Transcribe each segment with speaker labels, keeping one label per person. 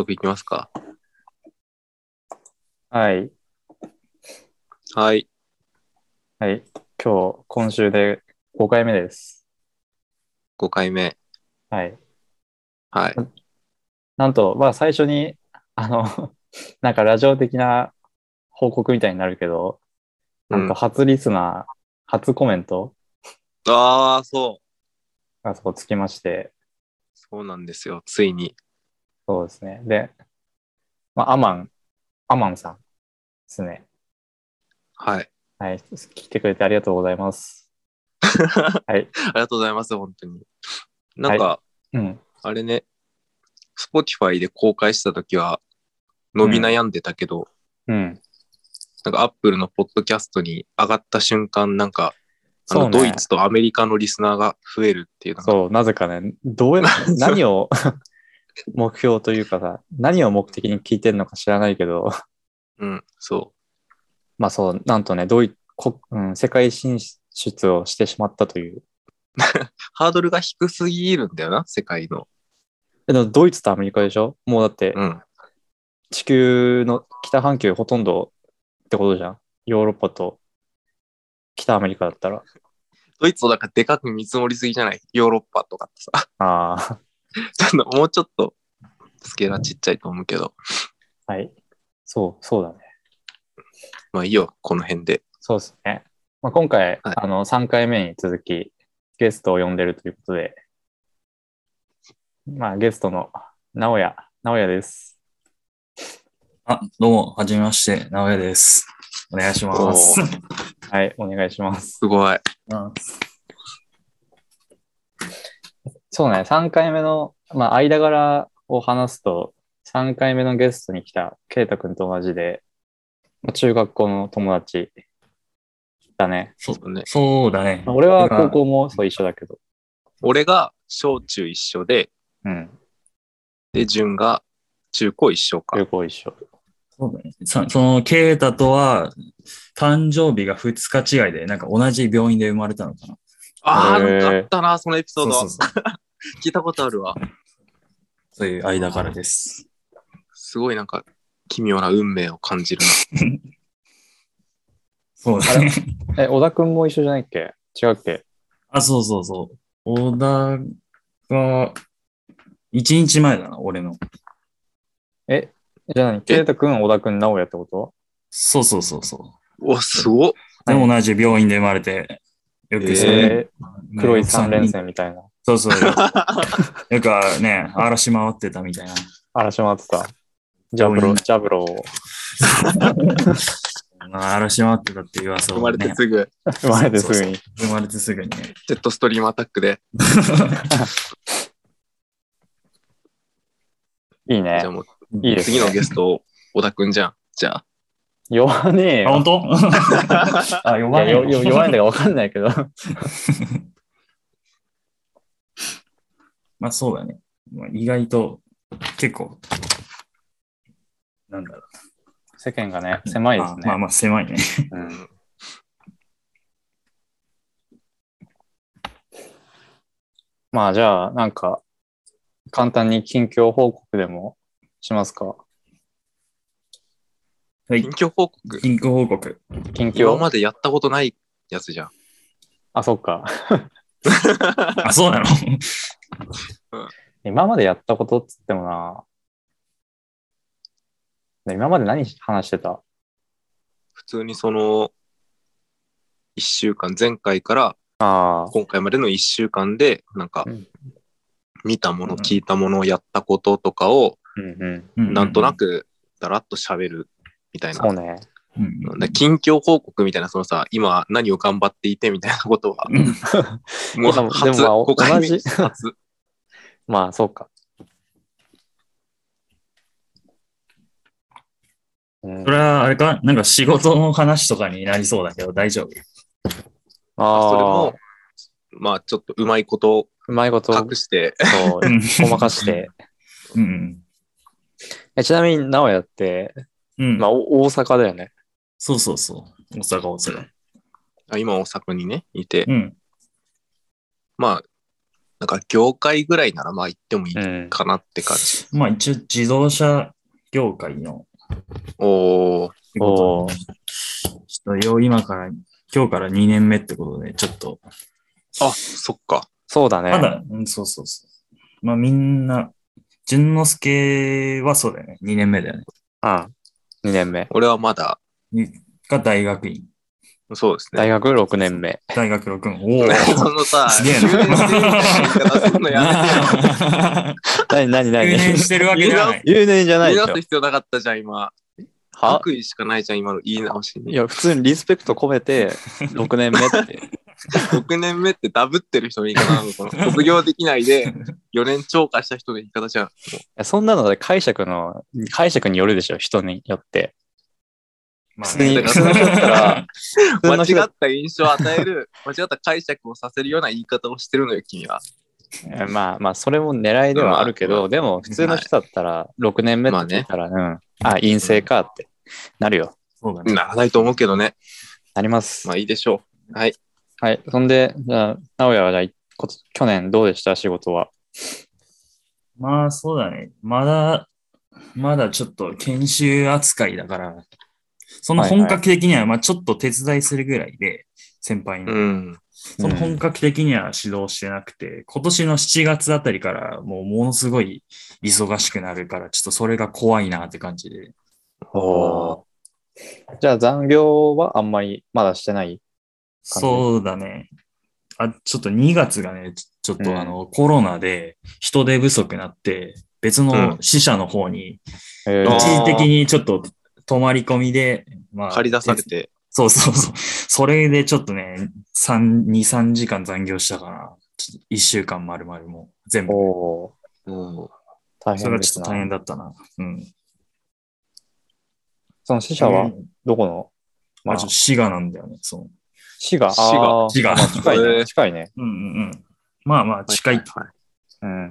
Speaker 1: 速いきますか。
Speaker 2: はい。
Speaker 1: はい。
Speaker 2: はい。今日、今週で5回目です。
Speaker 1: 5回目。
Speaker 2: はい。
Speaker 1: はい。
Speaker 2: なんと、まあ最初に、あの、 なんかラジオ的な報告みたいになるけど、なん
Speaker 1: う
Speaker 2: と
Speaker 1: ん
Speaker 2: 初リスナー、初コメント
Speaker 1: ああ、そう。
Speaker 2: がそこつきまして、
Speaker 1: そうなんですよ。ついに。
Speaker 2: そうですね。で、まあ、アマン、アマンさんですね。
Speaker 1: はい。
Speaker 2: はい。来てくれてありがとうございます。はい。
Speaker 1: ありがとうございます、本当に。なんか、
Speaker 2: うん。
Speaker 1: あれね、Spotify で公開したときは、伸び悩んでたけど、
Speaker 2: うん。
Speaker 1: なんか Apple のポッドキャストに上がった瞬間、なんか、あ
Speaker 2: そう
Speaker 1: の
Speaker 2: ね
Speaker 1: ドイツとアメリカのリスナーが増えるっていうのが
Speaker 2: そう、なぜかね、どうや、何を 目標というかさ、何を目的に聞いてるのか知らないけど、
Speaker 1: うん、そ
Speaker 2: まあそう、なんとね、どういこ、うん、世界進出をしてしまったという。
Speaker 1: う。ハードルが低すぎるんだよな、世界の。
Speaker 2: でもドイツとアメリカでしょもうだって
Speaker 1: う、ん。
Speaker 2: 地球の北半球ほとんどってことじゃん。ヨーロッパと北アメリカだったら。
Speaker 1: ドイツをなんかでかく見積もりすぎじゃないヨーロッパとかってさ。
Speaker 2: あ
Speaker 1: ちょっともうちょっと、スケーラちっちゃいと思うけど。
Speaker 2: あ、はい。そう、そうだね。
Speaker 1: まあいいよ、この辺で。
Speaker 2: そうですね。まあ、今回、
Speaker 1: はい
Speaker 2: あの、3回目に続き、ゲストを呼んでるということで、まあ、ゲストの、直哉、直哉です。
Speaker 3: あ、どうも、はじめまして、直江です。お願いします。
Speaker 1: お
Speaker 3: うん
Speaker 2: はい、お願いします。
Speaker 1: すごい。
Speaker 2: そうね、3回目の、まあ、間柄を話すと、3回目のゲストに来た、圭太くんと同じで、まあ中学校の友達だね。
Speaker 1: そうね。
Speaker 3: そうだね。
Speaker 2: まあ俺は高校もそう一緒だけど。
Speaker 1: 俺が小中一緒で、
Speaker 2: うん、
Speaker 1: で、潤が中高一緒か
Speaker 2: 高。校一緒。
Speaker 3: そうだね。さその、ケイタとは、誕生日が2日違いで、なんか同じ病院で生まれたのかな。
Speaker 1: ああ、
Speaker 2: へ
Speaker 1: なん
Speaker 2: ー
Speaker 1: かあったな、そのエピソード。
Speaker 3: そうそうそう。
Speaker 1: 聞いたことあるわ。
Speaker 3: そういう間からです。
Speaker 1: すごいなんか、奇妙な運命を感じる
Speaker 3: そうだね。
Speaker 2: え、小田くんも一緒じゃないっけ違うっけ
Speaker 3: あ、そうそうそう。小田が、1日前だな、俺の。
Speaker 2: じゃあ何圭太くん、小田くん、直哉ってこと
Speaker 3: そうそうそうそ
Speaker 1: な。お、すごっ。
Speaker 3: う。で、同じ病院で生まれて、よくそれ、
Speaker 2: えー、黒い三連戦みたいな。
Speaker 3: そう そう。なんかね、嵐回ってたみたいな。
Speaker 2: 嵐回ってた。ジャブロ、ジャブロを
Speaker 3: まあ嵐回ってたっていう
Speaker 1: 生
Speaker 3: 噂を
Speaker 1: まれて
Speaker 3: ね。
Speaker 1: すぐ、
Speaker 2: 生まれてすぐに。
Speaker 3: 生まれてすぐにね。
Speaker 1: ジェットストリームアタックで。
Speaker 2: いい
Speaker 1: じ
Speaker 2: ね
Speaker 1: ゃあ。もう、
Speaker 2: いいです
Speaker 1: 次
Speaker 2: ね。
Speaker 1: のゲストを、小田くんじゃん。じゃあ。
Speaker 2: 弱ねえ
Speaker 3: あ、
Speaker 2: よ
Speaker 3: 本。当 あ、呼
Speaker 2: い
Speaker 3: ば
Speaker 2: や
Speaker 3: ない
Speaker 2: よよ
Speaker 3: の
Speaker 2: 弱いんだか分かんないけど。
Speaker 3: まあそうだね。まあ、意外と結構、なんだろ
Speaker 2: 世間がね、
Speaker 3: う。
Speaker 2: 狭いですね。
Speaker 3: あまあまあ狭 いね。
Speaker 2: うんまあじゃあ、なんか、簡単に近況報告でもしますか。
Speaker 3: はい
Speaker 1: 近。況報告。
Speaker 3: 近況報告。
Speaker 2: 近況
Speaker 1: 今までやったことないやつじゃん。
Speaker 2: あ、そっか。
Speaker 3: あ、そうなの
Speaker 2: 今までやったことっつってもな。ね今まで何話してた
Speaker 1: 普通にその、一週間、前回から
Speaker 2: ああ。
Speaker 1: 今回までの一週間で、なんか
Speaker 2: うん、
Speaker 1: 見たもの、
Speaker 3: うん
Speaker 1: 聞いたもの、やったこととかを、
Speaker 2: うんうん。
Speaker 3: う
Speaker 1: なんとな
Speaker 3: く。
Speaker 1: く、だらっと喋るみたいな
Speaker 2: そう。ね。
Speaker 3: うん
Speaker 1: だから近況報告みたいな、そのさ、今何を頑張っていてみたいなことは、
Speaker 3: うん
Speaker 1: もう
Speaker 2: でも
Speaker 1: 初、
Speaker 2: でも
Speaker 1: 5回目
Speaker 2: 同じ
Speaker 1: 初。
Speaker 2: まあ、そうか。うん
Speaker 3: それはあれかなんか仕事の話とかになりそうだけど大丈夫。
Speaker 1: それ
Speaker 2: ああ
Speaker 1: も、、まあちょっとうまいことを
Speaker 2: うまいこと、
Speaker 1: 隠して、
Speaker 2: そう
Speaker 3: う、ん
Speaker 2: ごまかして。
Speaker 3: うん。
Speaker 2: えちなみに、直哉って、
Speaker 3: うん。
Speaker 2: まあ、お大阪だよね。
Speaker 3: そうそうそう。大阪大阪。
Speaker 1: あ今大阪にね、いて、
Speaker 3: うん。
Speaker 1: まあ、なんか業界ぐらいならまあ行ってもいい
Speaker 2: うん。
Speaker 1: かなって感じ。
Speaker 3: まあ一応自動車業界の
Speaker 1: おー、
Speaker 2: おー
Speaker 3: ちょっとよう今から、今日から2年目ってことで、ちょっと、
Speaker 1: あ、そっか。
Speaker 2: そうだね。
Speaker 3: まだ、うん、そうそうそう。まあみんな、淳之介はそうだよね。2年目だよね。
Speaker 2: うん。2年目。
Speaker 1: 俺はまだ、
Speaker 3: にが大学院。
Speaker 1: そうですね
Speaker 2: 大。学6年 目。
Speaker 3: 大学6年。おお
Speaker 1: そのさ、
Speaker 3: す
Speaker 1: 10
Speaker 3: げえな
Speaker 1: 年生みたいな言い方するのやめてよ。
Speaker 3: なあ
Speaker 2: 何何何
Speaker 3: 留年してるわけじゃない。
Speaker 2: 留年じゃない
Speaker 1: 言い
Speaker 2: でし
Speaker 1: 直
Speaker 2: ょ
Speaker 1: す。必要なかったじゃん、今。
Speaker 2: は
Speaker 1: 悪意しかないじゃん、今の言い直し
Speaker 2: い
Speaker 1: に。
Speaker 2: や、普通にリスペクト込めて、6年目って。
Speaker 1: 6年目ってダブってる人の言い方なのこ の卒業できないで、4年超過した人の言い方じゃん。
Speaker 2: そんなので解釈の、解釈によるでしょ、人によって。
Speaker 3: まあ
Speaker 2: 普通に
Speaker 1: だからその人だった ら間違った印象を与える、間違った解釈をさせるような言い方をしてるのよ、君は。
Speaker 2: えまあまあ、それも狙いではあるけ
Speaker 1: まあ
Speaker 2: ど、でも普通の人だったら、6年目って聞いたら、うん。あ、陰性かって、なるよ。
Speaker 3: そうだね。
Speaker 1: ならないと思うけどね。
Speaker 2: なります
Speaker 1: ま。あいいでしょう。はい。
Speaker 2: はい。そんで、じゃあ、直哉はじゃあいこ、去年どうでした仕事は。
Speaker 3: まあそうだね。まだ、まだちょっと研修扱いだから、その本格的には、まあちょっと手伝いするぐらいで、先輩に。
Speaker 1: うん。
Speaker 3: その本格的には指導してなくて、今年の7月あたりからもうものすごい忙しくなるから、ちょっとそれが怖いなって感じで。
Speaker 1: お
Speaker 2: じゃあ、残業はあんまりまだしてない。じ
Speaker 3: そうだね。あ、ちょっと2月がね、ちちょっ
Speaker 2: うん
Speaker 3: とあの、コロナで人手不足になって、別の死者の方に、
Speaker 2: え
Speaker 3: 一
Speaker 1: あー
Speaker 2: ー
Speaker 3: 時的にちょっと泊まり込みで、まあ、
Speaker 1: 借り出されて。
Speaker 3: そうそうそう。それでちょっとね、三2、3時間残業したから、1週間丸々もう全部。
Speaker 2: おー
Speaker 1: うん
Speaker 2: 大
Speaker 3: そ
Speaker 2: 変
Speaker 3: れが
Speaker 2: で
Speaker 3: ち
Speaker 2: す
Speaker 3: ょっ
Speaker 2: な
Speaker 3: と。大変だったな。うん。
Speaker 2: その死者
Speaker 3: う
Speaker 2: は
Speaker 3: ん
Speaker 2: どこの、ま
Speaker 3: まあ、
Speaker 2: あ
Speaker 3: ちょっと滋賀なんだよね。そ
Speaker 2: 死が、
Speaker 1: 死が
Speaker 2: あー
Speaker 3: 死が
Speaker 2: まあ近い
Speaker 1: え
Speaker 2: ね。
Speaker 1: ー
Speaker 2: 近いね。
Speaker 3: う。うんうんうん。まあまあ、近い。い
Speaker 1: は
Speaker 2: うん。
Speaker 3: や、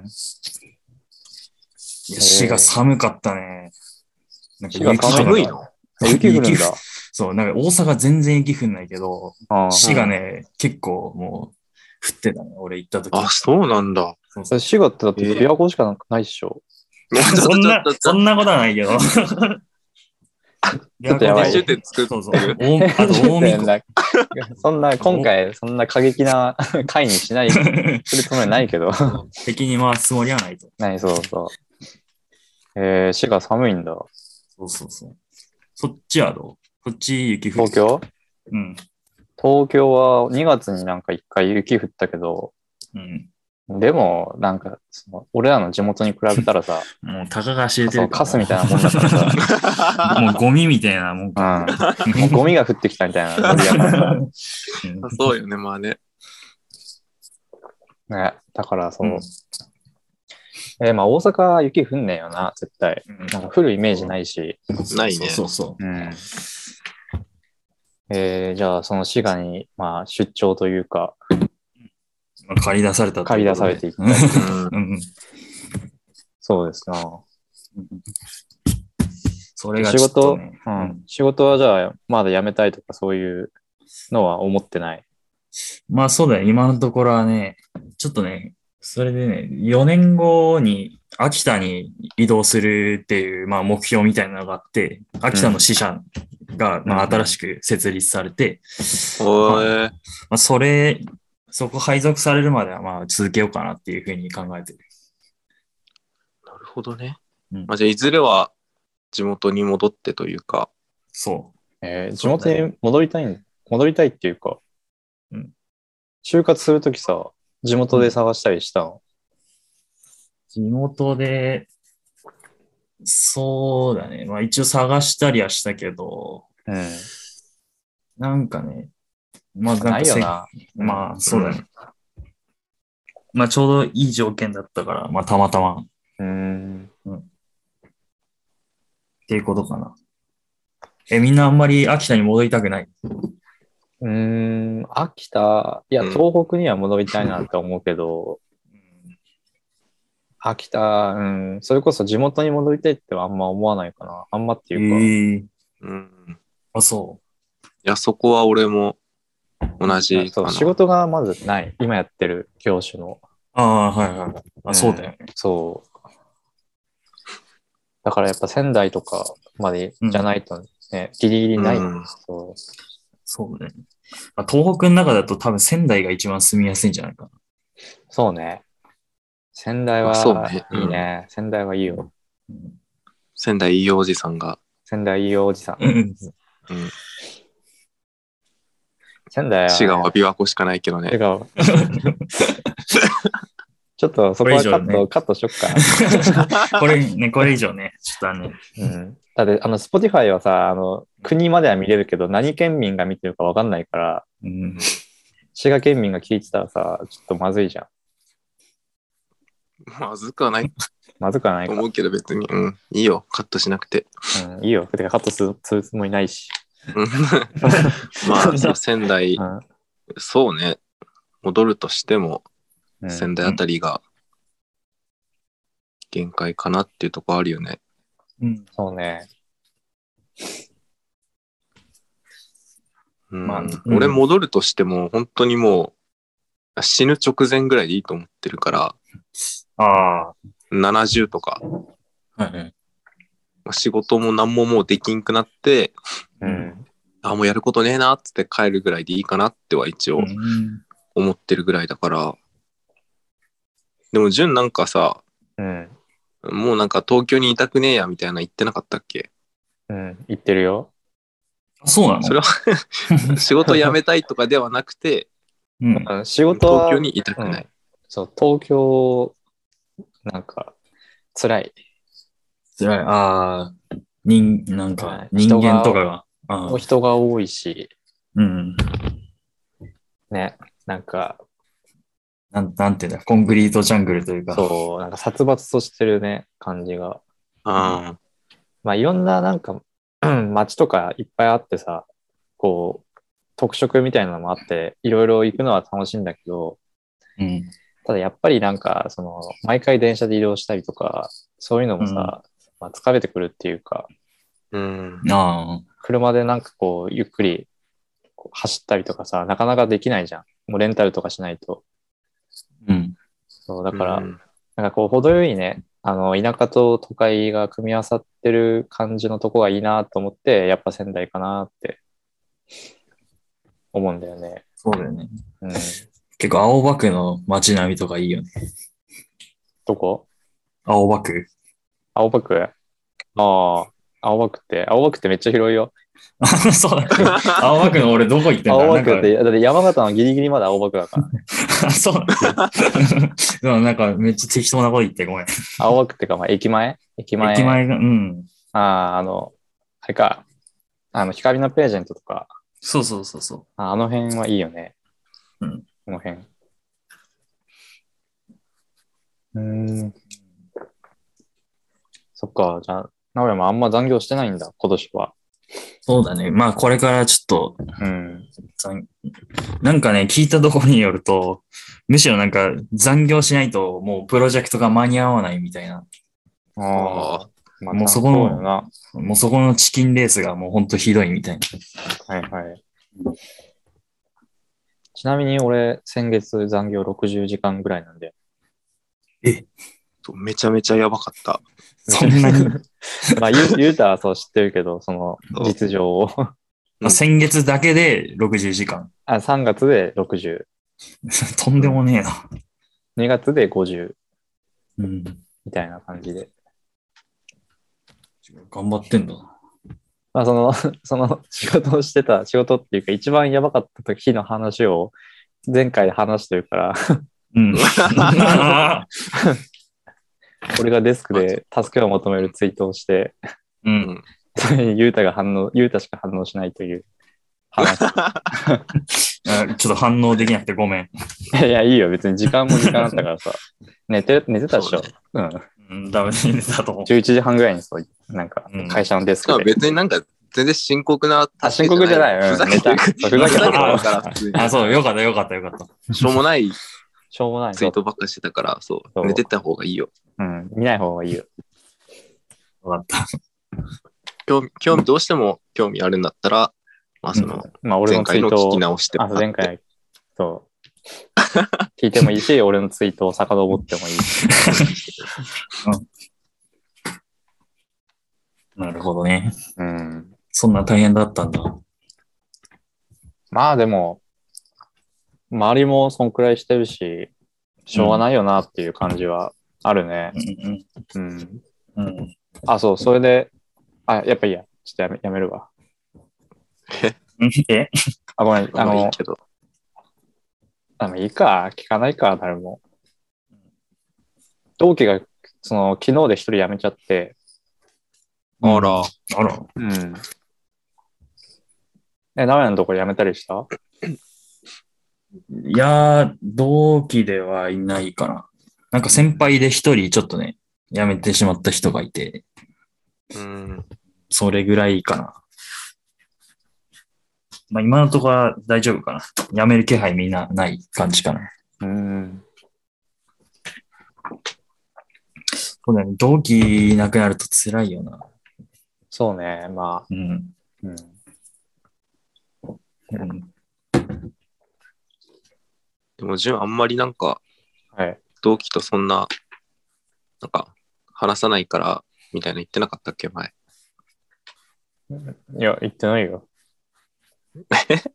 Speaker 3: 滋賀寒かったね。なんか
Speaker 2: 滋賀
Speaker 3: 雪とか
Speaker 1: 寒いの
Speaker 2: 雪降るん
Speaker 3: 雪
Speaker 2: だ
Speaker 3: 降。そう、なんか大阪全然雪降んないけど、
Speaker 2: あー
Speaker 3: 滋賀ね、結構もう降ってたね。俺行った時。
Speaker 1: あ、そうなんだ。
Speaker 3: そう
Speaker 2: そ
Speaker 3: そう
Speaker 2: れ滋賀ってだって琵琶湖しかなんかないっしょ。
Speaker 3: そんな
Speaker 1: ちょっと、ち
Speaker 3: そ
Speaker 1: ょっと
Speaker 3: んなことはない けど。
Speaker 2: ょっとやばい
Speaker 3: そ
Speaker 1: 編集
Speaker 3: う
Speaker 1: 点作って
Speaker 3: そう。お あと、大見
Speaker 2: そんな、今回、そんな過激な回にし ない、するつもりはないけど。
Speaker 3: 敵に回すつもりはないと。
Speaker 2: ない、そうそう。えー、滋賀寒いんだ。
Speaker 3: そうそうそう。そっちはどうこっち雪降る
Speaker 2: 東京
Speaker 3: うん。
Speaker 2: 東京は2月になんか一回雪降ったけど、
Speaker 3: うん。
Speaker 2: でも、なんか、その俺らの地元に比べたら さ、
Speaker 3: もう、たかが知れて
Speaker 2: そ
Speaker 3: る
Speaker 2: う、
Speaker 3: から。
Speaker 2: カスみたいなもんだからさ、
Speaker 3: もうゴミみたいなもんか。
Speaker 2: うん。もうゴミが降ってきたみたいなノリだから
Speaker 3: うん
Speaker 1: そうよね、まあね。
Speaker 2: ね、だから、そうう。
Speaker 3: ん
Speaker 2: えーまあ大阪は雪降んねえよな、絶対。
Speaker 3: う
Speaker 2: な
Speaker 3: ん
Speaker 2: んか降るイメージないし。
Speaker 1: ないね
Speaker 3: そうそうそう。
Speaker 2: うん。えーじゃあ、その滋賀に、まあ、出張というか、
Speaker 3: まあ借り出されたってことで
Speaker 2: 借り出されていった
Speaker 1: うん
Speaker 3: うんうん。
Speaker 2: そうですな。
Speaker 3: それが
Speaker 2: 仕
Speaker 3: ちょっ
Speaker 2: 事、
Speaker 3: とね
Speaker 2: う
Speaker 3: うんん。
Speaker 2: 仕事はじゃあ、まだ辞めたいとか、そういうのは思ってない。
Speaker 3: まあそうだよ。今のところはね、ちょっとね、それでね、4年後に秋田に移動するっていう、まあ目標みたいなのがあって、秋田の支社が、まあ
Speaker 2: うん
Speaker 3: 新しく設立されて、
Speaker 1: お
Speaker 3: まあ
Speaker 1: ー
Speaker 3: まあそれ、そこ配属されるまではまあ続けようかなっていうふうに考えてる。
Speaker 1: なるほどね。
Speaker 3: うん
Speaker 1: まあじゃあ、いずれは地元に戻ってというか、
Speaker 3: そ
Speaker 2: えー地
Speaker 3: そうだ
Speaker 2: 元
Speaker 3: ね
Speaker 2: に戻りたいん、戻りたいっていうか、
Speaker 3: うん
Speaker 2: 就活するときさ、地元で探したりしたの。
Speaker 3: う。地元で、そうだね。まあ一応探したりはしたけど、
Speaker 2: うん。
Speaker 3: なんかね、まあなんか
Speaker 2: ないよ
Speaker 3: せ
Speaker 2: な。
Speaker 3: まあ、そうだね。まあ、ちょうどいい条件だったから、まあ、たまたまっ
Speaker 2: うん。
Speaker 3: ていうことかな。え、みんなあんまり秋田に戻りたくない。
Speaker 2: うーん、秋田、いや、
Speaker 1: うん
Speaker 2: 東北には戻りたいなって思うけど、秋田、うん、それこそ地元に戻りたいってはあんま思わないかな。あんまって
Speaker 3: え
Speaker 2: いうか、
Speaker 3: ー、
Speaker 1: うん。
Speaker 3: あ、そ
Speaker 1: いや、そこは俺も同
Speaker 2: いや
Speaker 1: じか
Speaker 2: そう
Speaker 1: な。
Speaker 2: 仕事がまずない。今やってる業種の。
Speaker 3: う。ああ、はいはいはい。あ、そうだよね。
Speaker 2: そう。だからやっぱ仙台とかまでじゃないとね、ギリギリない、
Speaker 1: うん
Speaker 2: そう。
Speaker 3: そうね。まあ、東北の中だと多分仙台が一番住みやすいんじゃない かな。
Speaker 2: そうね。仙台は
Speaker 1: あそうね
Speaker 2: いいね。仙台はいいよ。
Speaker 3: うん
Speaker 1: 仙台いいおじさんが。
Speaker 2: 仙台いいよおじさん。
Speaker 3: うん。
Speaker 2: 仙台は、
Speaker 1: 滋賀は琵琶湖しかないけど
Speaker 2: 違
Speaker 1: ね。
Speaker 2: う。 ちょっとそこはカ
Speaker 3: こ
Speaker 2: ッ
Speaker 3: れ以上
Speaker 2: ト、
Speaker 3: ね
Speaker 2: カットしよっか
Speaker 3: これね、これ以上ね、ちょっとね。
Speaker 2: な。うん。だって、あの、Spotify はさ、あの、国までは見れるけど、何県民が見てるかわかんないから、
Speaker 3: うん。
Speaker 2: 滋賀県民が聞いてたらさ、ちょっとまずいじゃん。
Speaker 1: まずくはない
Speaker 2: まずくはない
Speaker 1: と
Speaker 2: か。
Speaker 1: 思うけど別に。うん。いいよ。カットしなくて。
Speaker 2: うん、いいよ。てかカットするするつもりないし。
Speaker 1: うんまあ、そう仙台
Speaker 2: う、ん
Speaker 1: そうね。戻るとしても、
Speaker 2: うん、
Speaker 1: 仙台あたりが限界かなっていうとこあるよね。
Speaker 3: うん、
Speaker 2: そうね。
Speaker 1: うん
Speaker 3: まあうん
Speaker 1: 俺戻るとしても、本当にもう死ぬ直前ぐらいでいいと思ってるから、
Speaker 3: ああ。
Speaker 1: 70とか、
Speaker 3: はいはい。
Speaker 1: 仕事も何ももうできんくなって、
Speaker 2: うん。
Speaker 1: あ、もうやることねえなっつって帰るぐらいでいいかなっては一応
Speaker 3: うん
Speaker 1: 思ってるぐらいだから。でも、純なんかさ、
Speaker 2: うん。
Speaker 1: もうなんか東京にいたくねえやみたいな言ってなかったっけ
Speaker 2: うん。言ってるよ。
Speaker 3: そうなの
Speaker 1: それは仕事辞めたいとかではなくて、
Speaker 3: うん。
Speaker 2: うん仕事は
Speaker 1: 東京にいたくない。
Speaker 2: そう、東京、なんか、辛い。
Speaker 3: 辛い。ああ。人、なん
Speaker 2: は
Speaker 3: か
Speaker 2: い、
Speaker 3: 人間とかが。ああ。
Speaker 2: 人が多いし、
Speaker 3: うん。
Speaker 2: ね、なんか、
Speaker 3: なん、なんていうんだ、コンクリートジャングルというか。
Speaker 2: そう、なんか殺伐としてるね、感じが。
Speaker 1: ああ
Speaker 2: まあ、いろんな、なんか、うん街とかいっぱいあってさ、こう、特色みたいなのもあって、いろいろ行くのは楽しいんだけど、
Speaker 3: うん。
Speaker 2: ただやっぱりなんか、その、毎回電車で移動したりとか、そういうのもさ、まあ、疲れてくるっていうか、
Speaker 1: うん。
Speaker 3: あ
Speaker 2: 車でなんかこう、ゆっくりこう走ったりとかさ、なかなかできないじゃん。もうレンタルとかしないと。
Speaker 3: あ。うん。
Speaker 2: そう、だから、
Speaker 1: うん
Speaker 2: なんかこう、程よいね、あの、田舎と都会が組み合わさってる感じのとこがいいなと思って、やっぱ仙台かなって思うんだよね。
Speaker 3: そうだよね。
Speaker 2: うん。
Speaker 3: 結構、青葉区の街並みとかいいよね。
Speaker 2: どこ
Speaker 3: 青葉区。
Speaker 2: 青葉区ああ、青葉区って、青葉区ってめっちゃ広いよ。
Speaker 3: あ そうだ。青葉区の俺どこ行ってんだ
Speaker 2: 青葉区っ
Speaker 3: なん
Speaker 2: て、だって山形のギリギリまで青葉区だ から。
Speaker 3: かあそうだ。でもなんか、めっちゃ適当なこと言ってごめん。
Speaker 2: 青葉区ってか、まあ、駅前駅前。
Speaker 3: 駅前が、うん。
Speaker 2: ああ、あの、あれか、あの、光のプレゼントとか、
Speaker 3: そうそうそうそう。
Speaker 2: ああの辺はいいよね。
Speaker 3: うん。
Speaker 2: この辺。うん。そっか、じゃあ、名古屋もあんま残業してないんだ、今年は。
Speaker 3: そうだね。まあ、これからちょっと、
Speaker 2: うん。
Speaker 3: 残なんかね、聞いたところによると、むしろなんか残業しないともうプロジェクトが間に合わないみたいな。
Speaker 2: あ
Speaker 1: あ
Speaker 2: あ、ま
Speaker 3: もうそこ
Speaker 2: そう
Speaker 3: の
Speaker 2: だよな。
Speaker 3: もうそこのチキンレースがもうほんとひどいみたいな。
Speaker 2: はいはい。ちなみに俺、先月残業60時間ぐらいなんで。
Speaker 1: そうめちゃめちゃやばかった。
Speaker 3: そんなに。
Speaker 2: まあ、ゆゆうたはそう知ってるけど、その
Speaker 1: そう
Speaker 2: 実情を。
Speaker 3: まあ先月だけで60時間。
Speaker 2: あ、3月で60。
Speaker 3: とんでもねえな。
Speaker 2: 2月で50
Speaker 3: うん。
Speaker 2: みたいな感じで。
Speaker 3: 頑張ってんだな。
Speaker 2: まあその、 その仕事をしてた、仕事っていうか一番やばかった時の話を前回話してるから、
Speaker 3: うん。
Speaker 2: 俺がデスクで助けを求めるツイートをして、
Speaker 3: うん。
Speaker 2: それにユータが反応、ユータしか反応しないという話。
Speaker 3: あちょっと反応できなくてごめん。
Speaker 2: いやいや、いいよ。別に時間も時間だったか らさ。寝て、寝てたでしょ。うん。
Speaker 3: うん、ダメだと思う。
Speaker 2: 11時半ぐらいにそう、なんか
Speaker 3: うん
Speaker 2: 会社のデス
Speaker 1: しかも
Speaker 2: クで。
Speaker 1: 別になんか全然深刻な
Speaker 2: あ、深刻じゃない。う
Speaker 1: ふ
Speaker 2: ん
Speaker 1: ざけてる。
Speaker 2: 寝た
Speaker 1: ふ
Speaker 2: ふ
Speaker 1: ざ
Speaker 2: ざ
Speaker 1: け
Speaker 2: け
Speaker 1: て
Speaker 2: て
Speaker 1: るか
Speaker 2: るからら。
Speaker 1: 普通に
Speaker 3: あ、そう、よかったよかったよかっ た。
Speaker 1: しょうもない
Speaker 2: しょうもない
Speaker 1: ツイ
Speaker 2: ぞ
Speaker 1: ー。トばっかしてたから、そ、
Speaker 2: そうう
Speaker 1: 寝てった方がいいよ。
Speaker 2: うん。見ない方がいいよ。
Speaker 3: よかった。
Speaker 1: 興味、興味、どうしても興味あるんだったら、まあその、
Speaker 2: まあ俺
Speaker 1: 前
Speaker 2: のツ
Speaker 1: 回
Speaker 2: イー
Speaker 1: の
Speaker 2: ト
Speaker 1: 聞
Speaker 2: を
Speaker 1: き直しても
Speaker 2: あ、
Speaker 1: らって
Speaker 2: 前回、そ聞いてもいいし、俺のツイートを遡ってもいいし。
Speaker 3: なるほどね。
Speaker 2: うん。
Speaker 3: そんな大変だったんだ。
Speaker 2: まあでも、周りもそんくらいしてるし、しょうがないよなっていう感じはあるね。
Speaker 3: うん
Speaker 2: うん。
Speaker 3: うんうん。
Speaker 2: あ、そう、それで、あ、やっぱいいや。ちょっとやめやめるわ。
Speaker 3: え
Speaker 2: あ、ごめん。あ
Speaker 1: あの、いい
Speaker 2: の、
Speaker 1: けど。
Speaker 2: あのいいか、聞かないか、誰も。同期が、その、昨日で一人辞めちゃって、
Speaker 1: あら。
Speaker 3: あら。
Speaker 2: うん。え、名古屋のとこ辞めたりした
Speaker 3: いやー、同期ではいないかな。なんか先輩で一人ちょっとね、辞めてしまった人がいて、
Speaker 1: うん。
Speaker 3: それぐらいかな。まあ今のところは大丈夫かな。辞める気配みんなない感じかな。
Speaker 2: うん。
Speaker 3: そうだよね。同期いなくなると辛いよな。
Speaker 2: そうね、まあ。
Speaker 3: うん。
Speaker 2: うん、
Speaker 3: うん、
Speaker 1: でも、純あんまりなんか、
Speaker 2: はい。
Speaker 1: 同期とそんな、なんか、話さないから、みたいな言ってなかったっけ、前。
Speaker 2: いや、言ってないよ。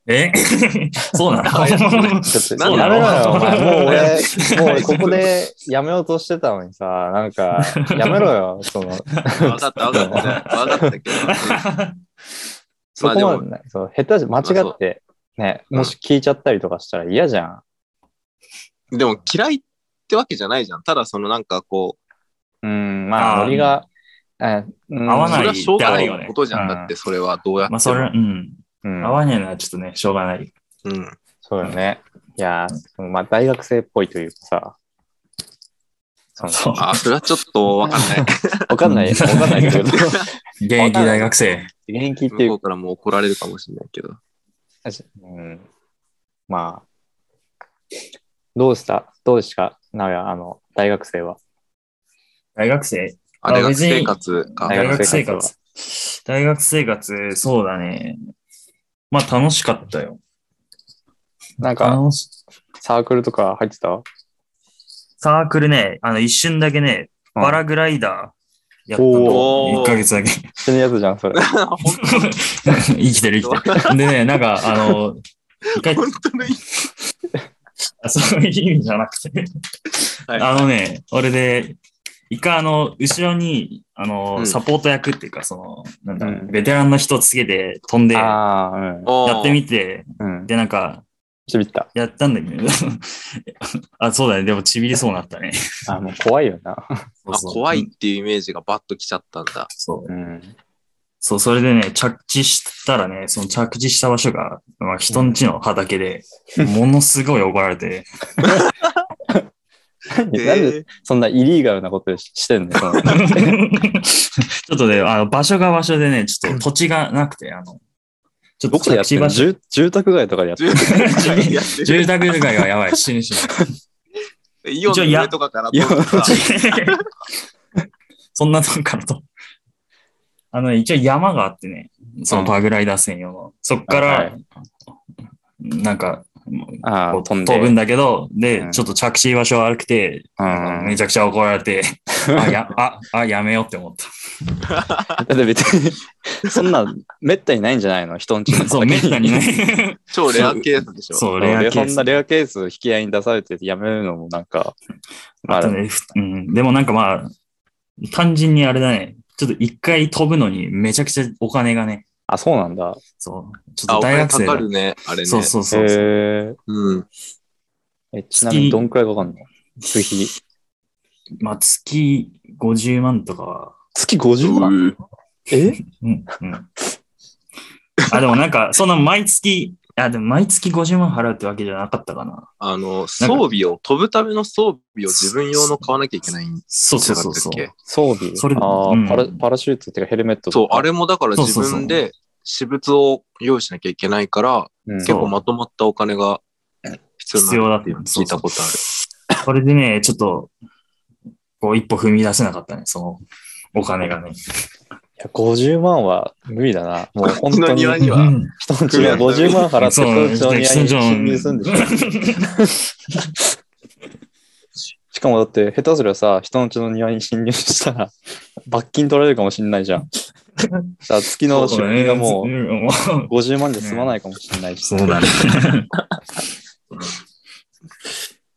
Speaker 3: え そうな
Speaker 1: あいやごめ
Speaker 3: の
Speaker 1: ん
Speaker 2: ちょ っ
Speaker 1: な
Speaker 2: と
Speaker 1: んだ
Speaker 2: やめろよ、お前。もう俺、 もう俺
Speaker 3: 俺
Speaker 2: ここでやめようとしてたのにさ、なん か、やめろよ、その、
Speaker 1: 分かった、分かった。分かったけ ど。
Speaker 2: そ
Speaker 1: まあで
Speaker 2: こま
Speaker 1: も
Speaker 2: で、ない。そう、下手じゃ、間違って、ね、
Speaker 1: うん
Speaker 2: もし聞いちゃったりとかしたら嫌じゃん。
Speaker 1: でも嫌いってわけじゃないじゃん。ただそのなんかこう、
Speaker 2: うん、まあ、
Speaker 3: あー
Speaker 2: ノリが、えうん
Speaker 3: 合わ
Speaker 1: そ
Speaker 3: ない
Speaker 1: れはしょうがないことじゃん。
Speaker 3: うん
Speaker 1: だってそれはどうやっても。
Speaker 3: まあそれ、うん。
Speaker 2: うん
Speaker 3: 合わねえのはちょっとね、しょうがない。
Speaker 1: うん。
Speaker 2: そうよね。いやー、そのまあ、大学生っぽいというかさ、その
Speaker 3: そう。
Speaker 1: あ、それはちょっとわかん ない。
Speaker 2: わかんない、わかんないけど、現
Speaker 3: 現役大学生。
Speaker 2: 役って
Speaker 1: 向
Speaker 2: いう
Speaker 1: こうからもう怒られるかもしれないけど。
Speaker 2: うん、まあ、どうしたどうでしたなおや、あの、大学生は。
Speaker 3: 大学生
Speaker 1: あ、大学生活か。
Speaker 2: 別に
Speaker 3: 大学生
Speaker 2: 大学
Speaker 3: 活。大学生活、そうだね。まあ楽しかったよ。
Speaker 2: なんか、
Speaker 3: 楽し
Speaker 2: サークルとか入ってた
Speaker 3: サークルね、あの一瞬だけ
Speaker 2: う
Speaker 3: ね、
Speaker 2: ん
Speaker 3: パラグライダーやった
Speaker 1: お
Speaker 3: の。
Speaker 1: ー
Speaker 3: 1ヶ月だけ。
Speaker 2: 死ぬやつじゃん、それ。
Speaker 3: 生きてる生きてる。でね、なんかあの、一回、
Speaker 1: 本当のいい。
Speaker 3: あそういう意味じゃなくて。
Speaker 1: はい
Speaker 3: あのね、俺で、一回あの、後ろに、あの、
Speaker 1: うん
Speaker 3: サポート役っていうか、その、なんだ、
Speaker 2: うん
Speaker 3: ベテランの人つけて飛んで、 や
Speaker 2: ああ、うん。
Speaker 3: ってみて、
Speaker 2: うん。
Speaker 3: で、なんか、
Speaker 2: ちびった。
Speaker 3: やったんだけど。 あ、そうだね。でも、ちびりそうになったね。
Speaker 2: あもう怖いよな。
Speaker 1: あ、怖いっていうイメージがバッと来ちゃったんだ。
Speaker 3: そう。
Speaker 2: うん。
Speaker 3: そう、それでね、着地したらね、その着地した場所が、まあ、人んちの畑で、ものすごい怒られて、
Speaker 2: なんでそんなイリーガルなことししてんの その
Speaker 3: ちょっとね、あの、場所が場所でね、ちょっと土地がなくて、あの、ちょっ
Speaker 2: ど
Speaker 3: と
Speaker 2: こでや
Speaker 3: 着
Speaker 2: って
Speaker 3: 地
Speaker 2: んの
Speaker 3: 場所、
Speaker 2: 住住宅街とかでやってんの
Speaker 3: 住宅街がやばい、死ぬ死ぬ。
Speaker 1: イオンの上とかから
Speaker 2: 一応や
Speaker 1: 撮った
Speaker 3: そんなとこからと。あの、一応山があってね、そのパラグライダー専用の。そっか
Speaker 2: は
Speaker 3: ら
Speaker 2: い、
Speaker 3: なんか、
Speaker 2: あ
Speaker 3: こ
Speaker 2: あ、
Speaker 3: う
Speaker 2: 飛ん
Speaker 3: 飛
Speaker 2: で。
Speaker 3: ぶんだけど、
Speaker 2: う
Speaker 3: で
Speaker 2: ん、
Speaker 3: ちょっと着地場所悪くて、
Speaker 2: うん
Speaker 3: めちゃくちゃ怒ら れて、あ、や、あ、あ、やめようって思った。
Speaker 2: だって別に、 そんな、めったにないんじゃないの人んちの。
Speaker 3: そう、めったに。ね。
Speaker 1: 超レアケースでしょ。
Speaker 3: そう、レ
Speaker 2: レ
Speaker 3: ア
Speaker 2: ア
Speaker 3: ケ
Speaker 2: そ
Speaker 3: ー
Speaker 2: ん
Speaker 3: ス
Speaker 2: な。レアケース引き合いに出されてやめるのもなんか、ま
Speaker 3: あ
Speaker 2: あ
Speaker 3: と、ね、ふ うん、でもなんかまあ、単純にあれだね、ちょっと一回飛ぶのにめちゃくちゃお金がね、
Speaker 2: あ、そうなんだ。
Speaker 3: そう、ちょっ
Speaker 1: あ、
Speaker 3: と
Speaker 1: お
Speaker 3: 大
Speaker 1: 金
Speaker 3: 学
Speaker 1: か
Speaker 3: 生
Speaker 1: か
Speaker 3: だ
Speaker 1: るね、あれね。
Speaker 3: そうそうそうそう。
Speaker 2: へ
Speaker 1: うん。
Speaker 2: え。え、ちなみにどんくらいかかんの月費。
Speaker 3: まあ、月50万とかは。
Speaker 2: 月50万
Speaker 1: う
Speaker 2: え
Speaker 3: うん、うん。あ、でもなんか、その毎月、あ、でも毎月50万払うってわけじゃなかったかな。
Speaker 1: あの、装備を、飛ぶための装備を自分用の買わなきゃいけないん
Speaker 3: そう
Speaker 1: じ
Speaker 3: そ
Speaker 1: ゃ
Speaker 3: う
Speaker 1: なかっ
Speaker 3: そう
Speaker 1: た
Speaker 3: そ
Speaker 1: っけ
Speaker 3: う。
Speaker 2: 装備
Speaker 3: それ
Speaker 2: あー
Speaker 3: うん
Speaker 2: パラパラシュートっていうかヘルメット
Speaker 1: そう
Speaker 2: と、か
Speaker 1: あれもだから
Speaker 3: そうそ
Speaker 1: 自
Speaker 3: うそう
Speaker 1: 分で私物を用意しなきゃいけないから、
Speaker 2: うん
Speaker 1: 結構まとまったお金が必
Speaker 3: 必
Speaker 1: 要
Speaker 3: 要
Speaker 1: な
Speaker 3: だ
Speaker 1: ん
Speaker 3: って
Speaker 1: いうの聞いたことある。
Speaker 3: それでね、ちょっと、こう一歩踏み出せなかったね、そのお金がね。
Speaker 2: や50万は無理だな。もう
Speaker 1: こ
Speaker 2: 本
Speaker 1: っち
Speaker 2: 当
Speaker 1: の
Speaker 2: に、
Speaker 1: 庭には
Speaker 3: うん
Speaker 2: 人んちの50万払って、
Speaker 3: そう
Speaker 2: 人んちの庭に侵入するんでしょ。 しかもだって、下手すりゃさ、人のうちの庭に侵入したら、罰金取られるかもしんないじゃん。だから月の出費がもう
Speaker 3: う。
Speaker 2: 50万で済まないかもしんないし。
Speaker 3: そうだね。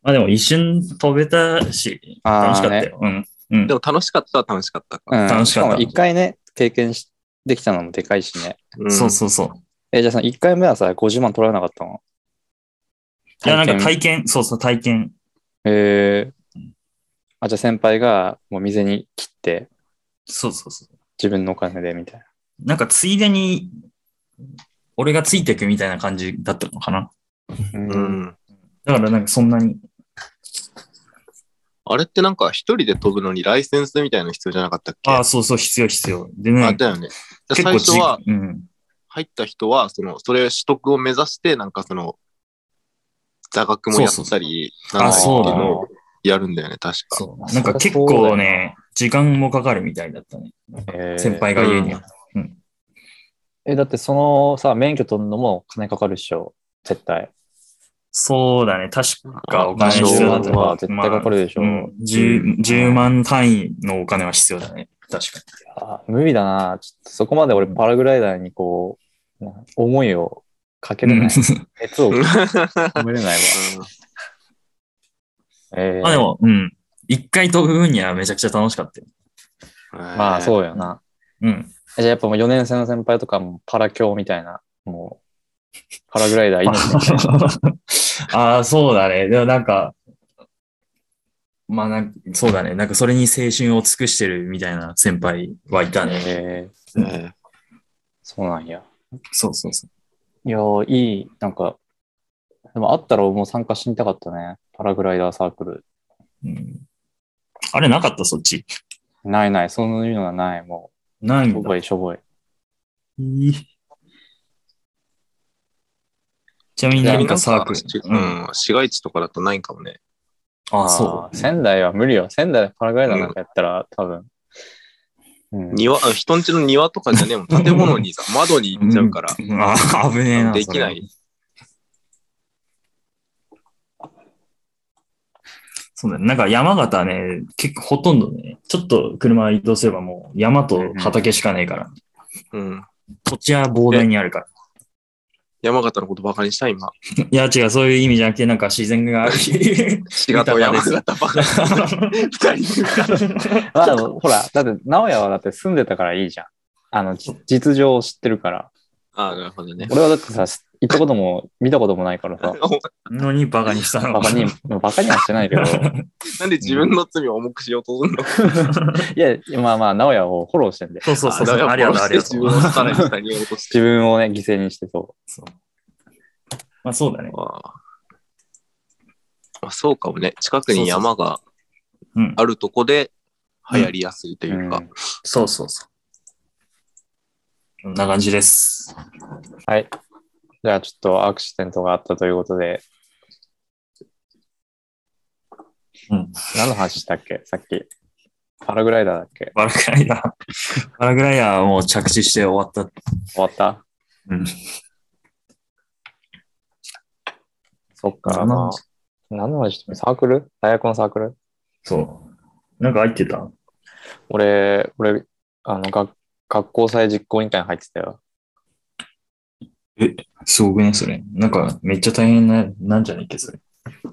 Speaker 3: まあでも一瞬飛べたし、
Speaker 2: あ
Speaker 3: 楽し
Speaker 2: ー
Speaker 3: か
Speaker 2: ね
Speaker 3: ったよ。うん。うん
Speaker 1: で。も楽しかったは楽しかった。
Speaker 2: うん、
Speaker 3: 楽しかった
Speaker 2: も一回ね、経験しできたのもでかいしね。
Speaker 1: ん
Speaker 3: そうそうそう。
Speaker 2: え、じゃあその1回目はさ、50万取られなかったの
Speaker 3: いや、なんか
Speaker 2: 体験
Speaker 3: 体験、そうそう、体験。
Speaker 2: えーあ、じゃあ先輩がもう店に切って、
Speaker 3: そうそうそう。
Speaker 2: 自分のお金でみたいな。
Speaker 3: なんかついでに、俺がついてくみたいな感じだったのかな。
Speaker 2: うん
Speaker 1: うん。
Speaker 3: だからなんかそんなに。
Speaker 1: あれってなんか一人で飛ぶのにライセンスみたいなの必要じゃなかったっけ
Speaker 3: ああ、そうそう、必要必要。で
Speaker 1: あ
Speaker 3: ね、
Speaker 1: だよね。
Speaker 3: 結
Speaker 1: 最
Speaker 3: 構
Speaker 1: 初
Speaker 3: じ
Speaker 1: は、、
Speaker 3: うん。
Speaker 1: 入った人は、その、それ取得を目指して、なんかその、座学もやったり、なん
Speaker 3: あ、
Speaker 1: だり
Speaker 3: そう
Speaker 1: ってい
Speaker 3: だ
Speaker 1: う
Speaker 3: な
Speaker 1: のをやるんだよね、確か。
Speaker 3: そう。なんか結構ね、時間もかかるみたいだったね。
Speaker 2: えー
Speaker 3: 先輩が家に。
Speaker 1: うん
Speaker 2: え、だってそのさ、免許取るのも金かかるっしょ。絶対。
Speaker 3: そうだね、確かお金
Speaker 1: 場所
Speaker 3: 必要だった
Speaker 2: 場所は絶対かかるでしょ
Speaker 3: うん10 10万単位のお金は必要だね。確か
Speaker 2: あ無理だな。ちょっとそこまで俺パラグライダーにこう、な思いをかけ
Speaker 3: に。
Speaker 2: れ
Speaker 3: うん
Speaker 2: ない。熱を
Speaker 1: う
Speaker 2: 込めれないわ。
Speaker 1: ん
Speaker 2: えー
Speaker 3: まあでも、うん。一回飛ぶ分にはめちゃくちゃ楽しかったよ。
Speaker 2: まあ
Speaker 1: う。
Speaker 2: そうよな。
Speaker 3: うん。
Speaker 2: えじゃあやっぱもう4年生の先輩とかもパラ教みたいな、もう、パラグライダーいいのか
Speaker 3: ああ、そうだね。でもなんか、まあなんか、そうだね。なんかそれに青春を尽くしてるみたいな先輩はいたね。
Speaker 2: えー
Speaker 1: え
Speaker 2: そうなんや。
Speaker 3: そうそうそう。
Speaker 2: いやー、いい、なんか、でもあったらもう参加してみたかったね。パラグライダーサークル。
Speaker 3: うん、あれなかったそっち。
Speaker 2: ないない、そういうのはない、も
Speaker 3: な
Speaker 2: う
Speaker 3: い。
Speaker 2: んしょ
Speaker 3: だ。
Speaker 2: ぼいしょぼい。
Speaker 3: いいちなみに
Speaker 1: え
Speaker 3: なんかサークル。
Speaker 1: う。ん。市街地とかだとないんかもね。
Speaker 3: あ、そ
Speaker 2: ー仙台は無理よ。仙台でパラグライダーなんかやったら、多分。うん。
Speaker 1: 庭、あ人んちの庭とかじゃねえもん。 建物にさ、窓に
Speaker 3: う。
Speaker 1: 行っちゃうから。
Speaker 3: ん。あー危ねえな。
Speaker 1: できな
Speaker 3: それ
Speaker 1: い。
Speaker 3: そうだね。なんか山形ね、結構ほとんどね、ちょっと車移動すればもう山と畑しかねえから、
Speaker 1: うん。
Speaker 3: 土地は膨大にあるから。
Speaker 1: 山形のことバカにした今。
Speaker 3: いや、違う、そういう意味じゃなくて、なんか自然がある。
Speaker 1: 滋賀と山形バカにした。二人いる から
Speaker 2: まあでも、ほら、だって、直哉はだって住んでたからいいじゃん。あの、じ実情を知ってるから。
Speaker 1: ああ、なるほどね。
Speaker 2: 俺はだってさ、行ったことも見たこともないからさ。
Speaker 3: のにバカにしたの。
Speaker 2: バカに、バカにはしてない けど。
Speaker 1: なんで自分の罪を重くしようとするの
Speaker 2: いやいや、まあまあ、直哉をフォローしてんで。
Speaker 3: そうそうそう。
Speaker 1: だから
Speaker 3: ありがとう、ありが
Speaker 1: 殺して
Speaker 3: と
Speaker 1: 自
Speaker 3: う。
Speaker 1: 分をさらに下に落として。
Speaker 2: 自分をね、犠牲にしてそう。
Speaker 3: そうまあそうだね。
Speaker 1: ああそうかもね。近くに山が
Speaker 3: うん。
Speaker 1: あるとこで流行りやすいというか。
Speaker 2: ん
Speaker 3: そうそうそう。こんな感じです。
Speaker 2: はい。じゃあちょっとアクシデントがあったということで。
Speaker 3: うん
Speaker 2: 何の話したっけさっき。パラグライダーだっけ
Speaker 3: パラグライダー。パラグライダーはもう着地して終わった。
Speaker 2: 終わった
Speaker 3: うん。
Speaker 2: そっか、
Speaker 3: 何
Speaker 2: ま
Speaker 3: の
Speaker 2: あ
Speaker 3: 話。
Speaker 2: 何の話してもサークル大学のサークル
Speaker 3: そう。なんか入ってた
Speaker 2: 俺、俺、あの、学学校祭実行委員会に入ってたよ。
Speaker 3: すごくね、それ。なんか、めっちゃ大変な、なんじゃないっけ、それ。
Speaker 2: い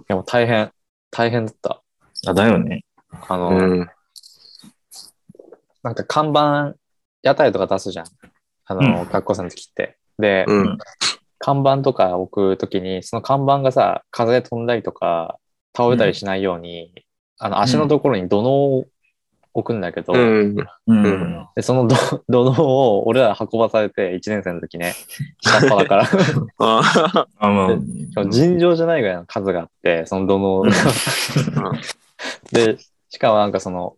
Speaker 2: や、もう大変、大変だった。
Speaker 3: あ、だよね。
Speaker 2: あの、
Speaker 1: うん。
Speaker 2: なんか看板、屋台とか出すじゃん。あの、学校生の時って。で、
Speaker 1: うん。
Speaker 2: 看板とか置くときに、その看板がさ、風で飛んだりとか、倒れたりしないように、あの、足のところに土のを置くんだけど、
Speaker 1: うん。
Speaker 3: うん。
Speaker 1: うん
Speaker 2: でそのど 土のを俺ら運ばされて、1年生の時ね、下っ端だから、
Speaker 1: あ
Speaker 3: あ、まあ、う
Speaker 2: 尋常じゃないぐらいの数があって、その土のを
Speaker 3: うん
Speaker 2: で、しかもなんかその、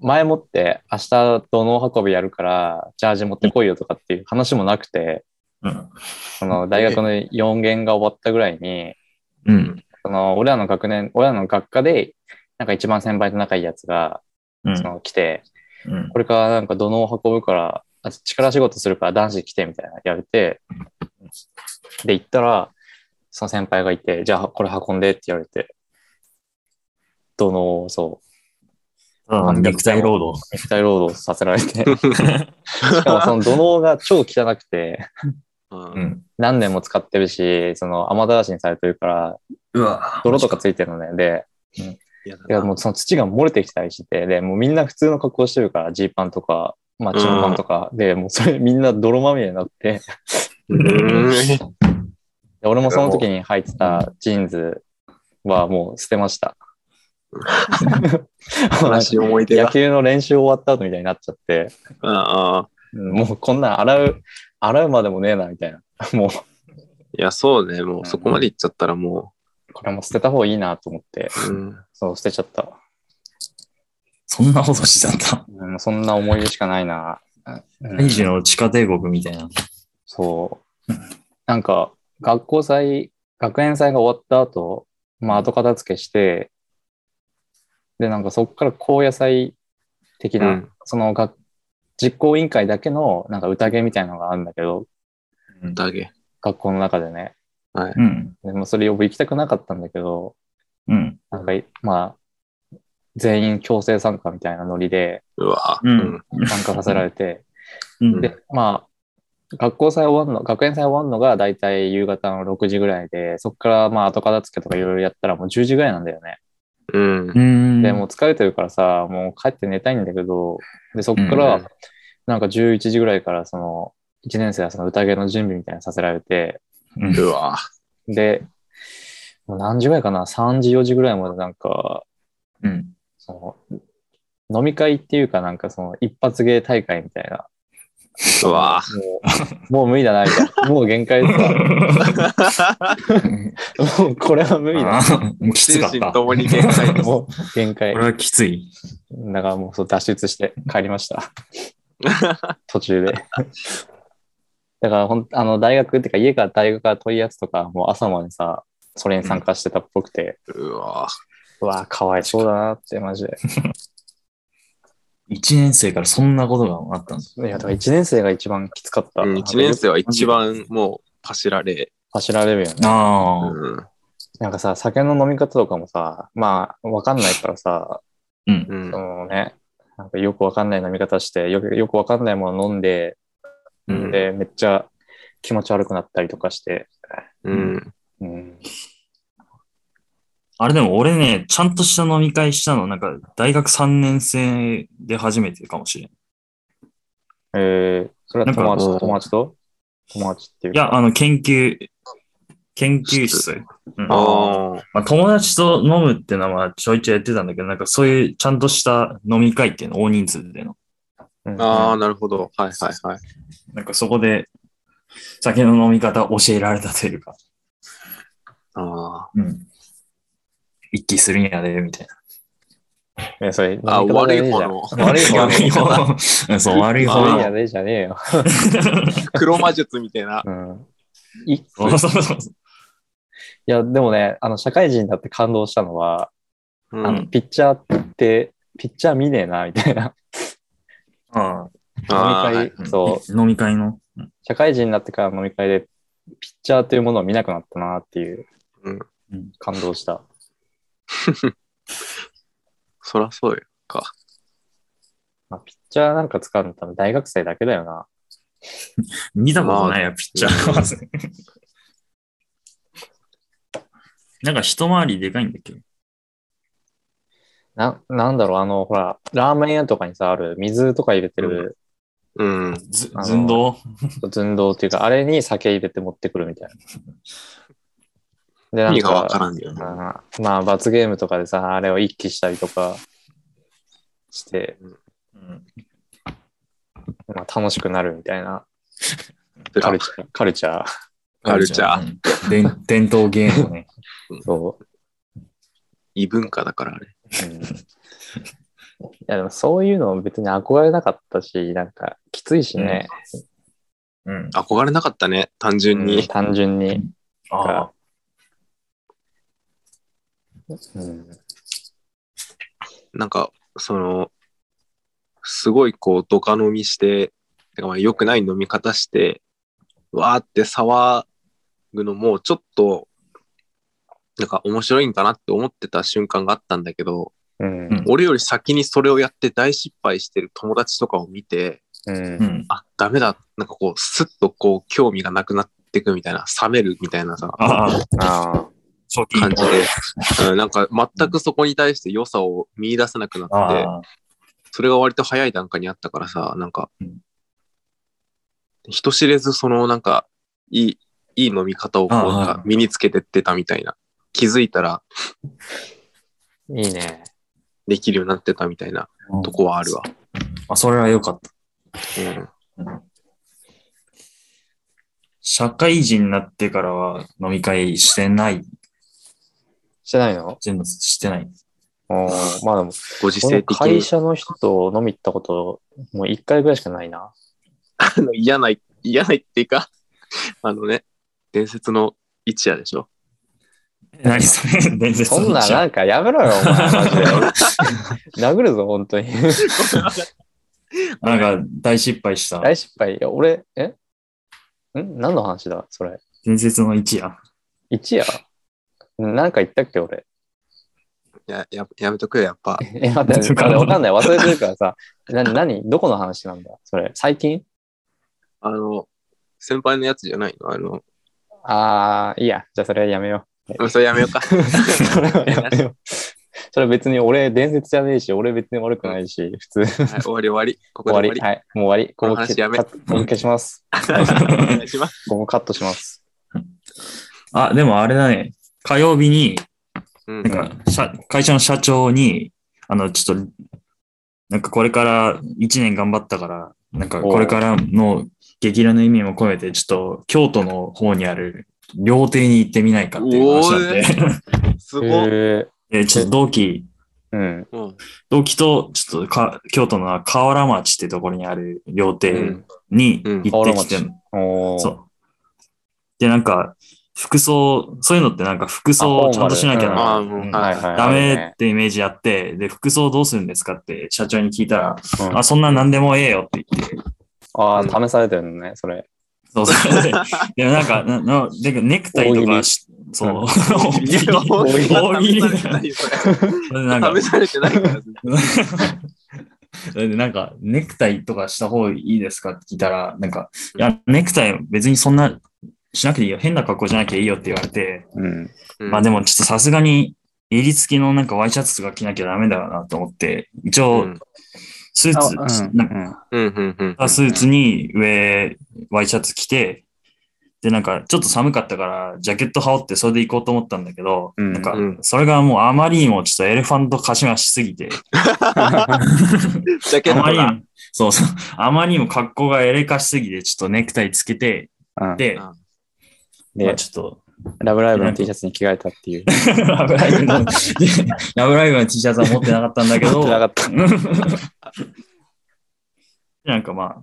Speaker 2: 前もって明日土の運びやるから、ジャージ持ってこいよとかっていう話もなくて、
Speaker 3: ん。
Speaker 2: その大学の4限が終わったぐらいに、
Speaker 3: うん。
Speaker 2: その俺らの学年、俺らの学科で、なんか一番先輩と仲いいやつが、
Speaker 3: うん
Speaker 2: その来て、
Speaker 3: うん
Speaker 2: これからなんか土のを運ぶから、あ力仕事するから男子来てみたいなやれて、で、行ったら、その先輩がいて、じゃあこれ運んでって言われて、どの、そう、
Speaker 3: あ肉体労働。
Speaker 2: 肉体労働させられて、しかもその土のが超汚くて、
Speaker 1: うん
Speaker 3: う。ん。
Speaker 2: 何年も使ってるし、その雨だらしにされてるから、
Speaker 3: うわ
Speaker 2: 泥とかついてるのね。で、
Speaker 1: いや
Speaker 2: いやもうその土が漏れてきたりして、で、もうみんな普通の格好してるから、ジーパンとか、まあ、チンパンとか、で、もうそれみんな泥まみれになって、で俺もその時に履いてたジーンズはもう捨てました。
Speaker 1: 悲しい思い出
Speaker 2: 野
Speaker 1: が。
Speaker 2: 球の練習終わった後みたいになっちゃって、
Speaker 1: うんうん
Speaker 2: うんもうこんなん洗う、洗うまでもねえな、みたいな。もう、
Speaker 1: いや、そうね。もうそこまで行っちゃったらも
Speaker 2: これも捨てた方がいいなと思って、
Speaker 1: う、うん
Speaker 2: そう、捨てちゃった。
Speaker 3: そんなことしてたんだ。
Speaker 2: うん、そんな思い出しかないな。うん
Speaker 3: 大事の地下帝国みたいな。
Speaker 2: そう。なんか、学校祭、学園祭が終わった後、まあ、後片付けして、で、なんかそこから高野祭的な、
Speaker 1: うん
Speaker 2: その学、実行委員会だけの、なんか宴みたいなのがあるんだけど、
Speaker 1: だけ。
Speaker 2: 学校の中でね。
Speaker 3: うん。
Speaker 2: でもそれ僕行きたくなかったんだけど、
Speaker 3: うん。
Speaker 2: なんかい、まあ、全員強制参加みたいなノリで
Speaker 1: うわ。
Speaker 3: うん
Speaker 2: 参加させられて、
Speaker 3: うん。
Speaker 2: で、まあ、学校祭終わんの、学園祭終わんのが大体夕方の6時ぐらいで、そこからまあ後片付けとかいろいろやったらもう10時ぐらいなんだよね。
Speaker 1: うん。
Speaker 3: うん。
Speaker 2: で、もう疲れてるからさ、もう帰って寝たいんだけど、で、そこからなんか11時ぐらいからその、1年生はその宴の準備みたいなのさせられて、
Speaker 3: うん、
Speaker 1: うわ。
Speaker 2: で、もう何時ぐらいかな ?3 時、4時ぐらいまでなんか、
Speaker 3: うん。
Speaker 2: その、飲み会っていうかなんかその一発芸大会みたいな。
Speaker 1: うわ。
Speaker 2: もう、も う無理だな、みたいな。もう限界さ。もうこれは無理だ。
Speaker 3: あーもうき
Speaker 1: 心
Speaker 3: つかっ
Speaker 1: 身
Speaker 3: た。
Speaker 1: と
Speaker 3: こ
Speaker 1: もに限界です。
Speaker 2: もう限界
Speaker 3: れ。はきつい。
Speaker 2: だからもうそう脱出して帰り ました。途中で。だからほんあの大学っていうか家から大学から問いやつとかもう朝までさ、それに参加してたっぽくて、
Speaker 1: うわ。
Speaker 2: うわぁ、かわいそうだなってマジで。
Speaker 3: 一年生からそんなことがあったんです。
Speaker 2: いや、だから1年生が一番きつかった。
Speaker 1: うん一年生は一番もう走られ。
Speaker 2: 走られるよね。
Speaker 3: ああ。
Speaker 1: うん
Speaker 2: なんかさ、酒の飲み方とかもさ、まあ、わかんないからさ、
Speaker 3: うん。
Speaker 1: うん
Speaker 2: そ。のね、なんかよくわかんない飲み方して、よくよくわかんないもの飲んで、
Speaker 1: うん
Speaker 2: で、めっちゃ気持ち悪くなったりとかして、
Speaker 1: うん。
Speaker 2: うん、
Speaker 3: あれでも俺ね、ちゃんとした飲み会したの、なんか大学三年生で初めてかもしれん。い
Speaker 2: えー、それは友達
Speaker 1: なんか
Speaker 2: 友達と友達っていうか
Speaker 3: や、あの、研究、研究室。うん
Speaker 1: ああ。
Speaker 3: まあ、友達と飲むってのはちょいちょいやってたんだけど、なんかそういうちゃんとした飲み会っていうの、大人数での。
Speaker 2: うん
Speaker 1: ああ、なるほど。はいはいはい。
Speaker 3: なんかそこで酒の飲み方を教えられたというか、
Speaker 1: あ
Speaker 3: うん。一気するんやで、みたいな。
Speaker 2: えそれ飲み
Speaker 1: あ。あ、
Speaker 2: 方
Speaker 1: 悪い
Speaker 2: じゃねえ
Speaker 1: 方
Speaker 2: じゃ
Speaker 1: の。
Speaker 2: ん悪い方
Speaker 3: 悪い方。うんそう、悪い方
Speaker 2: 悪い
Speaker 3: の。
Speaker 2: やでじゃねえよ。
Speaker 1: 黒魔術みたいな。
Speaker 2: うん、いい
Speaker 3: そうそうそうそう。
Speaker 2: や、でもね、あの、社会人だって感動したのは、
Speaker 1: うん
Speaker 2: あのピッチャーって、ピッチャー見ねえな、みたいな。
Speaker 3: あ
Speaker 1: あー
Speaker 2: 飲
Speaker 1: は
Speaker 2: み
Speaker 1: い
Speaker 2: 会、そう、
Speaker 3: う。飲み会の。うん
Speaker 2: 社会人になってから飲み会で、ピッチャーというものを見なくなったなっていう
Speaker 1: うん、
Speaker 2: 感動した。
Speaker 1: そらそうよ。
Speaker 2: まあ、ピッチャーなんか使うの多分大学生だけだよな。
Speaker 3: 見たことないや、ピッチャー まず。なんか一回りでかいんだっけ
Speaker 2: な、なんだろう、あの、ほら、ラーメン屋とかにさ、ある水とか入れてる
Speaker 1: うん。
Speaker 3: ず
Speaker 2: あの
Speaker 3: 寸胴
Speaker 2: 寸胴っていうか、あれに酒入れて持ってくるみたいな。で、な
Speaker 1: 意
Speaker 2: ん
Speaker 1: 味がわか
Speaker 2: か、
Speaker 1: らんよな。
Speaker 2: うんまあ、罰ゲームとかでさ、あれを一気したりとかして、
Speaker 3: うん
Speaker 2: まあ、楽しくなるみたいな
Speaker 1: てか
Speaker 2: カルチャー、カルチャー。
Speaker 1: カルチャー。
Speaker 3: うん伝伝統芸能ね。
Speaker 2: そう。
Speaker 1: 異文化だからあれ。
Speaker 2: うんいやでもそういうの別に憧れなかったし、なんかきついしね、
Speaker 3: うん。
Speaker 1: 憧れなかったね。単純
Speaker 2: うん
Speaker 1: に。
Speaker 2: 単純に。
Speaker 3: ああ。
Speaker 2: うん
Speaker 1: なんか、その、すごいこう、ドカ飲みして、てかまあ良くない飲み方して、わーって騒ぐのもちょっと、なんか面白いんかなって思ってた瞬間があったんだけど、
Speaker 2: うん。
Speaker 3: うん
Speaker 1: 俺より先にそれをやって大失敗してる友達とかを見て、
Speaker 2: う。
Speaker 3: うんん。
Speaker 1: あ、ダメだ。なんかこう、スッとこう、興味がなくなってくみたいな、冷めるみたいなさ、
Speaker 3: ああ、
Speaker 2: ああ。
Speaker 3: 初期
Speaker 1: 感じで、うん、なんか全くそこに対して良さを見出せなくなって、
Speaker 3: ああ、
Speaker 1: それが割と早い段階にあったからさ、なんか
Speaker 3: うん、
Speaker 1: 人知れずそのなんか、いい、いい飲み方をこう
Speaker 3: ああ
Speaker 1: なんか身につけてってたみたいな、気づいたら
Speaker 2: いいね。
Speaker 1: できるようになってたみたいな
Speaker 3: うん
Speaker 1: とこはあるわ。
Speaker 3: あ、それは良かった。
Speaker 1: うん、
Speaker 3: 社会人になってからは飲み会してない。
Speaker 2: してないの
Speaker 3: 全部してない。
Speaker 2: おーまあでも、
Speaker 1: ご時
Speaker 2: この
Speaker 1: 世的
Speaker 2: 会
Speaker 1: に
Speaker 2: 社の人と飲み行ったこと、もう一回ぐらいしかないな。
Speaker 1: あの 嫌ない、嫌ないっていうか、 あのね、伝説の一夜でしょ。
Speaker 3: 何それ 伝説
Speaker 2: そんな、なんかやめろよ、お前、マジ で。殴るぞ、本 当に。
Speaker 3: なんか大失敗した。
Speaker 2: 大失敗。いや、俺、えん何の話だそれ。
Speaker 3: 伝説の一夜。
Speaker 2: 一夜なんか言ったっけ、俺。
Speaker 1: やややめとくよ、やっぱ。
Speaker 2: え、待 って、あれわかんない。忘れてるからさ。な、何どこの話なんだそれ。最近
Speaker 1: あの、先輩のやつじゃないのあの、
Speaker 2: あー、いいや。じゃあそれはやめよ
Speaker 1: うんそれやめよう か。
Speaker 2: う。 それはやめよう。それ別に俺、伝説じゃねえし、俺別に悪くないし、普 通。
Speaker 1: はい、終わり終わり。ここ
Speaker 2: 終
Speaker 1: で終
Speaker 2: わり。
Speaker 1: わり。
Speaker 2: はい。もう終わり。ここ
Speaker 1: この話
Speaker 2: 消
Speaker 1: やめ
Speaker 2: カットここ消します。
Speaker 1: お願いします。
Speaker 2: ここカットします。
Speaker 3: あ、でもあれだね。火曜日に、
Speaker 1: うん
Speaker 3: な。んか、社会社の社長に、あの、ちょっと、なんかこれから1年頑張ったから、なんかこれからの激励の意味も込めて、ちょっと京都の方にある料亭に行ってみないかっていう話なんで、
Speaker 1: す
Speaker 2: へ
Speaker 1: ごっ。
Speaker 2: ー
Speaker 3: でちょっと同期、
Speaker 2: うん。
Speaker 1: うん
Speaker 3: 同期と、ちょっとか京都の河原町ってところにある料
Speaker 1: う
Speaker 3: 亭
Speaker 1: ん
Speaker 3: に
Speaker 1: うん
Speaker 3: 行ってきて、
Speaker 2: 河原おー
Speaker 3: そう。で、なんか、服装、そういうのってなんか服装をちゃんとしなきゃな
Speaker 1: あ
Speaker 3: ら
Speaker 1: フォーマルうん
Speaker 3: うん
Speaker 1: あ
Speaker 2: はいはい。
Speaker 3: ダ
Speaker 2: ある
Speaker 3: メ
Speaker 2: ね
Speaker 3: ってイメージあって、で、服装どうするんですかって社長に聞いたら、
Speaker 2: うん
Speaker 3: あ、そんなん何でもええよって言って、
Speaker 2: あー、試されてるのね、それ。
Speaker 3: そうそう。で、でもなんか、ななでネクタイとかし、そう、大喜利
Speaker 1: 大喜利
Speaker 3: 大喜利
Speaker 1: 試されてないよそれ
Speaker 3: それでなんか、
Speaker 1: 試されてないから。
Speaker 3: それでなんか、ネクタイとかした方がいいですかって聞いたら、なんか、いや、ネクタイ別にそんな、しなくていいよ。変な格好じゃなきゃいいよって言われて、
Speaker 2: うん。
Speaker 1: うん
Speaker 3: まあでもちょっとさすがに、襟付きのなんかワイシャツとか着なきゃダメだよなと思って、一
Speaker 1: う
Speaker 3: 応
Speaker 1: ん、
Speaker 3: スー
Speaker 2: あ
Speaker 3: ツ、なんか
Speaker 1: うんうんうん
Speaker 3: スーツに上、ワイシャツ着て、で、なんか、ちょっと寒かったから、ジャケット羽織ってそれで行こうと思ったんだけど、
Speaker 2: うん
Speaker 3: なんか
Speaker 1: うん、
Speaker 3: それがもうあまりにもちょっとエレファントかしましすぎて、
Speaker 1: ジャケッ
Speaker 3: あ
Speaker 1: ト
Speaker 3: まりに
Speaker 1: が。
Speaker 3: も、そうそう、あまりにも格好がエレかしすぎて、ちょっとネクタイつけて、
Speaker 2: うん。で、
Speaker 3: で、
Speaker 1: うん
Speaker 3: まあちょっと、
Speaker 2: ラブライブの T シャツに着替えたっていう。
Speaker 3: ラブライブの、ラブライブの T シャツは持ってなかったん だけど、
Speaker 2: 持ってなかった
Speaker 3: なんかまあ、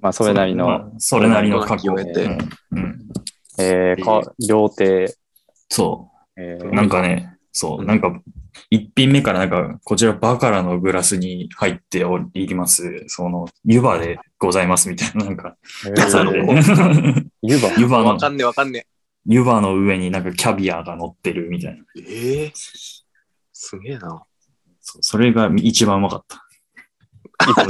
Speaker 2: まあ、それなりの。
Speaker 3: まあそれなりの覚悟
Speaker 1: それなりの覚
Speaker 3: うんうん
Speaker 2: えー、か、料亭。
Speaker 3: そ
Speaker 2: え
Speaker 3: う、
Speaker 2: ー
Speaker 3: なんかね、そう、なんか、一品目からなんか、こちらバカラのグラスに入っております、その、湯葉でございますみたいな、なんか、
Speaker 2: え
Speaker 3: 出されて
Speaker 2: ー、湯葉。
Speaker 3: 湯葉
Speaker 1: わ
Speaker 3: の、
Speaker 1: かんねえわかんね
Speaker 3: 湯葉の上になんかキャビアが乗ってるみたいな。
Speaker 1: え。ええ。すげえな。
Speaker 3: そうそれが一番うまかった。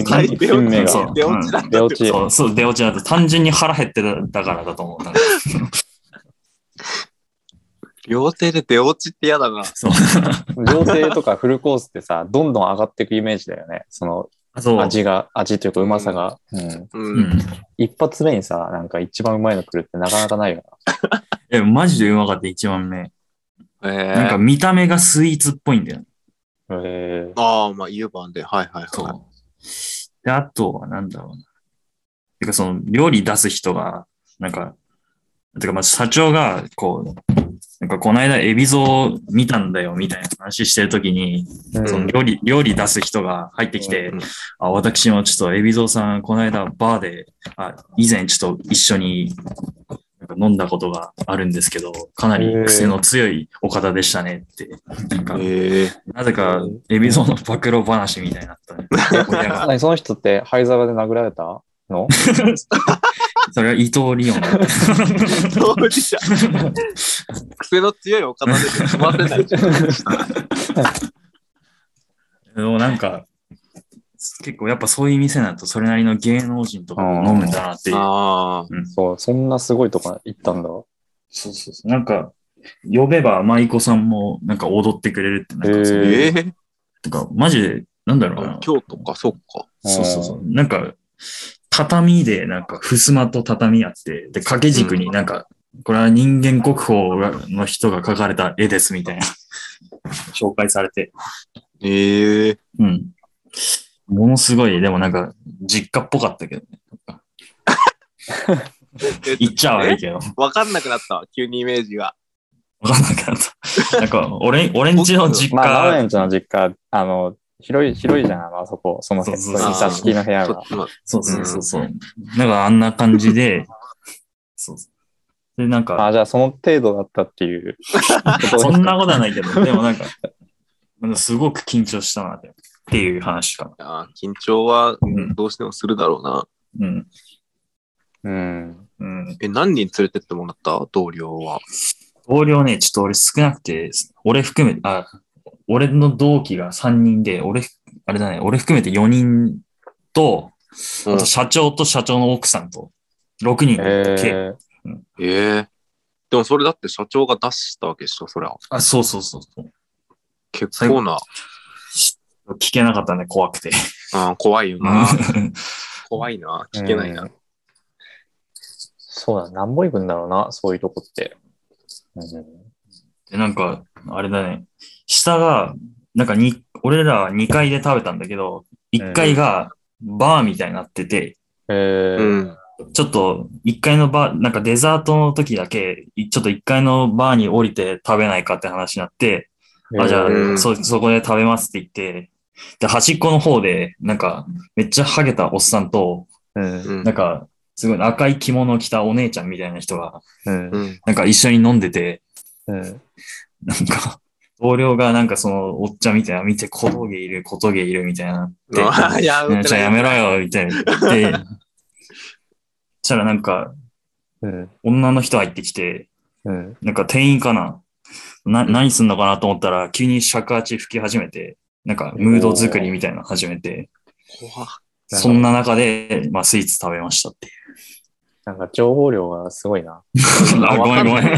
Speaker 1: 大
Speaker 2: 一
Speaker 1: 出落
Speaker 2: 品目
Speaker 1: ち
Speaker 3: そ
Speaker 2: が
Speaker 3: う。
Speaker 1: 出落ちだ。
Speaker 2: 出落ち。
Speaker 3: そう、そう、出落ちだと単純に腹減ってたからだと思う。なんか
Speaker 1: 両手で出落ちって嫌だな。
Speaker 3: そう。
Speaker 2: 料亭とかフルコースってさ、どんどん上がっていくイメージだよね。その
Speaker 3: そう。
Speaker 2: 味が、味というかうまさが。うん。
Speaker 1: う。
Speaker 3: うんん。
Speaker 2: 一発目にさ、なんか一番うまいの来るってなかなかないよ
Speaker 3: え、マジでうまかった、一番目。
Speaker 1: え
Speaker 3: なんか
Speaker 1: え。
Speaker 3: 見た目がスイーツっぽいんだよ。
Speaker 2: な。えー、
Speaker 1: ああ、まあ、湯番で。はいはい
Speaker 3: そ
Speaker 1: は
Speaker 3: う。で、あとはなんだろうな。てか、その、料理出す人が、なんか、てか、まあ、社長が、こう、なんか、この間、エビゾを見たんだよ、みたいな話してるときに、
Speaker 2: うん
Speaker 3: その料理、料理出す人が入ってきて、
Speaker 1: うん
Speaker 3: あ、私もちょっと、エビゾさん、この間、バーで、あ、以前、ちょっと一緒に、なんか飲んだことがあるんですけど、かなり癖の強いお方でしたねって、なんか、
Speaker 1: えー、
Speaker 3: なぜか、エビゾーの暴露話みたいになったね。 盛り上が っ
Speaker 2: 何その人って灰皿で殴られたの
Speaker 3: たそれは伊藤リオンだ。
Speaker 1: 当事 者。癖の強いお方で止ま ってない。
Speaker 3: でもなんか、結構やっぱそういう店なんとそれなりの芸能人とかも飲むんだなっていう。
Speaker 1: ああ、
Speaker 2: そう、そんなすごいとこ行ったんだ。
Speaker 3: そうそうそう。なんか、呼べば舞妓さんもなんか踊ってくれるって、なんかそう
Speaker 2: へ
Speaker 3: い
Speaker 1: え
Speaker 3: う、
Speaker 1: え
Speaker 3: とか、マジで、なんだろうな
Speaker 1: ー、。京都か、そっか。
Speaker 3: そうそうそう。なんか、畳で、なんか、襖と畳あって、で、掛け軸になんか、これは人間国宝がの人が描かれた絵ですみたいな、紹介されて。
Speaker 1: ええー、
Speaker 3: うん。ものすごい、でもなんか、実家っぽかったけどね。言っちゃ悪いけど。
Speaker 1: わかんなくなったわ、急にイメージが。
Speaker 3: わかんなくなった。なんか、俺、俺んちの実
Speaker 2: まあ、ラーメ
Speaker 3: 家、
Speaker 2: ンちの実家、あの、広い、広いじゃん、あのあそこ、その辺、
Speaker 3: そう
Speaker 2: そう
Speaker 3: そ
Speaker 2: いう
Speaker 3: うそう
Speaker 2: 座敷の部屋
Speaker 1: そっ
Speaker 2: が。
Speaker 1: ちの
Speaker 3: そうそうそうそう。なんか、あんな感じで、そうそう。で、なんか、
Speaker 2: あ、じゃあその程度だったっていう。
Speaker 3: そんなことはないけど、でもなんか、なんかすごく緊張したなってっていう話かな。
Speaker 1: あー緊張は
Speaker 3: うん
Speaker 1: どうしてもするだろうな。
Speaker 3: うん。
Speaker 2: うん。
Speaker 3: うん。
Speaker 1: え、何人連れてってもらった同僚は。
Speaker 3: 同僚ね、ちょっと俺少なくて、俺含め、あ、俺の同期が3人で、俺、あれだね、俺含めて4人と、
Speaker 1: うん
Speaker 3: あと社長と社長の奥さんと、6人で、計
Speaker 2: えー、
Speaker 1: ええー。でもそれだって社長が出したわけでしょ、そりゃ。
Speaker 3: あ、そうそうそうそう。
Speaker 1: 結構な、
Speaker 3: 聞けなかったね、怖くて。
Speaker 1: あー怖いよな。怖いな。聞けないな。
Speaker 2: うんそうだ、なんぼ行くんだろうな、そういうとこって。うん
Speaker 3: で、なんか、あれだね。下が、なんかに、俺ら2階で食べたんだけど、1階がバーみたいになってて、
Speaker 2: え
Speaker 1: う
Speaker 2: ー
Speaker 1: ん。
Speaker 3: ちょっと1階のバー、なんかデザートの時だけ、いちょっと1階のバーに降りて食べないかって話になって、あ、じゃ
Speaker 1: う
Speaker 3: あ
Speaker 1: ん
Speaker 3: そ、そこで食べますって言って、で、端っこの方で、なんか、めっちゃハゲたおっさんと、
Speaker 2: うん
Speaker 1: うん
Speaker 3: なんか、すごい赤い着物を着たお姉ちゃんみたいな人が、
Speaker 2: うん
Speaker 1: うん。
Speaker 3: なんか一緒に飲んでて、
Speaker 2: うん
Speaker 3: なんか、同僚がなんかそのおっちゃんみたいな、見て小峠いる、小峠いるみたいなって、
Speaker 1: あーいや、
Speaker 3: うんじゃあやめろよ、みたいな言って、そしたらなんか
Speaker 2: うん
Speaker 3: 女の人入ってきて、
Speaker 2: うん
Speaker 3: なんか店員かな。な、何すんのかなと思ったら、急に尺八吹き始めて、なんかムード作りみたいなの始めて、
Speaker 1: 怖っ
Speaker 3: そんな中で、まあスイーツ食べましたってい
Speaker 2: なんか情報量がすごいな。
Speaker 3: う。 あ、ごめんごめん。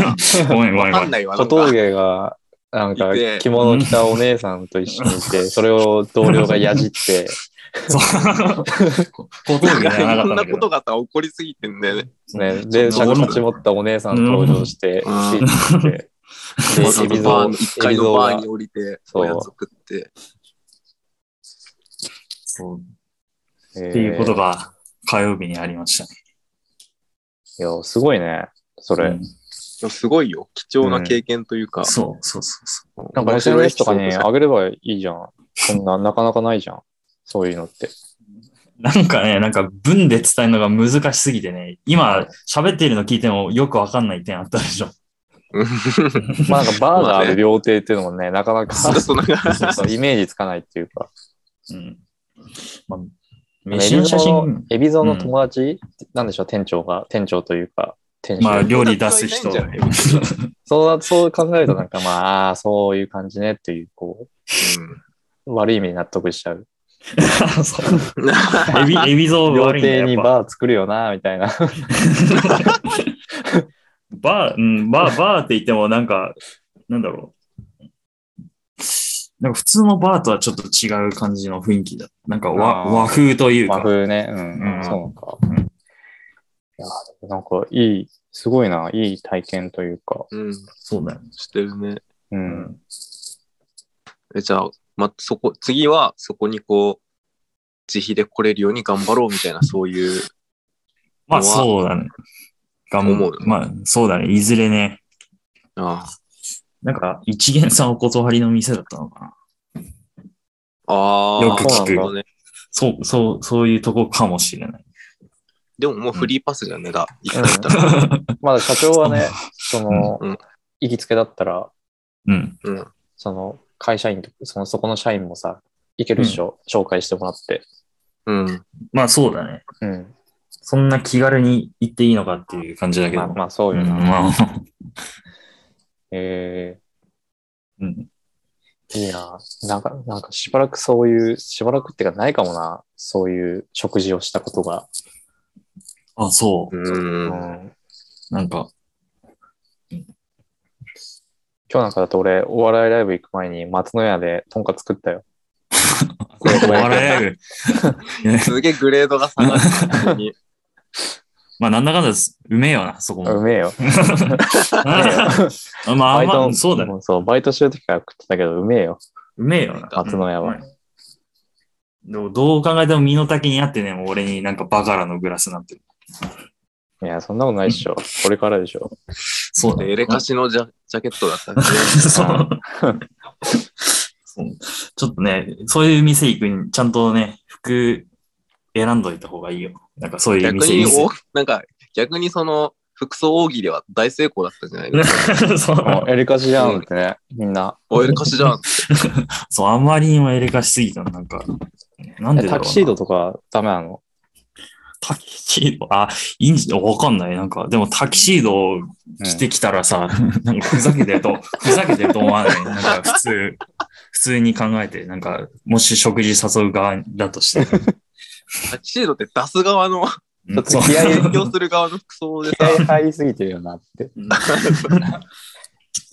Speaker 3: ごめんご
Speaker 1: わ
Speaker 3: めんご
Speaker 1: か
Speaker 3: め
Speaker 1: ん
Speaker 3: ん。
Speaker 1: ないわ。な
Speaker 2: 小
Speaker 1: んか
Speaker 2: 峠が、なんか
Speaker 1: いて
Speaker 2: 着物着たお姉さんと一緒にいて、それを同僚がや じって、
Speaker 3: そう。 小峠じゃ
Speaker 1: い
Speaker 3: な
Speaker 1: ろ
Speaker 3: か
Speaker 1: ん
Speaker 3: った
Speaker 1: なん
Speaker 3: だけ
Speaker 1: こ
Speaker 3: ど。
Speaker 1: とがあったら起こりすぎてんだよね。
Speaker 2: ね、で、
Speaker 3: そう
Speaker 2: 尺八持ったお姉さん登場して、
Speaker 1: うん
Speaker 2: シーツ着て、で
Speaker 1: わざ
Speaker 2: エ
Speaker 1: わざ
Speaker 2: ビ
Speaker 1: バー
Speaker 2: ゾ
Speaker 1: の
Speaker 2: ー
Speaker 1: 一階のバー
Speaker 2: エビ
Speaker 1: に
Speaker 2: ゾ
Speaker 1: 降りて、
Speaker 2: そう
Speaker 1: おやつ食って。
Speaker 3: そう。
Speaker 2: ーが
Speaker 3: っていうこと
Speaker 2: が。
Speaker 3: が火曜日にありましたね。
Speaker 2: いや、すごいね、それ。
Speaker 3: うん
Speaker 1: すごいよ。貴重な経験というか。
Speaker 3: そうそうそうそ
Speaker 2: なんか
Speaker 1: 面白い
Speaker 2: SNS とかにあげればいいじゃん。そんな、なかなかないじゃん。そういうのって。
Speaker 3: う。なんかね、なんか文で伝えるのが難しすぎてね、今喋っているの聞いてもよくわかんない点あったでしょ。
Speaker 2: まあなんかバ
Speaker 1: ま
Speaker 2: ーが
Speaker 1: あ
Speaker 2: あ
Speaker 1: ね
Speaker 2: る料亭っていうのもね、なかなか、
Speaker 1: そうそうなんか
Speaker 2: そうそうイメージつかないっていうか。
Speaker 3: うん。まあ、
Speaker 2: エビ
Speaker 3: 飯の写
Speaker 2: ゾ
Speaker 3: 真
Speaker 2: の、、エビゾの友達、なんでしょう、店長が、店長というか、店主。
Speaker 3: まあ料理出す人
Speaker 1: い。ないんじゃない
Speaker 2: そう、そう考えるとなんかまあ、ああ、そういう感じねっていう、こう、悪い意味に納得しちゃう。
Speaker 3: そう
Speaker 1: うん
Speaker 3: エビ、エビ像
Speaker 2: 料
Speaker 3: 悪いんだ
Speaker 2: 亭
Speaker 3: よ
Speaker 2: に
Speaker 3: やっぱ。
Speaker 2: バー作るよな、みたいな。
Speaker 3: バー、うん、バー、バーって言ってもなんか、なんだろう。なんか普通のバーとはちょっと違う感じの雰囲気だ。なんか和
Speaker 2: あー
Speaker 3: 和風というか。
Speaker 2: 和風ね。うん
Speaker 3: う。ん
Speaker 2: そうなのか。
Speaker 3: うん
Speaker 2: いや、なんかいい、すごいな、いい体験というか。
Speaker 1: うん。
Speaker 3: そうだよ。
Speaker 1: してるね。
Speaker 2: う。。
Speaker 3: うん
Speaker 1: えじゃあ、ま、そこ、次はそこにこう、自費で来れるように頑張ろうみたいな、そういう、
Speaker 3: まあ
Speaker 1: のは
Speaker 3: そうだね。頑
Speaker 1: 思
Speaker 3: 張
Speaker 1: う
Speaker 3: まあそうだね。いずれね。
Speaker 1: あ
Speaker 3: なんか、一元さんお断りの店だったのかな。
Speaker 1: あ。ああ。
Speaker 3: よく聞く
Speaker 1: そうなんだね。
Speaker 3: そう、そう、そういうとこかもしれない。
Speaker 1: でももうフリーパスじゃんね、だ。
Speaker 2: うん
Speaker 1: 行ったら。
Speaker 2: まだ課長は ね、その
Speaker 1: うん、
Speaker 2: 行きつけだったら、
Speaker 3: うん。
Speaker 1: うん。
Speaker 2: その、会社員と、その、そこの社員もさ、行けるっしょ、紹介してもらって。
Speaker 1: うん。
Speaker 3: まあそうだね。
Speaker 2: うん。
Speaker 3: そんな気軽に行っていいのかっていう感じだけ
Speaker 2: ま
Speaker 3: ど。
Speaker 2: あ、まあ、そう
Speaker 3: う
Speaker 2: よ
Speaker 3: ん
Speaker 2: な。
Speaker 3: まあ、
Speaker 2: え
Speaker 3: うん。
Speaker 2: えいいな。なんか、なんかしばらくそういう、しばらくっていうかないかもな。そういう食事をしたことが。
Speaker 3: あ、そうう。
Speaker 2: うん。
Speaker 1: ん。
Speaker 2: 今
Speaker 3: なんか、
Speaker 2: 日なんかだと俺、お笑いライブ行く前に松の屋でとんかつ食ったよ。これ
Speaker 3: お 笑いライ ブ。
Speaker 1: すげえグレードが下がる本当 に。
Speaker 3: まあ、なんだかんだです、うめえよな、そこ
Speaker 2: う
Speaker 3: も。
Speaker 2: めえよ。
Speaker 3: あまあ、まあ、そうだね。
Speaker 2: もそう、バイトしてる時から食ってたけど、うめえよ。
Speaker 3: うめえよな。
Speaker 2: 松の屋は
Speaker 3: うん。でもどう考えても身の丈に合ってね、もう俺になんかバカラのグラスなんて。
Speaker 2: いや、そんなことないっしょ。これからでし ょ。
Speaker 3: そうだね
Speaker 1: エレカシのジャジャケットだったんで
Speaker 3: そう。そうちょっとね、そういう店行くに、ちゃんとね、服選んどいた方がいいよ。なんかそういう
Speaker 1: 逆
Speaker 3: 店
Speaker 1: に
Speaker 3: いいっす
Speaker 1: お、なんか、逆にその、服装大喜利は大成功だったんじゃないですか。
Speaker 3: そう
Speaker 2: エリカシじゃんってね、みんな。
Speaker 1: お、エレカシじゃん。
Speaker 3: そう、あんまりにもエレカしすぎたのなんか、なんでだろうな
Speaker 2: タキシードとかダメなの
Speaker 3: タキシード、あ、いいんじゃ、わかんない。なんか、でもタキシード着てきたらさ、なんかふざけてると、ふざけてると思わない。なんか普通、普通に考えて、なんか、もし食事誘う側だとして。
Speaker 1: タキシードって出す側の、
Speaker 2: ょっ と
Speaker 3: そう
Speaker 2: 気合い
Speaker 1: 提供する側の服装 で
Speaker 2: 気合入りすぎてるよなって。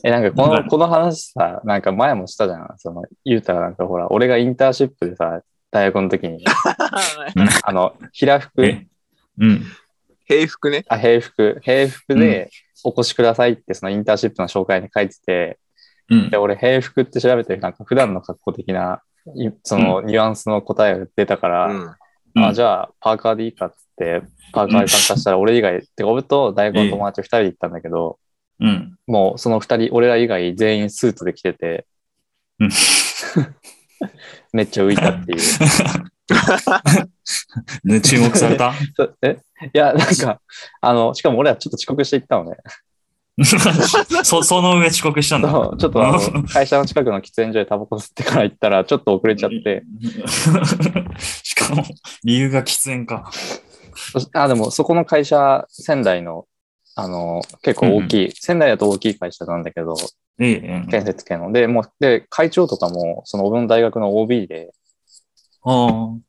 Speaker 2: え、なんかこの、この話さ、なんか前もしたじゃん。その、言うたらなんかほら、俺がインターンシップでさ、大学の時 に、
Speaker 1: さ、
Speaker 2: あの、平服、
Speaker 3: えうん。
Speaker 1: 平服ね。
Speaker 2: あ、平服、平服でお越しくださいって、そのインターンシップの紹介に書いてて、
Speaker 3: うん
Speaker 2: で、。俺、平服って調べて、なんか普段の格好的な、いそのニュアンスの答えが出たか
Speaker 1: う
Speaker 2: ら、
Speaker 1: ん。
Speaker 3: うん
Speaker 2: あ、じゃあ、パーカーでいいかっつって、パーカーで参加したら、俺以外、ってか、俺と大学の友達2人で行ったんだけど、
Speaker 3: うん。
Speaker 2: もうその2人、俺ら以外全員スーツで着てて
Speaker 3: うん、
Speaker 2: めっちゃ浮いたっていう。
Speaker 3: ね、注目され た
Speaker 2: そえいや、なんか、あの、しかも俺らちょっと遅刻して行ったのね。
Speaker 3: そ、その上遅刻したん だ。
Speaker 2: そうちょっとあ の会社の近くの喫煙所でタバコ吸ってから行ったら、ちょっと遅れちゃって、
Speaker 3: しかも、理由が喫煙か。
Speaker 2: そしあ、でもそこの会社、仙台の、あの、結構大きい、仙台だと大きい会社なんだけど、
Speaker 3: ええ、ええ。
Speaker 2: 建設系の。で、もう、で、会長とかも、その俺の大学の OB で、
Speaker 3: あ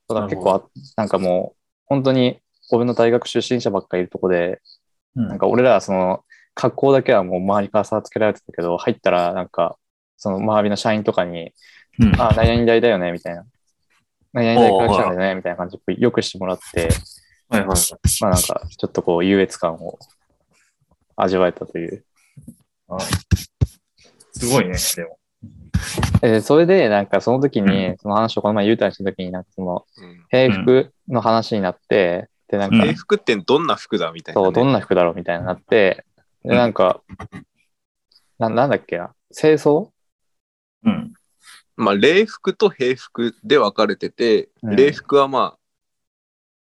Speaker 2: だから
Speaker 3: なる
Speaker 2: 結
Speaker 3: ほど
Speaker 2: 構あ、なんかもう、本当に、俺の大学出身者ばっかりいるとこで、
Speaker 3: うん
Speaker 2: なんか俺らはその、格好だけはもう周りから差つけられてたけど、入ったら、なんか、その周りの社員とかに、
Speaker 3: あ。うん。
Speaker 2: あ、何々大だよね、みたいな。何々大から来たんだよね、みたいな感じで、よくしてもらって、
Speaker 3: はいはい。
Speaker 2: まあなんか、ちょっとこう、優越感を味わえたという。
Speaker 3: すごいね、でも。
Speaker 2: えーそれで、なんかその時
Speaker 3: う
Speaker 2: に、その話をこの前言うたりした時に、なんかその、
Speaker 1: うん
Speaker 2: 平服の話になって、で、なんか、
Speaker 3: うん
Speaker 1: 平服ってどんな服だみたいなね。
Speaker 2: そう、どんな服だろうみたいになって、
Speaker 3: う
Speaker 2: で、
Speaker 3: ん
Speaker 2: なんか、ななんだっけな、清掃
Speaker 3: うん。
Speaker 1: まあ、礼服と平服で分かれてて、
Speaker 2: うん
Speaker 1: 礼服はまあ、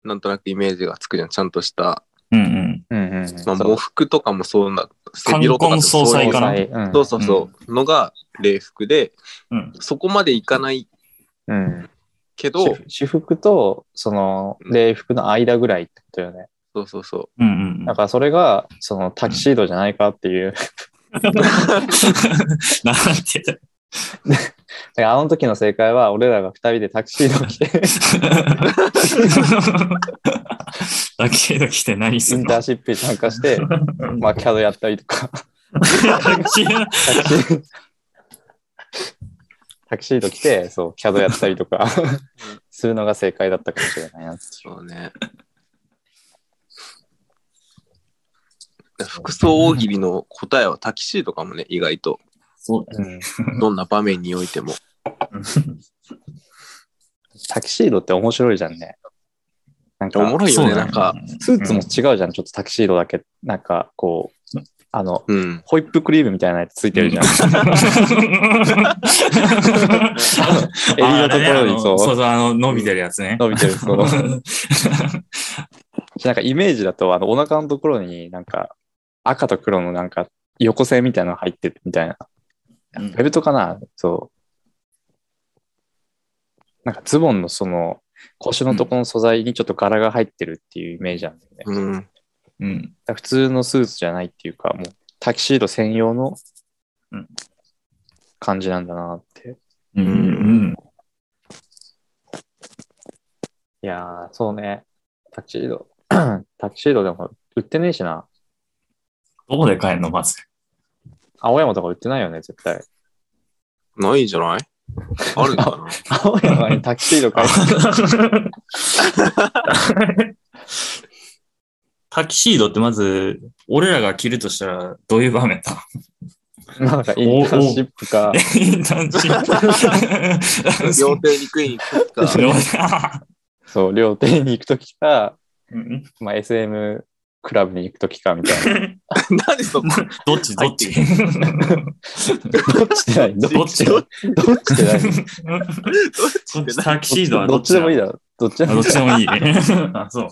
Speaker 1: なんとなくイメージがつくじゃん。ちゃんとした。
Speaker 3: うんうん。
Speaker 2: うんうんうん。
Speaker 1: まあ、喪服とかもそうな、背
Speaker 3: 冠
Speaker 1: 広とか
Speaker 3: 婚
Speaker 1: も
Speaker 3: 葬
Speaker 1: そうい
Speaker 3: 祭
Speaker 1: う
Speaker 3: かな。
Speaker 2: うん
Speaker 1: そうそうそう。のが礼服で、
Speaker 3: うん。
Speaker 1: そこまでいかない
Speaker 2: うん。
Speaker 1: けど
Speaker 2: 私、服私服と、その、
Speaker 1: うん
Speaker 2: 礼服の間ぐらいってことよね。
Speaker 1: そうそうそ
Speaker 3: う んうん
Speaker 2: だ。からそれが、その、タキシードじゃないかっていう。
Speaker 3: なんて。
Speaker 2: であの時の正解は、俺らが二人でタキシードを着て、
Speaker 3: だけど来て何
Speaker 2: イ
Speaker 3: すん
Speaker 2: ンター
Speaker 3: の
Speaker 2: ンシップに参加して、まあ、キャドやったりとか、タキシード、タキシード着て、そう、キャドやったりとか、するのが正解だったかもしれないなっていう
Speaker 1: う。そうね。服装大喜利の答えはタキシードかもね、意外と。
Speaker 3: そう
Speaker 2: うん
Speaker 1: どんな場面においても。
Speaker 2: タキシードって面白いじゃんね。なんか、
Speaker 1: おもろいよ
Speaker 3: そう
Speaker 1: ね、
Speaker 3: ね
Speaker 1: なんか。
Speaker 2: スーツも違うじゃん、ちょっとタキシードだけ。なんか、こう、あの、
Speaker 1: うん。
Speaker 2: ホイップクリームみたいなやつついてるじゃん。 襟のところに
Speaker 3: そう
Speaker 2: そ う、
Speaker 3: そう、あの、伸びてるやつね。
Speaker 2: 伸びてる、そう。なんかイメージだと、あの、お腹のところになんか、赤と黒のなんか、横線みたいなの入ってるみたいな。
Speaker 3: うん
Speaker 2: ベルトかなそう。なんかズボンのその、腰のとこの素材にちょっと柄が入ってるっていうイメージなんだよね。だか
Speaker 1: うん。
Speaker 3: うん。
Speaker 2: ら普通のスーツじゃないっていうか、もうタキシード専用の
Speaker 3: うん
Speaker 2: 感じなんだなって。
Speaker 3: うん。うん。
Speaker 2: いやー、そうね。タキシード。 タキシードでも売ってねえしな。
Speaker 3: どこで買えるの、まず。
Speaker 2: 青山とか売ってないよね、絶対。
Speaker 1: ないんじゃないあるのかな
Speaker 2: 青山にタキシード買いに
Speaker 3: タキシードってまず、俺らが着るとしたら、どういう場面だ
Speaker 2: なんかインターンシップか。
Speaker 3: インターンシ
Speaker 1: 料
Speaker 3: ップ
Speaker 1: 亭に食いに行くか。
Speaker 2: そう、料亭に行くときか、
Speaker 3: うん
Speaker 2: まあ、SM クラブに行くときかみたいな。
Speaker 1: 何そこ
Speaker 3: どっちどっ ち
Speaker 2: どっちでないど
Speaker 3: ど
Speaker 2: っ
Speaker 3: っ
Speaker 2: ち
Speaker 3: ち
Speaker 2: どっちでない
Speaker 1: どっちって
Speaker 3: タキシードは
Speaker 2: どっちでもいい
Speaker 3: だ
Speaker 2: だろ。どっちで
Speaker 3: あ
Speaker 2: もいい
Speaker 3: どっちでもいい。 あ、そう。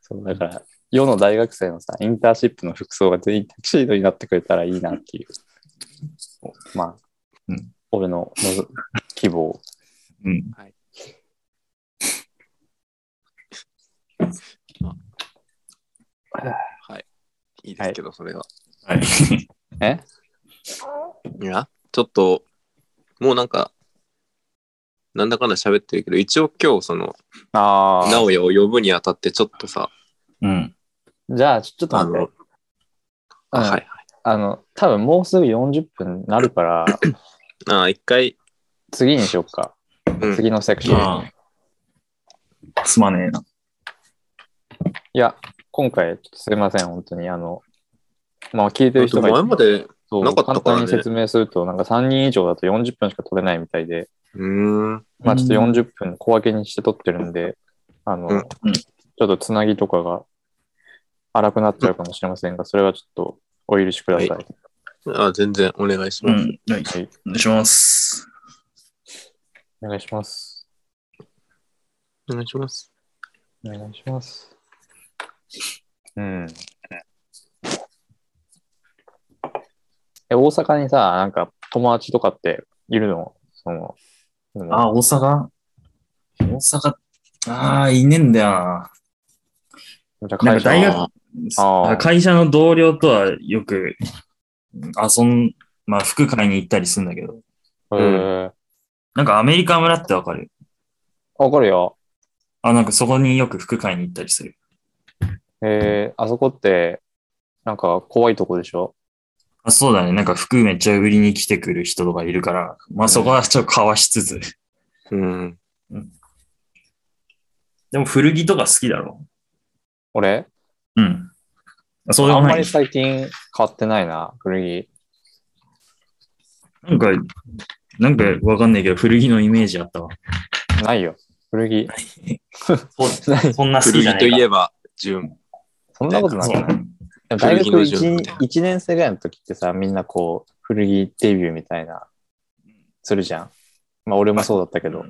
Speaker 2: そうだから、世の大学生のさ、インターンシップの服装が全員タキシードになってくれたらいいなっていう。まあ、
Speaker 3: うん
Speaker 2: 俺の望希望。
Speaker 3: うん。
Speaker 1: いいですけど、それは。
Speaker 3: はい。
Speaker 2: え
Speaker 1: いや、ちょっと、もうなんか、なんだかんだ喋ってるけど、一応今日、その、
Speaker 2: ああ。
Speaker 1: 直哉を呼ぶにあたって、ちょっとさ、
Speaker 3: うん。
Speaker 2: じゃあ、ちょちょっと
Speaker 1: あ
Speaker 2: 待って
Speaker 1: の。、あ
Speaker 2: うん
Speaker 1: はい。
Speaker 2: あの、多分もうすぐ40分にな るから、
Speaker 1: ああ、一回、
Speaker 2: 次にしよっか。
Speaker 1: うん
Speaker 2: 次のセクション。
Speaker 3: ああ。すまねえな。
Speaker 2: いや、今回、ちょっとすいません、本当に。あの、まあ、聞いてる人が
Speaker 1: 前まで、
Speaker 2: そう
Speaker 1: なかったからね
Speaker 2: 簡単に説明すると、なんか3人以上だと40分しか取れないみたいで、
Speaker 1: うーん、
Speaker 2: まあ、ちょっと40分小分けにして取ってるんで、あの、
Speaker 1: うん
Speaker 2: ちょっとつなぎとかが荒くなっちゃうかもしれませんが、それはちょっとお許しください。
Speaker 1: はあ全然お願いし
Speaker 3: う
Speaker 1: ます。
Speaker 3: ん。はい。
Speaker 2: はい、
Speaker 3: お願いします。
Speaker 2: お願いします。
Speaker 1: お願いします。
Speaker 2: お願いします。うん。え、大阪にさ、なんか友達とかっているのその、でも
Speaker 3: あ、大阪大阪、ああ、いねえんだよな。
Speaker 2: じゃあ
Speaker 3: な
Speaker 2: 会
Speaker 3: んか
Speaker 2: 社
Speaker 3: 大学
Speaker 1: あ
Speaker 2: あー
Speaker 3: 会社の同僚とはよく遊ん、まあ、服買いに行ったりするんだけど、
Speaker 2: えー
Speaker 3: なんかアメリカ村ってわかる
Speaker 2: わかるよ。
Speaker 3: あ、なんかそこによく服買いに行ったりする。
Speaker 2: えー、あそこって、なんか怖いとこでしょ
Speaker 3: あそうだね。なんか服めっちゃ売りに来てくる人とかいるから、まあそこはちょっとかわしつつ。
Speaker 1: うん。
Speaker 3: でも古着とか好きだろ
Speaker 2: 俺
Speaker 3: うん。あそうで
Speaker 2: あ
Speaker 3: も
Speaker 2: んま
Speaker 3: ない
Speaker 2: り。最近買ってないな、古着。
Speaker 3: なんか、なんかわかんないけど、古着のイメージあったわ。
Speaker 2: ないよ。古着。
Speaker 3: そ
Speaker 2: ない
Speaker 3: んな好
Speaker 1: 古
Speaker 3: きじゃ
Speaker 1: 着
Speaker 3: な
Speaker 1: と
Speaker 3: い
Speaker 1: い
Speaker 3: か。
Speaker 1: えば、純。
Speaker 2: そんなことなく
Speaker 3: そう
Speaker 2: ない
Speaker 3: だね。
Speaker 2: でも大学
Speaker 1: 古着の順
Speaker 2: 1, 一年生ぐらいの時ってさ、みんなこう、古着デビューみたいな、するじゃん。まあ俺もそうだったけど。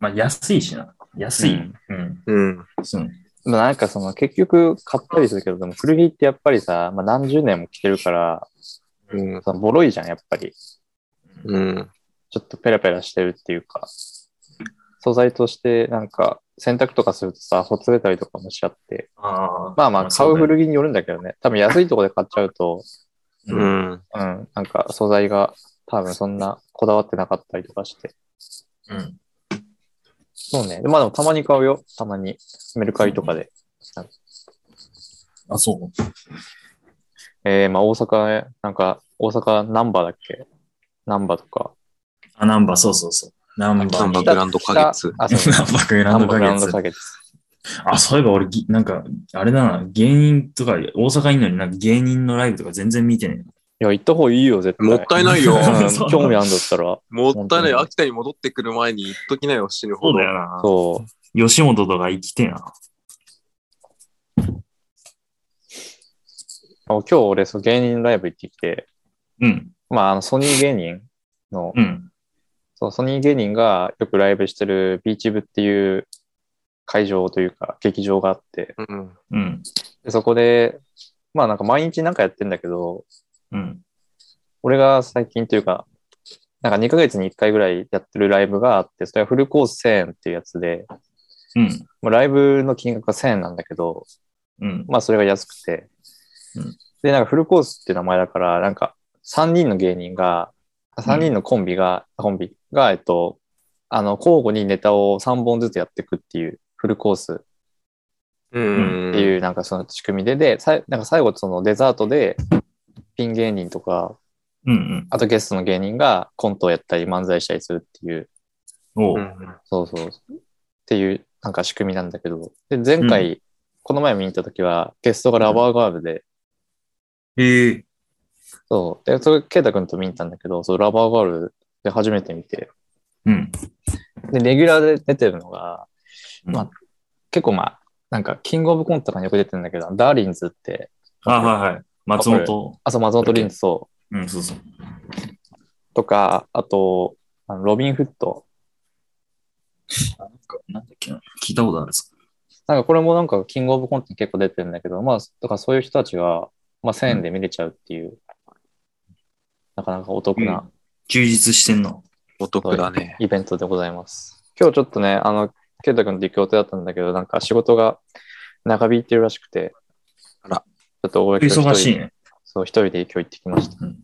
Speaker 3: まあ安いしな。安
Speaker 2: う
Speaker 3: い。
Speaker 2: ん
Speaker 3: うん。
Speaker 1: うん。
Speaker 3: そう
Speaker 2: まあなんかその結局買ったりするけど、でも古着ってやっぱりさ、まあ何十年も着てるから、
Speaker 1: うん。
Speaker 2: そのボロいじゃん、やっぱり。
Speaker 1: うん。
Speaker 2: ちょっとペラペラしてるっていうか、素材としてなんか洗濯とかするとさ、ほつれたりとかもしちゃって、
Speaker 3: あ
Speaker 2: まあまあ買う古着によるんだけどね、多分安いとこで買っちゃうと、
Speaker 3: 着
Speaker 1: う
Speaker 3: うん。
Speaker 1: ん。
Speaker 2: うん、なんか素材が多分そんなこだわってなかったりとかして。
Speaker 3: うん。
Speaker 2: そうね。まあでもたまに買うよ。たまに。メルカリとかで。
Speaker 3: あ、そう。
Speaker 2: えー、まあ大阪、なんか大阪ナンバーだっけナンバーとか。
Speaker 3: あ、ナンバー、そうそうそう。ナンバーに。
Speaker 1: ナンバーグランド花月。
Speaker 2: あ、そう。
Speaker 3: ナンバーグラ
Speaker 2: ナ
Speaker 3: ン
Speaker 2: ン
Speaker 3: ド
Speaker 2: バー
Speaker 3: 花
Speaker 2: グランド
Speaker 3: 月。
Speaker 2: 花月。
Speaker 3: あ、そういえば俺ぎ、なんか、あれだな、芸人とか、大阪いんのになんか芸人のライブとか全然見て
Speaker 2: い
Speaker 3: ね
Speaker 2: や、行った方がいいよ、絶対。
Speaker 1: もったいないよ。
Speaker 3: い
Speaker 2: うん興味あるんだったら。
Speaker 1: もったいない。
Speaker 2: 本当に
Speaker 1: 秋田に戻ってくる前に言っときなよ、死ぬ
Speaker 3: え。そ
Speaker 1: ほ
Speaker 3: う
Speaker 1: ど
Speaker 3: だ。よな。
Speaker 2: そう。
Speaker 3: 吉本とか行きてえな。
Speaker 2: あ今日俺、そう芸人ライブ行ってきて、
Speaker 3: うん、
Speaker 2: まあ、あのソニー芸人の、
Speaker 3: うん、
Speaker 2: そうソニー芸人がよくライブしてるビーチ部っていう会場というか、劇場があって、
Speaker 1: うん。
Speaker 3: うん。
Speaker 2: でそこで、まあなんか毎日なんかやってんだけど、
Speaker 3: うん。
Speaker 2: 俺が最近というか、なんか2ヶ月に1回ぐらいやってるライブがあって、それはフルコース1000円っていうやつで、
Speaker 3: うん。
Speaker 2: まあ、ライブの金額が1000円なんだけど、
Speaker 3: うん。
Speaker 2: まあそれが安くて、
Speaker 3: うん
Speaker 2: で、なんかフルコースっていう名前だから、なんか3人の芸人が、3人のコンビが、コンビが、えっと、あの、交互にネタを3本ずつやっていくっていうフルコース
Speaker 1: うん。
Speaker 2: っていう、なんかその仕組みで、で、さいなんか最後そのデザートで、ピン芸人とか、
Speaker 3: うん。
Speaker 2: あとゲストの芸人がコントをやったり漫才したりするっていう、
Speaker 3: お
Speaker 1: う。
Speaker 3: うん
Speaker 2: そうそう。っていう、なんか仕組みなんだけど。で、前回、この前見に行った時は、ゲストがラバーガールで、
Speaker 3: ええ。
Speaker 2: そう。で、それ、ケイタ君と見に行ったんだけど、そう、ラバーガールで初めて見て。
Speaker 3: うん。
Speaker 2: で、レギュラーで出てるのが、
Speaker 3: うん
Speaker 2: まあ、結構まあ、なんか、キングオブコントとかによく出てるんだけど、ダーリンズって、
Speaker 3: あ、はいはい。松本。
Speaker 2: あ、そう、松本リンズそ
Speaker 3: うん、そうそう。
Speaker 2: う、とか、あと、あのロビン・フット。
Speaker 3: なんか、なんだっけな。聞いたことあるぞ。
Speaker 2: なんか、これもなんか、キングオブコントに結構出てるんだけど、まあ、だからそういう人たちが、まあ、1000円で見れちゃうっていう、なかなかお得な
Speaker 3: 充実してんの。
Speaker 1: お得だね。
Speaker 2: イベントでございます。今日ちょっとね、あの、ケイタ君と行く予定だったんだけど、なんか仕事が長引いてるらしくて、
Speaker 1: あら
Speaker 2: ちょっと大垣と
Speaker 3: 忙
Speaker 2: 一人
Speaker 3: しいね。
Speaker 2: そう、一人で今日行ってきました。
Speaker 3: うん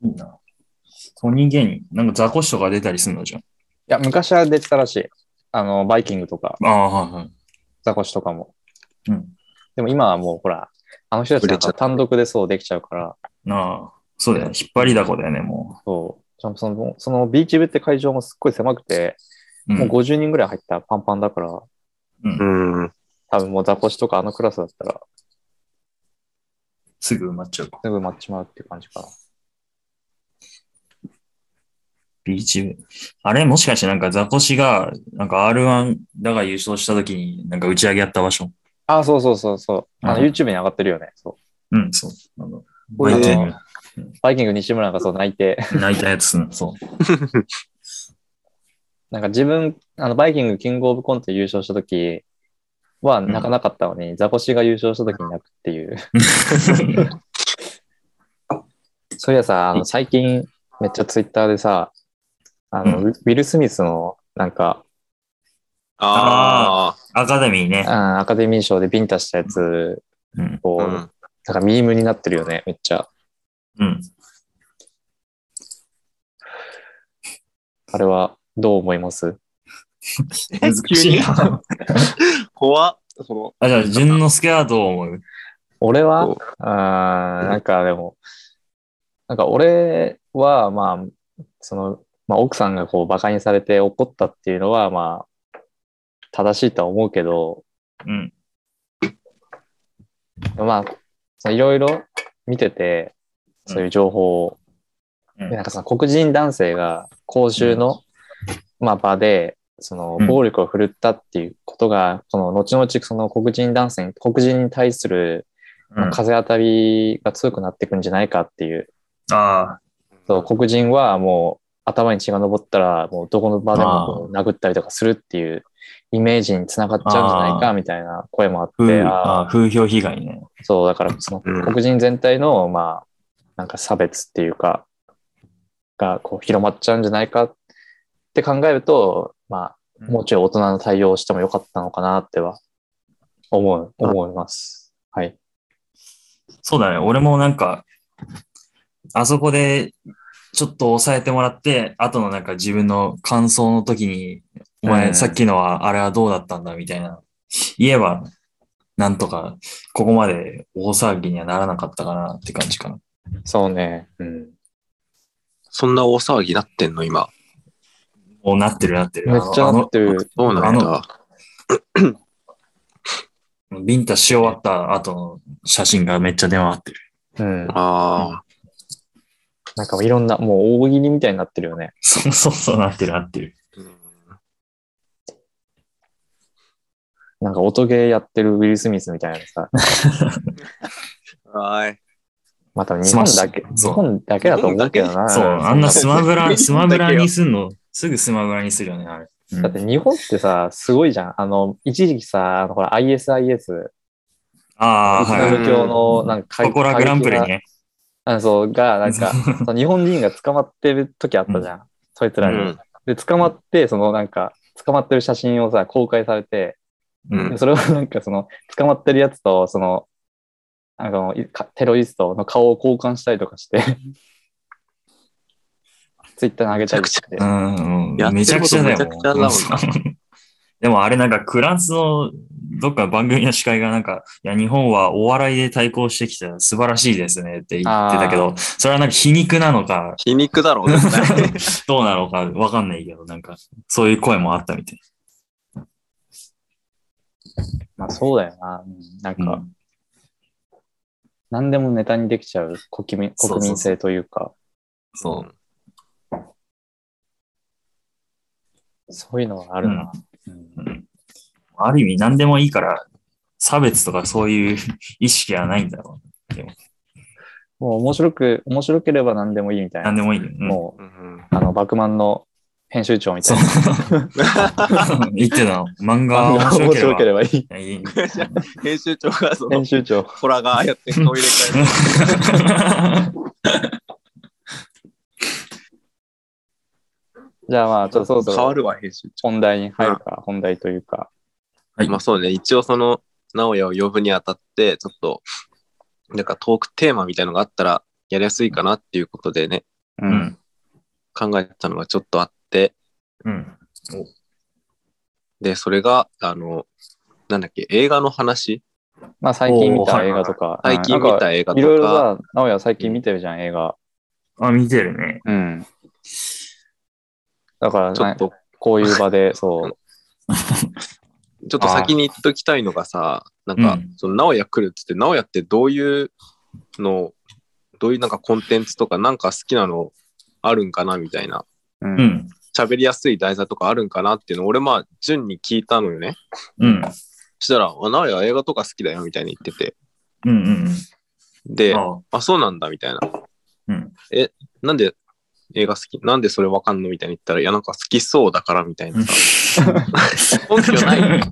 Speaker 3: いいな。ソニー芸人、なんかザコシとか出たりするのじゃん。
Speaker 2: いや、昔は出てたらしい。あの、バイキングとか、
Speaker 3: ああ、はいはい。
Speaker 2: ザコシとかも。
Speaker 3: うん。
Speaker 2: でも今はもうほら、あの人たちなんか単独でそうできちゃうから、
Speaker 3: ああ、そうだよね。引っ張りだこだよね、も
Speaker 2: そう。しかもその、そのビーチ部って会場もすっごい狭くて、
Speaker 3: う。うん
Speaker 2: もう50人ぐらい入ったらパンパンだから、
Speaker 3: うん
Speaker 1: うん。
Speaker 2: 多分もうザコシとかあのクラスだったら、
Speaker 3: すぐ埋まっちゃうか。
Speaker 2: すぐ埋まっちまうっていう感じかな。
Speaker 3: ビーチ部。あれもしかしてなんかザコシが、なんか R1 だが優勝した時に、なんか打ち上げやった場所。
Speaker 2: あ、そうそうそうそう。あの、
Speaker 3: うん
Speaker 2: YouTube に上がってるよね。そう。
Speaker 3: うん、そう。あの、
Speaker 2: 俺
Speaker 3: バイキン
Speaker 2: バイキング西村がそう泣いて、
Speaker 3: グ泣いたやつすな、 そう。
Speaker 2: なんか自分、あの、バイキングキングオブコント優勝した時は泣かなかったのに、ザコシが優勝した時に泣くっていう。 そういやさ、あの、最近、めっちゃ Twitter でさ、あの、
Speaker 3: う
Speaker 2: ウィル・スミスの、なんか、
Speaker 1: あ
Speaker 3: アカデミーね
Speaker 2: う。んアカデミー賞でビンタしたやつ
Speaker 3: うん。
Speaker 2: を、
Speaker 1: あ。
Speaker 2: なんかミームになってるよね、めっちゃ。
Speaker 3: うん。
Speaker 2: あれは、どう思います
Speaker 1: え
Speaker 3: 難しいな。
Speaker 1: 怖っ。その、
Speaker 3: あ、じゃあ、淳之介はどう思う
Speaker 2: 俺は
Speaker 1: そう
Speaker 2: あーなんかでも、なんか俺は、まあ、その、まあ、奥さんがこう、馬鹿にされて怒ったっていうのは、まあ、正しいとは思うけど、
Speaker 3: うん。
Speaker 2: まあ、そのいろいろ見てて、そういう情報を、
Speaker 3: うん
Speaker 2: でなんかその黒人男性が公衆の、まあ、場で、その
Speaker 3: うん
Speaker 2: 暴力を振るったっていうことが、その後々その黒人男性に、黒人に対する、まあ
Speaker 3: うん
Speaker 2: 風当たりが強くなっていくんじゃないかっていう
Speaker 3: あ
Speaker 2: そう、黒人はもう頭に血が上ったら、もうどこの場でもこう殴ったりとかするっていうイメージにつながっちゃうんじゃないかみたいな声もあっ
Speaker 3: ー
Speaker 2: て、
Speaker 3: 風
Speaker 2: あ
Speaker 3: あー、風評被害ね。
Speaker 2: ーそう、だからその
Speaker 1: うん
Speaker 2: 黒人全体の、まあ、なんか差別っていうか、がこう広まっちゃうんじゃないかって考えると、まあ、もうちょい大人の対応をしてもよかったのかなっては思う、思います。はい。
Speaker 3: そうだね。俺もなんか、あそこでちょっと抑えてもらって、後のなんか自分の感想の時に、お
Speaker 2: うん
Speaker 3: 前さっきのはあれはどうだったんだみたいな、言えば、なんとかここまで大騒ぎにはならなかったかなって感じかな。
Speaker 2: そうね。うん。
Speaker 1: そんな大騒ぎなってんの、今。
Speaker 3: もうなってるなってる。
Speaker 2: めっちゃ
Speaker 3: あ
Speaker 2: な
Speaker 3: の
Speaker 2: ってる。
Speaker 1: そうなん
Speaker 3: あ
Speaker 1: だ。
Speaker 3: あのビンタし終わった後の写真がめっちゃ出回ってる。
Speaker 2: うん。
Speaker 1: ああ。
Speaker 2: なんかいろんな、もう大喜利みたいになってるよね。
Speaker 3: そうそうそうなってるなってる。
Speaker 2: なん か音ゲーやってるウィル・スミスみたいなさ。
Speaker 1: はーい。
Speaker 2: また日
Speaker 3: ス
Speaker 2: 本
Speaker 3: マッシュ
Speaker 2: だけ、
Speaker 3: そ
Speaker 2: 日
Speaker 3: う
Speaker 2: 本だけだと思うけどな。
Speaker 3: そう、あんなスマブラ、スマブラにすんの、すぐスマブラにするよね、あれ。うん
Speaker 2: だって日本ってさ、すごいじゃん。あの、一時期さ、あのほら、ISIS、
Speaker 3: ああ、
Speaker 2: イスラ
Speaker 3: は
Speaker 2: ム教の、なんか、
Speaker 3: い。ココラグランプリね。
Speaker 2: あのそう、が、なん か、その日本人が捕まってる時あったじゃん。そいつらに。
Speaker 1: うん
Speaker 2: で、捕まって、そのなんか、捕まってる写真をさ、公開されて、
Speaker 3: う
Speaker 1: うん
Speaker 2: それをなんかその、捕まってるやつと、その、なんかのいかテロリストの顔を交換したりとか して、ツイッターに上げたりして。
Speaker 3: うん
Speaker 1: や
Speaker 3: う
Speaker 1: っ
Speaker 3: ん。
Speaker 1: てること
Speaker 3: めちゃくちゃだ
Speaker 1: め
Speaker 3: よ。
Speaker 1: ちゃくちゃだもんな
Speaker 3: うん でもあれなんかフランスのどっか番組の司会がなんか、いや日本はお笑いで対抗してきた素晴らしいですねって言ってたけ
Speaker 2: あ
Speaker 3: ど、それはなんか皮肉なのか、
Speaker 1: 皮肉だろう、絶 対
Speaker 3: どうなのかわかんないけど、なんかそういう声もあったみたい。
Speaker 2: まあそうだよな。うんなん
Speaker 3: うん
Speaker 2: か、何でもネタにできちゃう国民
Speaker 3: そうそうそう
Speaker 2: 国民性というか、
Speaker 3: そう。
Speaker 2: そういうのはあるな。
Speaker 3: うんある意味何でもいいから、差別とかそういう 意識はないんだろ
Speaker 2: もう面白く、面白ければ何でもいいみた
Speaker 3: う。
Speaker 2: い
Speaker 3: 何
Speaker 2: な。
Speaker 3: でもいいよ。うん
Speaker 2: も
Speaker 1: うん
Speaker 2: う、あの、バクマンの編集長みた
Speaker 3: そ
Speaker 2: いうな。。
Speaker 3: 言ってたの。漫画
Speaker 2: 漫画
Speaker 3: 面
Speaker 2: が
Speaker 3: 白
Speaker 2: 面
Speaker 3: けれ
Speaker 2: 白
Speaker 3: ば
Speaker 2: け。ればいい。
Speaker 3: いやいい
Speaker 1: 編集長がその
Speaker 2: 編、集長。
Speaker 1: ホラがああやって顔入れ替えて。
Speaker 2: じゃあまあ、ち ょっとそろそ
Speaker 1: 変わ
Speaker 2: ろ
Speaker 1: るわ、編集長。
Speaker 2: 本題に入るか、本題というか。
Speaker 3: はい
Speaker 1: まあそうね、一応その、直哉を呼ぶにあたって、ちょっと、なんかトークテーマみたいのがあったら、やりやすいかなっていうことでね、
Speaker 2: う。
Speaker 3: うんん。
Speaker 1: 考えたのがちょっとあって、
Speaker 3: うん。
Speaker 1: で、それが、あの、なんだっけ、映画の話
Speaker 2: まあ最近見
Speaker 3: おーは
Speaker 2: た
Speaker 3: い
Speaker 2: 映画とか。
Speaker 1: 最近見た映画
Speaker 2: い
Speaker 1: と
Speaker 2: ろいろ
Speaker 1: か、
Speaker 2: さ、直哉最近見てるじゃん、映画。
Speaker 3: あ、見てるね。
Speaker 2: うん。だから、
Speaker 1: ちょっ
Speaker 2: ね、
Speaker 1: と、
Speaker 2: こういう場で、 そう。
Speaker 1: ちょっと先に言っときたいのがさ、なんか、
Speaker 3: うん
Speaker 1: その、直哉来るって言って、直哉ってどういうの、どういうなんかコンテンツとか、なんか好きなのあるんかなみたいな、
Speaker 2: う
Speaker 3: う。ん。
Speaker 1: 喋りやすい題材とかあるんかなっていうのを、俺、まあ、順に聞いたのよね。
Speaker 3: うん。
Speaker 1: そしたら、あ、なおや映画とか好きだよみたいに言ってて。
Speaker 3: うんうんう
Speaker 1: で、
Speaker 3: ん。
Speaker 1: あ
Speaker 3: あ
Speaker 1: そうなんだみたいな。
Speaker 3: うん
Speaker 1: え、なんで映画好きなんでそれわかんのみたいに言ったら、いや、なんか好きそうだからみたいな さ。根拠ない。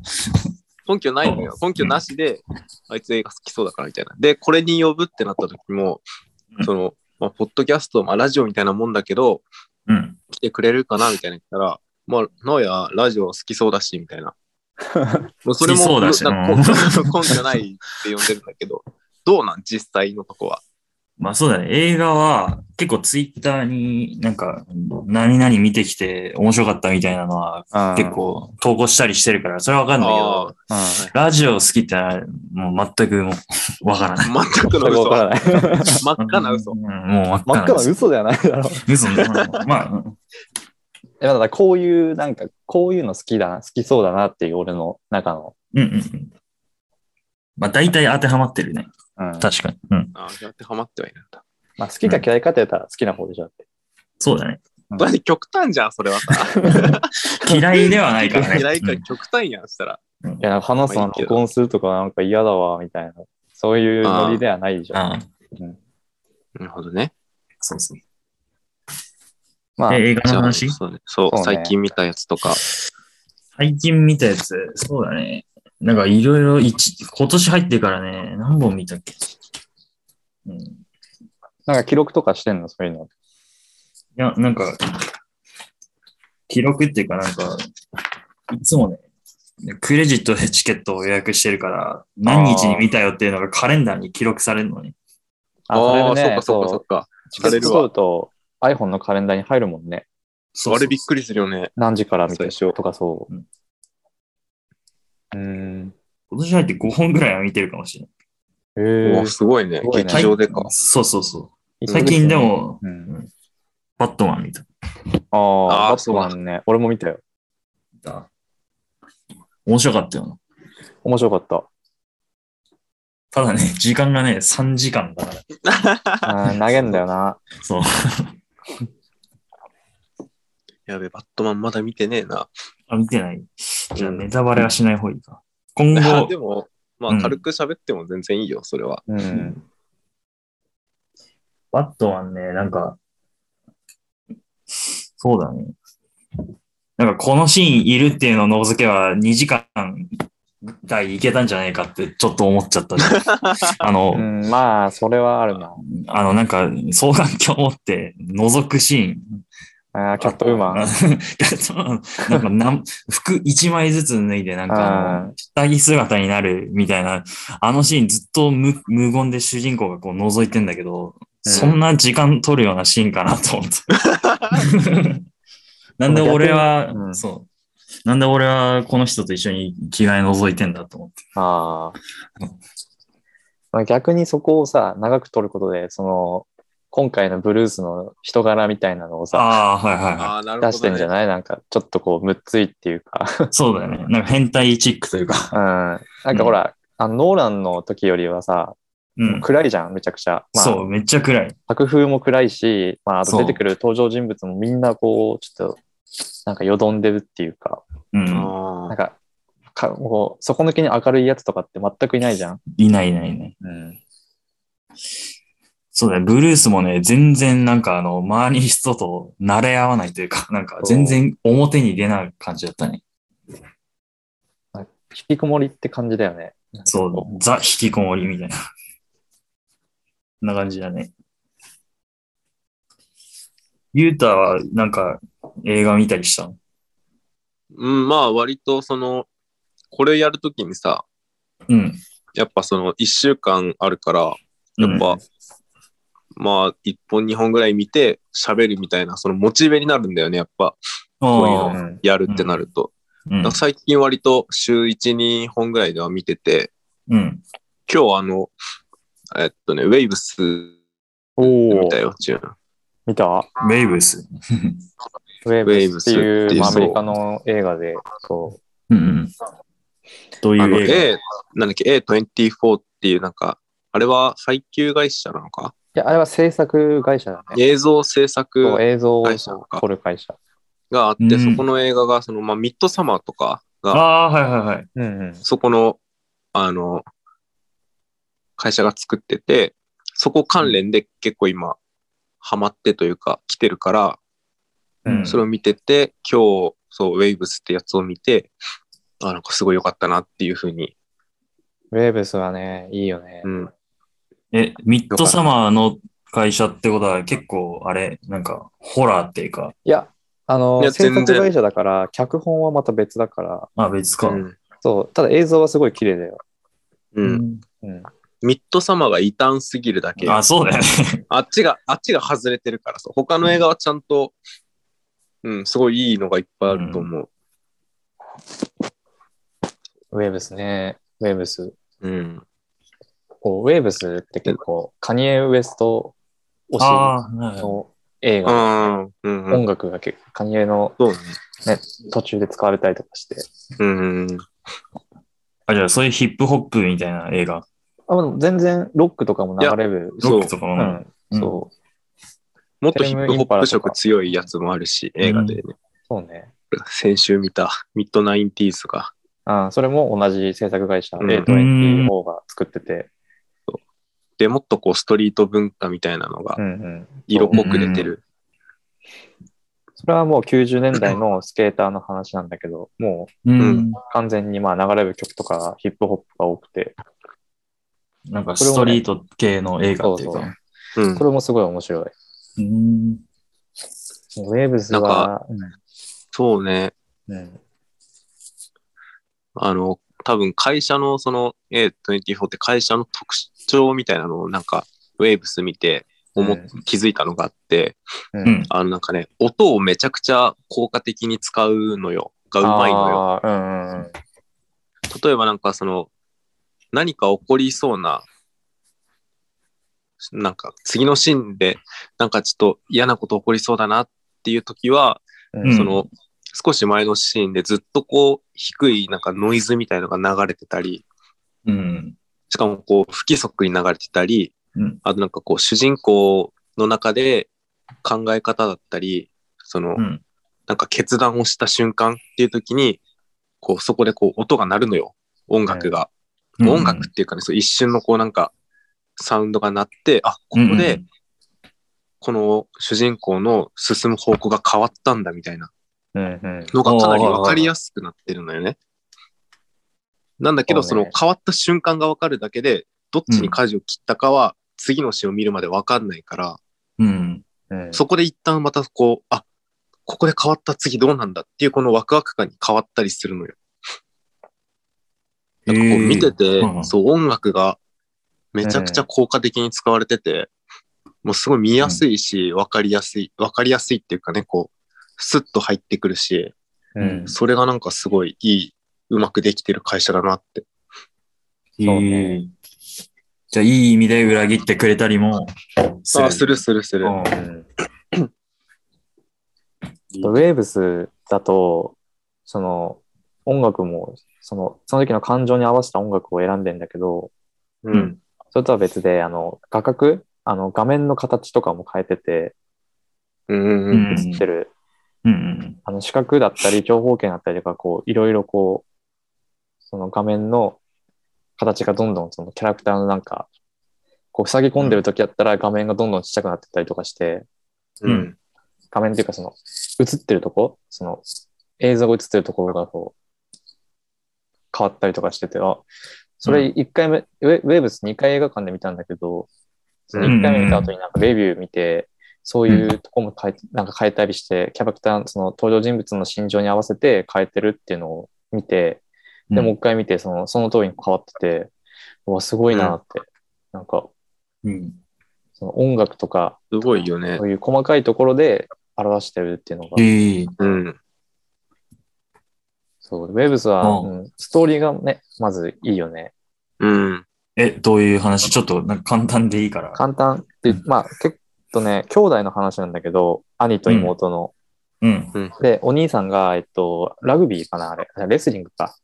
Speaker 1: 根拠ないのよ。根拠なしで、あいつ映画好きそうだからみたいな。で、これに呼ぶってなった時も
Speaker 3: う、ん
Speaker 1: その、まあ、ポッドキャスト、まあ、ラジオみたいなもんだけど、
Speaker 3: うん。
Speaker 1: 来てくれるかなみたいな言ったら、まあ、なおやラジオ好きそうだし、み たいな。もうそれも、
Speaker 3: 好きそうだし
Speaker 1: なんかこ根拠ないって呼んでるんだけど、どうなん実際のとこは。
Speaker 3: まあそうだね。映画は結構ツイッターになんか何々見てきて面白かったみたいなのは結構投稿したりしてるから、それはわかんないけど
Speaker 1: あ、
Speaker 2: うん。
Speaker 3: ラジオ好きってのはもう全くもうわからない。
Speaker 1: あ、全く
Speaker 2: そ
Speaker 1: の
Speaker 2: れが
Speaker 1: 嘘。
Speaker 2: わからない。
Speaker 1: 真っ赤な嘘
Speaker 3: うん。もう真
Speaker 2: 真
Speaker 3: っ
Speaker 2: っ赤
Speaker 3: 赤な
Speaker 2: な
Speaker 3: 嘘。
Speaker 2: 嘘ではない だろう。
Speaker 3: 嘘うんまあ、うん
Speaker 2: いやだからこういう、なんか、こういうの好きだな、好きそうだなっていう俺の中の。
Speaker 3: うんうんうん。まあ大体当てはまってるね。
Speaker 2: うん。
Speaker 3: 確かに。うん。
Speaker 1: ああ、やってはまってはいるんだ。
Speaker 2: まあ好きか嫌いかって言ったら好きな方でしょだって。
Speaker 3: そうだね。
Speaker 1: だって極端じゃん、それ はさ。
Speaker 3: 嫌いではないからね。
Speaker 1: 嫌 いか
Speaker 3: う
Speaker 1: ら
Speaker 3: ん
Speaker 1: 極端やん、したら。
Speaker 2: いや、なんか話すの録音するとかなんか嫌だわ、みたいな。そういうノリではないでしょ。
Speaker 3: ああ、
Speaker 1: なるほどね。
Speaker 3: そうそう。
Speaker 2: まあ、
Speaker 3: え映画
Speaker 1: じ
Speaker 3: の
Speaker 1: ゃあ、
Speaker 3: 話
Speaker 1: そうね。そう
Speaker 2: そうね
Speaker 1: 最近見たやつとか。
Speaker 3: 最近見たやつ、そうだね。なんかいろいろ一、今年入ってからね、何本見たっけ、うん、い
Speaker 2: なんか記録とかしてんの、そういうの。
Speaker 3: や、なんか、記録っていうかなんか、いつもね、クレジットでチケットを予約してるから、何日に見たよっていうのがカレンダーに記録されるのね。
Speaker 2: あ、それでね、
Speaker 1: そうか、そうか、そううか。
Speaker 2: チケット取ると iPhone のカレンダーに入るもんね。
Speaker 3: そう
Speaker 1: あれびっくりするよね。
Speaker 2: 何時からみたいな
Speaker 1: 最初
Speaker 2: とかそう。
Speaker 3: うん
Speaker 2: うーん。
Speaker 3: 今年入って5本ぐらいは見てるかもしれない。
Speaker 2: へ
Speaker 1: お
Speaker 2: え
Speaker 1: お。すごいね
Speaker 2: す。ごいね
Speaker 1: 劇場でか。
Speaker 3: そうそうそう。
Speaker 2: 一
Speaker 3: 最
Speaker 2: ヶ月
Speaker 3: 近で。も、
Speaker 2: うん、
Speaker 3: バットマン見
Speaker 2: あ
Speaker 3: た。
Speaker 2: あ、
Speaker 1: あー
Speaker 2: バットマンね。俺も見たよ。
Speaker 3: 面白かったよな。
Speaker 2: 面白かった。
Speaker 3: ただね、時間がね、3時間だから。
Speaker 2: あー投げんだよな。
Speaker 3: そう。
Speaker 1: やべ、バットマンまだ見てねえな。
Speaker 3: あ、見てない。じゃあ、ネタバレはしない方がいいか。今後
Speaker 1: で、も、ま
Speaker 3: う
Speaker 1: あ、
Speaker 3: ん
Speaker 1: 軽く喋っても全然いいよ、それは。
Speaker 2: うん。
Speaker 3: バットマンね、なんか、そうだね。なんかこのシーンいるっていうのを除けば2時間台いけたんじゃないかってちょっと思っち ゃったし。あの、
Speaker 2: うん、まあ、それはあるな。
Speaker 3: あのなんか双眼鏡持って覗くシーン。
Speaker 2: あーキャットウーマン。
Speaker 3: ン。 なんかなん服1枚ずつ脱いでなんかあの
Speaker 2: あ
Speaker 3: 下着姿になるみたいな、あのシーンずっと無無言で主人公がこう覗いてんだけど、
Speaker 2: うん
Speaker 3: そんな時間取るようなシーンかなと思 った。なんで俺は、
Speaker 2: 逆にうん
Speaker 3: そう。なんで俺はこの人と一緒に着替え覗いてんだと思って。
Speaker 2: ーあーまあ。逆にそこをさ、長く撮ることで、その、今回のブルースの人柄みたいなのをさ、
Speaker 3: ああ、はいはいは
Speaker 1: ああ、なるほど、ね。
Speaker 2: 出してんじゃ
Speaker 1: い
Speaker 2: ないなんか、ちょっとこう、むっついっていうか。
Speaker 3: い。そうだよね。なんか変態チックという
Speaker 2: う
Speaker 3: か。
Speaker 2: ん。なんかほら、あのノーランの時よりはさ、
Speaker 3: うん。
Speaker 2: 暗いじゃん、めちゃくちゃ。まあ、
Speaker 3: そう、めっちゃ暗い。
Speaker 2: 作風も暗いし、まあ、あと
Speaker 3: そう
Speaker 2: 出てくる登場人物もみんなこう、ちょっと、なんかよどんでるっていうか、
Speaker 3: うん。
Speaker 1: あ
Speaker 2: なんか、かこう底抜けに明るいやつとかって全くいないじゃん。
Speaker 3: いないいないいない。
Speaker 2: うん。
Speaker 3: そうだね、ブルースもね、全然なんかあの、周りの人と慣れ合わないというか、 なんか全然表に出ない感じだったね。
Speaker 2: 引きこもりって感じだよね。
Speaker 3: そう、ザ引きこもりみたいな。こんな感じだね。ユータはなんか映画見たりしたの
Speaker 1: うん、まあ割とその、これやるときにさ、
Speaker 3: うん。
Speaker 1: やっぱその1週間あるから、やっぱ、まあ1本2本ぐらい見て喋るみたいな、そのモチベになるんだよね、やっぱ
Speaker 3: こ
Speaker 1: ういう
Speaker 2: う
Speaker 1: の
Speaker 2: ん。
Speaker 1: やるってなると。
Speaker 3: うん
Speaker 1: なんか最近割と週1、2本ぐらいでは見てて、
Speaker 3: うん。
Speaker 1: 今日あの、えっとね、ウェイブス
Speaker 2: お
Speaker 1: 見
Speaker 2: お
Speaker 1: た。よ、チューン。
Speaker 2: 見た
Speaker 3: ウェイブス。
Speaker 2: ウェーブスって
Speaker 1: ウェーブスっていう
Speaker 2: い、
Speaker 1: う
Speaker 2: まあア
Speaker 1: そう
Speaker 2: メリカの映画で、そ
Speaker 3: うんうん。どうい
Speaker 1: あの、
Speaker 3: う映
Speaker 1: A、なんだっけ、A24 っていうなんか、あれは配給会社なのか
Speaker 2: う。いや、あれは制作会社だね。
Speaker 1: 映像制作
Speaker 2: そう映像を
Speaker 1: 会社か
Speaker 2: 撮る会社。
Speaker 1: があって、
Speaker 3: うん
Speaker 1: そこの映画が、その、まあ、ミッドサマーとか
Speaker 3: 画
Speaker 1: が、
Speaker 3: ああー、はいはいはい。
Speaker 2: うんうん。
Speaker 1: そこの、あの、会社が作ってて、そこ関連で結構今、ハマってというか、来てるから、
Speaker 3: うん
Speaker 1: それを見てて、今日、そう、ウェイブスってやつを見て、あ、なんかすごい良かったなっていうふうに、
Speaker 2: ウェーブスはね、いいよね
Speaker 1: う。ん。
Speaker 3: え、ミッドサマーの会社ってことは結構あれ、なんかホラーっていうか、
Speaker 2: いや、あの
Speaker 1: い、や
Speaker 2: 制
Speaker 1: 全然
Speaker 2: 作会社だから、脚本はまた別だから、
Speaker 3: あ、別か。
Speaker 1: うん
Speaker 2: そう、ただ映像はすごい綺麗だよ。
Speaker 1: うん。
Speaker 2: うん。
Speaker 1: ミッドサマーが異端すぎるだけ。
Speaker 3: あ、そうだよね。
Speaker 1: あっちが、あっちが外れてるからさ、他の映画はちゃんと、うん、すごいいいのがいっぱいあると思う。
Speaker 2: ウェーブスね、ウェーブス。
Speaker 1: うん。
Speaker 2: こうウェーブスって結構、カニエ・ウエスト推
Speaker 3: ああ、
Speaker 2: し
Speaker 3: はい
Speaker 2: の映
Speaker 1: う
Speaker 2: 画、
Speaker 1: ん。うん。うん
Speaker 2: 音楽が結構、カニエの
Speaker 1: そうね。
Speaker 2: 途中で使われたりとかして。
Speaker 1: うん。
Speaker 3: あ、じゃあそういうヒップホップみたいな映画。
Speaker 2: あでも全然ロックとかも流れる。
Speaker 1: そ
Speaker 3: ロ
Speaker 1: う
Speaker 3: ックとか
Speaker 2: う
Speaker 3: もね。
Speaker 2: ん、
Speaker 3: うん
Speaker 2: そう、
Speaker 1: もっとヒップホップ色強いやつもあるし、映画でね。
Speaker 2: そうね。
Speaker 1: 先週見た、ミッドナインティーズが。
Speaker 2: あそれも同じ制作会社、
Speaker 1: うん
Speaker 2: A24 が作ってて、
Speaker 1: で、もっとこう、ストリート文化みたいなのが
Speaker 2: う、んうん。
Speaker 1: 色濃く出てる。
Speaker 2: それはもう90年代のスケーターの話なんだけど、も
Speaker 3: う。
Speaker 1: うん
Speaker 2: う完全にまあ流れる曲とかヒップホップが多くて、
Speaker 3: なんかストリート系の映画っていう
Speaker 2: そ
Speaker 3: か。
Speaker 1: うん。
Speaker 2: これもすごい面白い。
Speaker 3: うん
Speaker 2: ウェーブスは、う
Speaker 1: そうね。
Speaker 2: んうん
Speaker 1: あの、多分会社のその A24 って会社の特徴みたいなのをなんか、ウェーブス見て、思っ気づいたのがあって、
Speaker 2: うん
Speaker 3: うん
Speaker 1: あのなんかね、音をめちゃくちゃ効果的に使うのよ。がうまいのよ。
Speaker 2: あーうんうんうん
Speaker 1: 例えばなんかその、何か起こりそうな、なんか次のシーンで、なんかちょっと嫌なこと起こりそうだなっていう時は、
Speaker 2: うん
Speaker 3: うん
Speaker 1: その、少し前のシーンでずっとこう、低いなんかノイズみたいのが流れてたり、
Speaker 3: うん。
Speaker 1: しかもこう、不規則に流れてたり、
Speaker 3: うん
Speaker 1: あとなんかこう、主人公の中で考え方だったり、その、
Speaker 3: うん。
Speaker 1: なんか決断をした瞬間っていう時に、こう、そこでこう、音が鳴るのよ。音楽が。音楽っていうかね、そう一瞬のこうなんか、サウンドが鳴って、あ、ここで、この主人公の進む方向が変わったんだみたいな
Speaker 2: うんうん。
Speaker 1: のがかなりわかりやすくなってるのよね。なんだけど、
Speaker 2: そ
Speaker 1: そう
Speaker 2: ね
Speaker 1: の変わった瞬間がわかるだけで、どっちに舵を切ったかは、次の詩を見るまでわかんないから、
Speaker 3: うん。
Speaker 2: うん、
Speaker 1: そこで一旦またこう、あ、ここで変わった次どうなんだっていうこのワクワク感に変わったりするのよ。なんかこう見てて、
Speaker 3: うんうん
Speaker 1: そう音楽がめちゃくちゃ効果的に使われてて、もうすごい見やすいし、わかりやすい、わかりやすいっていうかね、こう、スッと入ってくるし、
Speaker 2: うん。
Speaker 1: それがなんかすごいいい、うまくできてる会社だなって。
Speaker 3: え
Speaker 2: そうね
Speaker 3: ーじゃあ、いい意味で裏切ってくれたりもする。
Speaker 1: あ、するするする
Speaker 3: う。ん
Speaker 2: ウェーブスだと、その音楽も、その、その時の感情に合わせた音楽を選んでんだけど、
Speaker 1: うん。
Speaker 2: それとは別で、あの、画角あの、画面の形とかも変えてて、
Speaker 1: うんうん
Speaker 3: う
Speaker 1: うん。
Speaker 3: ん
Speaker 2: 映ってる、
Speaker 3: うん
Speaker 2: あの、四角だったり、長方形だったりとか、こう、いろいろこう、その画面の形がどんどん、そのキャラクターのなんか、こう、塞ぎ込んでる時だったら画面がどんどんちっちゃくなってったりとかして、
Speaker 1: う
Speaker 3: うん
Speaker 1: ん。
Speaker 2: 画面っていうかその映ってるとこその映像が映ってるところがこう変わったりとかしててあそれ1回目、ウェウェーブス2回映画館で見たんだけどその1回目見た後になんかレビュー見てそういうとこも変えなんか変えたりしてキャラクターその登場人物の心情に合わせて変えてるっていうのを見て
Speaker 3: うん。
Speaker 2: でもう1回見てそのその通りに変わっててうわすごいなって、なんか
Speaker 3: うん、
Speaker 2: その音楽とか
Speaker 1: すごいよね
Speaker 2: そ。ういう細かいところで表してるっていうのが
Speaker 3: えー
Speaker 1: うん。
Speaker 2: そう、ウェブスは、
Speaker 3: う
Speaker 2: うんストーリーがね、まずいいよね。
Speaker 1: うん。
Speaker 3: え、どういう話ちょっとなんか簡単でいいから。
Speaker 2: 簡単って、
Speaker 3: うん
Speaker 2: まあ結構ね、兄弟の話なんだけど、兄と妹の。
Speaker 3: うん。
Speaker 2: で、お兄さんが、えっと、ラグビーかな、あれ。レスリングか。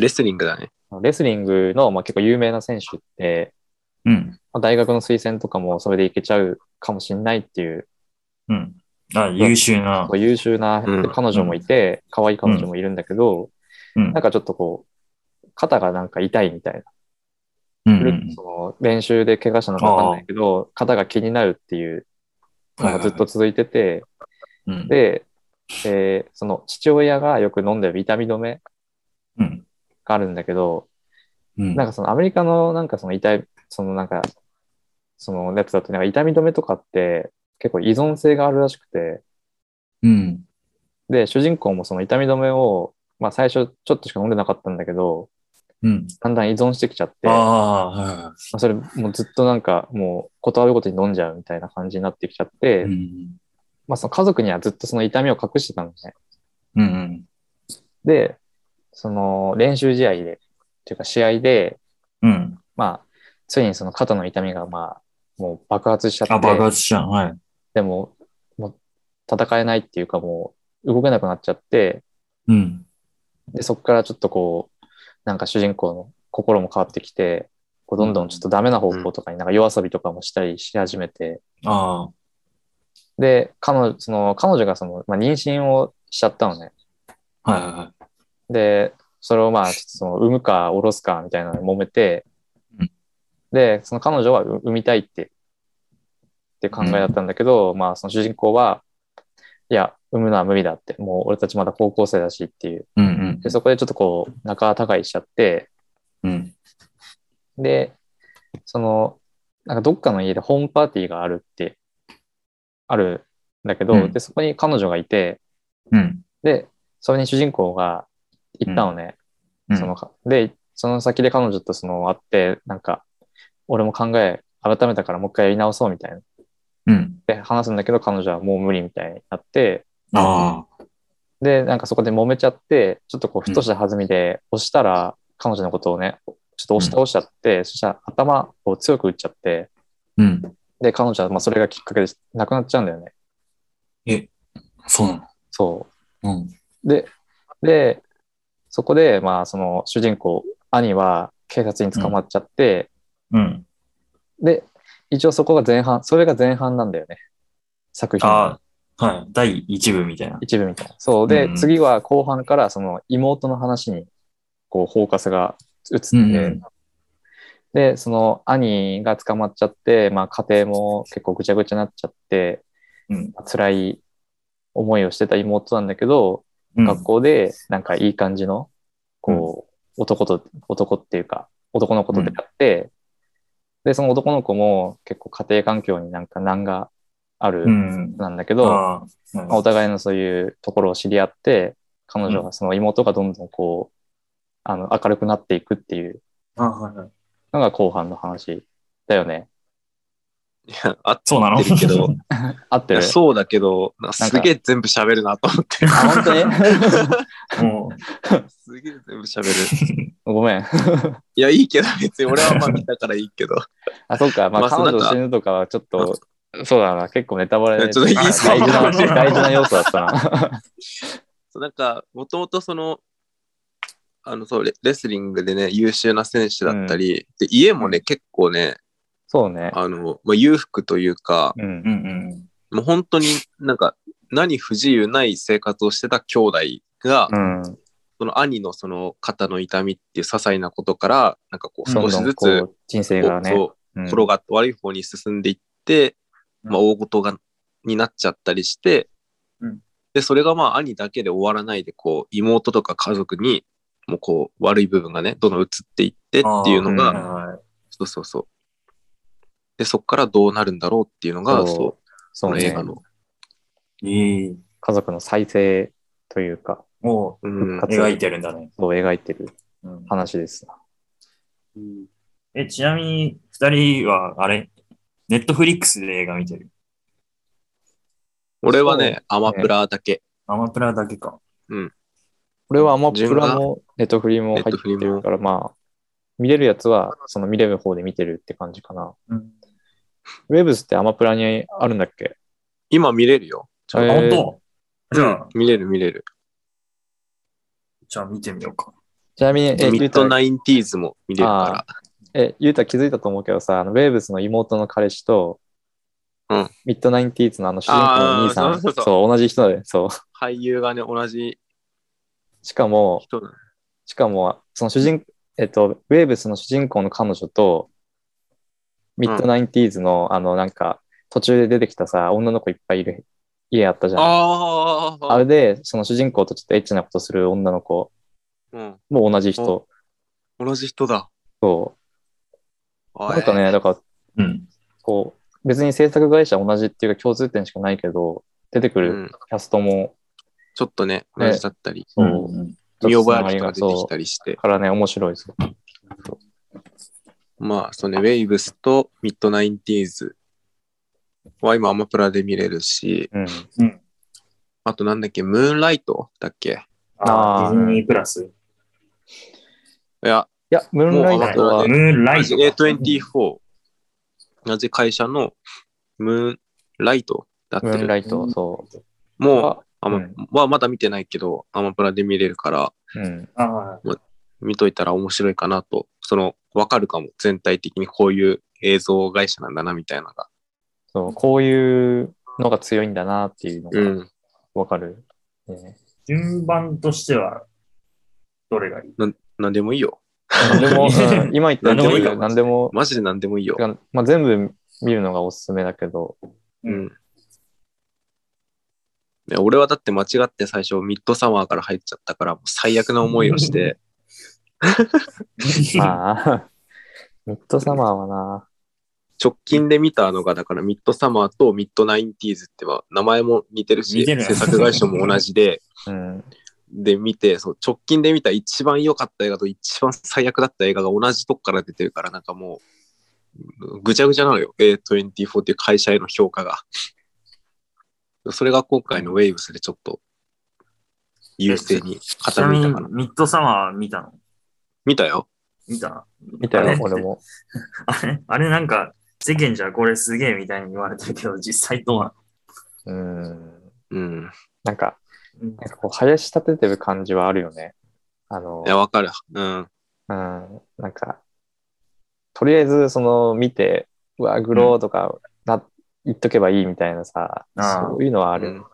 Speaker 1: レスリングだね。
Speaker 2: レスリングの、まあ、結構有名な選手って、
Speaker 3: うん。
Speaker 2: まあ大学の推薦とかもそれでいけちゃうかもしれないっていう、
Speaker 3: うん。あ、優秀な。
Speaker 2: 優秀な、
Speaker 1: うん
Speaker 2: で彼女もいて、可愛い彼女もいるんだけど、
Speaker 3: うん
Speaker 2: なんかちょっとこう、肩がなんか痛いみたいな。
Speaker 3: うん
Speaker 2: 古くその練習で怪我したのか分かんないけど、肩が気になるっていうのがずっと続いてて、
Speaker 3: うん。
Speaker 2: で、えーその父親がよく飲んでる痛み止め
Speaker 3: うん。
Speaker 2: があるんだけど、
Speaker 3: うん。
Speaker 2: なんかそのアメリカのなんかその痛い、そのなんか、そのやつだとなんか痛み止めとかって結構依存性があるらしくて、
Speaker 3: うん。
Speaker 2: で、主人公もその痛み止めを、まあ最初ちょっとしか飲んでなかったんだけど、
Speaker 3: うん。
Speaker 2: だんだん依存してきちゃって、
Speaker 3: ああ、は
Speaker 2: まあそれもうずっとなんかもう断るごとに飲んじゃうみたいな感じになってきちゃって、
Speaker 3: い。うん。
Speaker 2: まあ、その家族にはずっとその痛みを隠してたのね。
Speaker 3: うん。
Speaker 2: で、その練習試合で、というか試合で、
Speaker 3: うん。
Speaker 2: まあ、ついにその肩の痛みが、まあ、もう爆発しちゃって、
Speaker 3: あ、爆発しちゃう。はい。
Speaker 2: でも、もう戦えないっていうか、もう動けなくなっちゃって、
Speaker 3: うん。
Speaker 2: で、そこからちょっとこう、なんか主人公の心も変わってきて、こうどんどんちょっとダメな方向とかになんか夜遊びとかもしたりし始めて、
Speaker 3: ああ。
Speaker 2: で、彼女、その彼女がその、まあ、妊娠をしちゃったのね。
Speaker 3: はいはいは
Speaker 2: で、それをまあ、ちょっとその産むか下ろすかみたいなのに揉めて
Speaker 3: うん、
Speaker 2: で、その彼女はう産みたいって、っていう考えだったんだけど、まあ、その主人公は、いや、産むのは無理だって、もう俺たちまだ高校生だしっていう。
Speaker 3: い。うん
Speaker 2: で、そこでちょっとこう、仲違いしちゃって、
Speaker 3: うん。うん。
Speaker 2: で、その、なんかどっかの家でホームパーティーがあるって、あるんだけど、
Speaker 3: うん
Speaker 2: で、そこに彼女がいて、
Speaker 3: うん。
Speaker 2: で、それに主人公が行ったのね。
Speaker 3: うん
Speaker 2: そのか、で、その先で彼女とその会って、なんか、俺も考え、改めたからもう一回やり直そうみたいな。
Speaker 3: うん。
Speaker 2: で、話すんだけど彼女はもう無理みたいになって、
Speaker 3: ああ。
Speaker 2: で、なんかそこで揉めちゃって、ちょっとこう、ふとした弾みで押したら、彼女のことをね、ちょっと押し倒しちゃって、そしたら頭を強く打っちゃって、
Speaker 3: うん。
Speaker 2: で、彼女はまあそれがきっかけで亡くなっちゃうんだよね。
Speaker 3: そうな
Speaker 2: そ
Speaker 3: の。うん。
Speaker 2: う。で、で、そこで、まあ、その主人公、兄は警察に捕まっちゃって、
Speaker 3: うん。
Speaker 2: で、一応そこが前半、それが前半なんだよね。作品の
Speaker 3: ああ。はい。第一部みたいな。
Speaker 2: 一部みたいな。そう。で、
Speaker 3: うん
Speaker 2: 次は後半からその妹の話に、こう、フォーカスが移って、
Speaker 3: うんうん
Speaker 2: で、その兄が捕まっちゃって、まあ家庭も結構ぐちゃぐちゃになっちゃって、
Speaker 3: うん
Speaker 2: まあ辛い思いをしてた妹なんだけど、
Speaker 3: うん
Speaker 2: 学校でなんかいい感じの、こう、男と、男っていうか、男の子と出会って、で、その男の子も結構家庭環境になんか難があ
Speaker 3: う
Speaker 2: る
Speaker 3: ん。
Speaker 2: なんだけど、
Speaker 3: ああな
Speaker 2: まあ
Speaker 3: るほ
Speaker 2: お
Speaker 3: ど
Speaker 2: 互いのそういうところを知り合って、彼女が、その妹がどんどんこう、あの、明るくなっていくっていう
Speaker 3: あはいはい
Speaker 2: のが後半の話だよね。
Speaker 1: いや、合っ
Speaker 3: そうなの
Speaker 1: てるけど、
Speaker 2: 合っ
Speaker 1: い
Speaker 2: てる
Speaker 1: や そうだけど、なんかすげえ全部喋るなと思って。
Speaker 2: あ、本当に
Speaker 3: も
Speaker 1: すげえ全部喋る。
Speaker 2: ごめん。
Speaker 1: いや、いいけど、別に俺はまあ見たからいい けど。
Speaker 2: あ、そうか。ま
Speaker 1: ま
Speaker 2: あ、
Speaker 1: あそ
Speaker 2: 彼
Speaker 1: うなん
Speaker 2: 女
Speaker 1: か
Speaker 2: 死ぬとかはちょっと、そうだな。結構ネタバレ。
Speaker 1: ちょっといいっすか
Speaker 2: 大事 な、大事な 要素だった
Speaker 1: そうなんか、もともとその、あの、そうレ、レスリングでね、優秀な選手だったり、で、家もね、結構ね、
Speaker 2: そうね。
Speaker 1: あの、まあ、裕福というか、
Speaker 2: うん
Speaker 3: う、う。ん
Speaker 1: もう本当になんか、何不自由ない生活をしてた兄弟が、
Speaker 2: うん。
Speaker 1: その兄のその肩の痛みっていう些細なことから、なんかこう、
Speaker 2: ど
Speaker 1: 少
Speaker 2: んど
Speaker 1: し
Speaker 2: ん
Speaker 1: ずつ、
Speaker 2: こう、人生がね、
Speaker 1: こう
Speaker 2: うん
Speaker 1: 転がって悪い方に進んでいって、
Speaker 3: うん
Speaker 1: まあ、大事がになっちゃったりして、
Speaker 3: うん
Speaker 1: でそれがまあ兄だけで終わらないでこう妹とか家族にもうこう悪い部分がねどんどん移っていってっていうの
Speaker 3: う
Speaker 1: が、
Speaker 3: ん。はい
Speaker 1: そうそうそうでそこからどうなるんだろうっていうのがそう
Speaker 2: そう、
Speaker 1: こ
Speaker 2: そう
Speaker 1: の映
Speaker 2: ね
Speaker 1: 画。の、
Speaker 3: いい。
Speaker 2: 家族の再生というか、
Speaker 3: も
Speaker 1: うん
Speaker 2: 復
Speaker 3: う、描いてるんだね。
Speaker 2: を描いてる
Speaker 3: うん
Speaker 2: 話です。
Speaker 3: え、ちなみに、二人は、あれ、ネットフリックスで映画見てる。
Speaker 1: 俺はねアマプラだけ、
Speaker 3: アマプラだけか。
Speaker 2: これはアマプラもネットフリも入って
Speaker 1: ネットフリ
Speaker 2: る
Speaker 1: も
Speaker 2: から、まあ、見れるやつは、その見れる方で見てるって感じかな。
Speaker 3: うん。
Speaker 2: ウェブスってアマプラにあるんだっけ
Speaker 1: 今見れるよちょ
Speaker 2: え
Speaker 3: あ、
Speaker 2: ー
Speaker 3: 本当じゃあ、
Speaker 1: 見れる見れる
Speaker 3: じゃあ見てみようか。
Speaker 2: ちなみに、え、
Speaker 1: ミ
Speaker 2: ゆ
Speaker 1: ッ
Speaker 2: うた
Speaker 1: ドナインティーズも見れるか
Speaker 2: え、ゆうた気づいたと思うけどさ、あのウェーブスの妹の彼氏と、
Speaker 1: うん
Speaker 2: ミッドナインティーズのあの主人公のお兄さ
Speaker 1: あ
Speaker 2: ん、
Speaker 1: ーそうそうそう
Speaker 2: 同じ人で、そう。
Speaker 1: ら俳優がね同じ
Speaker 2: しかも、
Speaker 1: 人なの
Speaker 2: しかも、その主人、えっと、ウェーブスの主人公の彼女と、ミッドナインティーズの、あの、なんか、途中で出てきたさ、女の子いっぱいいる家あったじゃん。あ
Speaker 1: あー
Speaker 2: れで、その主人公とちょっとエッチなことする女の子
Speaker 1: うん、
Speaker 2: も同じ人。
Speaker 1: 同じ人だ
Speaker 2: そ
Speaker 1: お
Speaker 2: う。
Speaker 1: い
Speaker 2: なんかね、だから、
Speaker 3: うん。
Speaker 2: こう、別に制作会社は同じっていうか共通点しかないけど、出てく
Speaker 1: う
Speaker 2: る
Speaker 1: ん
Speaker 2: キャストも、
Speaker 1: ちょっとね、
Speaker 2: ね
Speaker 1: 同じだったり、
Speaker 2: そう、
Speaker 3: うん
Speaker 1: 見覚えある人が出てき
Speaker 2: そ
Speaker 1: たりして
Speaker 2: う、、からね、面白いです。
Speaker 1: まあ、そのね、ウェイブスとミッドナインティーズは今アマプラで見れるし、
Speaker 2: うん。
Speaker 1: あとなんだっけ、ムーンライトだっけ
Speaker 2: あー
Speaker 3: あーディズニープラス。
Speaker 1: いや、
Speaker 2: いや、ムーンライト
Speaker 1: もう
Speaker 2: は
Speaker 1: あ
Speaker 3: ム、ーンラ
Speaker 1: 同
Speaker 3: イト
Speaker 1: じ
Speaker 3: か。
Speaker 1: A24、同じ会社のムーンライトだって
Speaker 2: ムーンラ
Speaker 1: る。
Speaker 2: イト、そ
Speaker 1: もう
Speaker 2: う。
Speaker 1: アマ、
Speaker 2: うん
Speaker 1: はまだ見てないけど、アマプラで見れるから、
Speaker 2: うん。
Speaker 3: あー
Speaker 1: 見といたら面白いかなと、その、わかるかも。全体的にこういう映像会社なんだな、みたいなのが。
Speaker 2: そう、こういうのが強いんだなっていうの
Speaker 1: う
Speaker 2: が
Speaker 1: ん。
Speaker 2: わかる、 ね
Speaker 3: 順番としては、どれがいい
Speaker 1: なんでもいいよ。
Speaker 2: 何でも、うん今言ったら
Speaker 1: 何でもいいよ
Speaker 2: 何でも、
Speaker 1: マジでなんでもいいよ
Speaker 2: て。かまあ、全部見るのがおすすめだけど、
Speaker 1: うん。いや俺はだって間違って最初ミッドサマーから入っちゃったからもう最悪な思いをして、
Speaker 2: まあ、 ミッドサマーはな、
Speaker 1: 直近で見たのがだからミッドサマーとミッドナインティーズっては名前も似てるし
Speaker 3: 似てる
Speaker 1: 制作会社も同じで、
Speaker 2: うん、
Speaker 1: で見て、そう直近で見た一番良かった映画と一番最悪だった映画が同じとこから出てるからなんかもうぐちゃぐちゃなのよ。A24 っていう会社への評価が。 それが今回のウェイブスでちょっと優勢に
Speaker 3: ちな
Speaker 1: 傾
Speaker 3: み
Speaker 1: いた
Speaker 3: に
Speaker 1: かな。、
Speaker 3: ミッドサマー見たの
Speaker 1: 見たよ。
Speaker 3: 見た
Speaker 2: 見た
Speaker 3: あ
Speaker 2: よ
Speaker 3: れ、
Speaker 2: 俺も。
Speaker 3: あれ、あれなんか、世間じゃこれすげえみたいに言われてるけど、実際どうな
Speaker 2: うん、
Speaker 1: うん。
Speaker 2: なんか、
Speaker 3: の
Speaker 2: なんかこう、林立ててる感じはあるよね。あの
Speaker 1: い、や、わかる。うん。
Speaker 2: うん、なんか、とりあえず、その、見て、うわ、グローとか、な、言っとけばいいみたいなさ、
Speaker 3: ああ
Speaker 2: そういうのはある。
Speaker 1: うん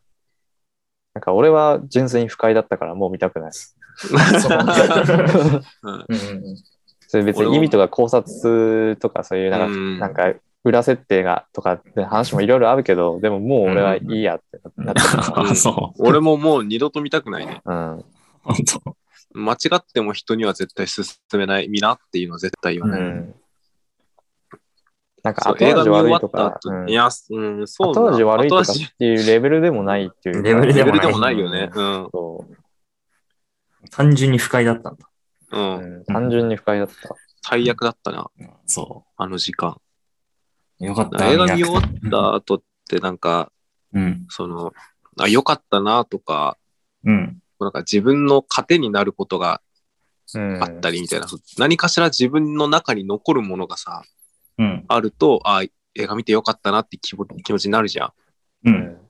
Speaker 2: なんか、俺は純粋に不快だったから、もう見たくない。
Speaker 3: そう
Speaker 1: うん
Speaker 3: うんうん
Speaker 2: それ別に意味とか考察とかそういうなん か、
Speaker 1: うん
Speaker 2: なんか裏設定がとかって話もいろいろあるけど、でももう俺はいいやってなってる
Speaker 1: うん
Speaker 3: あ、 そ
Speaker 1: 俺ももう二度と見たくないね。
Speaker 2: うん。
Speaker 3: う。本当
Speaker 1: 間違っても人には絶対進めない。見なっていうのは絶対言わな
Speaker 2: う
Speaker 1: い。
Speaker 2: ん。なんか
Speaker 1: そう
Speaker 2: 後
Speaker 1: 映画見
Speaker 2: 味
Speaker 1: 終
Speaker 2: 悪
Speaker 1: わ
Speaker 2: い
Speaker 1: っ
Speaker 2: と
Speaker 1: た
Speaker 2: か、
Speaker 1: 後、
Speaker 2: うん
Speaker 1: いや、うん、そう
Speaker 2: 後味悪いと
Speaker 1: 後
Speaker 2: か
Speaker 1: 味
Speaker 2: っていうレベルでもないっていうか。
Speaker 3: レベル
Speaker 1: レ
Speaker 3: で
Speaker 1: ベ
Speaker 3: も
Speaker 1: ル
Speaker 3: ない
Speaker 1: でもないよね。うん。
Speaker 2: そう
Speaker 3: 単純に不快だったんだ。
Speaker 1: う。
Speaker 2: うんん、単純に不快だった。
Speaker 1: 最悪だったな、
Speaker 3: そ
Speaker 1: あの時間。
Speaker 3: う。よかった。
Speaker 1: 映画見終わ
Speaker 3: なくて
Speaker 1: った後って、なんか、
Speaker 3: うん。
Speaker 1: その、あ、良かったなとか、
Speaker 3: うん。
Speaker 1: なんか自分の糧になることが
Speaker 2: うん、
Speaker 1: あったりみたいな、そう何かしら自分の中に残るものがさ、
Speaker 3: うん。
Speaker 1: あると、あ、映画見てよかったなって気持気持ちになるじゃん。
Speaker 3: う。
Speaker 2: うんん。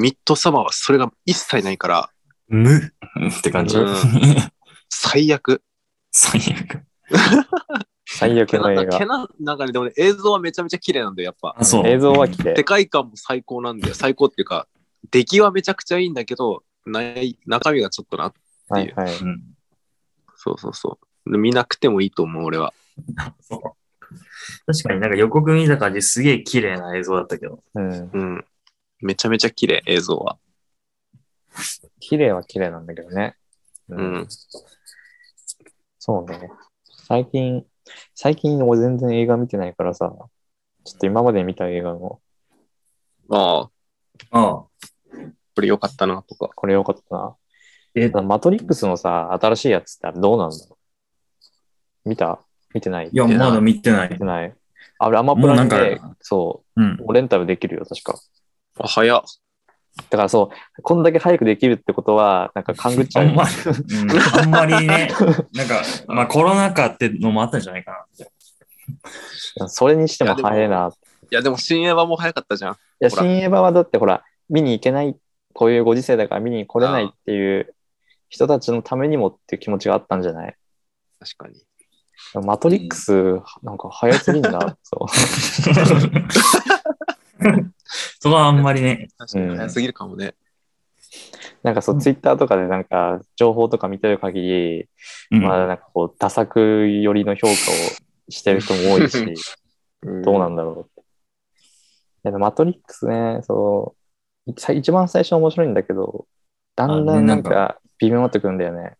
Speaker 1: ミッドサマーはそれが一切ないから、
Speaker 3: 無って感じ。
Speaker 1: うん最悪。
Speaker 3: 最悪。
Speaker 2: 最悪
Speaker 1: け
Speaker 2: の
Speaker 1: な
Speaker 2: 映
Speaker 1: んか、け
Speaker 2: 画。
Speaker 1: な、なんかね、でもね、映像はめちゃめちゃ綺麗なんだよ、やっぱ。
Speaker 3: あ、そう。
Speaker 2: 映像は
Speaker 3: うん
Speaker 2: 綺麗
Speaker 1: 世。界観も最高なんだよ。最高っていうか、出来はめちゃくちゃいいんだけど、ない、中身がちょっとな。
Speaker 2: は
Speaker 1: て
Speaker 2: い
Speaker 1: いう
Speaker 2: はい。
Speaker 3: うん。
Speaker 1: そうそうそう。見なくてもいいと思う、俺は。
Speaker 3: そう確かになんか予告見た感じすげえ綺麗な映像だったけど。
Speaker 2: うん。
Speaker 1: うん。めちゃめちゃ綺麗、映像は。
Speaker 2: 綺麗は綺麗なんだけどね。
Speaker 1: う。
Speaker 2: うんそうね。最近、最近俺全然映画見てないからさ、ちょっと今まで見た映画も、
Speaker 1: ああ、
Speaker 3: ああ。
Speaker 1: これ良かったな、とか。
Speaker 2: これ良かったな。
Speaker 3: え
Speaker 2: ただマトリックスのさ、新しいやつってあれどうなんだろう見た見てない
Speaker 3: いや、
Speaker 1: 見てない
Speaker 3: まだ見てな
Speaker 2: 見
Speaker 3: い
Speaker 2: て。ない。あれ、アマプラに
Speaker 3: もうなん
Speaker 2: ね
Speaker 3: か、
Speaker 2: そ
Speaker 3: うん
Speaker 2: う、。もうレンタルできるよ、確か。
Speaker 1: あ、早っ。
Speaker 2: だからそう、こんだけ早くできるってことは、なんか勘ぐっちゃ
Speaker 3: あ
Speaker 2: うよ
Speaker 3: ん。まり、うん、あんまりね、なんか、まあコロナ禍ってのもあったんじゃないか
Speaker 2: それにしても早いな。い
Speaker 1: いや、でも、新映はもう早かったじゃん。
Speaker 2: や、
Speaker 1: ほら
Speaker 2: 新エヴァはだってほら、見に行けない、こういうご時世だから見に来れないっていう人たちのためにもっていう気持ちがあったんじゃない
Speaker 1: 確かに。
Speaker 2: マトリックス、なんか早すぎん な。そ
Speaker 3: な。そこはあんまりね、
Speaker 1: 確かに
Speaker 2: うん
Speaker 1: 早すぎるかもね。
Speaker 2: う。なんかそう、ツイッターとかでなんか情報とか見てる限り、
Speaker 3: うん
Speaker 2: まあなんかこう、ダ作寄りの評価をしてる人も多いし、どうなんだろうって。いやでもマトリックスね、そう、一一番最初面白いんだけど、だんだ
Speaker 3: あね
Speaker 2: んなん
Speaker 3: な
Speaker 2: か微妙になってくるんだよね。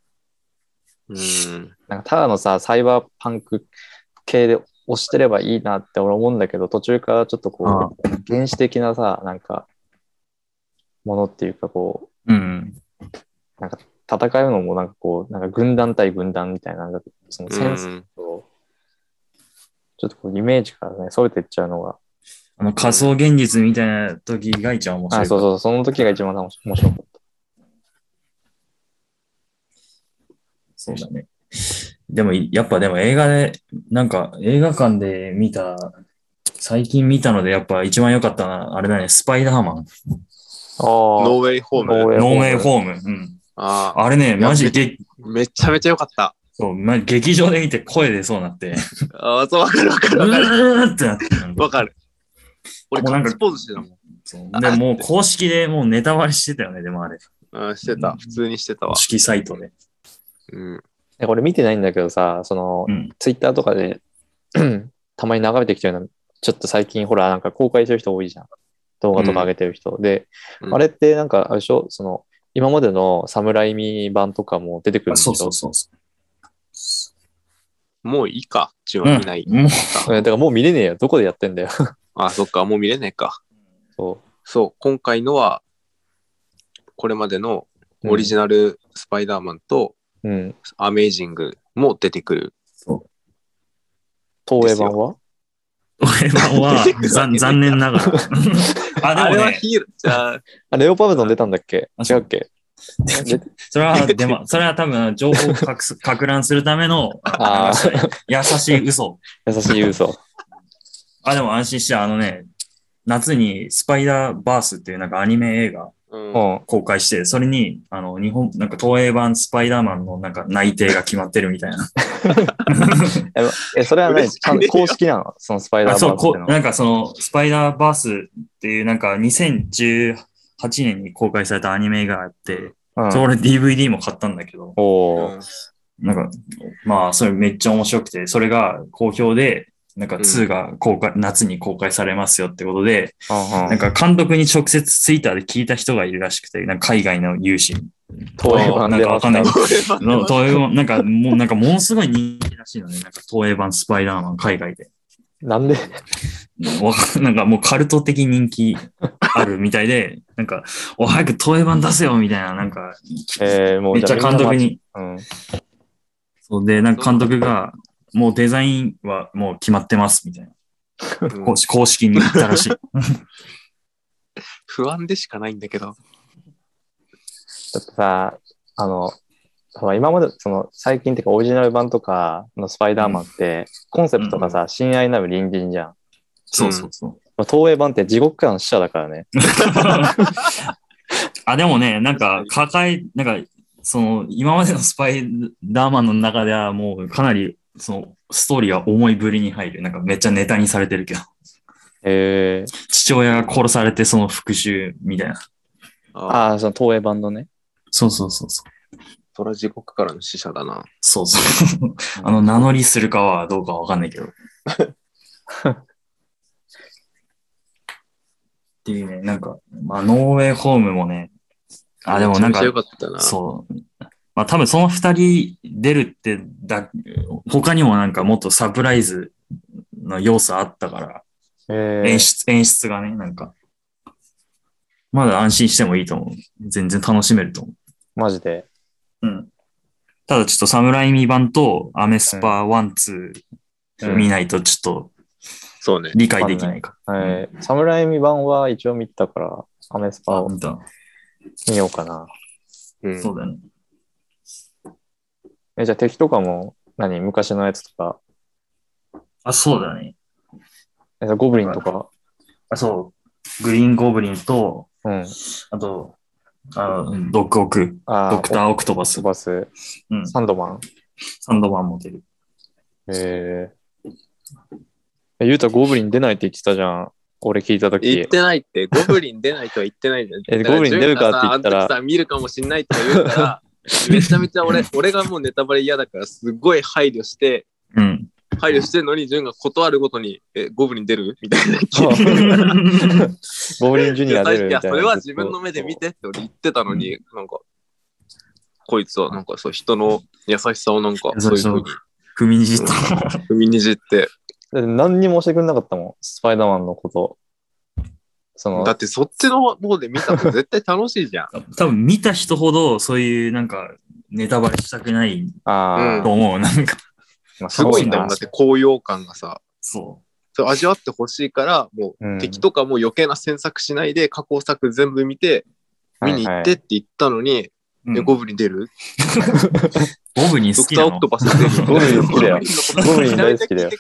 Speaker 1: うん。
Speaker 2: なんかただのさ、サイバーパンク系で押してればいいなって俺思うんだけど、途中からちょっとこう、原始的なさ、なんか、ものっていうかこう、
Speaker 3: うん。
Speaker 2: 戦うのもなんかこう、なんか軍団対軍団みたいな、なんかその
Speaker 1: う
Speaker 2: センス
Speaker 1: ん。
Speaker 2: と、ちょっとこうイメージからね、それていっちゃうのが、
Speaker 3: あの仮想現実みたいな時が一番面白い。
Speaker 2: あ、そうそう、その時が一番面白かった。
Speaker 3: そうだね。でも、やっぱでも映画で、なんか映画館で見た、最近見たのでやっぱ一番良かったな、あれだね、スパイダーマン。
Speaker 2: ああ、
Speaker 1: ノーウェイホー
Speaker 2: ノーウ
Speaker 1: ム。
Speaker 2: ェイ
Speaker 3: ノーウェイホーム。うん。
Speaker 1: ああ、
Speaker 3: あれね、マ
Speaker 1: い
Speaker 3: ジ
Speaker 1: や
Speaker 3: げ、
Speaker 1: めちゃめちゃ良かった。
Speaker 3: そう、ま劇場で見て声出そうになって、
Speaker 1: ああ、そう、わかるわか
Speaker 3: う
Speaker 1: るわかる。
Speaker 3: ーってなってたの。
Speaker 1: わかる。俺、
Speaker 3: もう
Speaker 1: ガ
Speaker 3: なん
Speaker 1: ッ
Speaker 3: か
Speaker 1: ツポーズしてたもん。
Speaker 3: そうでもう公式でもうネタバレしてたよね、でもあれ。
Speaker 1: うん、してた。普通にしてたわ
Speaker 3: 公。式サイトで。
Speaker 1: うん。
Speaker 2: え俺見てないんだけどさ、その、
Speaker 3: うん。
Speaker 2: ツイッターとかで、 たまに眺めてきてるの、ちょっと最近ほら、なんか公開してる人多いじゃん。動画とか上げてる人。で、
Speaker 1: うん
Speaker 2: あれってなんか、あれでしょその、今までの侍ミ版とかも出てくるんでし
Speaker 3: そ
Speaker 2: ょ
Speaker 3: うそうそうそ
Speaker 1: もういいか。順
Speaker 3: う。う
Speaker 1: は見
Speaker 3: ん
Speaker 1: ない。。
Speaker 3: も
Speaker 2: う
Speaker 3: う、
Speaker 2: んだからもう見れねえよ。どこでやってんだよ。
Speaker 1: ああ、そっか。もう見れないか。
Speaker 2: そ
Speaker 1: そう、今回のは、これまでの
Speaker 2: う。
Speaker 1: オリジナルスパイダーマンと
Speaker 2: ナル。うん。
Speaker 1: アメイジングも出てくる。
Speaker 3: そう。
Speaker 2: 東映版は
Speaker 3: 俺は残残念ながら。あ、
Speaker 1: あ
Speaker 3: で
Speaker 1: れ
Speaker 3: も
Speaker 1: は
Speaker 3: ね、
Speaker 1: ヒーロー、じゃあ、
Speaker 2: あ、レオパルドン出たんだっけ
Speaker 3: あ
Speaker 2: 違
Speaker 3: そうう
Speaker 2: っけ
Speaker 3: それは、でも、それは多分、情報を隠す、拡乱するための、
Speaker 2: あー
Speaker 3: なんか優しい嘘。
Speaker 2: 優しい嘘。
Speaker 3: あ、でも安心して、あのね、夏にスパイダーバースっていうなんかアニメ映画
Speaker 1: うん
Speaker 2: う。ん。
Speaker 3: 公開して、それに、あの、日本、なんか東映版スパイダーマンのなんか内定が決まってるみたいな。
Speaker 2: ええ、それは何
Speaker 1: 嬉しいね
Speaker 2: 公式なのそのスパイダ
Speaker 3: あ
Speaker 2: ー
Speaker 3: そ
Speaker 2: マンっ
Speaker 3: う
Speaker 2: て
Speaker 3: こ
Speaker 2: の
Speaker 3: う、
Speaker 2: は。
Speaker 3: なんかその、スパイダーバースっていうなんか2018年に公開されたアニメ映画があって、
Speaker 2: うん
Speaker 3: それ DVD も買ったんだけど、
Speaker 1: う
Speaker 2: おー
Speaker 1: ん
Speaker 3: なんか、まあ、それめっちゃ面白くて、それが好評で、なんか
Speaker 1: うん
Speaker 3: 2が公開、夏に公開されますよってことで、
Speaker 2: あ
Speaker 3: なんか監督に直接ツイッターで聞いた人がいるらしくて、なんか海外の有志に
Speaker 2: 東映版で
Speaker 3: なんかわかんないの
Speaker 1: そ
Speaker 3: 東映版、なんかもう、なんかものすごい人気らしいのね。なんか東映版スパイダーマン海外で。
Speaker 2: なん で、
Speaker 3: わかなん かもうカルト的人気あるみたいで、なんか、お早く東映版出せよみたいな、なんか、
Speaker 2: えー、もう
Speaker 3: めっちゃ監督。に。
Speaker 2: じゃあみんな待ち
Speaker 3: そうで、なんか監督が、もうデザインはもう決まってますみたいな。
Speaker 1: うん
Speaker 3: 公式公式に言ったらし い。
Speaker 1: 不安でしかないんだけど。
Speaker 2: うん、ちょっとさ、あの、その今まで、その最近っていうかオリジナル版とかのスパイダーマンって、コンセプトがさ、親愛なる隣人じゃん。
Speaker 3: そうそうそう。
Speaker 2: まあ東映版って地獄からの死者だからね。
Speaker 3: あ、でもね、なんか、抱え、なんか、その、今までのスパイダーマンの中では、もう、かなり、その、ストーリーは重いぶりに入る。なんか、めっちゃネタにされてるけど。
Speaker 2: えー、
Speaker 3: 父親が殺されて、その復讐みたいな。
Speaker 1: ああ、
Speaker 2: ああ、その東映版のね。
Speaker 3: そうそうそうそう。
Speaker 1: そら地獄からの死者だな。
Speaker 3: そうそう。あの、名乗りするかはどうかわかんないけ ど。っていうね、なんか、まあ、ノーウェイホームもね、あ、でもなんか
Speaker 1: めちゃ、めちゃ良かったな。
Speaker 3: そう。まあ多分その二人出るってだ、他にもなんかもっとサプライズの要素あったから、
Speaker 2: えー、
Speaker 3: 演出、演出がね、なんか。まだ安心してもいいと思う。全然楽しめると思
Speaker 2: マジで。
Speaker 3: う。うん。ただちょっとサムライミ版とアメスパワンツー見ないとちょっと
Speaker 1: そうね。
Speaker 3: 理解できないか。
Speaker 2: えー、サムライミ版は一応見たから、アメスパ
Speaker 3: あ、
Speaker 2: を
Speaker 3: 見た。
Speaker 2: 見ようかな。
Speaker 1: うん
Speaker 3: そうだよね。
Speaker 2: え、じゃあ敵とかも、何昔のやつとか、
Speaker 3: あ、そうだね。
Speaker 2: えゴブリンとか、
Speaker 3: あ、そう。グリーンゴブリンと、
Speaker 2: うん。
Speaker 3: あと、あの、ドッグオク、
Speaker 2: あ
Speaker 3: ドクターオクトバス
Speaker 2: ス。バス、
Speaker 3: うん
Speaker 2: サンドマン。
Speaker 3: サンドマンも出る。
Speaker 2: ええゆうたゴブリン出ないって言ってたじゃん。俺聞いたと
Speaker 1: 言っ
Speaker 2: き。
Speaker 1: てないって、ゴブリン出ないとは言ってないじゃん。
Speaker 2: えゴブリン出るかって言っ
Speaker 1: だから純
Speaker 2: たら
Speaker 1: がさあの時さ、見るかもしんないとか言う から、めちゃめちゃ俺、俺がもうネタバレ嫌だから、すごい配慮して、
Speaker 3: うん。
Speaker 1: 配慮してるのに、純が断るごとに、え、ゴブリン出るみた いな。
Speaker 2: そうゴブリンジュニア出
Speaker 1: い
Speaker 2: るみたい
Speaker 1: や、
Speaker 2: な。
Speaker 1: それは自分の目で見てって俺言ってたのに、なんか、こいつはなんかそう、人の優しさをなんか、そういうふうに
Speaker 3: 踏みにじった。
Speaker 1: 踏みにじって、
Speaker 2: だって何にも教えてくれなかったもん。スパイダーマンのこと。その
Speaker 1: だ、ってそっちの方で見たら絶対楽しいじ ゃん。
Speaker 3: 多分見た人ほど、そういうなんか、ネタバレしたくない
Speaker 2: あ
Speaker 1: うん
Speaker 2: あ
Speaker 3: と思う。なんか、
Speaker 2: まあ、
Speaker 1: すごいんだ
Speaker 2: そ
Speaker 1: も。
Speaker 2: うん
Speaker 1: だって高揚感がさ、
Speaker 3: そ
Speaker 1: それ味わってほしいから、も
Speaker 2: うん
Speaker 1: う敵とかも余計な詮索しないで、過去作全部見て、見に行ってって言ったのに、
Speaker 3: う。
Speaker 1: え
Speaker 3: ゴ
Speaker 1: ゴブリン出る
Speaker 3: ブリン
Speaker 1: ドク
Speaker 3: 好き
Speaker 1: ター・
Speaker 3: な
Speaker 1: オク
Speaker 3: の
Speaker 1: トバス出る
Speaker 2: ゴブリン好きだよ
Speaker 1: ゴ
Speaker 2: ゴブリン大好きだよ。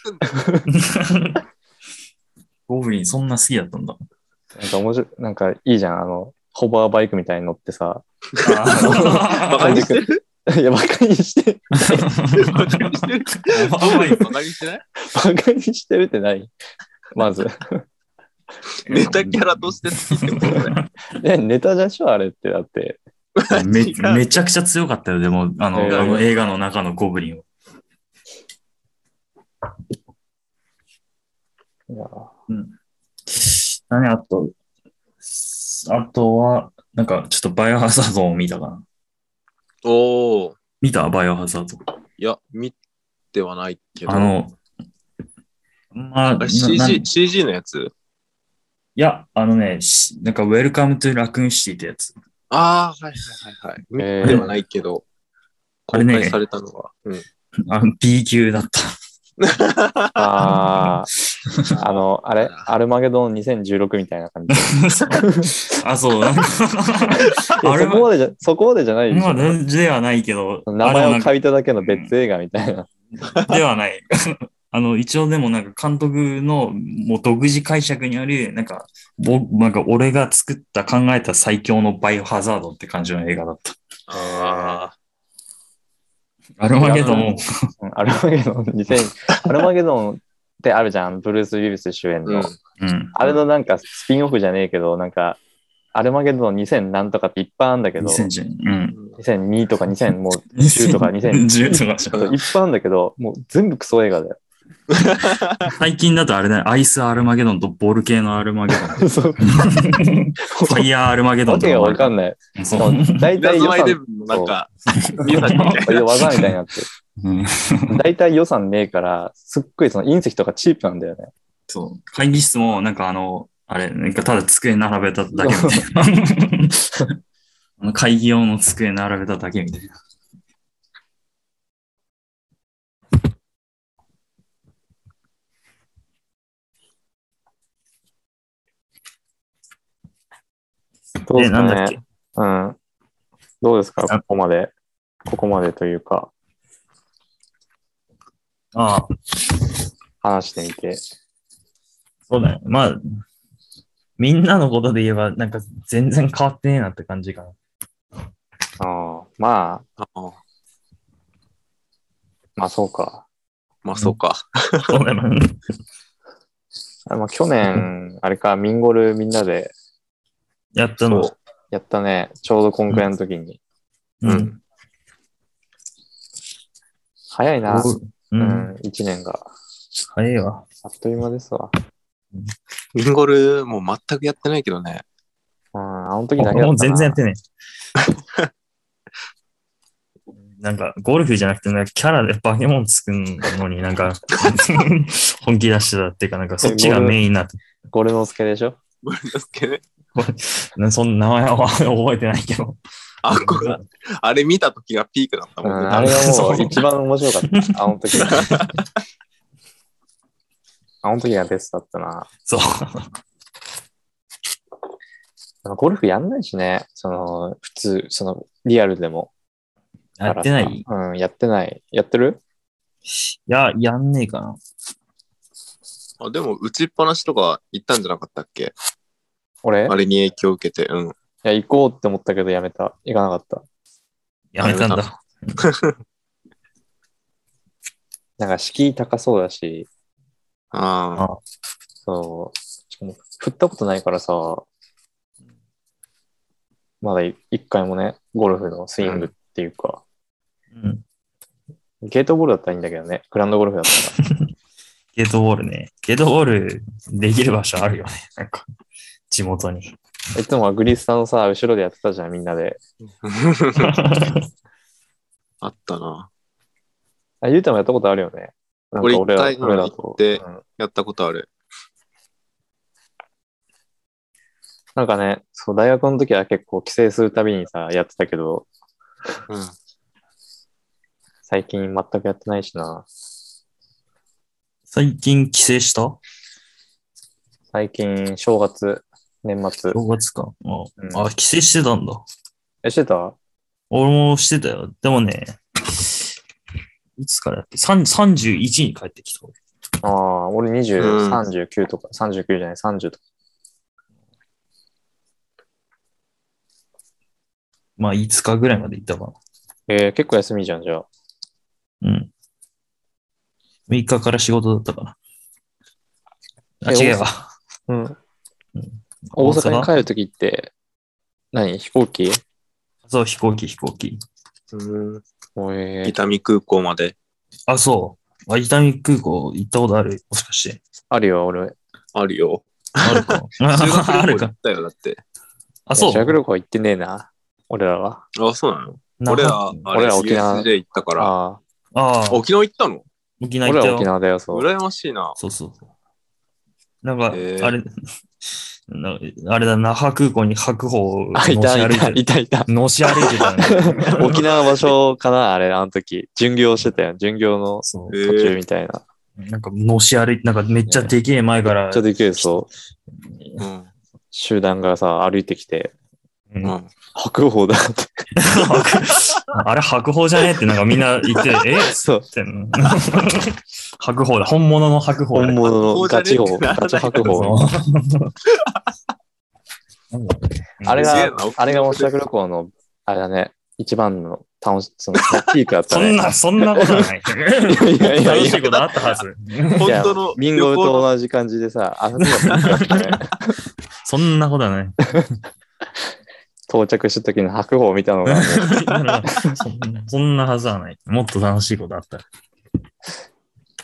Speaker 3: ゴブリンそんな好きだったん だ。
Speaker 2: なんか面白い、なんかいいじゃん。あの、ホバーバイクみたいに乗ってさ。
Speaker 1: バ カにしてる
Speaker 2: いや、バカにして、
Speaker 1: バカにしてるゴブリンバ
Speaker 3: あ
Speaker 1: カにしてない
Speaker 2: バカにしてるってないまず。
Speaker 1: ネタキャラとして好きってことだよ。
Speaker 2: ね、ネタじゃんしょ、あれって。だって。
Speaker 3: め
Speaker 1: 違う
Speaker 3: めちゃくちゃ強かったよ、でも、あの、
Speaker 2: えー
Speaker 3: あの映画の中のゴブリンは。
Speaker 2: いやー
Speaker 3: 何あと、あとは、なんか、ちょっとバイオハザードを見たかな。
Speaker 1: おー。
Speaker 3: 見たバイオハザード。
Speaker 1: いや、見てはないけど。
Speaker 3: あの、まあ、
Speaker 1: あれ
Speaker 3: ななん
Speaker 1: CG,
Speaker 3: い
Speaker 1: CG のやつ
Speaker 3: や、あのね、しなんか、ウェルカムトゥラクーンシティってやつ。
Speaker 1: ああ、はいはいはいはい。見
Speaker 2: えー
Speaker 1: てはないけど、
Speaker 3: あ
Speaker 1: 公
Speaker 3: れね
Speaker 1: 開されたのは。うん
Speaker 3: あの B 級だった。
Speaker 2: ああ、あの、あれ、アルマゲドン2016みたいな感じ。
Speaker 3: あ、そう、なんか
Speaker 2: いや
Speaker 3: あれ
Speaker 2: そこ
Speaker 3: は、
Speaker 2: までじゃ、そこまでじゃないでし
Speaker 3: まあ、
Speaker 2: ょ。
Speaker 3: 全然ではないけど、
Speaker 2: 名
Speaker 3: あれは
Speaker 2: 前
Speaker 3: な
Speaker 2: を
Speaker 3: んか
Speaker 2: 借りただけの別映画みたいな。
Speaker 3: ではない。 あの、一応でもなんか監督のもう独自解釈にある、なんか、ぼなんか俺が作った考えた最強のバイオハザードって感じの映画だった。
Speaker 1: あ
Speaker 3: アルマゲドンも、
Speaker 2: うんアルマゲドン2000、アルマゲドンってあるじゃん。ブルース・ウィルス主演
Speaker 1: ー、う
Speaker 2: の。
Speaker 1: ん。
Speaker 3: うん。
Speaker 2: あれのなんかスピンオフじゃねえけど、なんか、アルマゲドン2000なんとかっていっぱいあるんだけど、
Speaker 3: 2010うん。
Speaker 1: うん
Speaker 2: 2002とか2010とか2000
Speaker 4: 10とかでしょ
Speaker 2: いっぱいあるんだけど、もう全部クソ映画だよ。
Speaker 4: 最近だとあれだね、アイスアルマゲドンとボルケーノアルマゲ ドン。フ
Speaker 2: そう。
Speaker 4: ァイヤーアルマゲド
Speaker 2: わ
Speaker 4: ンと
Speaker 2: けがわか
Speaker 4: ん
Speaker 2: んない。
Speaker 4: そう。
Speaker 2: 大体
Speaker 1: ラズ
Speaker 2: 予
Speaker 1: マイレ
Speaker 2: 算、
Speaker 1: ブンのなんか、ミュージックみたいな。
Speaker 2: 技みたいになってる。
Speaker 4: うん
Speaker 2: 大体予算ねえから、すっごいその隕石とかチープなんだよね。
Speaker 4: そう。会議室も、なんかあの、あれ、なんかただ机並べただけみたいな。あの会議用の机並べただけみたいな。
Speaker 2: どうですか
Speaker 4: でなんだっ
Speaker 2: ね
Speaker 4: け。
Speaker 2: うん。どうですか
Speaker 4: あ
Speaker 2: ここまで。ここまでというか、
Speaker 4: ああ、
Speaker 2: 話してみて。
Speaker 4: そうだよ。まあ、
Speaker 3: みんなのことで言えば、なんか全然変わってねえなって感じかな。
Speaker 2: ああまあ、
Speaker 1: あー
Speaker 2: まあそうか。
Speaker 1: まあ、そうか。
Speaker 3: そうだよな。
Speaker 2: あまあ、去年、あれか、ミンゴルみんなで
Speaker 3: やったの。
Speaker 1: そう
Speaker 2: やったね。ちょうどこんくらいの時に。
Speaker 1: うん
Speaker 3: うん。
Speaker 2: 早いな。
Speaker 3: う。
Speaker 2: うんん、一年が。
Speaker 3: 早いわ。
Speaker 2: あっという間ですわ。
Speaker 1: ミンゴル、もう全くやってないけどね。
Speaker 2: うん、あの時だけだったな。
Speaker 3: もう全然やってねえ。なんか、ゴルフじゃなくて、なんかキャラで化け物作るのになんか、 本気出してたっていうか、なんかそっちがメインになって。
Speaker 2: ゴルノスケでしょ
Speaker 1: ゴルノスケね。
Speaker 3: なそんな名前は 覚えてないけど。
Speaker 1: あこが、あれ見た時がピークだった
Speaker 2: う
Speaker 1: も
Speaker 2: ん、
Speaker 1: んね。
Speaker 2: あれがも
Speaker 3: そうう
Speaker 2: 一番面白かった。あの時が。あの時がベストだったな。
Speaker 3: そう。
Speaker 2: でもゴルフやんないしね。その、普通、その、リアルでも。
Speaker 3: やってないい
Speaker 2: うん、やってない。やってる
Speaker 3: や、やんねえかな。
Speaker 1: あでも、打ちっぱなしとか行ったんじゃなかったっけ
Speaker 2: 俺い
Speaker 1: あれに影響を受けて、うん。
Speaker 2: や、行こうって思ったけどやめた。行かなかった。
Speaker 3: やめたん
Speaker 1: やめ
Speaker 3: だ。
Speaker 2: なんか敷居高そうだし、
Speaker 1: ああ、
Speaker 2: そう、しかも振ったことないからさ、まだい一回もね、ゴルフのスイングっていうか、
Speaker 3: うん。
Speaker 2: ゲートボールだったらいいんだけどね、グランドゴルフだったら。
Speaker 3: ゲートボールね。ゲートボールできる場所あるよね。なんか、地元に。
Speaker 2: いつもはグリスタのさ、後ろでやってたじゃん、みんなで。
Speaker 1: あったな。
Speaker 2: あ、ゆうたもやったことあるよね。なんか俺ら
Speaker 1: 俺一回
Speaker 2: 俺ら
Speaker 1: 行
Speaker 2: と
Speaker 1: っ、て
Speaker 2: うん
Speaker 1: やったことある。
Speaker 2: なんかね、そう、大学の時は結構帰省するたびにさ、やってたけど、
Speaker 1: うん。
Speaker 2: 最近全くやってないしな。
Speaker 3: 最近帰省した
Speaker 2: 最近、正月、年末。
Speaker 3: 正月か。あ、
Speaker 2: うん
Speaker 3: あ帰省してたんだ。
Speaker 2: え、してた
Speaker 3: 俺もしてたよ。でもね、いつからだっけさん ?31 に帰ってきた。
Speaker 2: ああ、俺20、
Speaker 1: うん
Speaker 2: 39とか、39じゃない、30とか。
Speaker 3: まあ、5日ぐらいまで行ったか
Speaker 2: えー、結構休みじゃん、じゃあ。
Speaker 3: な。うん。6日から仕事だったかな。あ、
Speaker 2: え
Speaker 3: 違うわ。
Speaker 2: うん。大阪に
Speaker 3: る
Speaker 2: 帰るときって、何飛行機
Speaker 3: そう、飛行機、飛行機。
Speaker 1: うん、
Speaker 2: おえ
Speaker 1: 伊丹空港まで。
Speaker 3: あ、そう。あ、伊丹空港行ったことあるもしかして。
Speaker 2: あるよ、俺。
Speaker 1: あるよ。
Speaker 3: ある か。
Speaker 1: 修学
Speaker 3: あ
Speaker 1: 旅
Speaker 3: る
Speaker 1: 行行っ
Speaker 3: か。
Speaker 1: たよ、だって。
Speaker 3: あ、そう。
Speaker 2: 修学旅行行ってねえな。俺らは。
Speaker 1: あ、そうなの
Speaker 3: な
Speaker 1: 俺ら、あれ
Speaker 2: 俺ら沖縄
Speaker 1: USJ 行ったから。
Speaker 2: あ
Speaker 3: ああ、
Speaker 1: 沖縄行ったの
Speaker 3: 沖
Speaker 2: あ。
Speaker 3: 縄
Speaker 2: 俺
Speaker 3: 行った
Speaker 2: ら
Speaker 3: よ
Speaker 2: 沖。縄だよ、そう。
Speaker 1: 羨ましいな。
Speaker 3: そうそうそう。なんか、
Speaker 1: へー
Speaker 3: あれ、なあれだ、那覇空港に白鵬をの
Speaker 2: あ、
Speaker 3: し
Speaker 2: いた、い
Speaker 3: 歩い
Speaker 2: た、
Speaker 3: て
Speaker 2: いた、いた。
Speaker 3: のし歩いて たね。
Speaker 2: 沖縄場所かなあれ、あの時。巡業してたよ。巡業の
Speaker 3: そう
Speaker 1: え
Speaker 2: 途中
Speaker 1: ー
Speaker 2: みたいな。
Speaker 3: なんか、のし歩いて、なんかめっちゃでけえ前から
Speaker 2: ちょ、っと行ける、そう。
Speaker 1: うん
Speaker 2: 集団がさ、歩いてきて、
Speaker 3: うん
Speaker 1: うん
Speaker 2: 白鵬だって。
Speaker 3: あれ白鵬じゃねえってなんかみんな言って、 えっ
Speaker 2: そう。
Speaker 3: てんの 白鵬だ、本物の白鵬
Speaker 2: 本
Speaker 3: だ。
Speaker 2: 物のガチ鵬、
Speaker 1: 白鵬じゃねえ
Speaker 2: ガチ白鵬。
Speaker 3: そう
Speaker 2: あれ
Speaker 1: すげえな、
Speaker 2: があれが大阪旅行の、あれだね、一番の楽し、その、ピークだった
Speaker 3: そ
Speaker 2: ね。
Speaker 3: んな、そんなことはない。
Speaker 2: いやいや
Speaker 3: 楽
Speaker 2: い
Speaker 3: し
Speaker 2: や。
Speaker 3: いことあった はず。
Speaker 1: 本
Speaker 2: いや
Speaker 1: 当の
Speaker 2: ビン
Speaker 1: 旅
Speaker 2: ゴ
Speaker 1: 行
Speaker 2: と
Speaker 1: の
Speaker 2: 同じ感じでさ、あの時はピークだったね
Speaker 3: そんなことはない。
Speaker 2: 到着した時の白鵬を見たのが、もう
Speaker 3: そんな そんなはずはない。もっと楽しいことあった。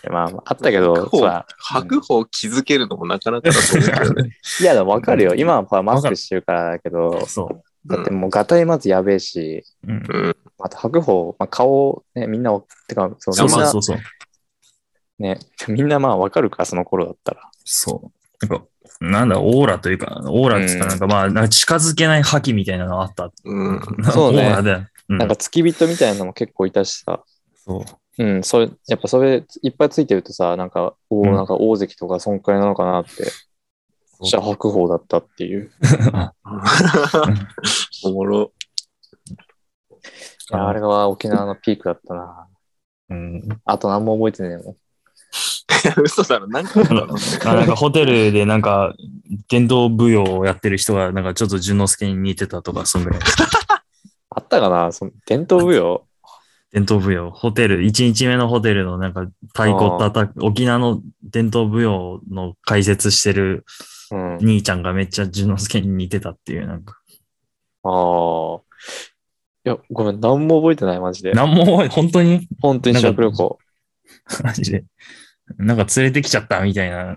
Speaker 2: まあまあ、あったけど、
Speaker 1: 白鵬
Speaker 2: さ、
Speaker 1: 白鵬を気づけるのもなかなかだと思うけどね。
Speaker 2: いや、でもわかるよ。今はマスクしてるからだけど、
Speaker 3: そ
Speaker 2: だってもう、ガタイまずやべえし、
Speaker 3: う。うん。
Speaker 1: うん。
Speaker 2: あと白鵬、まあ、顔、ね、みんなわ、てか、そ
Speaker 3: そ
Speaker 2: のみ
Speaker 3: う
Speaker 2: ん
Speaker 3: そう
Speaker 2: な
Speaker 3: そう、そう。
Speaker 2: ね、 みんなまあわかるか、その頃だったら。
Speaker 3: そう。なんか、なんだ、オーラというか、オーラっていうか、
Speaker 2: うん
Speaker 3: なんかまあ、なんか近づけない覇気みたいなのがあった。
Speaker 1: うん。
Speaker 2: そうね
Speaker 3: オーラで。うん
Speaker 2: なんか付き人みたいなのも結構いたしさ、
Speaker 3: そう。
Speaker 2: うん、それ、やっぱそれいっぱいついてるとさ、なんか、おお、
Speaker 3: うん
Speaker 2: なんか大関とかそんくらいなのかなって、そしたら白鵬だったって いう。
Speaker 1: おもろ。
Speaker 2: いやあれは沖縄のピークだったな。
Speaker 3: うん。
Speaker 2: あと何も覚えてねえもん。
Speaker 1: いや、 嘘だろ。何回だろ。
Speaker 3: あなんかホテルでなんか、伝統舞踊をやってる人が、なんかちょっと淳之介に似てたとか、そんぐらい。
Speaker 2: あったかなその伝統舞踊
Speaker 3: 伝統舞踊、ホテル、1日目のホテルのなんか太鼓叩く、沖縄の伝統舞踊の解説してる
Speaker 2: うん。
Speaker 3: 兄ちゃんがめっちゃ淳之介に似てたっていう、なんか。
Speaker 2: ああ。いや、ごめん、何も覚えてない、マジで。
Speaker 3: なんも、本当に
Speaker 2: 本当に修学旅行。
Speaker 3: マジで。なんか連れてきちゃったみたいな、連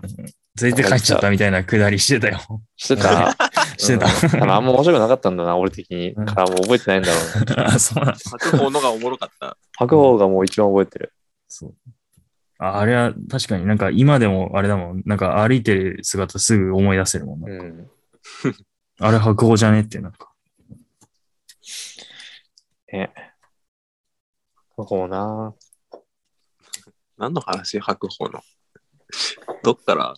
Speaker 3: れて帰っちゃったみたいなくだりしてたよ。
Speaker 2: してた。
Speaker 3: してた。
Speaker 2: うん多分あんま面白くなかったんだな、俺的に。
Speaker 3: うん
Speaker 2: からもう覚えてないんだろうね。
Speaker 3: あ そうなん
Speaker 1: 白鵬のがおもろかった。
Speaker 2: 白鵬がもう一番覚えてる。
Speaker 3: そうああれは確かになんか今でもあれだもん、なんか歩いてる姿すぐ思い出せるもんな。
Speaker 2: うん。
Speaker 3: あれ白鵬じゃねってなんか。
Speaker 2: 白鵬な。
Speaker 1: 何の話白鵬の。どっから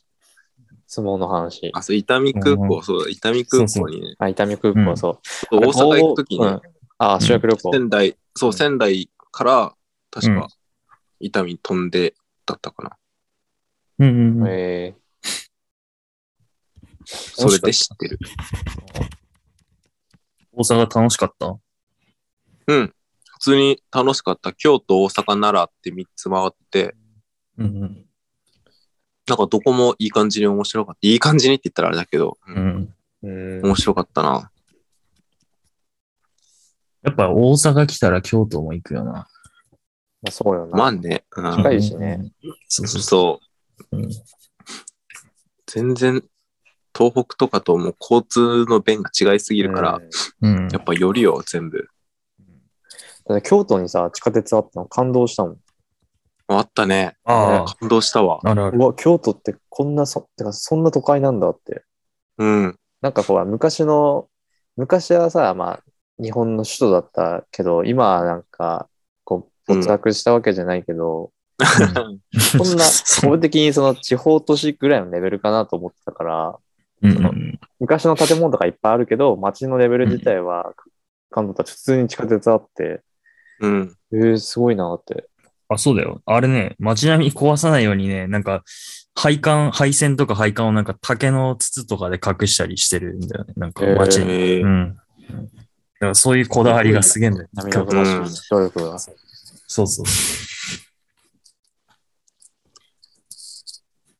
Speaker 2: 相撲の話。
Speaker 1: あ、そう、伊丹空港、そうだ、伊丹空港にね、
Speaker 2: あ、伊丹空港、そう。
Speaker 1: 大阪行くとき
Speaker 2: う
Speaker 1: に
Speaker 2: ん、あ、修学旅行。
Speaker 1: 仙台、そうう、
Speaker 2: ん
Speaker 1: 仙台から、確
Speaker 3: うん
Speaker 1: か、伊丹飛んでだったかな。
Speaker 3: うんうんうん。
Speaker 2: え
Speaker 1: それで知ってる。
Speaker 3: 大阪楽しかった
Speaker 1: うん。普通に楽しかった。京都、大阪、奈良って3つ回って、
Speaker 3: うん
Speaker 1: なんかどこもいい感じに面白かった。いい感じにって言ったらあれだけど、う
Speaker 3: うんうんん。
Speaker 2: ーうん
Speaker 1: 面白かったな。
Speaker 3: やっぱ大阪来たら京都も行くよな。
Speaker 2: まあ、そうよな。
Speaker 1: まあね、う
Speaker 2: 近
Speaker 1: ん、
Speaker 2: いしね。
Speaker 3: そうそうそ。
Speaker 1: そう
Speaker 3: うん
Speaker 1: 全然、東北とかともう交通の便が違いすぎるから、
Speaker 2: うん
Speaker 3: うん
Speaker 1: やっぱよりよ、全部。
Speaker 2: だって京都にさ、地下鉄あったの感動したもん。
Speaker 1: あったね。
Speaker 3: あ
Speaker 1: 感動したわ。
Speaker 3: あ、あるある
Speaker 2: う。わ、京都ってこんなそ、てかそんな都会なんだって。
Speaker 1: うん。
Speaker 2: なんかこう、昔の、昔はさ、まあ、日本の首都だったけど、今はなんか、こう、没落したわけじゃないけど、そんな、
Speaker 3: そう
Speaker 2: 俺的にその地方都市ぐらいのレベルかなと思ってたから、
Speaker 3: うんうん
Speaker 2: 昔の建物とかいっぱいあるけど、街のレベル自体は、関東とは普通に地下鉄あって、
Speaker 1: うん。
Speaker 2: えー、すごいなって。
Speaker 3: あ、そうだよ。あれね、街並み壊さないようにね、なんか、配管、配線とか配管をなんか竹の筒とかで隠したりしてるんだよね。なんか
Speaker 2: へー
Speaker 3: 街に。
Speaker 1: え
Speaker 3: う
Speaker 1: ー、
Speaker 3: ん。だからそういうこだわりがすげえんだよ。
Speaker 2: 涙ぐましい
Speaker 1: うん
Speaker 2: 努力が。
Speaker 3: そうそう。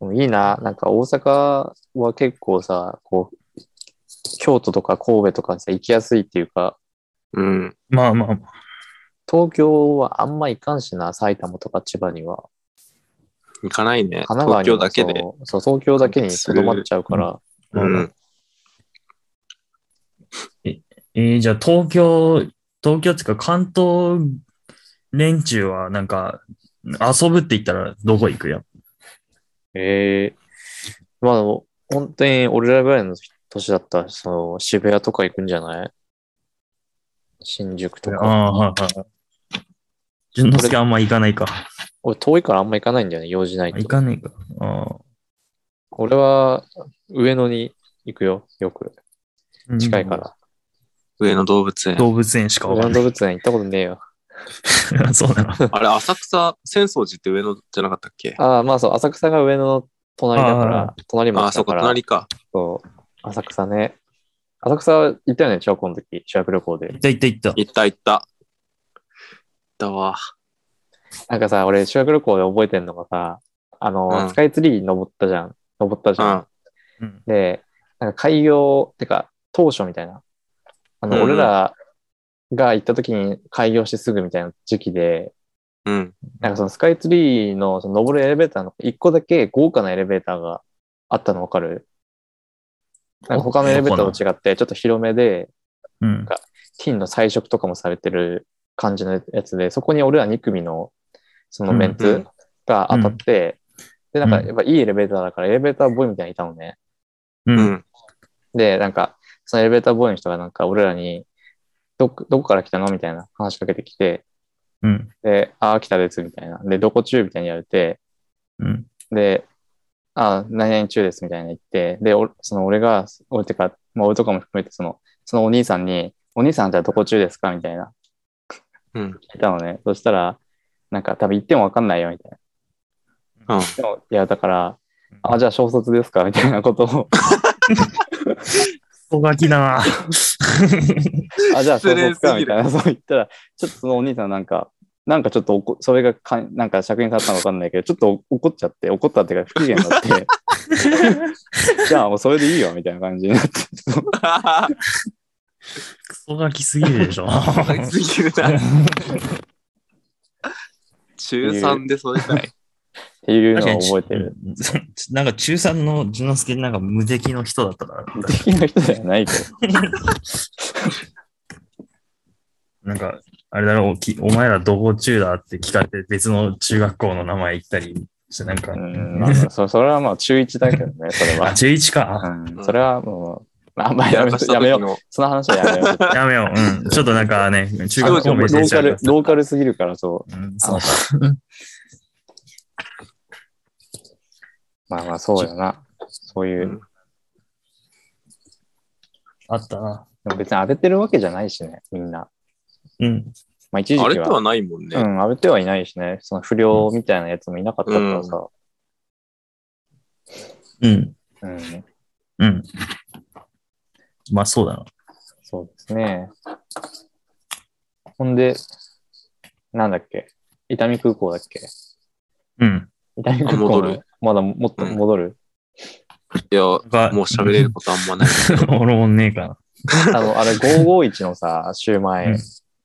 Speaker 2: でもいいな、なんか大阪は結構さ、こう、京都とか神戸とかさ、行きやすいっていうか、
Speaker 1: うん。
Speaker 3: まあまあまあ。
Speaker 2: 東京はあんま行かんしな、埼玉とか千葉には。
Speaker 1: 行かないね。
Speaker 2: 神奈
Speaker 1: 東
Speaker 2: 川
Speaker 1: 京
Speaker 2: にも
Speaker 1: だけで。
Speaker 2: そう、そう東京だけにとどまっちゃうから、
Speaker 1: うん。
Speaker 3: えーじゃあ東京、東京っていうか関東連中はなんか、遊ぶって言ったらどこ行くよ。
Speaker 2: ええまあでも、本当に俺らぐらいの年だったら、その渋谷とか行くんじゃない新宿と
Speaker 3: あ
Speaker 2: か。
Speaker 3: あ、はいはいはい。淳之介あんま行かないか。
Speaker 2: 俺遠いからあんま行かないんだよね、用事ない
Speaker 3: 行
Speaker 2: と。
Speaker 3: かないか。ああ
Speaker 2: 俺は上野に行くよ、よく。
Speaker 3: うん
Speaker 2: 近いから。
Speaker 1: 上野動物園。
Speaker 3: 動物園しかわ
Speaker 2: 上
Speaker 3: か
Speaker 2: 野
Speaker 3: ん
Speaker 2: 動物園行ったことねえよ。
Speaker 3: ない。 そうなの。
Speaker 1: あれ、浅草、浅草寺って上野じゃなかったっけ
Speaker 2: ああ、まあそう、浅草が上野の隣だか
Speaker 3: あ
Speaker 2: ら、隣も
Speaker 1: あ、
Speaker 2: あ
Speaker 1: そ
Speaker 2: た
Speaker 1: うか、
Speaker 2: から、
Speaker 1: 隣か。
Speaker 2: そう、浅草ね。浅草行ったよね、小学校の時、修学旅行で
Speaker 3: 行っ。た行った行った。
Speaker 1: 行った行った。行ったわ。
Speaker 2: なんかさ、俺、修学旅行で覚えてんのがさ、あの、
Speaker 1: うん
Speaker 2: スカイツリー登ったじゃん。登ったじ
Speaker 1: う
Speaker 2: ゃん。
Speaker 1: ん。
Speaker 3: うん
Speaker 2: で、なんか開業、てか、当初みたいなあの、
Speaker 1: うん
Speaker 2: 俺らが行った時に開業してすぐみたいな時期で、
Speaker 1: うん。
Speaker 2: なんかそのスカイツリーのその登るエレベーターの一個だけ豪華なエレベーターがあったのわかるなんか他のエレベーターと違ってちょっと広めで、
Speaker 3: うん。
Speaker 2: 金の彩色とかもされてる感じのやつで、そこに俺ら2組のそのメン
Speaker 1: うんうん
Speaker 2: ツが当たって、で、なんかやっぱいいエレベーターだからエレベーターボーイみたいにいたのね。
Speaker 3: う。
Speaker 1: うんん。
Speaker 2: で、なんか、そのエレベーターボーイの人がなんか、俺らに、どっ、どこから来たのみたいな話しかけてきて、
Speaker 3: うん。
Speaker 2: で、あー、秋田です、みたいな。で、どこ中みたいに言われて、
Speaker 3: うん。
Speaker 2: で、あー、何々中です、みたいな言って、で、おその俺が、俺てか、まあ、俺とかも含めて、その、そのお兄さんに、お兄さんじゃあどこ中ですかみたいな。
Speaker 1: うん。
Speaker 2: 聞いたのね。そしたら、なんか、多分言ってもわかんないよ、みたいな。
Speaker 1: うん
Speaker 2: でもいや、だから、あー、じゃあ小卒ですかみたいなことを、
Speaker 3: 小書きだな。
Speaker 2: あ、じゃあ、そ
Speaker 1: 失
Speaker 2: うで
Speaker 1: 礼
Speaker 2: す
Speaker 1: す
Speaker 2: か、
Speaker 1: ぎ
Speaker 2: み
Speaker 1: る
Speaker 2: たいな、そう言ったら、ちょっとそのお兄さんなんか、なんかちょっと怒それがかん、なんか釈にされたのかわかんないけど、ちょっと怒っちゃって、怒ったっていうか不機嫌に なって、じゃあもうそれでいいよ、みたいな感じになって、そう
Speaker 3: クソ書きすぎるでしょ。
Speaker 1: すぎる な。中3でそれかい。
Speaker 2: っていうのを覚えてる。
Speaker 3: なんか中3の淳之介なんか無敵の人だったから。
Speaker 2: 無敵の人ではないけど、
Speaker 3: なんか、あれだろう、きお前らどこ中だって聞かれて別の中学校の名前言ったりして、なんか、
Speaker 2: うん、まあ、そそれはまあ中1だけどね、それ
Speaker 3: あ、
Speaker 2: は。
Speaker 3: 中1か。
Speaker 2: うん、それはもう、まあ、まあ、やめよう、やめよう。
Speaker 1: う。。
Speaker 2: その話はやめよう。
Speaker 3: やめよう。 うん。ちょっとなんかね、中学校
Speaker 2: ロ
Speaker 3: 名出
Speaker 2: ー
Speaker 3: ちゃ
Speaker 2: カ
Speaker 3: うから
Speaker 2: ル
Speaker 3: さ。、
Speaker 2: ローカルすぎるから、そう。
Speaker 3: うん、そう。
Speaker 2: まあまあ、そうよな。そういううん
Speaker 3: あったな。
Speaker 2: でも別に当ててるわけじゃないしね、みんな。
Speaker 3: うん。
Speaker 2: まあ、一時期
Speaker 1: あ
Speaker 2: は。
Speaker 1: れとはないもんね。
Speaker 2: うん、浴びてはいないしね。その不良みたいなやつもいなかったからさ。
Speaker 3: うん。
Speaker 2: うん、
Speaker 3: うん。まあそうだな。
Speaker 2: そうですね。ほんで、なんだっけ伊丹空港だっけ
Speaker 3: うん。
Speaker 2: 伊丹空港
Speaker 1: あ戻
Speaker 2: のまだもっと
Speaker 1: うん
Speaker 2: 戻る、
Speaker 1: いや、
Speaker 3: が
Speaker 1: もう喋れることあんまない。
Speaker 3: 俺もねえか
Speaker 2: あの、あれ551のさ、シューマイ、
Speaker 3: うんな。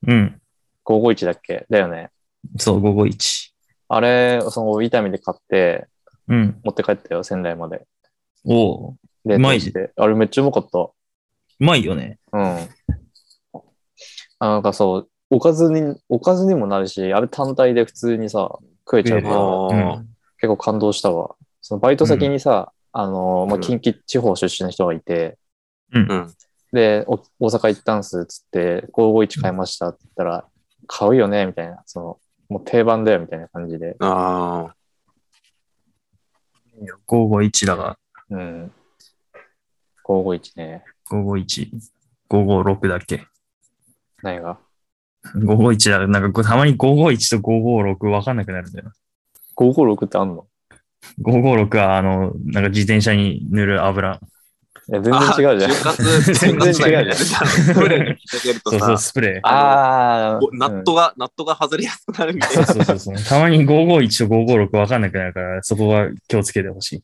Speaker 3: うん。
Speaker 2: 551だっけだよね。
Speaker 3: そう、午後1。
Speaker 2: あれ、その、伊丹で買って、
Speaker 3: うん。
Speaker 2: 持って帰ったよ、仙台まで。
Speaker 3: おう。
Speaker 2: で、
Speaker 3: うまい
Speaker 2: してあれめっちゃうまかった。
Speaker 3: うまいよね。
Speaker 2: うん。あなんかそう、おかずに、おかずにもなるし、あれ単体で普通にさ、食えちゃうから、
Speaker 1: 食える
Speaker 3: うん
Speaker 2: 結構感動したわ。そのバイト先にさ、あの、まあ、
Speaker 1: うん
Speaker 2: 近畿地方出身の人がいて、
Speaker 1: うん。
Speaker 2: で、お大阪行ったんす、つって、551買いましたって言ったら、買うよね、みたいな、その、もう定番だよ、みたいな感じで。
Speaker 1: ああ。
Speaker 3: 午後1だが、
Speaker 2: うん。551ね。
Speaker 3: 午後1。午後6だっけ。
Speaker 2: 何が
Speaker 3: 午後1だが、なんかこうたまに午後1と午後6わかんなくなるんだよな。
Speaker 2: ?556 ってあんの
Speaker 3: 午後6は、あの、なんか自転車に塗る油。
Speaker 2: いや、全然違うじゃん。
Speaker 1: あー
Speaker 3: 全然違
Speaker 1: 潤
Speaker 3: うじゃん
Speaker 1: 滑剤みたいなじゃん。トイレに引き立てると
Speaker 3: そう
Speaker 1: さ
Speaker 3: そう、スプレー。
Speaker 2: ああ
Speaker 1: お、ナットが、ナットが外れやすくなるみたいな。
Speaker 3: そうそうそう。たまに551と556わかんなくなるから、そこは気をつけてほしい。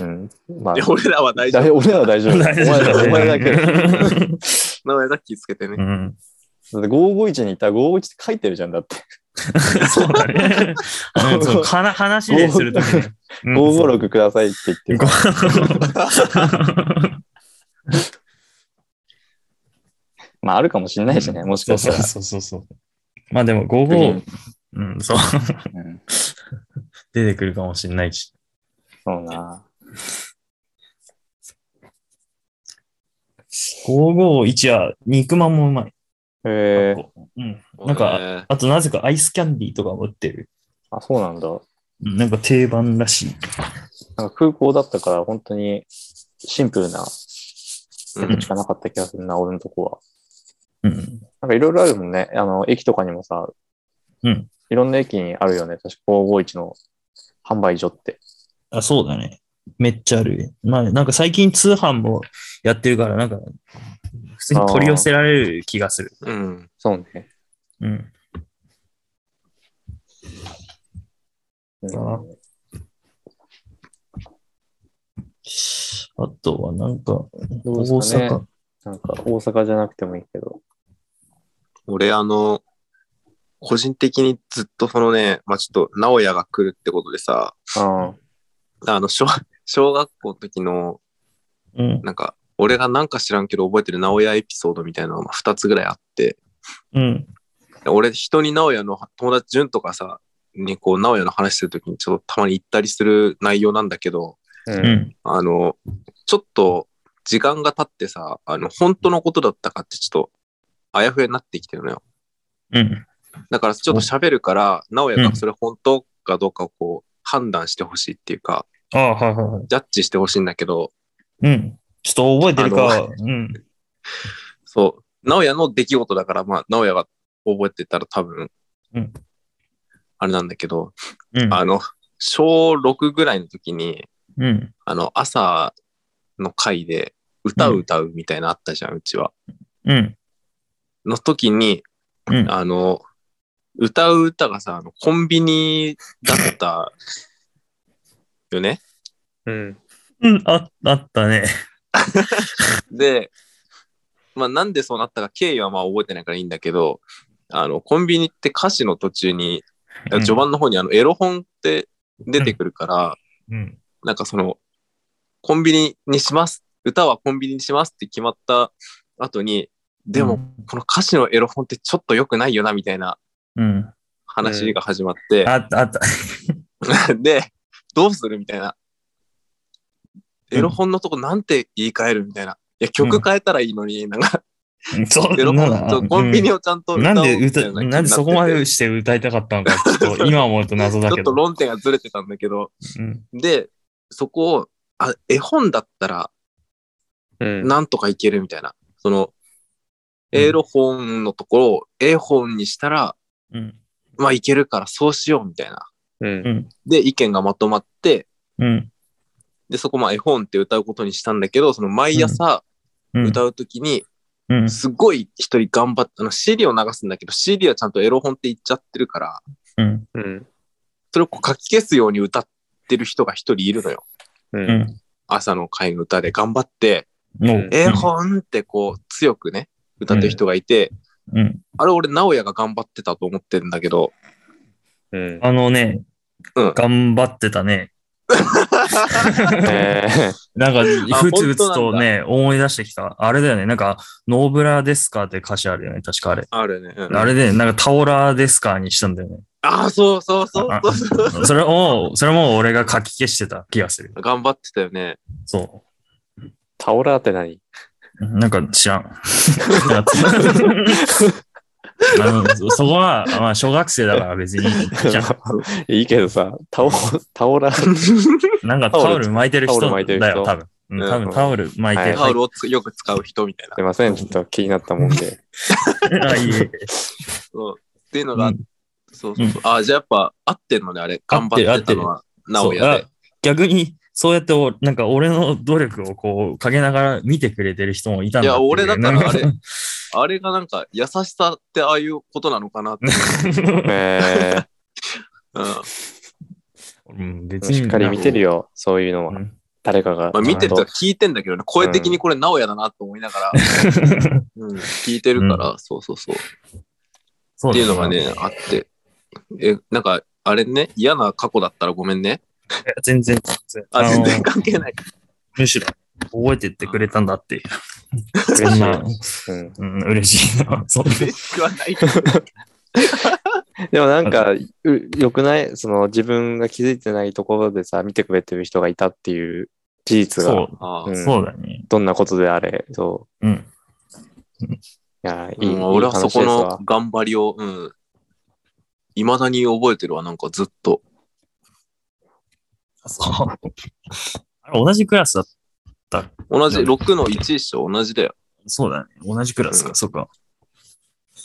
Speaker 2: うん。うん。まあ
Speaker 1: いや、俺らは大丈
Speaker 2: だい俺らは大丈夫。お前ら、お前らだけ。
Speaker 1: 夫。名前だけ気つけて
Speaker 3: う
Speaker 1: ね。
Speaker 3: ん。
Speaker 2: だって551に行ったら551って書いてるじゃんだって。
Speaker 3: そうだ ね。うんそうかな話でするときね。うん
Speaker 2: 556くださいって言ってる。 まああるかもしれないしね、もし
Speaker 3: そ
Speaker 2: か
Speaker 3: う
Speaker 2: したら。
Speaker 3: そうそうそう。まあでも
Speaker 2: うん
Speaker 3: 55、うん、そう、
Speaker 2: うん
Speaker 3: 出てくるかもしれないし。
Speaker 2: そうな。
Speaker 3: 551は肉まんもうまい。
Speaker 2: へえ。
Speaker 3: うん。なんか
Speaker 1: えー、
Speaker 3: あとなぜかアイスキャンディーとかも売ってる。
Speaker 2: あ、そうなんだ。
Speaker 3: うんなんか定番らしい。
Speaker 2: なんか空港だったから本当にシンプルな
Speaker 1: うん
Speaker 2: しかなかった気がするな、俺のとこは。
Speaker 3: うん。
Speaker 2: なんかいろいろあるもんね。あの、駅とかにもさ、
Speaker 3: うん。
Speaker 2: いろんな駅にあるよね。確か551の販売所って。
Speaker 3: あ、そうだね。めっちゃある。まあ、なんか最近通販もやってるから、なんか、普通に取り寄せられる気がする。
Speaker 1: うん。
Speaker 2: そうね。
Speaker 3: うん。
Speaker 2: うん
Speaker 3: ああとはなんか、
Speaker 2: どうですかね
Speaker 3: 大阪。
Speaker 2: なんか大阪じゃなくてもいいけど。
Speaker 1: 俺、あの、個人的にずっとそのね、まあ、ちょっと、直哉が来るってことでさ、
Speaker 2: あ
Speaker 1: あの、小、小学校の時の、
Speaker 3: うん。
Speaker 1: なんか、俺がなんか知らんけど覚えてる直哉エピソードみたいなのが2つぐらいあって、
Speaker 3: うん。
Speaker 1: 俺、人に直哉の友達、純とかさ、にこう、直哉の話してる時にちょっとたまに行ったりする内容なんだけど、
Speaker 2: あ。
Speaker 3: う。
Speaker 2: うん
Speaker 1: あの、ちょっと時間が経ってさ、あの、本当のことだったかってちょっと、あやふやになってきてるのよ。
Speaker 3: うん。
Speaker 1: だからちょっと喋るから、直哉がそれ本当かどうかをこう、判断してほしいっていうか、
Speaker 3: ああ、はいはいはい。
Speaker 1: ジャッジしてほしいんだけど、
Speaker 3: うん。ちょっと覚えてる
Speaker 1: あ
Speaker 3: か。うん。
Speaker 1: そう、直哉の出来事だから、まあ、直哉が覚えてたら多分、
Speaker 3: うん
Speaker 1: あれなんだけど、
Speaker 3: うん。
Speaker 1: あの、小6ぐらいの時に、
Speaker 3: うん。
Speaker 1: あの、朝の会で歌う歌うみたいなのあったじゃん、うちは。
Speaker 3: うん。
Speaker 1: の時に、
Speaker 3: うん
Speaker 1: あの、歌う歌がさ、あのコンビニだ ったよね。
Speaker 2: ん。
Speaker 3: うん。ああったね。
Speaker 1: で、まあ、なんでそうなったか経緯はまあ覚えてないからいいんだけど、あの、コンビニって歌詞の途中に、
Speaker 3: うん
Speaker 1: 序盤の方にあの、エロ本って出てくるから、
Speaker 3: うん。
Speaker 1: なんかその、コンビニにします、歌はコンビニにしますって決まった後に、でも、この歌詞のエロ本ってちょっと良くないよな、みたいな
Speaker 3: うん。
Speaker 1: 話が始まって、
Speaker 3: あったあった。
Speaker 1: で、どうするみたいな。エロ本のとこなんて言い換えるみたいな。いや、曲変えたらいいのに、なんか、
Speaker 3: そ
Speaker 1: エロ
Speaker 3: な
Speaker 1: 本
Speaker 3: ん
Speaker 1: と
Speaker 3: だ
Speaker 1: コンビニをちゃんと
Speaker 3: うん
Speaker 1: 歌お
Speaker 3: な
Speaker 1: うん
Speaker 3: で
Speaker 1: みたい
Speaker 3: 歌、
Speaker 1: な気に
Speaker 3: なんでそこまでして歌いたかったのか、ちょっと今思うと謎だ
Speaker 1: ちょ
Speaker 3: け
Speaker 1: っと
Speaker 3: ど。
Speaker 1: 論点がずれてたんだけど、
Speaker 3: うん
Speaker 1: で、そこを、あ、絵本だったら、
Speaker 2: うん。
Speaker 1: なんとかいけるみたいな。その、
Speaker 3: うん
Speaker 1: エロ本のところを絵本にしたら、
Speaker 3: うん。
Speaker 1: まあいけるからそうしようみたいな。
Speaker 2: うん。
Speaker 3: うん。
Speaker 1: で、意見がまとまって、
Speaker 3: うん。
Speaker 1: で、そこまあ絵本って歌うことにしたんだけど、その毎朝
Speaker 3: うん。
Speaker 1: 歌うときに、
Speaker 3: うん。
Speaker 1: すごい一人頑張って、あの CD を流すんだけど、CD はちゃんとエロ本って言っちゃってるから、
Speaker 3: うん。
Speaker 2: うん。
Speaker 1: それをこう書き消すように歌ってる人が一人いるのよ。
Speaker 2: うん。
Speaker 3: うん。
Speaker 1: 朝の会の歌で頑張って、
Speaker 3: もう。
Speaker 1: 絵本ってこう強くね、歌ってる人がいて、
Speaker 3: うん。
Speaker 1: あれ俺、直哉が頑張ってたと思ってんだけど、
Speaker 2: うん。
Speaker 3: あのね、
Speaker 1: うん
Speaker 3: 頑張ってたね。
Speaker 2: え
Speaker 3: なんか、ふつふつ
Speaker 1: 本当
Speaker 3: と
Speaker 1: な
Speaker 3: ね、思い出してきた。あれだよね。なんか、ノーブラですかって歌詞あるよね。確かあれ。
Speaker 1: あるね。うん
Speaker 3: あれで、なんか、タオラですかにしたんだよね。
Speaker 1: ああ、そうそうそう
Speaker 3: あ
Speaker 1: そうそう。
Speaker 3: それを、それも俺が書き消してた気がする。
Speaker 1: 頑張ってたよね。
Speaker 3: そ
Speaker 2: タオラーって何
Speaker 3: う。なんか、知らん。 あのそそこは、まあ、小学生だから別にいいじゃん。
Speaker 2: いいけどさ、タオ、タオラー。
Speaker 3: なんか、タオル巻いてる人
Speaker 2: タオル巻いてる
Speaker 3: だ
Speaker 2: 人
Speaker 3: よ、多分。うん、多
Speaker 1: う
Speaker 3: 分
Speaker 1: ん
Speaker 3: タオル巻いてる。
Speaker 1: タオルをつよく使う人みたいな
Speaker 2: す。いません、ちょっと気になったもんで。
Speaker 3: あいいえ
Speaker 1: そうっていうのが、
Speaker 3: うん
Speaker 1: そうそうそう。ああ、じゃあやっぱ合ってんのね、あれ。頑張ってたのは、直哉
Speaker 3: そう
Speaker 1: で
Speaker 3: あ。逆に、そうやってお、なんか俺の努力をこう、かけながら見てくれてる人もいたんだってう
Speaker 1: いや俺だから
Speaker 3: なん
Speaker 1: あれあれがなんか、優しさってああいうことなのかなって。
Speaker 2: えー
Speaker 1: うん。
Speaker 3: うん、別に。
Speaker 2: しっかり見てる
Speaker 3: よ。
Speaker 2: よ、そういうの
Speaker 3: う
Speaker 2: は。
Speaker 3: ん
Speaker 2: 誰かが。
Speaker 1: まあ、見てるとは聞いてんだけどね、声的にこれ直哉だなと思いながら、うん、聞いてるから、そうそうそう。
Speaker 3: そ
Speaker 1: って
Speaker 3: だ
Speaker 1: いうのが。ね、あって。え、なんか、あれね、嫌な過去だったらごめんね。
Speaker 3: 全然、全然。
Speaker 1: あ、全
Speaker 3: あ
Speaker 1: 然
Speaker 3: の
Speaker 1: 関係ない。
Speaker 3: むしろ、覚えてってくれたんだっていう。
Speaker 2: 嬉しい
Speaker 3: な
Speaker 2: うん
Speaker 3: うん、嬉しいな。そう
Speaker 1: 嬉しくはない。
Speaker 2: でもなんか、うよくないその自分が気づいてないところでさ、見てくれてる人がいたっていう事実
Speaker 3: そ
Speaker 2: が、
Speaker 3: う、
Speaker 1: あ
Speaker 2: うん
Speaker 3: そうだね。
Speaker 2: どんなことであれ、そ
Speaker 3: うん。
Speaker 2: う。いや、いい。
Speaker 1: うん、俺はい
Speaker 2: い
Speaker 1: そこ
Speaker 2: 話です
Speaker 1: の
Speaker 2: わ
Speaker 1: 頑張りを、うん。いまだに覚えてるわ、なんかずっと。
Speaker 3: そう。あれ、同じクラスだ。
Speaker 1: 同じ、
Speaker 3: うん
Speaker 1: 6の1一緒同じだよ。
Speaker 3: そうだね。同じクラスか、
Speaker 1: うん
Speaker 3: そうか。い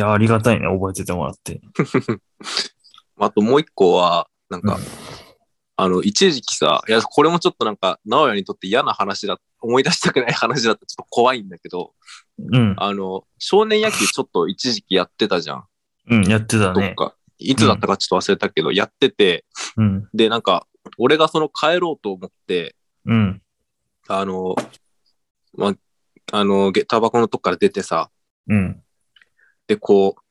Speaker 3: や、ありがたいね。覚えててもらって。
Speaker 1: あともう一個は、なんか、
Speaker 3: うん
Speaker 1: あの、一時期さ、いや、これもちょっとなんか、直哉にとって嫌な話だ、思い出したくない話だってちょっと怖いんだけど、
Speaker 3: うん。
Speaker 1: あの、少年野球ちょっと一時期やってたじゃん、
Speaker 3: うん、やってた
Speaker 1: ど
Speaker 3: ね
Speaker 1: っ。か。いつだったかちょっと忘れたけど、やってて、
Speaker 3: うん。
Speaker 1: で、なんか、俺がその帰ろうと思って、
Speaker 3: うん。
Speaker 1: あの、まあ、あの、げタバコのとこから出てさ、
Speaker 3: うん。
Speaker 1: で、こう、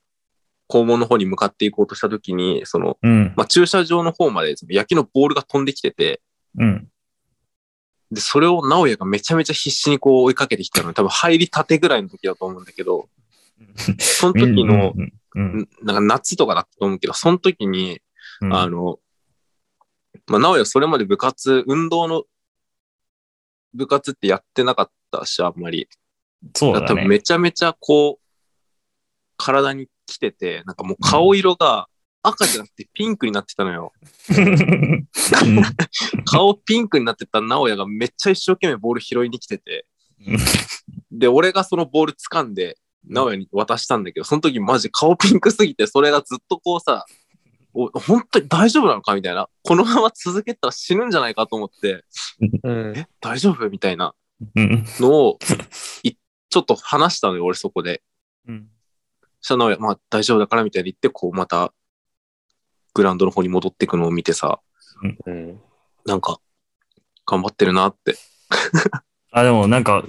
Speaker 1: 校門の方に向かっていこうとしたときに、その、
Speaker 3: うん。
Speaker 1: まあ、駐車場の方まで、その野球のボールが飛んできてて、
Speaker 3: うん。
Speaker 1: で、それを直哉がめちゃめちゃ必死にこう追いかけてきたの、多分入りたてぐらいの時だと思うんだけど、その時の、
Speaker 3: うん、うん。
Speaker 1: んなんか夏とかだったと思うけど、その時に、
Speaker 3: うん
Speaker 1: あの、まあ、直哉それまで部活、運動の部活ってやってなかったし、あんまり。
Speaker 3: そう
Speaker 1: 多
Speaker 3: だ
Speaker 1: 分
Speaker 3: ね。
Speaker 1: めちゃめちゃこう、体に来てて、なんかもう顔色が赤じゃなくてピンクになってたのよ。顔ピンクになってた直哉がめっちゃ一生懸命ボール拾いに来てて
Speaker 3: うん。
Speaker 1: で、俺がそのボール掴んで、直哉に渡したんだけど、その時マジ顔ピンクすぎて、それがずっとこうさ、お本当に大丈夫なのかみたいな。このまま続けたら死ぬんじゃないかと思って、
Speaker 2: うん。
Speaker 1: え、大丈夫みたいな
Speaker 3: うん。
Speaker 1: のを、いちょっと話したのよ、俺そこで。
Speaker 3: うん。
Speaker 1: そしたら直哉、まあ大丈夫だからみたいに言って、こうまた、グラウンドの方に戻っていくのを見てさ、
Speaker 2: うん。
Speaker 1: なんか、頑張ってるなって。
Speaker 3: あ、でもなんか、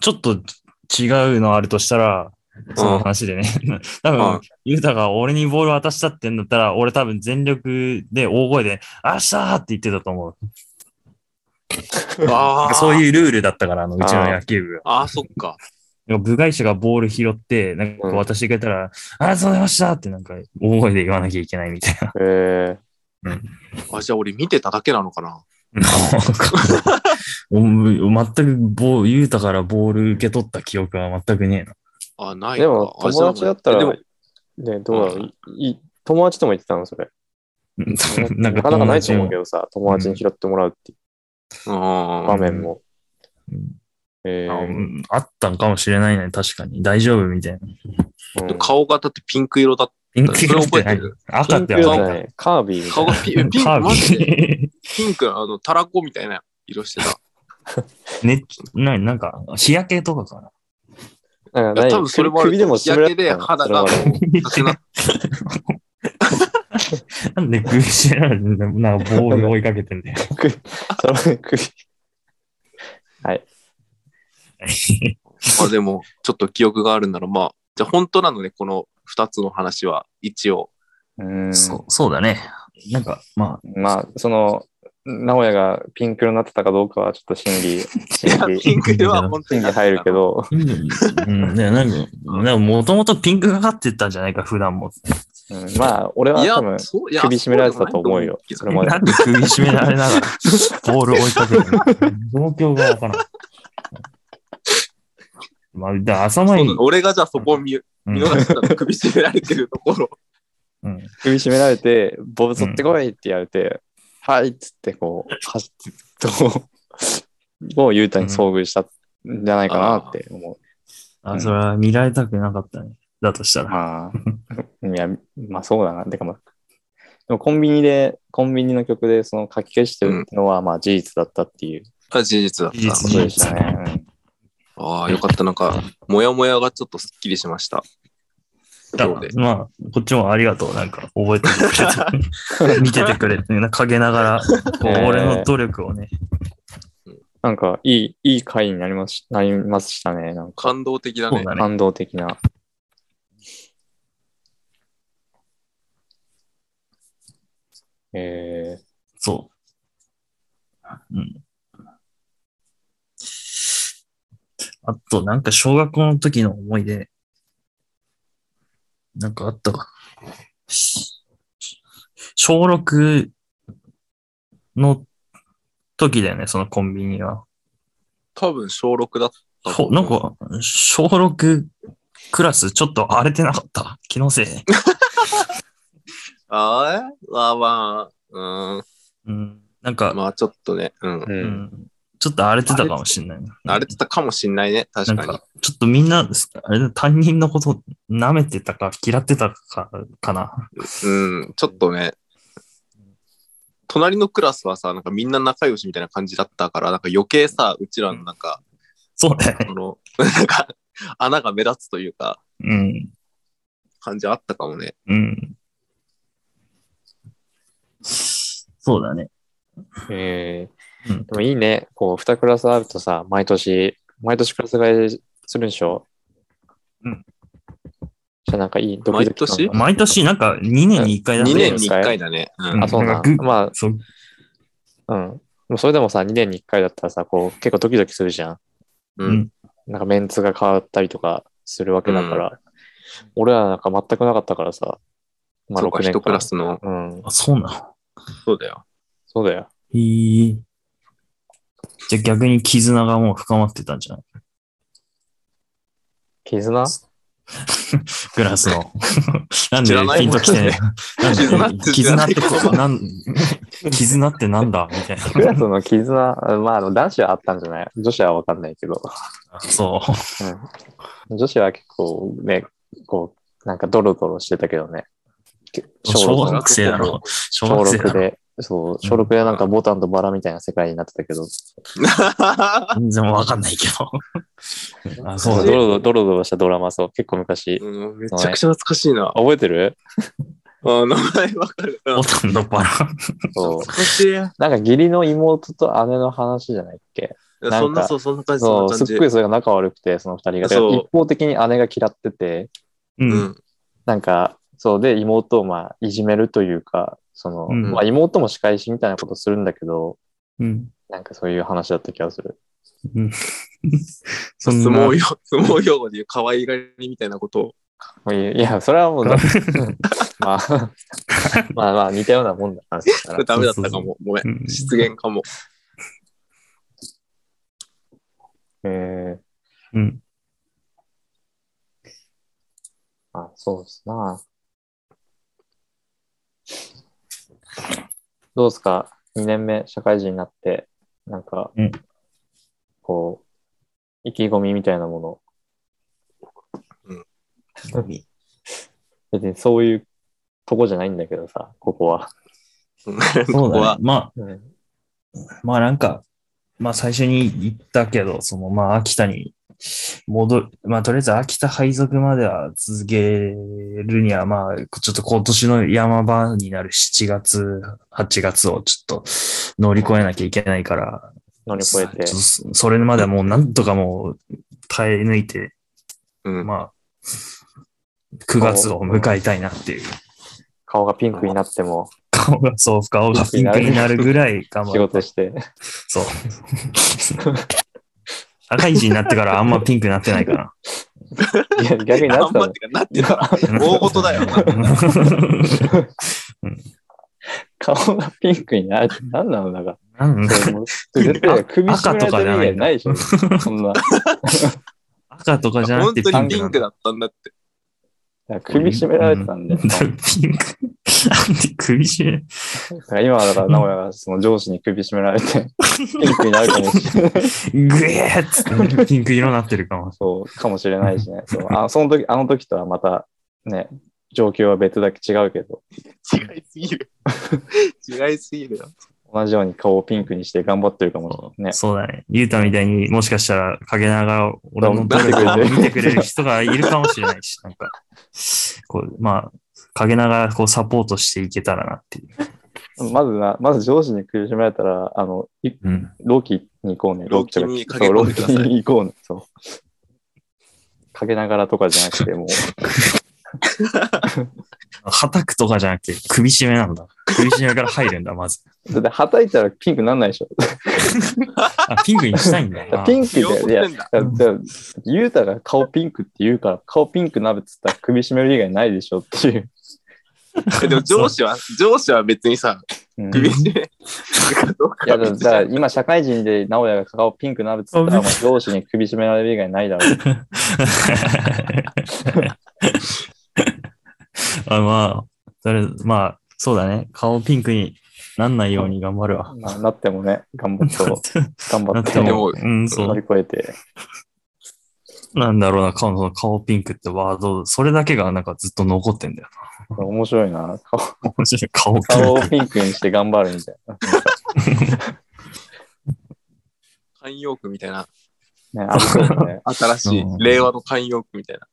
Speaker 3: ちょっと違うのあるとしたら、その話でね。 多
Speaker 1: うん
Speaker 3: 分、ユータが俺にボール渡したってんだったら、俺多分全力で大声で、あっしゃーって言ってたと思う。
Speaker 1: ああ、
Speaker 3: そういうルールだったから、あの、うちの野球部
Speaker 1: あ
Speaker 3: は。
Speaker 1: あ、そっか。
Speaker 3: なんか部外者がボール拾って、なんか
Speaker 2: うん
Speaker 3: 渡してくれたら、ありがとうございましたってなんか大声で言わなきゃいけないみたいな。
Speaker 2: え
Speaker 1: あ、じゃあ俺見てただけなのかな。
Speaker 3: お全くボール、ユータからボール受け取った記憶は全くねえな。
Speaker 1: あ、な
Speaker 2: ー
Speaker 1: い
Speaker 2: で
Speaker 1: か
Speaker 2: も、
Speaker 1: あじ
Speaker 2: 友
Speaker 1: ゃあ
Speaker 2: 達だったら、
Speaker 1: でも
Speaker 2: ね、、どうだろう。いい友達とも言ってたの、 それ。な
Speaker 3: な
Speaker 2: んか
Speaker 3: か
Speaker 2: なか
Speaker 3: 友
Speaker 2: ないと
Speaker 3: 達
Speaker 2: 思う
Speaker 3: も
Speaker 2: けどさ、友達に拾ってもらうっていう場
Speaker 1: あ
Speaker 2: 面も。
Speaker 3: うん
Speaker 2: え
Speaker 3: あう
Speaker 2: ー
Speaker 3: んあったんかもしれないね、確かに。大丈夫みたいな。
Speaker 2: うん
Speaker 1: 顔がだってピンク色だっ
Speaker 3: ピンク色って
Speaker 1: それ覚えて
Speaker 3: 何
Speaker 1: る
Speaker 3: 赤って
Speaker 2: ピンク色
Speaker 3: 赤
Speaker 2: じゃないカービィみ
Speaker 1: た。顔がピンピン
Speaker 2: たいな。
Speaker 3: カ
Speaker 1: ク、マジ
Speaker 3: ー
Speaker 1: で
Speaker 3: ビィ。
Speaker 1: ピンク、あの、たらこみたいな色してた。
Speaker 3: ね、ななんか、日焼けとかかな。
Speaker 2: なん
Speaker 1: いや
Speaker 2: か
Speaker 1: 多
Speaker 2: 何
Speaker 1: 分それ
Speaker 2: 首
Speaker 1: もある
Speaker 2: 首でも
Speaker 1: 日
Speaker 2: 絞ら
Speaker 1: 焼け
Speaker 2: れて
Speaker 1: で
Speaker 2: たの
Speaker 1: 肌
Speaker 2: それ
Speaker 1: が
Speaker 2: はあれ
Speaker 1: なくなっ
Speaker 3: なんでグーシラルで なんかボール追いかけてんだよ。
Speaker 2: それは首。
Speaker 1: まあでも、ちょっと記憶があるなら、まあ、じゃあ本当なのね、この二つの話は、一応。
Speaker 2: うん。
Speaker 3: そう、そうだね。なんか、ま
Speaker 2: まあ、その、名古屋がピンク色になってたかどうかはちょっと審議、
Speaker 1: い
Speaker 2: 審
Speaker 1: や、
Speaker 2: 議、
Speaker 1: ピンク色は本当
Speaker 2: 審
Speaker 1: に
Speaker 2: 議入るけ。ど
Speaker 3: あ、、うん、ねなんか、もともとピンクがかってたんじゃないか、普段も。
Speaker 2: うんまあ、俺はい
Speaker 1: や
Speaker 2: 多分、、
Speaker 1: そういや
Speaker 2: 首絞められてたと思うよ。そ
Speaker 1: そ
Speaker 2: れ
Speaker 1: う
Speaker 2: まで
Speaker 3: な。んで首絞められな がら、ボール追いかけてるの状況がわからん。まあ、だから朝
Speaker 1: だ
Speaker 3: 前に、
Speaker 1: 俺がじゃあそこを見
Speaker 3: うん
Speaker 1: 見逃してたの首絞められてるところ。
Speaker 3: うん
Speaker 2: 首絞められて、ボブ取ってこいってやれて、はいっつってこう、走って、と、もう雄太に遭遇したんじゃないかなって思
Speaker 3: あ、それは見られたくなかったね。だとした
Speaker 2: う。
Speaker 3: ら。
Speaker 2: まあ、いや、まあそうだな。てかまあ、でもコンビニで、コンビニの曲でその書き消してるのはまあ事実だったっていう
Speaker 1: あ 事実だっ
Speaker 3: 事
Speaker 1: た
Speaker 3: 実。
Speaker 2: ことでしたね。うん
Speaker 1: ああ、よかった。なんか、もやもやがちょっとすっきりしました。
Speaker 3: だ
Speaker 1: 今日で。
Speaker 3: まあ、こっちもありがとう。なんか、覚えてくれて。見ててくれて、なんか陰ながら、こう
Speaker 2: ねえ
Speaker 3: 俺の努力をね。
Speaker 2: なんか、いい、いい回になりましなりましたね。なんか、
Speaker 1: 感動的だ
Speaker 3: そう
Speaker 1: ね。
Speaker 3: だね。
Speaker 2: 感動的な。え
Speaker 3: そう。うん。あと、なんか小学校の時の思い出。なんかあったか。小6の時だよね、そのコンビニは。
Speaker 1: 多分小6だったと
Speaker 3: ほ
Speaker 1: 思う。
Speaker 3: なんか、小6クラスちょっと荒れてなかった。気のせ い。
Speaker 1: あーえまあまあ、う
Speaker 3: うん。なん
Speaker 1: ー
Speaker 3: か
Speaker 1: ん。、まあちょっとね、うん
Speaker 2: ー。う。
Speaker 3: うんん、ちょっと荒れてたかもしれないな。
Speaker 1: 荒れてたかもしんないね。
Speaker 3: な
Speaker 1: 確
Speaker 3: ん
Speaker 1: かに。
Speaker 3: か、ちょっとみんな、あれだ、担任のこと舐めてたか、嫌ってたか、かな。
Speaker 1: うん、ちょっとね。隣のクラスはさ、なんかみんな仲良しみたいな感じだったから、なんか余計さ、うちらのなんか、
Speaker 3: そうだよね。
Speaker 1: この、 なんか、穴が目立つというか、
Speaker 3: うん。
Speaker 1: 感じあったかもね。
Speaker 3: うん。そうだね。
Speaker 2: えー
Speaker 3: うん
Speaker 2: でもいいね。こう、二クラスあるとさ、毎年、毎年クラス替えするんでしょ
Speaker 3: うん。
Speaker 2: じゃあなんかいい、ドキ
Speaker 1: 毎
Speaker 2: ドキ感が
Speaker 1: 年
Speaker 3: 毎年なんか2年に1回だ
Speaker 1: 2
Speaker 3: ね。
Speaker 1: 年に1回だね。うん
Speaker 2: あ、そう
Speaker 3: な
Speaker 2: なん
Speaker 3: か
Speaker 2: ん。
Speaker 3: グ
Speaker 2: ま
Speaker 3: そう。
Speaker 2: あ、うん。でもそれでもさ、2年に1回だったらさ、こう、結構ドキドキするじゃん。
Speaker 1: ん。う
Speaker 3: うんん。
Speaker 2: なんかメンツが変わったりとかするわけだから。俺らなんか全くなかったからさ。まあ
Speaker 1: そうか、
Speaker 2: 6年
Speaker 1: 一
Speaker 2: 間。
Speaker 1: クラスの。
Speaker 2: うん。
Speaker 3: あ、そうなの。
Speaker 1: そうだよ。
Speaker 2: そうだよ。
Speaker 3: へえ。じゃあ逆に絆がもう深まってたんじゃない
Speaker 2: 絆
Speaker 3: グラスの。 なん
Speaker 1: 知らな
Speaker 3: で
Speaker 1: い
Speaker 3: ピンとき てね
Speaker 1: 絆
Speaker 3: な
Speaker 1: っ
Speaker 3: ん
Speaker 1: て
Speaker 3: で絆って
Speaker 1: 知らない
Speaker 3: こなん、絆ってなんだみたい
Speaker 2: クラスの絆、 まああの男子はあったんじゃない女子はわかんないけど。
Speaker 3: な。そう。
Speaker 2: うん女子は結構ね、こう、なんかドロドロしてたけどね。
Speaker 3: 小
Speaker 2: 6
Speaker 3: 学生だろ。小
Speaker 2: 小
Speaker 3: 学生だ
Speaker 2: 6
Speaker 3: ろ。
Speaker 2: で、そう、小6でなんかボタンとバラみたいな世界になってたけど、
Speaker 3: 全然わかんないけど。あ、そう
Speaker 2: ド
Speaker 3: だ。
Speaker 2: ロドロドロドロしたドラマ、そう、結構昔。
Speaker 1: うんめちゃくちゃ懐かしいな。あ
Speaker 2: あ覚えてる
Speaker 1: 名前わかる。うん
Speaker 3: ボタンのバラ。
Speaker 2: そう。
Speaker 1: 懐かしい。
Speaker 2: なんか義理の妹と姉の話じゃないっけか
Speaker 1: そんな、そう、そんな感じ、そ
Speaker 2: そ
Speaker 1: ん
Speaker 2: う、
Speaker 1: な
Speaker 2: す
Speaker 1: 感
Speaker 2: っ
Speaker 1: じ。
Speaker 2: ごいそれが仲悪くて、その二人が。
Speaker 1: そう
Speaker 2: 一方的に姉が嫌ってて、
Speaker 1: う
Speaker 3: う。
Speaker 1: んん。
Speaker 2: なんか、そうで、妹をまあ、いじめるというか、その、
Speaker 3: うん
Speaker 2: まあ、妹も仕返しみたいなことするんだけど、
Speaker 3: うん。
Speaker 2: なんかそういう話だった気がする。
Speaker 3: そん
Speaker 1: 相
Speaker 3: な
Speaker 1: 撲用、 相撲用語で言う可愛がりみたいなことを。
Speaker 2: もういいいや、それはもうだって、まあ、 まあまあ、似たようなもんだ 話だから。
Speaker 1: ダメだったかも。ごめん
Speaker 3: う。ん
Speaker 1: 失言かも。
Speaker 2: えー、
Speaker 3: うん。
Speaker 2: あ、そうですな。どうですか ?2 年目、社会人になって、なんか、
Speaker 3: うん
Speaker 2: こう、意気込みみたいなもの。別にそういうとこじゃないんだけどさ、ここは。
Speaker 1: うん
Speaker 3: そ
Speaker 1: こ
Speaker 3: う
Speaker 1: こ
Speaker 3: だ
Speaker 1: は
Speaker 3: ね。、まあ、
Speaker 2: うん。
Speaker 3: まあなんか、まあ最初に言ったけど、そのまあ秋田に戻る、まあとりあえず秋田配属までは続けるには、まあちょっと今年の山場になる7月、8月をちょっと乗り越えなきゃいけないから、
Speaker 2: 乗り越えて
Speaker 3: ちょっと。そそれまではもうなんとかもう耐え抜いて、
Speaker 1: うん。
Speaker 3: まあ9月を迎えたいなっていう
Speaker 2: 顔がピンクになっても
Speaker 3: 顔が、そう、顔がピンクになるぐらい頑張
Speaker 2: 仕
Speaker 3: って
Speaker 2: 事して。
Speaker 3: そう。赤い字になってからあんまピンクになってないから。
Speaker 2: いや、逆にな
Speaker 1: あ
Speaker 2: っ
Speaker 1: ん
Speaker 2: た
Speaker 1: まっ
Speaker 2: の
Speaker 1: てか、なってたら、大事だよな。
Speaker 2: 顔がピンクになるって何なのだか
Speaker 3: なんだ
Speaker 2: ら。もう絶対首絞められてる意味はないでしょ。そんな。
Speaker 3: 赤とかじゃなく
Speaker 1: 本
Speaker 3: て
Speaker 1: 当
Speaker 3: ピン
Speaker 1: にピ
Speaker 3: クなん
Speaker 1: ンク
Speaker 3: だ。
Speaker 1: だったんだって。
Speaker 2: だから首絞められてたん で、だ
Speaker 3: ピンク。なんで首絞め
Speaker 2: から今はだから名古屋がその上司に首絞めら れて、ピンクになるかもしれない。
Speaker 3: グエーっつってピンク色になってるかも。
Speaker 2: そう、かもしれないしね。そうあその時、あの時とはまたね、状況は別だけ違うけど、
Speaker 1: 違いすぎる。違いすぎるよ。
Speaker 2: 同じように顔をピンクにして頑張ってるかもしれない。ね。
Speaker 3: そうだね。ゆうたみたいにもしかしたら陰ながら俺の努
Speaker 2: 頑
Speaker 3: 力
Speaker 2: 張っ
Speaker 3: を
Speaker 2: てくれて
Speaker 3: 見てくれる人がいるかもしれないし、なんか、こう、まあ、陰ながらこうサポートしていけたらなっていう。
Speaker 2: まずな、まず上司に首絞められたら、あの、い
Speaker 3: うん。
Speaker 2: ロキに行こうね。
Speaker 1: ロキにかけ込んでください
Speaker 2: そうロキに行こうね。そう。かけながらとかじゃなくて、もう、
Speaker 3: はたくとかじゃなくて、首絞めなんだ。首絞めから入るんだ、まず。
Speaker 2: だって、はたいたらピンクなんないでしょ。
Speaker 3: あ、 ピンクにしたいんだ。
Speaker 2: ピ
Speaker 3: ン
Speaker 2: ンクで、い
Speaker 1: 両方
Speaker 2: や、
Speaker 1: な
Speaker 2: だ
Speaker 1: んだ
Speaker 2: だゆうたが顔ピンクって言うから、顔ピンクなべっつったら首絞める以外ないでしょっていう。
Speaker 1: えでも上司は、上司は別にさ、
Speaker 2: うん
Speaker 1: 首絞めかどう
Speaker 2: いや、
Speaker 1: か
Speaker 2: だ
Speaker 1: 別
Speaker 2: だから
Speaker 1: じ
Speaker 2: 今、社会人で直哉が顔ピンクなべっつったら、もう上司に首絞められる以外ないだろう。
Speaker 3: あ、まあ、それ、まあ、そうだね。顔ピンクになんないように頑張るわ。
Speaker 2: まあなってもね、頑張って、頑張
Speaker 3: な
Speaker 2: っ
Speaker 3: って
Speaker 2: て、
Speaker 3: も、
Speaker 1: で
Speaker 3: うん、そ
Speaker 2: 乗り
Speaker 3: う。
Speaker 2: 越えて。
Speaker 3: なんだろうな、顔の顔ピンクってワード、それだけがなんかずっと残ってんだよ
Speaker 2: これ面白いな。顔
Speaker 3: な。面白い顔ピンク。
Speaker 2: 顔をピンクにして頑張るみたいな。
Speaker 1: ゃん慣用句みたいな。
Speaker 2: ね、ありそうだね。
Speaker 1: 新しい
Speaker 3: うん、
Speaker 1: 令和の慣用句みたいな。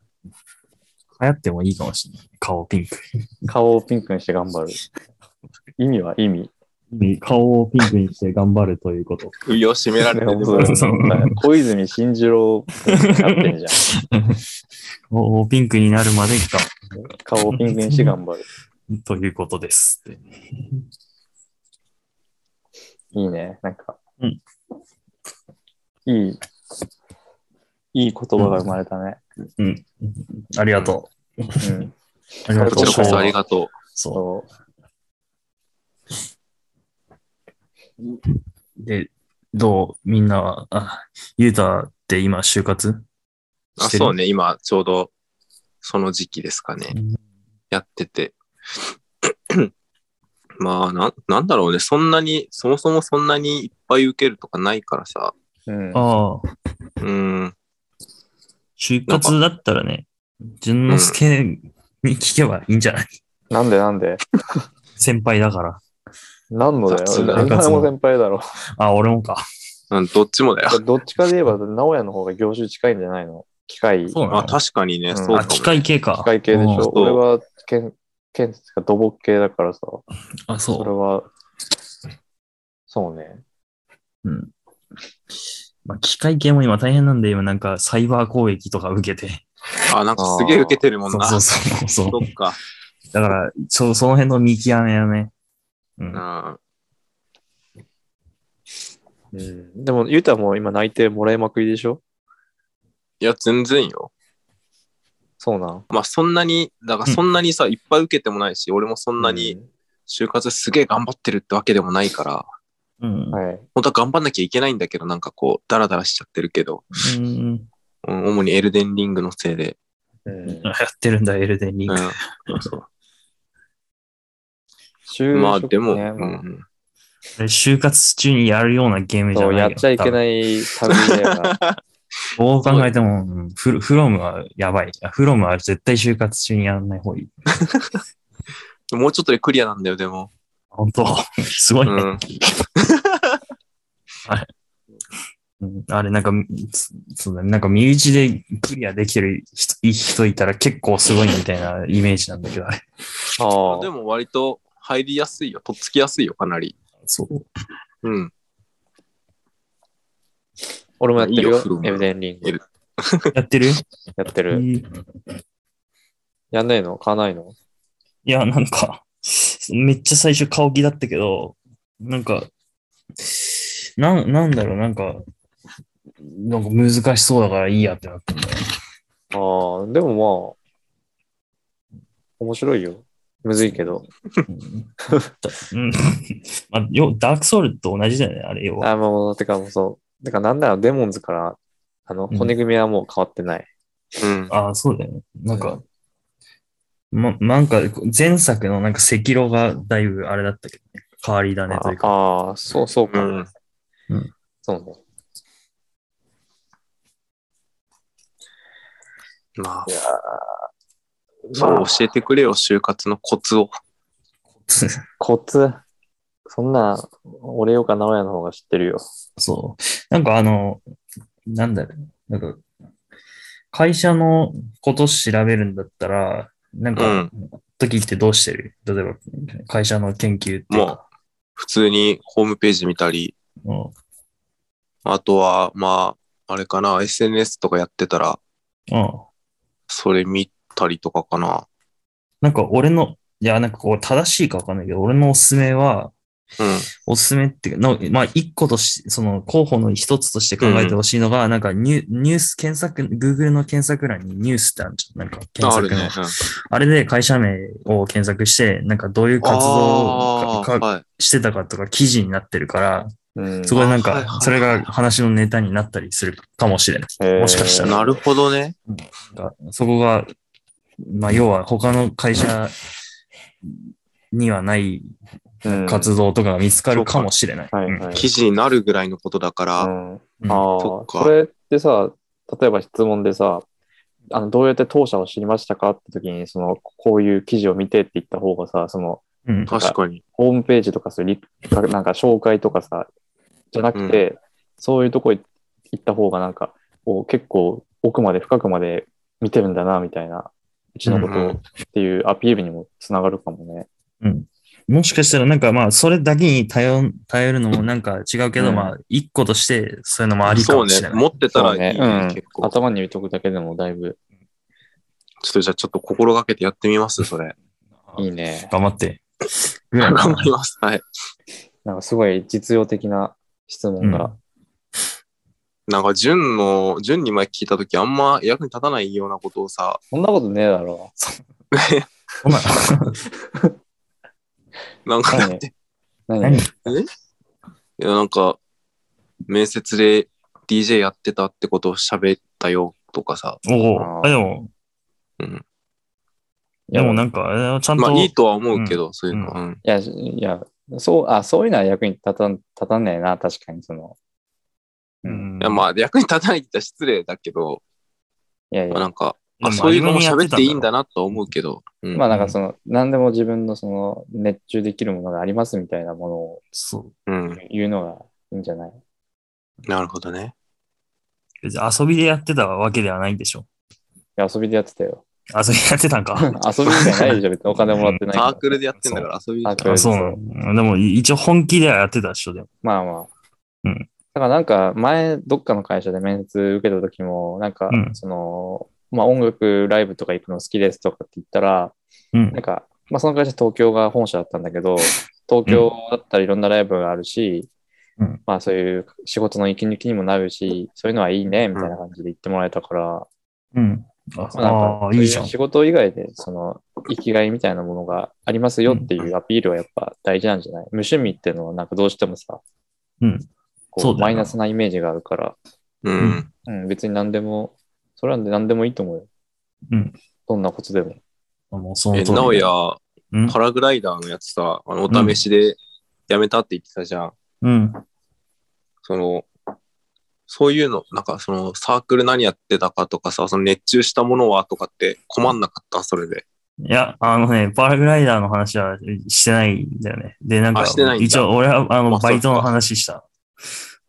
Speaker 3: 流行ってもいいかもしれない。顔ピンク。
Speaker 2: 顔をピンクにして頑張る。意味は意味。
Speaker 3: 顔をピンクにして頑張るということ。
Speaker 1: 首を絞められてる。
Speaker 2: 本当だよ
Speaker 3: そう
Speaker 2: だから小泉進次郎になってんじゃん。
Speaker 3: 顔をピンクになるまで頑
Speaker 2: 顔をピンクにして頑張る。
Speaker 3: 張るということです。
Speaker 2: いいね。なんか、
Speaker 3: うん
Speaker 2: いい、いい言葉が生まれたね。
Speaker 3: うん。ありがと
Speaker 2: うん。
Speaker 3: う。ありが
Speaker 1: こちらこそあり
Speaker 3: とう。
Speaker 1: がと
Speaker 3: そ。
Speaker 2: そう
Speaker 3: で、どうみんなは、あ、ゆうたって今就活
Speaker 1: う。あ、
Speaker 3: してる
Speaker 1: そうね。今、ちょうど、その時期ですかね。やってて。 まあ、なん、なんだろうね。そんなに、そもそもそんなにいっぱい受けるとかないからさ。
Speaker 2: う。うん。
Speaker 3: ああ、
Speaker 1: うん。
Speaker 3: 就活だったらね、淳之介に聞けばいいんじゃない、
Speaker 2: なんでなんで
Speaker 3: 先輩だから。
Speaker 2: 何のだよ。
Speaker 1: 雑
Speaker 2: 先
Speaker 1: だ
Speaker 3: な
Speaker 2: 輩も先輩だろ。
Speaker 3: あ、俺もか。
Speaker 1: うんどっちもだよ。
Speaker 2: どっちかで言えば、直哉の方が業種近いんじゃないの機械、機
Speaker 3: そうな
Speaker 1: あ、
Speaker 3: の
Speaker 1: 確かにね、
Speaker 2: ん
Speaker 1: そう
Speaker 3: あ、
Speaker 1: か
Speaker 3: 機
Speaker 1: も。
Speaker 3: 械系か。
Speaker 2: 械系でし
Speaker 3: うん
Speaker 2: ょ
Speaker 1: そう
Speaker 2: 俺は、けん、建設か土木系だからさ。そ
Speaker 3: あ、そ
Speaker 2: れ
Speaker 3: う。
Speaker 2: は、そうね。
Speaker 3: うん。まあ、機械系も今大変なんで、今なんかサイバー攻撃とか受けて。
Speaker 1: あ、なんかすげえ受けてるもん
Speaker 3: そう
Speaker 1: な。
Speaker 3: そう
Speaker 1: そ
Speaker 3: そうそう。
Speaker 1: っか。
Speaker 3: だから、そその辺の見極めはね。うん。
Speaker 1: うん。
Speaker 2: うん。でも、ゆうたも今内定もらいまくりでしょ
Speaker 1: いや、全然よ。
Speaker 2: そうなん。
Speaker 1: まあそんなに、だからそんなにさ、いっぱい受けてもないし、俺もそんな
Speaker 2: う
Speaker 1: に就活すげえ頑張ってるってわけでもないから、
Speaker 3: うん
Speaker 2: ん。はい。
Speaker 1: 本当は頑張んなきゃいけないんだけど、なんかこう、ダラダラしちゃってるけど、
Speaker 3: うん
Speaker 1: うん、主にエルデンリングのせいで。
Speaker 2: うん
Speaker 3: やってるんだ、エルデンリン
Speaker 1: う
Speaker 3: グ。
Speaker 1: ん、
Speaker 2: 就職
Speaker 1: まあでも、
Speaker 2: ねまあ
Speaker 1: うん
Speaker 3: 就活中にやるようなゲームじゃ
Speaker 2: そ
Speaker 3: な
Speaker 2: う、
Speaker 3: い
Speaker 2: や
Speaker 3: よ
Speaker 2: っちゃいけ
Speaker 3: 多分
Speaker 2: ない類だ よな。
Speaker 3: どう考えても、うんフロフロムはやばい。フロムは絶対就活中にやらない方がいい。
Speaker 1: もうちょっとでクリアなんだよ、でも。
Speaker 3: 本当すご
Speaker 1: う
Speaker 3: いね。
Speaker 1: ん、
Speaker 3: うんあれ、なんか、そそうだね。なんか、身内でクリアできてる人いい人いたら結構すごいみたいなイメージなんだけど、あれ。
Speaker 2: あ
Speaker 1: で
Speaker 2: あ。
Speaker 1: も割と入りやすいよ、とっつきやすいよ、かなり。
Speaker 3: そう。
Speaker 1: うん。
Speaker 2: 俺もやってる
Speaker 1: いいよ
Speaker 2: よ
Speaker 1: フロ。ム
Speaker 2: エビデンリング。
Speaker 3: やってる
Speaker 2: やってる。
Speaker 3: い
Speaker 2: やんないの買わないの
Speaker 3: や、なんか、めっちゃ最初顔気だったけど、なんか、なん、なんだろう、なんか、なんか難しそうだからいいやってな ったんだよ。
Speaker 2: ああ、でもまあ、面白いよ。むずいけど。
Speaker 3: うん。まあ、よ、ダークソウルと同じだよね、あれよ。
Speaker 2: あもう、てかもうそう。てかなんならデモンズから、あの、
Speaker 3: うん
Speaker 2: 骨組みはもう変わってない。
Speaker 1: うん。
Speaker 3: ああ、そうだよね。なんか、ま、なんか、前作のなんか赤色がだいぶあれだったけどね。変わり種というか。
Speaker 2: ああ、そう、そう
Speaker 1: う
Speaker 2: か。
Speaker 1: ん、
Speaker 2: そうね。
Speaker 1: まあ
Speaker 2: い、やー
Speaker 1: そう
Speaker 2: まあ、
Speaker 1: 教えてくれよ、就活のコツを。
Speaker 2: コツ。そんな、俺よか直哉の方が知ってるよ。
Speaker 3: そう。なんかあの、なんだろう。なんか、会社のこと調べるんだったら、なん
Speaker 1: う
Speaker 3: か
Speaker 1: ん、
Speaker 3: 時ってどうしてる例えば、会社の研究っていうか。
Speaker 1: 普通にホームページ見たり、
Speaker 3: も
Speaker 1: あとは、まあ、あれかな、SNS とかやってたら、
Speaker 3: うん。うん。
Speaker 1: それ見たりとかかな。
Speaker 3: なんか俺の、いや、なんかこう正しいかわかんないけど、俺のおすすめは、
Speaker 1: うん。
Speaker 3: おすすめっていうか、のまあ、一個とし、その候補の一つとして考えてほしいのが、なんかニュニュース検索、Google の検索欄にニュースってあるじゃん。なんか検
Speaker 1: あ
Speaker 3: 索
Speaker 1: る
Speaker 3: の。あ
Speaker 1: ね。うん
Speaker 3: れで会社名を検索して、なんかどういう活動
Speaker 1: あ
Speaker 3: を
Speaker 1: ー
Speaker 3: かか
Speaker 1: はい。
Speaker 3: してたかとか記事になってるから、
Speaker 2: うん。
Speaker 3: すごいなん
Speaker 1: あはいはい
Speaker 3: か、それが話のネタになったりするかもしれない。
Speaker 2: へー
Speaker 3: もしかしたら
Speaker 1: なるほどね。
Speaker 3: なんかそこが、まあ、要は他の会社にはない
Speaker 2: うん
Speaker 3: 活動とかが見つかるかもしれない。
Speaker 2: はい
Speaker 3: うん
Speaker 2: はい。
Speaker 1: 記事になるぐらいのことだから、
Speaker 2: うんあ
Speaker 3: うん
Speaker 2: あ、
Speaker 1: そ
Speaker 2: そ
Speaker 1: っか
Speaker 2: れってさ、例えば質問でさ、あのどうやって当社を知りましたかって時に、そのこういう記事を見てって言った方がさ、その
Speaker 3: うん
Speaker 1: 確かに。
Speaker 2: ホームページとかそういうリなんか紹介とかさ、じゃなくて、そういうとこ行った方がなんか、こう結構奥まで深くまで見てるんだな、みたいな、うちのこと
Speaker 1: うんうん
Speaker 2: をっていうアピールにもつながるかもね。
Speaker 3: もしかしたらなんかまあ、それだけに頼ん頼るのもなんか違うけど、
Speaker 2: うん
Speaker 3: まあ、一個としてそういうのもあり
Speaker 1: そ
Speaker 3: か
Speaker 1: う
Speaker 3: も
Speaker 1: ね
Speaker 3: しれ。ない。
Speaker 1: 持ってたらいい、
Speaker 2: ね
Speaker 1: ね
Speaker 2: うん
Speaker 1: 結、構。ちょ
Speaker 2: 頭に置いとくだけでもだいぶ
Speaker 1: っとじゃあちょっと心がけてやってみます、それ。
Speaker 2: いいね。
Speaker 3: 頑張って。ぐらい
Speaker 1: 頑
Speaker 3: かな
Speaker 1: 張ります。はい。
Speaker 2: なんかすごい実用的な質問が。
Speaker 1: なんか、純の、純に前聞いたとき、あんま役に立たないようなことをさ、
Speaker 2: そんなことねえだろ。
Speaker 3: お前
Speaker 1: なんかだって、
Speaker 2: 何
Speaker 3: 何
Speaker 1: いや、なんか、面接で DJ やってたってことを喋ったよとかさ。
Speaker 3: おお。あでも、
Speaker 1: うん。
Speaker 3: でもなんか、あちゃんと、
Speaker 1: まあ、いいとは思うけど、そういうのは。うん
Speaker 2: いや、いや、そう、あ、そういうのは役に立たん、立たねえな、確かに、その。う。
Speaker 3: うんん
Speaker 1: いや、まあ、役に立たないって言ったら失礼だけど、
Speaker 2: いやい
Speaker 1: まあ、
Speaker 2: や
Speaker 1: な、んか、
Speaker 3: で
Speaker 1: あ、
Speaker 3: も
Speaker 1: そういうのも
Speaker 3: 真面目にや
Speaker 1: 喋っていいん
Speaker 3: た
Speaker 1: だなとは思うけど。うん
Speaker 2: まあなんかその、何でも自分のその、熱中できるものがありますみたいなものを
Speaker 3: そう。
Speaker 1: うん。
Speaker 2: 言うのがいいんじゃない
Speaker 1: なるほどね。
Speaker 3: 別に遊びでやってたわけではないんでしょ。
Speaker 2: いや、遊びでやってた よ。
Speaker 3: 遊びでやってたんか。
Speaker 2: 遊びじゃないでしょ、別にお金もらってないか
Speaker 1: サ
Speaker 2: ら。
Speaker 1: ークルでやってんだから遊びで
Speaker 2: サークル
Speaker 3: あそうなの。でも、い一応本気ではやってたでしょ、でも。
Speaker 2: まあまあ。
Speaker 3: うん
Speaker 2: だからなんか前、どっかの会社で面接受けた時も、なんか
Speaker 3: うん、
Speaker 2: その、まあ音楽ライブとか行くの好きですとかって言ったら、
Speaker 3: うん
Speaker 2: なん。か、まあその会社東京が本社だったんだけ ど、東京だったらいろんなライブがあるし、
Speaker 3: うん
Speaker 2: まあそういう仕事の息抜きにもなるし、そういうのはいいね、みたいな感じで言ってもらえたから、
Speaker 3: うん。あ
Speaker 2: まあなんか
Speaker 3: あー、いいじゃん
Speaker 2: そうう。仕事以外で、その、生きがいみたいなものがありますよっていうアピールはやっぱ大事なんじゃない無趣味っていうのはなんかどうしてもさ、
Speaker 3: うん
Speaker 2: こ
Speaker 3: そうだよな
Speaker 2: マイナスなイメージがあるから、
Speaker 1: うん。
Speaker 2: う
Speaker 3: う
Speaker 2: ん、別に何でも、それは何でもいいと思うよ。
Speaker 3: うん。
Speaker 2: どんなことでも。
Speaker 3: もうそ
Speaker 1: え、
Speaker 3: の通り
Speaker 1: なおや、
Speaker 3: うん
Speaker 1: パラグライダーのやつさ、あのお試しでやめたって言ってたじゃん。
Speaker 3: うん。
Speaker 1: その、そういうの、なんかそのサークル何やってたかとかさ、その熱中したものはとかって困んなかった、それで。
Speaker 3: いや、あのね、パラグライダーの話はしてないんだよね。で、なんか
Speaker 1: あしてないん、だ
Speaker 3: 一応俺はあ
Speaker 1: ま
Speaker 3: の
Speaker 1: あそっか
Speaker 3: バイトの話した。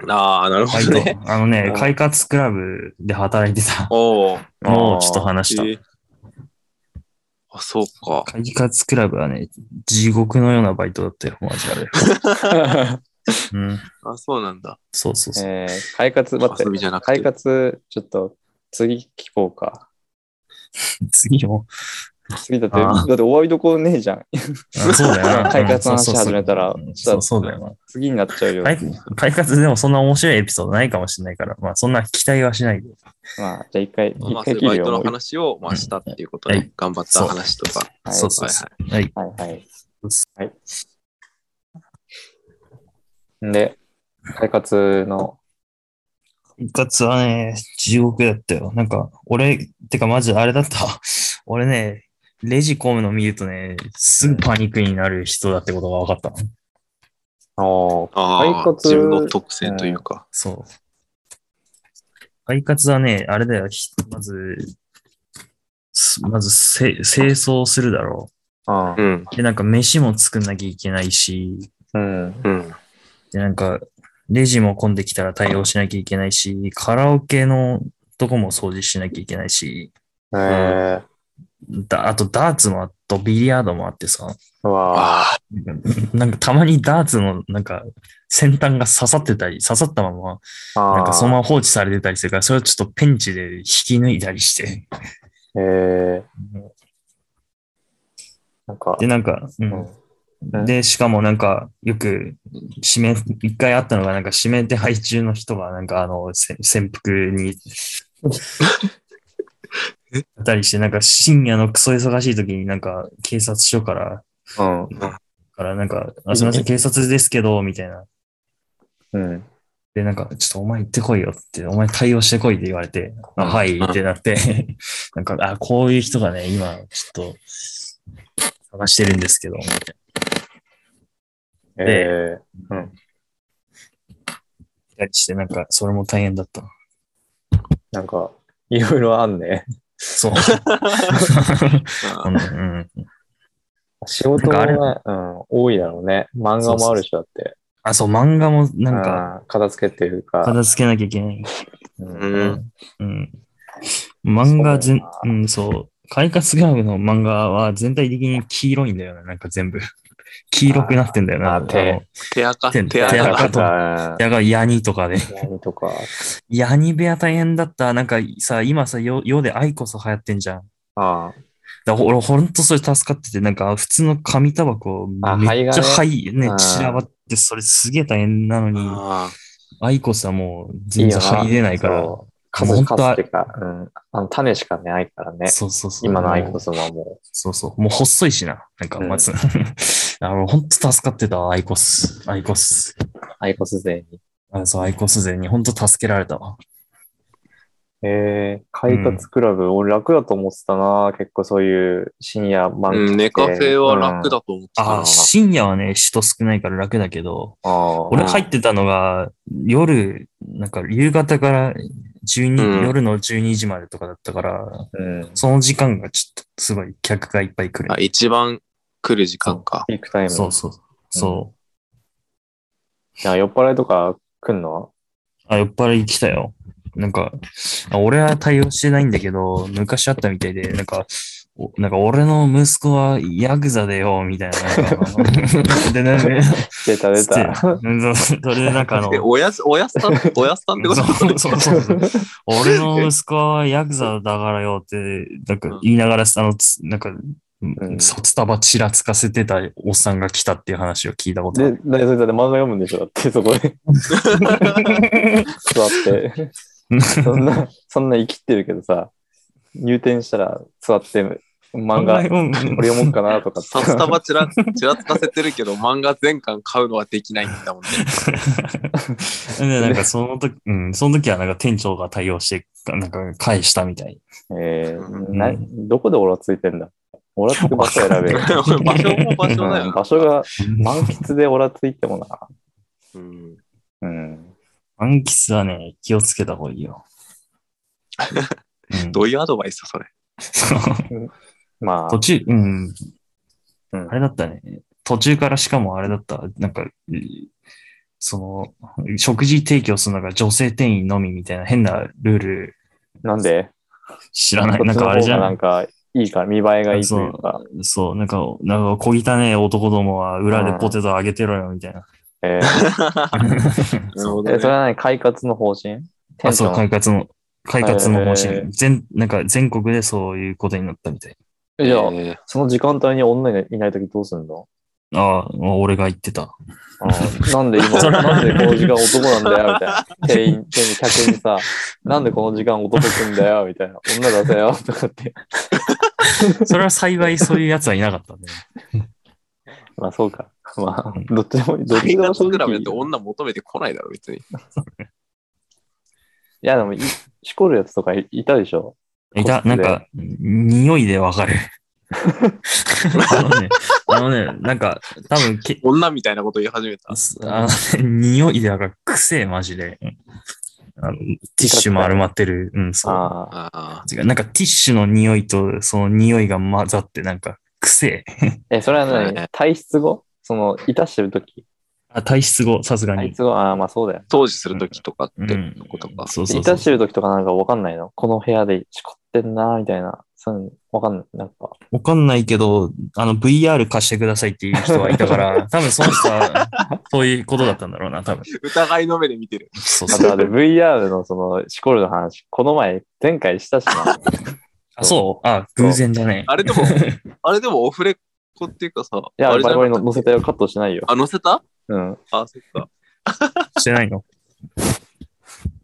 Speaker 1: ああ、なるほ
Speaker 3: バイ
Speaker 1: ど
Speaker 3: ト
Speaker 1: ね。。
Speaker 3: あのね
Speaker 1: う、ん
Speaker 3: 快活クラブで働いてた
Speaker 1: おお、え
Speaker 3: のをちょっと話した。
Speaker 1: ーあ、そうか。
Speaker 3: 快活クラブはね、地獄のようなバイトだったよ、マジあ れ。うん。
Speaker 1: あ、そうなんだ。
Speaker 3: そうそうそ う。
Speaker 2: えー、快活、 待って
Speaker 1: 遊びじゃな、くて
Speaker 2: 快活、ちょっと次聞こうか。
Speaker 3: 次も。
Speaker 2: 次だって、だ
Speaker 3: あ
Speaker 2: って終わりどころねえじゃん。
Speaker 3: あそうだよな。
Speaker 2: 快活の話
Speaker 3: うんそうそうそう
Speaker 2: 始めたら
Speaker 3: うんそうそうだよな。
Speaker 2: 次になっちゃうよ。
Speaker 3: 快快活でもそんな面白いエピソードないかもしれないから、まあそんな期待はしないで。
Speaker 2: まあ、じゃあ一回、
Speaker 1: まあ、
Speaker 2: 一
Speaker 1: そう
Speaker 2: 回
Speaker 1: い
Speaker 2: 切
Speaker 1: うバ
Speaker 2: る
Speaker 1: イト
Speaker 2: よ。
Speaker 1: の話を、まあ、したっていうこと
Speaker 3: は
Speaker 1: ね
Speaker 3: い。
Speaker 1: 頑張った話とか。
Speaker 2: はい
Speaker 3: そうそうそう。はい。
Speaker 2: はいはい。
Speaker 3: そ
Speaker 2: はい。で、快活の、
Speaker 3: 快活はね、地獄だったよ。なんか、俺、てかマジあれだったわ。 俺ね、レジ込むの見るとね、すぐパニックになる人だってことが分かった。
Speaker 2: お
Speaker 1: あ
Speaker 2: 快
Speaker 1: あ、
Speaker 2: 活
Speaker 1: 自分の特性というか。
Speaker 3: そう。快活はね、あれだよ。ひまず、すまずせ、清掃するだろ
Speaker 2: あ
Speaker 1: うん。
Speaker 3: う。で、なんか飯も作んなきゃいけないし、
Speaker 2: うん。
Speaker 1: うん。
Speaker 3: で、なんか、レジも混んできたら対応しなきゃいけないし、カラオケのとこも掃除しなきゃいけないし、
Speaker 2: えー、
Speaker 3: だあとダーツもあとビリヤードもあってさ、
Speaker 2: うわあ
Speaker 1: ああ、
Speaker 3: なんかたまにダーツのなんか先端が刺さってたり、刺さったまま、
Speaker 2: あ
Speaker 3: なんかその
Speaker 2: ー
Speaker 3: まま放置されてたりするから、それをちょっとペンチで引き抜いたりして。
Speaker 2: えー、なんか、
Speaker 3: で、なんか、
Speaker 2: う
Speaker 3: う
Speaker 2: ん
Speaker 3: ん。で、しかもなんか、よく、指名、一回あったのが、なんか指名手配中の人が、なんかあの、せ潜伏にあったりして、なんか深夜のクソ忙しい時になんか警察署から
Speaker 2: うん。
Speaker 3: から、なんか、あすみません、警察ですけど、みたいな。
Speaker 2: うん。
Speaker 3: で、なんか、ちょっとお前行ってこいよって、お前対応してこいって言われて、あ
Speaker 1: うん
Speaker 3: はい
Speaker 1: うん
Speaker 3: ってなって、 なんか、あ、こういう人がね、今、ちょっと、探してるんですけど、みたい
Speaker 2: え
Speaker 3: な。して、なんか、それも大変だった。
Speaker 2: ー、なんか、いろいろあんね。
Speaker 3: そう。
Speaker 1: あ
Speaker 3: う
Speaker 1: あ
Speaker 3: ん、うん。
Speaker 2: 仕事
Speaker 3: なんか
Speaker 2: も
Speaker 3: あれ
Speaker 2: ね、うん、多いだろうね。漫画もあるしだって。
Speaker 3: あ、そう、漫画も、な
Speaker 2: なん
Speaker 3: か、
Speaker 2: か、片付けっていうか、
Speaker 3: 片付けなきゃいけない。
Speaker 2: うん
Speaker 1: うん。
Speaker 3: うん。漫画
Speaker 2: そ
Speaker 3: 全
Speaker 2: うだ、
Speaker 3: うん、そう。快活クラブの漫画は全体的に黄色いんだよな、なんか全部。黄色くなってんだよな。
Speaker 2: あー手
Speaker 1: 手垢、
Speaker 3: 手
Speaker 1: 手
Speaker 3: 手
Speaker 1: 垢
Speaker 3: 垢
Speaker 1: が。
Speaker 3: と
Speaker 2: あ
Speaker 3: だからヤニとかで。
Speaker 2: ー何とか。
Speaker 3: ヤニ部屋大変だった。なんかさ、今さ、よ世で愛こそ流行ってんじゃん。
Speaker 1: あ
Speaker 3: だから俺、ほんとそれ助かってて、なんか普通の紙タバコ
Speaker 2: あ
Speaker 3: めっちゃ肺、ね
Speaker 2: うん、
Speaker 3: 散らばって、それすげえ大変なの
Speaker 1: あ。
Speaker 3: に、
Speaker 1: あ
Speaker 3: アイコスはもう全然入れないから。
Speaker 2: そう数数っていうか、うん。あの、種しかないからね。
Speaker 3: そうそうそう。
Speaker 2: 今のアイコ
Speaker 3: もう
Speaker 2: スはも
Speaker 3: そうそう。もう細いしな。なんか、
Speaker 2: うん
Speaker 3: まず。 あの、ほんと助かってた、アイコス。アイコス。
Speaker 2: う、アイコス勢に。
Speaker 3: あそう、アイコス勢にほんと助けられたわ。
Speaker 2: えー、快活クラブ、俺楽だと思ってたな。結構そういう深夜
Speaker 1: あ。
Speaker 2: 番
Speaker 1: うん、
Speaker 2: 組
Speaker 1: ネ
Speaker 2: って。
Speaker 1: カフェは楽だと思ってたな。
Speaker 3: あ、深夜はね、人少ないから楽だけど、
Speaker 2: うん。あ
Speaker 3: 俺
Speaker 2: ー
Speaker 3: 入ってたのが、夜、なんか夕方から12、
Speaker 1: うん
Speaker 3: 夜の12時までとかだったから、
Speaker 2: うん。
Speaker 3: その時間がちょっとすごい客がいっぱい来る
Speaker 1: あ。一番来る時間か。
Speaker 2: ピークタイム。
Speaker 3: そうそう。そう。
Speaker 2: いや酔っ払いとか来んの
Speaker 3: あ、酔っ払い来たよ。なんか、あ俺は対応してないんだけど、昔あったみたいで、なんか、おなんか俺の息子はヤクザだよ、みたいな。なんかで、なんか、
Speaker 2: 出た出た。
Speaker 3: うんそうそれでなんかあの、
Speaker 1: え、おやす、おやすさん、おやすさんってこと
Speaker 3: そうそうそうそう。俺の息子はヤクザだからよって、なんか言いながら、あの、つなんか、
Speaker 2: ん
Speaker 3: 卒タバちらつかせてたおっさんが来たっていう話を聞いたこと
Speaker 2: で
Speaker 3: ある。、
Speaker 2: だそれだって漫画読むんでしょだって、そこで座って。そんな、そんな生きってるけどさ、入店したら座って漫画、
Speaker 3: うん
Speaker 2: 俺読もうかなとかって。
Speaker 1: サスタバちら、ちらつかせてるけど、漫画全巻買うのはできないんだもんね。
Speaker 3: で、なんかその時、うん、その時はなんか店長が対応して、なんか返したみたい。
Speaker 2: えー、
Speaker 1: うん
Speaker 2: などこでオラついてんだオラつく場所選べよ。
Speaker 1: 場所も場所だ
Speaker 2: うん
Speaker 1: よ
Speaker 2: 場所が満喫でオラついてもな。
Speaker 1: な。うん。
Speaker 2: うん。
Speaker 3: 満喫はね、気をつけた方がいいよ。うん
Speaker 1: どういうアドバイスだ、それ。
Speaker 3: そう
Speaker 2: まあ
Speaker 3: 途、中、うん、
Speaker 2: うん
Speaker 3: あれだったね。途中からしかもあれだった。なんか、いその、食事提供するのが女性店員のみみたいな変なルール
Speaker 2: なんで
Speaker 3: 知らない。
Speaker 2: こっ
Speaker 3: な
Speaker 2: ち
Speaker 3: ん
Speaker 2: の
Speaker 3: かあれじ
Speaker 2: 方
Speaker 3: ゃ
Speaker 2: が
Speaker 3: な
Speaker 2: ないんか、いいから、見栄えがいいというか。
Speaker 3: そう、なんか、なんか小汚ねえ男どもは裏でポテトあげてろよみたいな。
Speaker 2: えー
Speaker 1: なるほ
Speaker 2: え、そ
Speaker 1: ね。
Speaker 2: れは何快活の方針
Speaker 3: あ、そう、
Speaker 2: 店
Speaker 3: 快活の、快活の方
Speaker 2: へえ
Speaker 3: 針。全、なんか全国でそういうことになったみたい。
Speaker 2: 長じゃあ、
Speaker 1: えー
Speaker 2: その時間帯に女いないときどうすんの
Speaker 3: ああ、俺が言ってた。
Speaker 2: あーなんで今、
Speaker 3: それ
Speaker 2: なんでこの時間男なんだよ、みたいな。店員、店員、客にさ、なんでこの時間男来んだよ、みたいな。女出せよ、とかって。
Speaker 3: それは幸いそういう奴はいなかったね。
Speaker 2: まあ、そうか。まあ、どっちでも、どっちでも正
Speaker 1: クラ
Speaker 2: 直
Speaker 1: ブだって女求めてこないだろ、別に。
Speaker 2: いや、でもい、しこるやつとかいいたでしょ。
Speaker 3: いた、
Speaker 2: コスプレ
Speaker 3: なんか、匂いでわかる。あのね、あのね、なんか、多分け、
Speaker 1: 女みたいなこと言い始めた。
Speaker 3: あのね、匂いでわかる。くせえ、マジで。あのティッシュ丸まってる。うん、そう。
Speaker 2: ああ。
Speaker 1: ああ。
Speaker 3: 違うなんか、ティッシュの匂いと、その匂いが混ざって、なんか、くせえ。
Speaker 2: え、それは何、
Speaker 1: はい
Speaker 2: 体質後その、いたしてるとき。
Speaker 3: あ、体質後、さすが
Speaker 2: 体
Speaker 3: に。
Speaker 2: 質後ああ、まあそうだよ。
Speaker 1: 当時するときとか
Speaker 3: う
Speaker 1: って
Speaker 3: ん
Speaker 1: ことか。。
Speaker 3: そうそ
Speaker 2: いう
Speaker 3: そ
Speaker 2: た
Speaker 3: う
Speaker 2: してるときとかなんかわかんないのこの部屋でしこってんな、みたいな。そういうのわかんない。なんか。
Speaker 3: わかんないけど、あの、VR 貸してくださいっていう人はいた から、多分その人は、そういうことだったんだろうな、多分。
Speaker 1: 疑いの目で見てる。
Speaker 3: そう
Speaker 2: あ
Speaker 3: そう。
Speaker 2: とあれ VR のそのシコルの話、この前、前回したしな。
Speaker 3: あ、そうあ、偶然だね。
Speaker 1: あれでも、あれでもオフレコっていうかさ、
Speaker 2: いや、
Speaker 1: あ
Speaker 2: バ
Speaker 1: れ
Speaker 2: リ
Speaker 1: じゃ
Speaker 2: バリ
Speaker 1: なかっ
Speaker 2: の載せたよ、カットしないよ。
Speaker 1: たあ、載せた
Speaker 2: うん。
Speaker 1: あ、そっか。
Speaker 3: してないの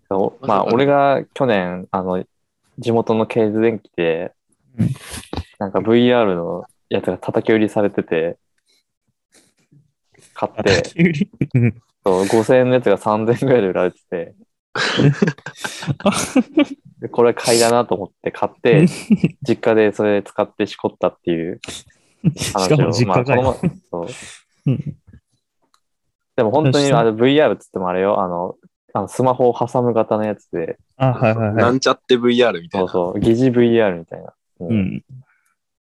Speaker 2: そうまあ、俺が去年、あの、地元の経図電機で
Speaker 3: うん、
Speaker 2: なんか VR のやつが叩き売りされてて、買って、
Speaker 3: 急に
Speaker 2: そう5000円のやつが3000円ぐらいで売られてて、でこれ買いだなと思って買って、実家でそれ使ってしこったっていう
Speaker 3: し
Speaker 2: 話
Speaker 3: か
Speaker 2: を。
Speaker 3: も実家か
Speaker 2: まあ
Speaker 3: よ。
Speaker 2: この前そう
Speaker 3: うん
Speaker 2: でも本当に
Speaker 3: 確
Speaker 2: あの VR っつってもあれよ、あの、あのスマホを挟む型のやつで、
Speaker 3: あ、はいはい
Speaker 1: な
Speaker 3: はい。
Speaker 1: んちゃって VR みたいな。
Speaker 2: そうそう、疑似 VR みたいな。う
Speaker 3: うん。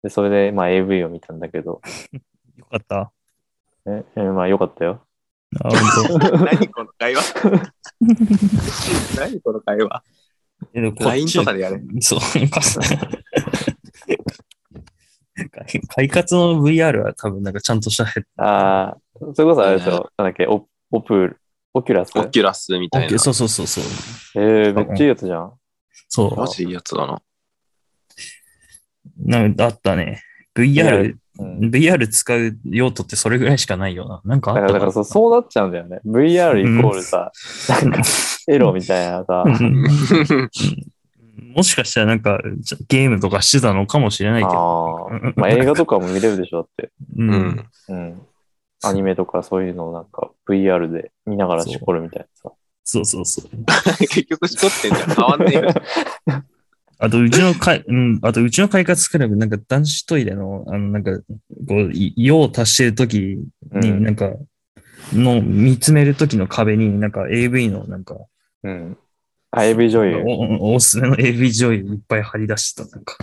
Speaker 2: で、それで、まあ AV を見たんだけど、
Speaker 3: よかった。
Speaker 2: え、えまあよかったよ。
Speaker 3: あ、 本当。
Speaker 1: 何この会話何この会話
Speaker 3: えでもこっち
Speaker 1: ?LINE とかでやれ。
Speaker 3: そう。 快活の VR は多分なんかちゃんとしたヘッ
Speaker 2: ああ、それこそあれですよ、なんだっけ、オオプ、オキュラス。
Speaker 1: オキュラスみ
Speaker 3: ド。
Speaker 1: たいな。
Speaker 3: そうそうそうそう。
Speaker 2: ええめっちゃいいやつじゃん。
Speaker 3: そう。
Speaker 1: マジいいやつだな。
Speaker 3: なんかあったね。VR、
Speaker 2: うん、
Speaker 3: VR 使う用途ってそれぐらいしかないよな。なんかあ
Speaker 2: だ
Speaker 3: っ
Speaker 2: から
Speaker 3: た
Speaker 2: だからそうそうなっちゃうんだよね。VR イコールさ、なんかエロみたいなさ、
Speaker 3: うんもしかしたらなんかじゃゲームとかしてたのかもしれないけ
Speaker 2: あ
Speaker 3: ど
Speaker 2: ー。まあ、映画とかも見れるでしょ、だって。
Speaker 3: う
Speaker 1: うんん。
Speaker 2: うん。アニメとかそういうのをなんか VR で見ながらしこるみたいなさ。
Speaker 3: そうそうそう。
Speaker 1: 結局しこってんじゃん。変わんねえよ。
Speaker 3: あと、うちのかい、 うん、あと、うちの快活クラブ、なんか男子トイレの、あの、なんか、こう、い用を足してるとき
Speaker 2: う
Speaker 3: に、
Speaker 2: ん
Speaker 3: なんか、の、見つめるときの壁に、なんか AV の、なんか、
Speaker 2: うん。あ AV 女優。
Speaker 3: おおおすすめの AV 女優いっぱい貼り出してた、なんか。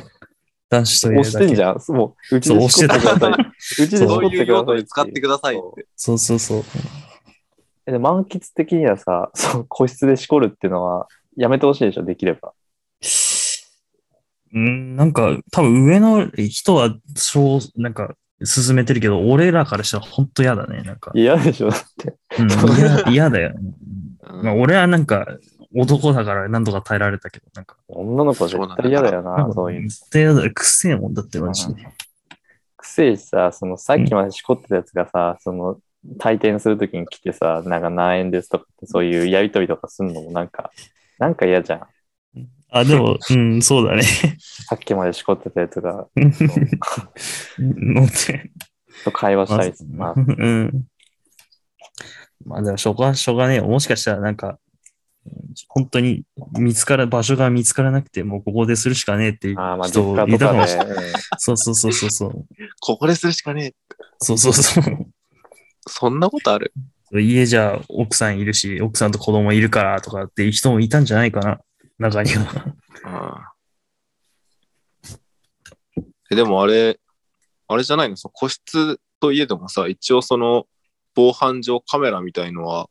Speaker 3: 男子トイレ
Speaker 2: 押し
Speaker 3: だ
Speaker 2: てん
Speaker 3: け
Speaker 2: じ。ゃん。もう、うち
Speaker 3: そう
Speaker 2: でしこってくださ い。うちでしこ
Speaker 1: そう
Speaker 2: って
Speaker 1: いう
Speaker 2: くだ
Speaker 1: 用
Speaker 2: さ
Speaker 1: 途
Speaker 2: い。
Speaker 1: で使ってくださいって。
Speaker 3: そうそうそう。
Speaker 2: えで満喫的にはさ、そう個室でしこるっていうのはやめてほしいでしょ、できれば。
Speaker 3: うん、なんか、多分上の人は、そう、なんか、進めてるけど、俺らからしたら本当嫌だね、なんか。
Speaker 2: 嫌でしょ、だって。
Speaker 3: うん嫌嫌だよ。
Speaker 1: うん
Speaker 3: まあ、俺はなんか、男だから何とか耐えられたけど、なんか、
Speaker 2: 女の子は絶対嫌だよな、
Speaker 3: なんか
Speaker 2: そういうの。
Speaker 3: 絶対嫌だ。くせえもんだって、マジで。
Speaker 2: くせえしさ、そのさっきまでしこってたやつがさ、その、退店するときに来てさ、なんか何円ですとかって、そういうやりとりとかするのもなんか、なんか嫌じゃん。
Speaker 3: あ、でも、うん、そうだね。
Speaker 2: さっきまでしこってたやつが、
Speaker 3: 乗って。
Speaker 2: と会話したりする。まあ、
Speaker 3: うん。まあ、でも、しょうが、しょうがねえよ。もしかしたら、なんか、本当に見つから、場所が見つからなくて、もうここでするしかねえっていう
Speaker 2: あーまあ、実
Speaker 3: 人
Speaker 2: 家と
Speaker 3: いたか
Speaker 2: か
Speaker 3: もし
Speaker 2: で、
Speaker 3: れない。
Speaker 2: うん
Speaker 3: そうそうそうそうそう。
Speaker 1: ここでするしかねえ。
Speaker 3: そうそうそう。
Speaker 1: そんなことある
Speaker 3: 家じゃ奥さんいるし、奥さんと子供いるからとかっていう人もいたんじゃないかな、中には。
Speaker 1: うんえでもあれ、あれじゃないのその個室といえどもさ、一応その防犯上カメラみたいのは、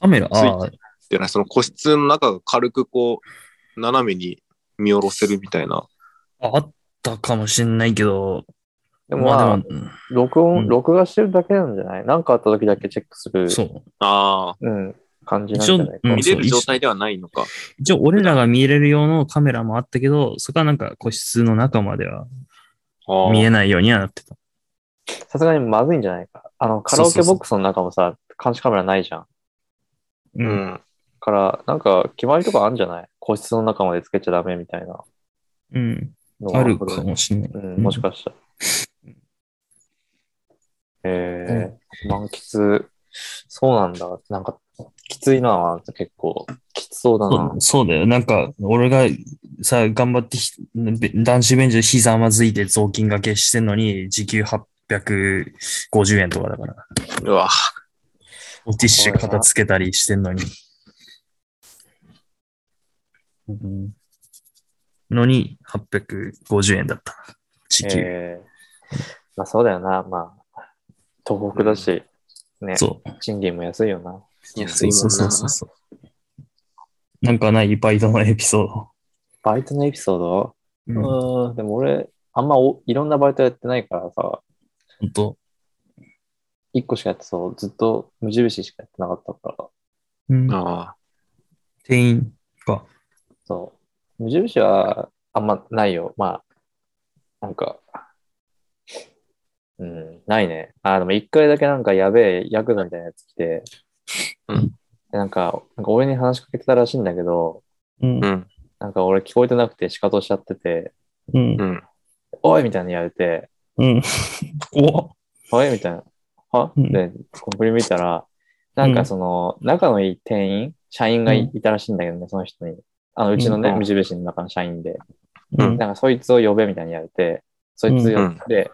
Speaker 3: カメラ、ああ、
Speaker 1: でないその個室の中が軽くこう、斜めに見下ろせるみたいな。
Speaker 3: あったかもしんないけど、
Speaker 2: でもまあ、
Speaker 3: でも、
Speaker 2: 録
Speaker 3: う
Speaker 2: 音、
Speaker 3: ん
Speaker 2: 録画してるだけなんじゃないなんかあった時だけチェックする、
Speaker 3: そ
Speaker 1: ああ、
Speaker 2: うん、感じなんじゃないか
Speaker 3: 一応うん
Speaker 1: 見れる状態ではないのか。
Speaker 3: う。一応、俺らが見れる用のカメラもあったけど、そこはなんか個室の中までは
Speaker 1: ああ
Speaker 3: 見えないようにはなってた。
Speaker 2: さすがにまずいんじゃないか。あの、カラオケボックスの中もさ、監視カメラないじゃん。
Speaker 3: う。
Speaker 1: うんん。
Speaker 2: から、なんか、決まりとかあるんじゃない個室の中までつけちゃダメみたいな
Speaker 3: うん。
Speaker 2: のが
Speaker 3: あるかもしんない。
Speaker 2: うん、もしかしたら。えー、満喫、そうなんだ。なんか、きついな、結構。きつそうだな
Speaker 3: そう。そうだよ。なんか、俺がさ、頑張ってひべ男子ベンチでひざまずいて雑巾掛けしてんのに、時給850円とかだから。
Speaker 1: うわ、
Speaker 3: ティッシュ片付けたりしてんのに。うんのに、850円だった。時給。
Speaker 2: えーまあ、そうだよな。まあ、東北だし、ね、
Speaker 3: そう。
Speaker 2: 賃金も安いよな。
Speaker 1: 安いもん
Speaker 3: そうそう
Speaker 1: な。
Speaker 3: そうそう。なんかないバイトのエピソード。
Speaker 2: バイトのエピソード
Speaker 3: う、
Speaker 2: うんん
Speaker 3: ほ、
Speaker 2: でも俺、あんまおいろんなバイトやってないからさ、
Speaker 3: んと。
Speaker 2: 一個しかやってそう、ずっと無印しかやってなかったから、
Speaker 3: うん
Speaker 1: あ
Speaker 3: 店員か。
Speaker 2: そう。無印はあんまないよ。まあ、なんか、うん、ないね。あ、でも一回だけなんかやべえヤクザみたいなやつ来て、
Speaker 1: うん
Speaker 2: でなんか、なんか俺に話しかけてたらしいんだけど、
Speaker 3: うん
Speaker 1: あ。う。ん。
Speaker 2: なんか俺聞こえてなくて仕方しちゃってて、
Speaker 3: うん
Speaker 1: う。ん。
Speaker 2: おいみたいに言われて、
Speaker 3: うん。怖っ
Speaker 2: あれみたいな。は
Speaker 3: うん
Speaker 2: で、こう振り向いたら、なんかその、仲のいい店員、社員がい,、たらしいんだけどね、その人に。あの、うちのね、
Speaker 1: うん
Speaker 2: 無印の中の社員で。
Speaker 3: うん。
Speaker 2: なんかそいつを呼べみたいに言われて、そいつ呼んで、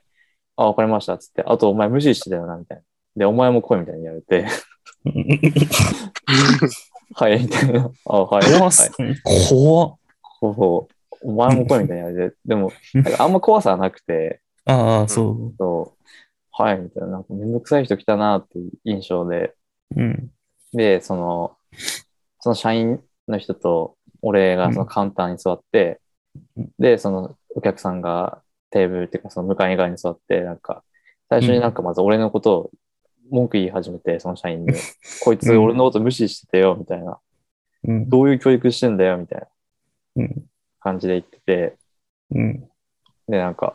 Speaker 2: あ、わかりました、つって、あとお前無視してたよな、みたいな。で、お前も来いみたいに言われて、 はい、みたいな。あ、はい。
Speaker 3: 怖
Speaker 2: は
Speaker 3: っ
Speaker 2: い
Speaker 3: す。怖っ。
Speaker 2: そうお前も来いみたいに言われて、 でも、なんかあんま怖さはなくて、
Speaker 3: ああ、そ
Speaker 2: そう、はい、みたいな、なんかめんどくさい人来たなっていう印象で、
Speaker 3: う。うん。
Speaker 2: で、その、その社員の人と、俺がそのカウンターに座って、で、そのお客さんがテーブルっていうか、その向かい側に座って、なんか、最初になんかまず俺のことを文句言い始めて、その社 員に、こいつ
Speaker 5: うん
Speaker 2: 俺のこと無視しててよ、みたいな。
Speaker 5: うん。
Speaker 2: どういう教育してんだよ、みたいな
Speaker 5: うん。
Speaker 2: 感じで言ってて、
Speaker 5: うん。
Speaker 2: で、なんか、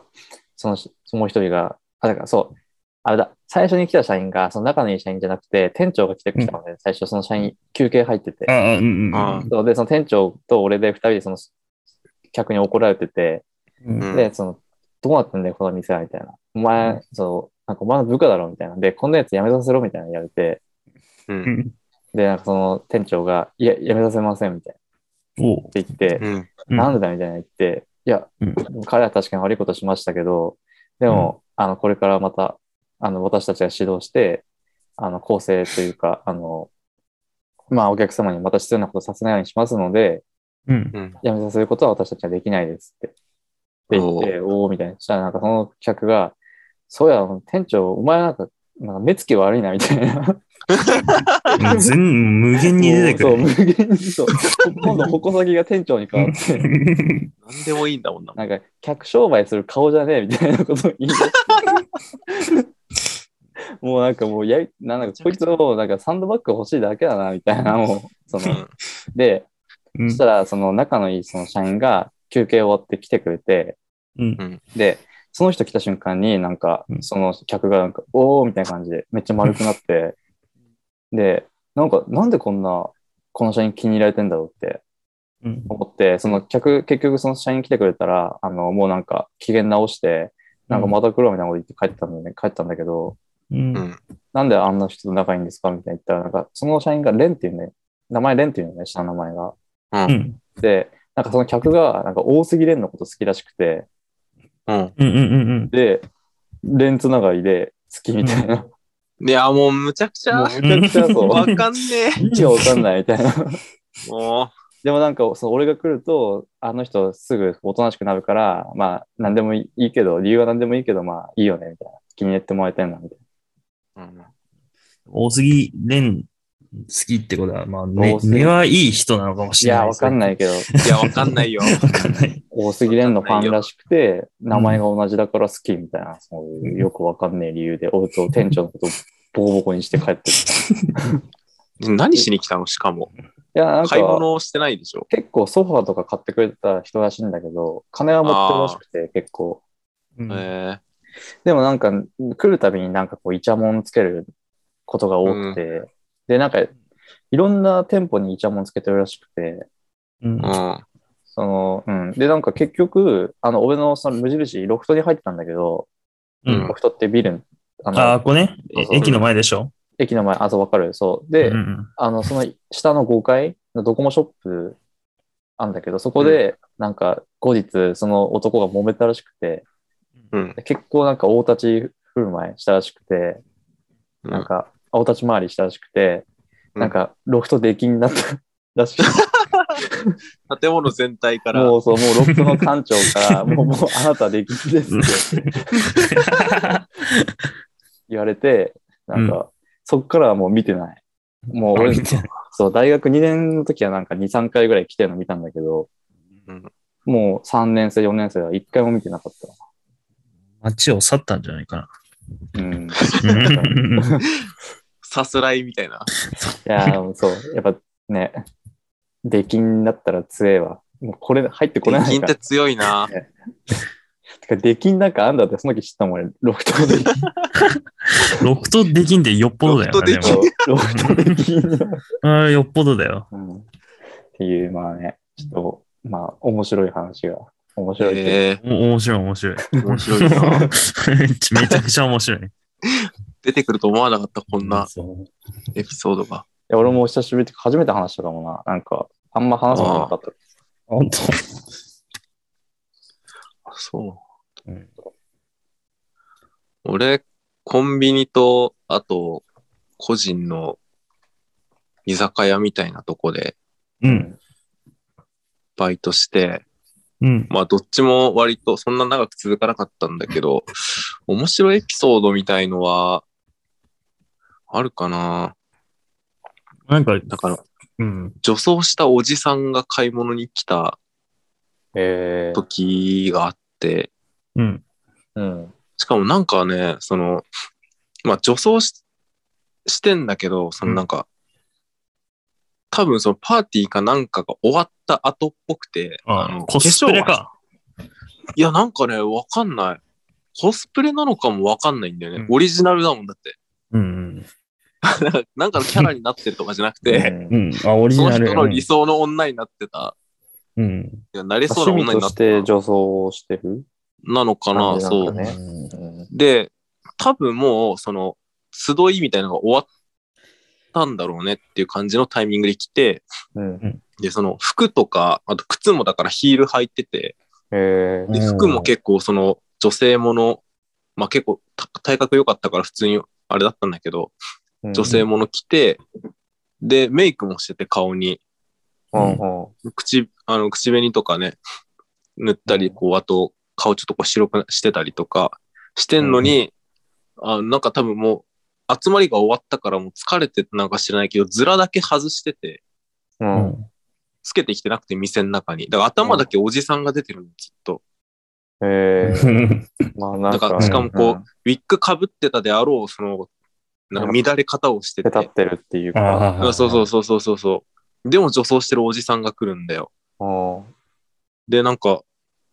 Speaker 2: その、そのもう一人が、あ、だからそう、あれだ、最初に来た社員が、その仲のいい社員じゃなくて、店長が来てきたので、最初その社員、休憩入ってて
Speaker 5: あ、あ、うん。うん
Speaker 1: あ
Speaker 2: そうで、その店長と俺で二人でその客に怒られてて、
Speaker 5: うん。
Speaker 2: で、その、どうなってんだよ、この店は、みたいな。お前、そう、なんかお前の部下だろ、みたいな。で、こんなやつ辞めさせろ、みたいなのやれて、
Speaker 1: う。
Speaker 5: うんん。
Speaker 2: で、なんかその店長が、いや、辞めさせません、みたい
Speaker 5: おう。
Speaker 2: な。って言って、
Speaker 1: うん。
Speaker 5: うん
Speaker 2: なんでだみたいな言って、いや、
Speaker 5: うん
Speaker 2: 彼は確かに悪いことしましたけど、でも、あの、これからまた、あの、私たちが指導して、あの、構成というか、あの、まあ、お客様にまた必要なことさせないようにしますので、
Speaker 5: うん。
Speaker 1: うん。
Speaker 2: やめさせることは私たちはできないですって。って言って、おおーみたいな。そしたら、なんかその客が、そうや、店長、お前なんか、なんか目つき悪いな、みたいな。
Speaker 5: 全、無限に出てく
Speaker 2: そう、
Speaker 5: る。
Speaker 2: 無限に、そう。今度、矛先が店長に変わって。
Speaker 1: 何でもいいんだもんな。
Speaker 2: なんか、客商売する顔じゃねえみたいなことを言い出してもうなんかもうやり、なんかこいつをなんかサンドバッグ欲しいだけだな、みたいな、もう、そうの、
Speaker 1: ん。
Speaker 2: で、
Speaker 5: う
Speaker 2: そしたらその仲のいいその社員が休憩終わって来てくれて、
Speaker 5: ん。
Speaker 2: で、その人来た瞬間になんか
Speaker 5: う、ん
Speaker 2: その客がなんか、おーみたいな感じでめっちゃ丸くなって、で、なんか、なんでこんな、この社員気に入られてんだろうって
Speaker 5: うん。
Speaker 2: 思って、その客、結局その社員来てくれたら、あの、もうなんか機嫌直して、なんかまた来ろうみたいなこと言って帰ってたんだよね、帰ったんだけど、
Speaker 5: うん。
Speaker 1: うん。
Speaker 2: なんであんな人と仲いいんですかみたいな言ったら、なんかその社員がレンっていうね、名前レンっていうのね、下の名前が。
Speaker 5: うん。
Speaker 2: で、なんかその客が、なんか大杉レンのこと好きらしくて、
Speaker 1: うん。
Speaker 5: うん。うん。
Speaker 2: で、レンつながりで好きみたいな。
Speaker 1: いや、もうむちゃくち
Speaker 2: もう
Speaker 1: ゃ、
Speaker 2: めちゃく ちゃそう。
Speaker 1: わかんね
Speaker 2: 意味がわかんないみたいな。
Speaker 1: え。も。
Speaker 2: でもなんか、その俺が来ると、あの人すぐおとなしくなるから、まあ、何でもいいけど、理由は何でもいいけど、まあ、いいよね、みたいな。気に入ってもらいたいな、みたいう
Speaker 1: うん
Speaker 5: 大杉蓮好きってことは、まあ、ね
Speaker 2: 大、杉
Speaker 5: 根はいい人なのかもし
Speaker 2: な。
Speaker 5: れ
Speaker 2: い
Speaker 5: ない。
Speaker 2: や、わかんないけど、
Speaker 1: いや、わかんないよ。
Speaker 5: わかんない。
Speaker 2: 大杉蓮のファンらしくて、
Speaker 5: んない
Speaker 2: 名
Speaker 5: よ
Speaker 2: 前が同じだから好き、みたいな、そういうよくわかんない理由で、おうと店長のことをボコボコにして帰ってった。い
Speaker 1: 何しに来たのしかも。
Speaker 2: や、なん
Speaker 1: 買い
Speaker 2: か、
Speaker 1: 物してないでしょ。
Speaker 2: 結構ソファーとか買ってくれた人らしいんだけど、金は持ってるらしくて、結構。
Speaker 5: うん
Speaker 1: え
Speaker 2: でもなんか、来るたびになんかこう、イチャモンつけることが多くて、で、なんか、いろんな店舗にイチャモンつけてるらしくて、
Speaker 5: うん
Speaker 1: え。うん。
Speaker 2: その、うん。で、なんか結局、あの、俺のその無印、ロフトに入ったんだけど、
Speaker 5: うん
Speaker 2: ロフトってビル、あの、
Speaker 5: ああ、ここね、え
Speaker 2: そう
Speaker 5: 駅の前でしょ
Speaker 2: 駅の前、あ、そう、わかるそう。
Speaker 5: う
Speaker 2: で、
Speaker 5: ん
Speaker 2: あの、その下の5階のドコモショップあんだけど、そこで、なんか、後日、その男が揉めたらしくて、
Speaker 1: うん。
Speaker 2: で結構なんか大立ち振る舞いしたらしくて、
Speaker 1: うん
Speaker 2: なんか、青立ち回りしたらしくて、
Speaker 1: うん
Speaker 2: なんか、ロフト出禁になったらしくて、
Speaker 1: 建物全体から。
Speaker 2: もうそう、もうロフトの館長 から、もう、もう、あなた出禁ですって言われて、なんか、そっからはもう見てない。もう
Speaker 5: 俺
Speaker 2: 俺、そう、大学2年の時はなんか2、3回ぐらい来てるの見たんだけど、
Speaker 1: うん
Speaker 2: もう3年生、4年生は1回も見てなかっ
Speaker 5: 街を去ったんじゃないか
Speaker 2: た。うん。い
Speaker 5: な。
Speaker 1: さすらいみたいな。
Speaker 2: やー、でもそう、やっぱね、出禁だったら強えわ。もうこれ入ってこれ
Speaker 1: 金
Speaker 2: ない
Speaker 1: っ
Speaker 2: から
Speaker 1: て。強いな。
Speaker 2: てか、出禁なんかあんだって、その時知ったもん、俺。ロフトで。
Speaker 5: ロフトできんでよっぽどだよな。
Speaker 1: ロフトで
Speaker 5: で
Speaker 1: きん
Speaker 5: も
Speaker 2: ロフトで禁。
Speaker 5: あーよっぽどだよ。
Speaker 2: うんっていう、まあね、ちょっと、まあ、面白い話が。面白いっていうか
Speaker 1: ええ。
Speaker 5: お面白い面白い。
Speaker 1: 面白い な。
Speaker 5: めちゃくちゃ面白い。
Speaker 1: 出てくると思わなかった、こんな
Speaker 5: そう
Speaker 1: エピソードが。
Speaker 2: いや、俺も久しぶりって初めて話したかもな。なんか、あんま話すことなかった。
Speaker 5: 本当。。
Speaker 1: そううん俺、コンビニと、あと、個人の居酒屋みたいなとこで
Speaker 5: うん。
Speaker 1: バイトして、
Speaker 5: うん。
Speaker 1: まあ、どっちも割とそんな長く続かなかったんだ けど、面白いエピソードみたいのは、あるかな
Speaker 5: なんか、
Speaker 1: だから、
Speaker 5: うん。
Speaker 1: 女装したおじさんが買い物に来た
Speaker 2: えー、
Speaker 1: 時があって、
Speaker 5: うん。
Speaker 2: うん。
Speaker 1: しかもなんかね、その、まあ、女装ししてんだけど、そのなんか、多分そのパーティーかなんかが終わった後っぽくて、
Speaker 5: あ
Speaker 1: の
Speaker 5: コスプレ
Speaker 1: 化粧は
Speaker 5: か。
Speaker 1: いや、なんかね、わかんない。コスプレなのかもわかんないんだよね。
Speaker 5: うん
Speaker 1: オリジナルだもんだって。
Speaker 5: うん
Speaker 1: なんかのキャラになってるとかじゃなく て、
Speaker 2: うん
Speaker 5: うん。うん。あ、オリジ
Speaker 1: その
Speaker 5: ナル。
Speaker 1: 人の理想の女になってた。
Speaker 5: うんうん。
Speaker 1: いや、なれそうな
Speaker 2: 趣
Speaker 1: 女
Speaker 2: 味
Speaker 1: に
Speaker 2: と
Speaker 1: な
Speaker 2: し
Speaker 1: っててた。
Speaker 2: 女装をしてる
Speaker 1: なのかな、
Speaker 2: 感じなん
Speaker 1: そ
Speaker 2: だ
Speaker 1: う。
Speaker 2: ね
Speaker 5: うん
Speaker 2: うん。
Speaker 1: で、多分もう、その、集いみたいなのが終わったんだろうねっていう感じのタイミングで来て、
Speaker 2: うん。
Speaker 1: で、その服とか、あと靴もだからヒール履いてて、
Speaker 2: え
Speaker 1: で
Speaker 5: うん
Speaker 1: 服も結構その女性もの、まあ結構た体格良かったから普通にあれだったんだけど、
Speaker 2: ー、
Speaker 1: 女性もの着て、で、メイクもしてて顔に、
Speaker 2: うんうん
Speaker 1: 口、あの、口紅とかね、塗ったり、こう、あと、顔ちょっとこう白くしてたりとかしてんのに、あなんか多分もう、集まりが終わったからもう疲れてなんか知らないけど、ズラだけ外してて、
Speaker 2: う。
Speaker 5: うんん
Speaker 1: つけてきてなくて店の中に。だから頭だけおじさんが出てるの、ずっと。
Speaker 2: えー、まあなん
Speaker 1: だか
Speaker 2: か、
Speaker 1: らしかもこうウィッグかぶってたであろう、その、なんか乱れ方をして
Speaker 2: うん、
Speaker 1: て。
Speaker 2: 立ってるっていうか、
Speaker 5: あ
Speaker 1: うん
Speaker 5: あ。
Speaker 1: そうそうそうそうそうそう。でも女装してるおじさんが来るんだよ。
Speaker 2: うん
Speaker 1: で、なんか、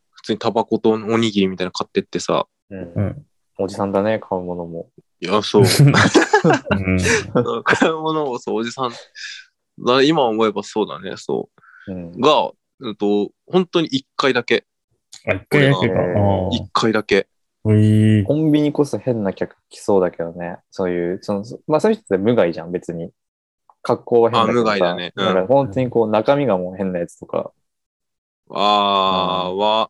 Speaker 1: 普通にタバコとおにぎりみたいなの買ってってさ、
Speaker 2: う
Speaker 5: うんん。
Speaker 2: おじさんだね、買うものも。
Speaker 1: いや、そう、
Speaker 5: うん。
Speaker 1: 買い物をそう、おじさん、だ今思えばそうだね、そうう。
Speaker 2: ん。
Speaker 1: が、えっと、本当に1回だけ、
Speaker 5: あ、一回だけか。あ
Speaker 2: え
Speaker 5: あ
Speaker 2: ー
Speaker 1: 1回だけ。
Speaker 5: ええ
Speaker 2: コンビニこそ変な客来そうだけどね。そういう、その、まあそういう人って無害じゃん、別に。格好は変だけどさ
Speaker 1: あ無害だねうん
Speaker 2: だから本当にこう中身がもう変なやつとか、
Speaker 1: あーは、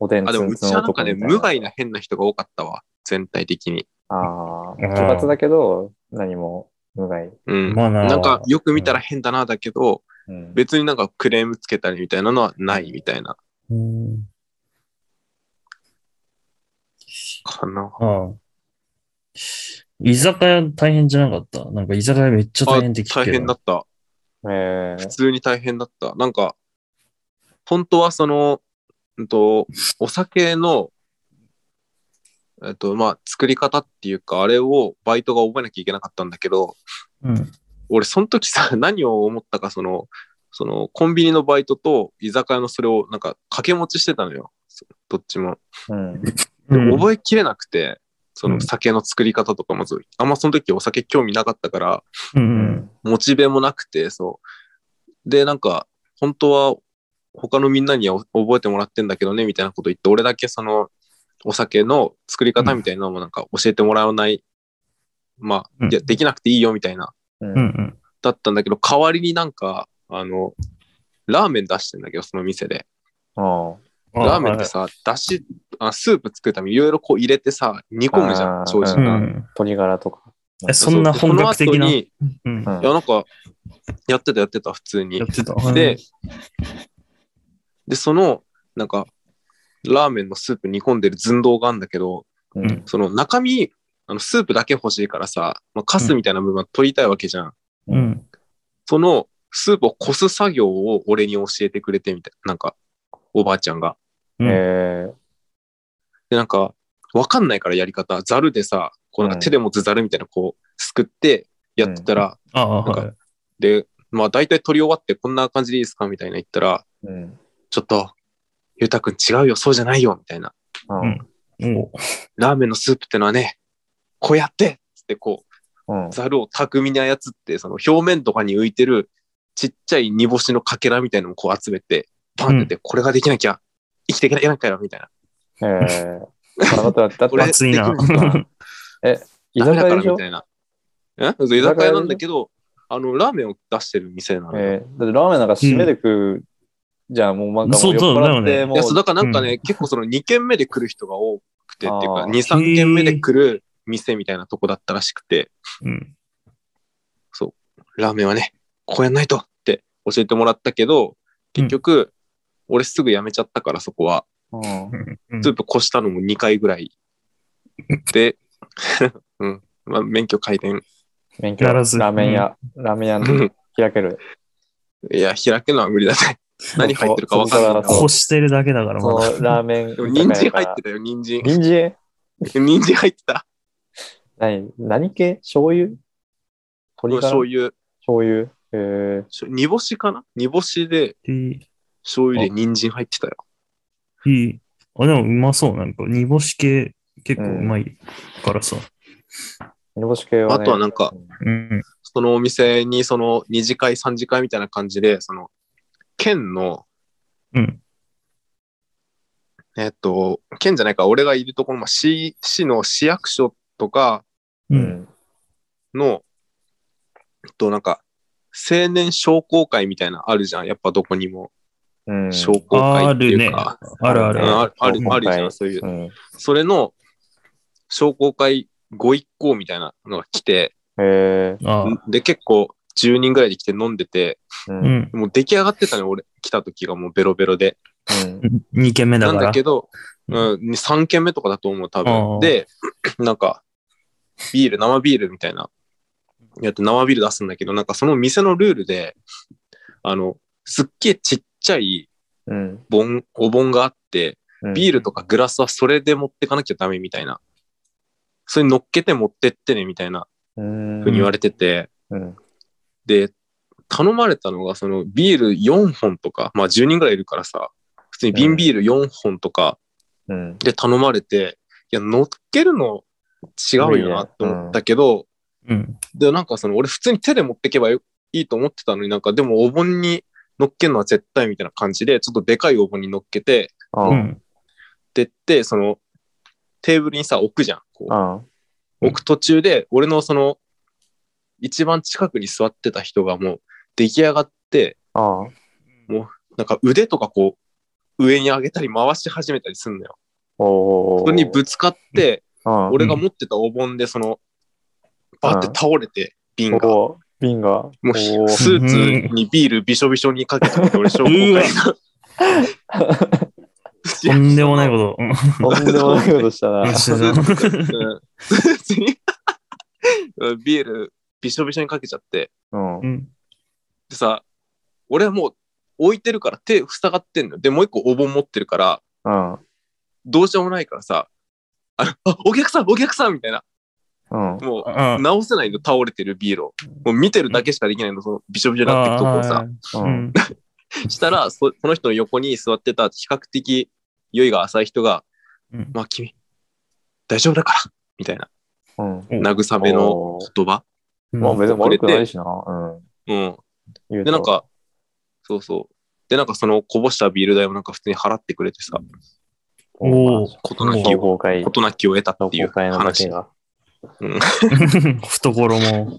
Speaker 2: おでん
Speaker 1: あ、
Speaker 2: つ
Speaker 1: でも
Speaker 2: ん
Speaker 1: う
Speaker 2: つ
Speaker 1: ちは
Speaker 2: ん
Speaker 1: なん
Speaker 2: 男
Speaker 1: かね、
Speaker 2: みたいな。
Speaker 1: 無害な変な人が多かったわ、全体的に。
Speaker 2: ああ、奇
Speaker 5: うん
Speaker 2: 抜だけど、何も無害。
Speaker 1: うん。
Speaker 5: まあな。
Speaker 1: なんか、よく見たら変だな、だけど、
Speaker 2: うん。
Speaker 1: 別になんかクレームつけたりみたいなのはないみたいな、
Speaker 5: うん。
Speaker 1: かな。
Speaker 5: ああ。居酒屋大変じゃなかったなんか居酒屋めっちゃ大変って聞く
Speaker 1: 大
Speaker 5: け
Speaker 1: 変だ
Speaker 5: ど。
Speaker 1: った。
Speaker 2: えー
Speaker 1: 普通に大変だった。なんか、本当はその、うんと、お酒の、えっと、まあ、作り方っていうか、あれをバイトが覚えなきゃいけなかったんだけど、
Speaker 5: うん。
Speaker 1: 俺、その時さ、 何を思ったか、その、その、コンビニのバイトと居酒屋のそれを、なんか、掛け持ちしてたのよ。そどっちも。
Speaker 2: うん。
Speaker 1: で
Speaker 5: うん
Speaker 1: 覚えきれなくて、そうの
Speaker 5: ん
Speaker 1: 酒の作り方とかもず、あんまその時お酒興味なかったから、
Speaker 5: う。
Speaker 2: うんん。
Speaker 1: モチベもなくて、そう。で、なんか、本当は他のみんなにはお覚えてもらってんだけどね、みたいなこと言って、俺だけその、お酒の作り方みたいなのもなんか教えてもらわない、まあ、いや、
Speaker 5: うん
Speaker 1: できなくていいよ、みたいな、
Speaker 2: う。
Speaker 5: うんん。
Speaker 1: だったんだけど、代わりになんか、あの、ラーメン出してんだけど、その店で。
Speaker 2: あ
Speaker 1: ラーメンってさ、だし、あスープ作るためにいろいろこう入れてさ、煮込むじゃ
Speaker 2: あ
Speaker 1: ん、
Speaker 2: ー
Speaker 1: 正
Speaker 5: う
Speaker 1: 直。
Speaker 5: ん。
Speaker 2: 鶏ガラとか。
Speaker 5: えそんな
Speaker 1: そう
Speaker 5: 本格的
Speaker 1: その
Speaker 5: な
Speaker 1: 後。に
Speaker 5: うん
Speaker 2: う
Speaker 1: い
Speaker 2: ん。
Speaker 1: や、なんか、やってたやってた、普通に
Speaker 5: やっ。てた。
Speaker 1: で、で、その、なんか、ラーメンのスープ煮込んでる寸胴があるんだけど、
Speaker 2: うん。
Speaker 1: その中身、あのスープだけ欲しいからさ、まあ、カスみたいな部分は取りたいわけじゃん。
Speaker 5: うん。
Speaker 1: そのスープをこす作業を俺に教えてくれてみたいな、なんか、おばあちゃんが。
Speaker 5: うん
Speaker 2: えー
Speaker 1: で、なんか、わかんないからやり方、ザルでさ、こうなんか手で持つザルみたいな、こう、すくってやってたら、
Speaker 5: ああ、
Speaker 1: なんか
Speaker 5: はい。
Speaker 1: で、まあ大体取り終わってこんな感じでいいですかみたいな言ったら、
Speaker 2: うん。
Speaker 1: ちょっと、ゆうたくん違うよ、そうじゃないよ、みたいな。
Speaker 2: うん。
Speaker 5: お
Speaker 1: ラーメンのスープってのはね、こうやってっつってこ
Speaker 2: うん
Speaker 1: う、。ザルを巧みに操って、その表面とかに浮いてるちっちゃい煮干しのかけらみたいなのをこう集めて、パンってやって、これができなきゃ生きていけないかよ、みたいな。
Speaker 2: えー。まあだってだ って
Speaker 1: これ
Speaker 5: 熱いな
Speaker 1: でき るのか
Speaker 2: 居
Speaker 1: ダメ
Speaker 2: 酒
Speaker 1: だか
Speaker 2: 屋
Speaker 1: ら
Speaker 2: でしょ
Speaker 1: みたいな。えそう居酒屋なんだけど、あの、ラーメンを出してる店なのよ。
Speaker 2: えー、だってラーメンなんか締めてくじゃん、もうなんかも
Speaker 5: そうう
Speaker 2: 酔っ
Speaker 5: そう
Speaker 2: 払っ
Speaker 5: だ
Speaker 2: て
Speaker 5: よね
Speaker 1: い
Speaker 2: も
Speaker 1: うや、そう、だからなんかね、結構その2軒目で来る人が多くてっていう
Speaker 2: あ
Speaker 1: か、2、
Speaker 2: ー
Speaker 1: 3軒目で来る店みたいなとこだったらしくて、
Speaker 5: うん。
Speaker 1: ラーメンはね、こうやんないとって教えてもらったけど、結局、俺すぐ辞めちゃったからそこは、
Speaker 2: うん
Speaker 5: うん
Speaker 1: スープ越したのも2回ぐらい。で、 うん、まあ、免許改善。
Speaker 2: 免許
Speaker 5: ならず
Speaker 2: ラーメン屋、ラーメン屋
Speaker 1: う
Speaker 2: の
Speaker 1: ん
Speaker 2: 開ける。
Speaker 1: いや、開くのは無理だね。何入ってるか分かんない
Speaker 2: そこ
Speaker 1: な
Speaker 2: か
Speaker 5: こしてるだけだから、まだ。
Speaker 2: そう、ラーメン。
Speaker 1: でも人参入ってたよ、人参。
Speaker 2: 人参
Speaker 1: 人参入ってた。
Speaker 2: 何何系醤油
Speaker 1: これ
Speaker 2: 鶏ガラ
Speaker 1: 醤油。
Speaker 2: 醤油。えー、
Speaker 1: しょ煮干しかな煮干しで
Speaker 5: い
Speaker 1: 醤油で人参入ってたよ。
Speaker 5: い、いい。あ、でもうまそう。なんか、煮干し系結構うまいからさ。
Speaker 2: 煮干し系は、ね。
Speaker 1: あとはなんか
Speaker 2: う、
Speaker 5: うん。
Speaker 1: そのお店にその二次会、三次会みたいな感じで、その、県の、
Speaker 5: うん。
Speaker 1: えっと、県じゃないか、俺がいるところ、まあ、市、市の市役所とか
Speaker 5: う。
Speaker 2: うんん。
Speaker 1: の、えっと、なんか、青年商工会みたいなあるじゃん。やっぱどこにも。
Speaker 2: うん。
Speaker 1: 商工会っていう
Speaker 5: あ
Speaker 1: か、
Speaker 5: あるある
Speaker 1: うんあるあ
Speaker 2: 商
Speaker 1: る
Speaker 2: 工会
Speaker 1: あるじゃん、そういう。
Speaker 2: うん。
Speaker 1: それの商工会ご一行みたいなのが来て、
Speaker 2: えー、
Speaker 5: ああ。
Speaker 1: で、結構10人ぐらいで来て飲んでて、
Speaker 2: う。
Speaker 5: うんん。
Speaker 1: もう出来上がってたね、俺。来た時がもうベロベロで。
Speaker 2: うん。
Speaker 5: 2軒目だ
Speaker 1: な
Speaker 5: か
Speaker 1: ん
Speaker 5: ら。
Speaker 1: だけど、
Speaker 5: う
Speaker 1: うんん、3軒目とかだと思う、多
Speaker 5: ああ
Speaker 1: 分。で、 なんか、ビール、生ビールみたいな。やって生ビール出すんだけど、なんかその店のルールで、あの、すっげえちっちゃい
Speaker 2: うん。
Speaker 1: 盆、お盆があって、
Speaker 2: うん
Speaker 1: ビールとかグラスはそれで持ってかなきゃダメみたいな。それに乗っけて持ってってね、みたいな
Speaker 2: うん。
Speaker 1: ふうに言われてて、
Speaker 2: うん。
Speaker 1: で、頼まれたのが、そのビール4本とか、まあ10人ぐらいいるからさ、普通に瓶ビール4本とか
Speaker 2: うん。
Speaker 1: で頼まれて、いや、乗っけるの違うよなって思ったけど、
Speaker 5: うん。
Speaker 1: で、なんかその俺普通に手で持ってけばよいいと思ってたのになんか、でもお盆に乗っけるのは絶対みたいな感じで、ちょっとでかいお盆に乗っけて、
Speaker 2: あ
Speaker 5: う
Speaker 2: あ
Speaker 5: ん。
Speaker 1: でって、そのテーブルにさ、置くじゃん。こう
Speaker 2: ああ。
Speaker 1: 置く途中で、俺のその、一番近くに座ってた人がもう出来上がって、
Speaker 2: ああ。
Speaker 1: なんか腕とかこう、上に上げたり回し始めたりすんのよ。
Speaker 2: おー
Speaker 1: それにぶつかって、
Speaker 2: うん
Speaker 1: 俺が持ってたお盆でその、バーって倒れて、瓶が。も
Speaker 2: おー瓶が。も
Speaker 1: うスーツにビールびしょびしょにかけたって俺、証拠
Speaker 5: うわ
Speaker 1: 会
Speaker 5: とんでもないこと。 うん
Speaker 2: とんでもないことしたな。
Speaker 5: してた
Speaker 1: うんスーツにうんビールびしょびしょにかけちゃって。
Speaker 2: うん
Speaker 5: う。ん。
Speaker 1: でさ、俺はもう置いてるから手塞がってんのよ。で、もう一個お盆持ってるから、
Speaker 2: うん。
Speaker 1: どうしようもないからさ、あのあお客さん、お客さんみたいな。
Speaker 2: うん。
Speaker 1: もう、
Speaker 5: ああ
Speaker 1: 直せないの、倒れてるビールを。もう見てるだけしかできないの、その、びしょびしょになってるとこをさ。
Speaker 5: う
Speaker 2: うん。
Speaker 5: ん。
Speaker 1: したら、そその人の横に座ってた、比較的、酔いが浅い人が、
Speaker 5: うん
Speaker 1: まあ、君、大丈夫だから、みたいな、
Speaker 2: う
Speaker 5: う
Speaker 2: ん。
Speaker 5: ん
Speaker 1: 慰めの
Speaker 2: おー
Speaker 1: 言葉。
Speaker 5: うん
Speaker 2: まあ別に悪くないしな。うん。
Speaker 1: うん。
Speaker 2: 言
Speaker 1: で、
Speaker 2: うと
Speaker 1: なん、か、そうそう。で、なんかその、こぼしたビール代もなんか普通に払ってくれてさ、
Speaker 5: おー
Speaker 1: ことなき
Speaker 2: 情
Speaker 1: を、
Speaker 2: 報会、
Speaker 1: ことなきを得たってい
Speaker 2: 情
Speaker 1: う
Speaker 2: 報会のだ
Speaker 1: 話。
Speaker 2: けが、
Speaker 5: 懐も。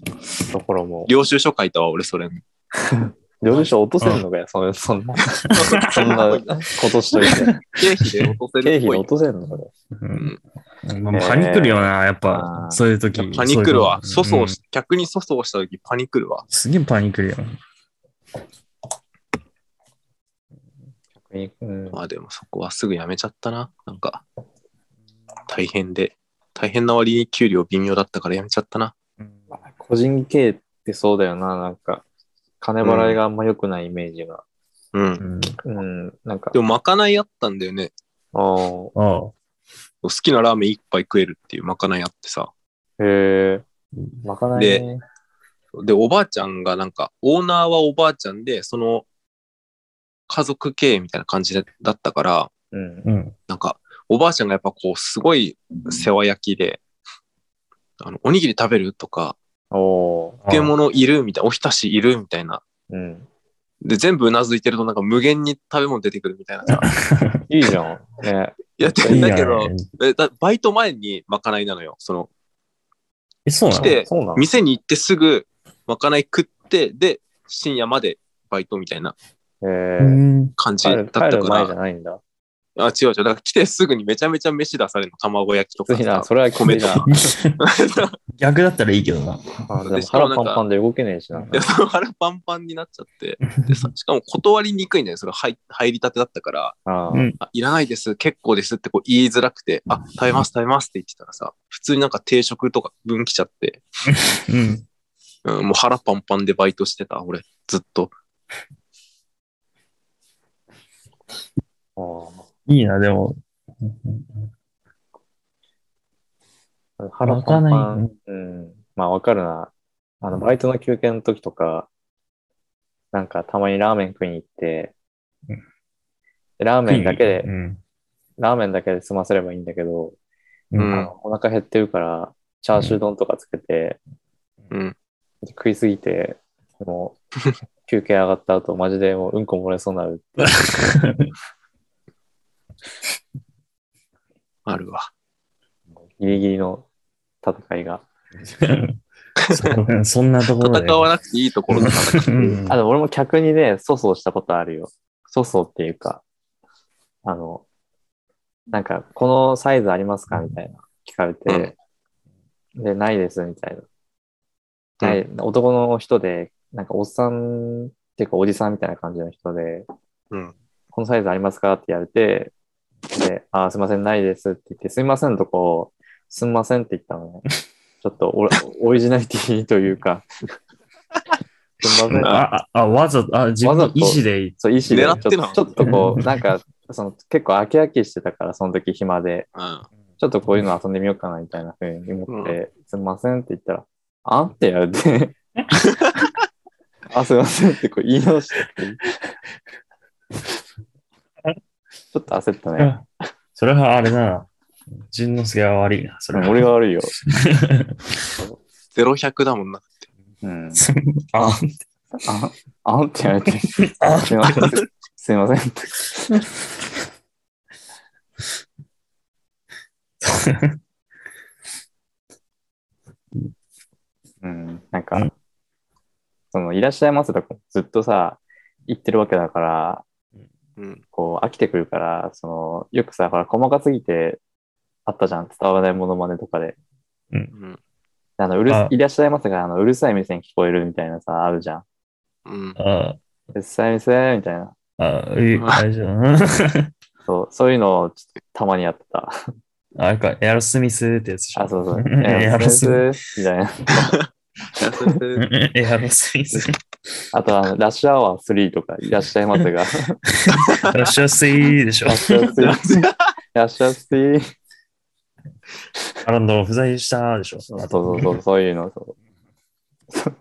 Speaker 2: ところも。
Speaker 1: 領収書書いたわ、俺、それ。
Speaker 2: 領収書落とせるのかよ、そのそんな、そんな、ことしといて。
Speaker 1: 経費で落とせ
Speaker 2: 経
Speaker 1: るっ
Speaker 2: 費
Speaker 1: ぽい
Speaker 2: 落。とせるのかよ。
Speaker 5: うんまあ
Speaker 2: えー
Speaker 5: パニクるよな、やっぱ
Speaker 2: あ、ー
Speaker 5: そういう時。
Speaker 1: パニクるわ。
Speaker 5: そ
Speaker 1: 粗
Speaker 5: ういうの
Speaker 1: 相し、逆に粗相した時パニクるわ
Speaker 5: うん。すげえパニクるよ。
Speaker 2: うん。
Speaker 1: まあでもそこはすぐやめちゃったな。なんか、大変で。大変な割に給料微妙だったからやめちゃったな。
Speaker 2: 個人経営ってそうだよな、なんか、金払いがあんま良くないイメージが。
Speaker 1: うん。
Speaker 5: うん
Speaker 2: うん、なんか
Speaker 1: で、もまかないあったんだよね。
Speaker 2: ああ、
Speaker 5: ああ。
Speaker 1: 好きなラーメン一杯食えるっていうまかないあってさ。
Speaker 2: へえ、まかないね。
Speaker 1: で、おばあちゃんがなんか、オーナーはおばあちゃんで、その、家族経営みたいな感じだったから、
Speaker 2: うん。
Speaker 5: うん。
Speaker 1: なんか、おばあちゃんがやっぱこう、すごい世話焼きで、あの、おにぎり食べるとか、
Speaker 2: おお
Speaker 1: 漬物いるみたいな、おひたしいるみたいな。
Speaker 2: ー。うん。
Speaker 1: で、全部うなずいてるとなんか無限に食べ物出てくるみたいなさ。
Speaker 2: いいじゃん。ね。
Speaker 1: いや、
Speaker 2: い
Speaker 1: で
Speaker 2: いね
Speaker 1: だけど、えだバイト前にまかないなのよ。その、
Speaker 5: え、そうな
Speaker 1: 来
Speaker 5: の
Speaker 1: て
Speaker 2: そうなの
Speaker 1: 店に行ってすぐまかない食って、で、深夜までバイトみたいな
Speaker 2: え
Speaker 5: う
Speaker 2: ー、
Speaker 5: ん
Speaker 1: 感じ
Speaker 2: 帰
Speaker 1: だっ
Speaker 2: る
Speaker 1: た
Speaker 2: 帰
Speaker 1: か
Speaker 2: る前じゃ
Speaker 1: ら。
Speaker 2: ないんだ。
Speaker 1: あ、違う違う。だから来てすぐにめちゃめちゃ飯出されるの。卵焼きと
Speaker 2: つ
Speaker 1: か
Speaker 2: いな、
Speaker 1: さ。
Speaker 2: それはきつい
Speaker 1: 米と
Speaker 2: な
Speaker 1: か。
Speaker 5: 逆だったらいいけどな。
Speaker 2: あでも
Speaker 1: でしかもな
Speaker 2: 腹
Speaker 1: んか
Speaker 2: パンパンで動けねえしな。
Speaker 1: いや、その腹パンパンになっちゃって。でさ、しかも断りにくいんだよね。それ入入りたてだったから、
Speaker 2: あ
Speaker 5: うん
Speaker 1: あいらないです、結構ですってこう言いづらくて、あ、食べます食べますって言ってたらさ、普通になんか定食とか分来ちゃって、
Speaker 5: うん。
Speaker 1: うん、もう腹パンパンでバイトしてた、俺、ずっと。
Speaker 3: いいな、でも。
Speaker 2: 腹
Speaker 3: わか
Speaker 2: パ
Speaker 3: ん
Speaker 2: ン
Speaker 3: ない
Speaker 2: パン。うん。まあわかるな。あの、バイトの休憩の時とか、なんかたまにラーメン食いに行って
Speaker 3: う、
Speaker 2: でラーメンだけで
Speaker 3: う、ん。
Speaker 2: ラーメンだけで済ませればいいんだけど、
Speaker 1: う
Speaker 3: う
Speaker 1: ん
Speaker 3: ん。
Speaker 2: あのお腹減ってるから、チャーシュー丼とかつけて、
Speaker 1: うん。
Speaker 2: 食いすぎて、 もう、休憩上がった後、マジでもううんこ漏れそうになる。
Speaker 1: あるわ。
Speaker 2: ギリギリの戦いが。
Speaker 3: そそんなところで。
Speaker 1: 戦わなくていいところだから。
Speaker 3: うん
Speaker 2: あ、でも俺も客にね、粗相したことあるよ。粗相っていうか、あの、なんか、このサイズありますかみたいな、聞かれて、で、ないです、みたいな。はい、男の人で、なんか、おっさんっていうか、おじさんみたいな感じの人で、
Speaker 1: うん。
Speaker 2: このサイズありますかって言われて、で、あー、すいません、ないですって言って、すいませんのとこ、すんませんって言ったのね。ちょっとオラ、オリジナリティというか、すんません。
Speaker 3: あ、ああ、わざと、あ、自分の意思で言っ
Speaker 2: そう、意思でちょ
Speaker 1: 狙
Speaker 2: っ
Speaker 1: っ
Speaker 2: と、
Speaker 1: てなの
Speaker 2: ちょっとこう、なんか、その結構飽き飽きしてたから、その時暇で、
Speaker 1: うん。
Speaker 2: ちょっとこういうの遊んでみようかな、みたいなふうに思って、すみませんって言ったら、あんってやるて、あ、すいませんってこう言い直してくる、ちょっと焦ったね。
Speaker 3: た。それはあれだな。淳之介は悪いな。それは
Speaker 2: 俺が悪いよ。
Speaker 1: ゼロ百だもんな。
Speaker 2: うん。
Speaker 3: あ、
Speaker 2: ああんってやられて、すいません。すいませんって。うん、なん
Speaker 3: う
Speaker 2: か、その、いらっしゃいませとかずっとさ、言ってるわけだから、
Speaker 1: うん。
Speaker 2: こう、飽きてくるから、その、よくさ、ほら、細かすぎてあったじゃん。伝わらないものまねとかで。
Speaker 1: うん。
Speaker 2: あの、うる
Speaker 3: あ
Speaker 2: いらっしゃいませが、あの、うるさい店に聞こえるみたいなさ、あるじゃん。
Speaker 1: うん。
Speaker 3: あ、
Speaker 2: うるさい店みたいな。
Speaker 3: あ、え大丈夫。
Speaker 2: そう、そういうのをちょっとたまにやって た。
Speaker 3: あれか、エアロスミスってやつでしょ
Speaker 2: あ、そうそう。
Speaker 3: エアロスミ
Speaker 2: スみたいな。
Speaker 1: うん
Speaker 3: ス。エアロスミス。
Speaker 2: あとあの、ラッシュアワー3とか、いらっしゃいませ が。
Speaker 3: ラッシュアスイでしょ
Speaker 2: ラッシュアワー3。ラッシュアワー3。
Speaker 3: アランド不在したでしょ
Speaker 2: そうそうそう、そういうの。そう ね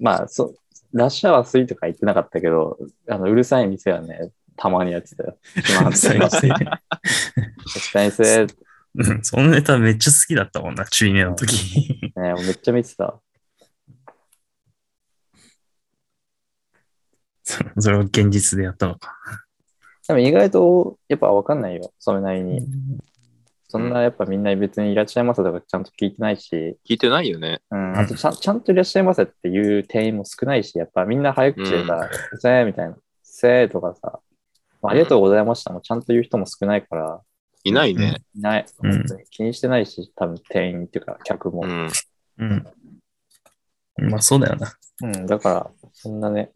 Speaker 2: まあそう、ラッシュアワー3とか言ってなかったけど、あのうるさい店はね、たまにやってたよ。
Speaker 3: うるさい店
Speaker 2: たい店、ね、
Speaker 3: うんそのネタめっちゃ好きだったもんな、中2の 時。
Speaker 2: めっちゃ見てた。
Speaker 3: そそれを現実でやったのか。
Speaker 2: でも意外と、やっぱわかんないよ、それなりに。そんな、やっぱみんな別にいらっしゃいませとかちゃんと聞いてないし、
Speaker 1: 聞いてないよね。
Speaker 2: うん、あとちゃんちゃんといらっしゃいませっていう店員も少ないし、やっぱみんな早口でさ、せーみたいな、せーとかさ、まあありがとうございましたもちゃんと言う人も少ないから、
Speaker 1: いないね。
Speaker 2: いない、
Speaker 3: うん
Speaker 2: 本当に気にしてないし、多分店員っていうか客も。
Speaker 1: う
Speaker 2: うん
Speaker 1: ん。
Speaker 3: うん。まあそうだよな。
Speaker 2: だから、そんなね、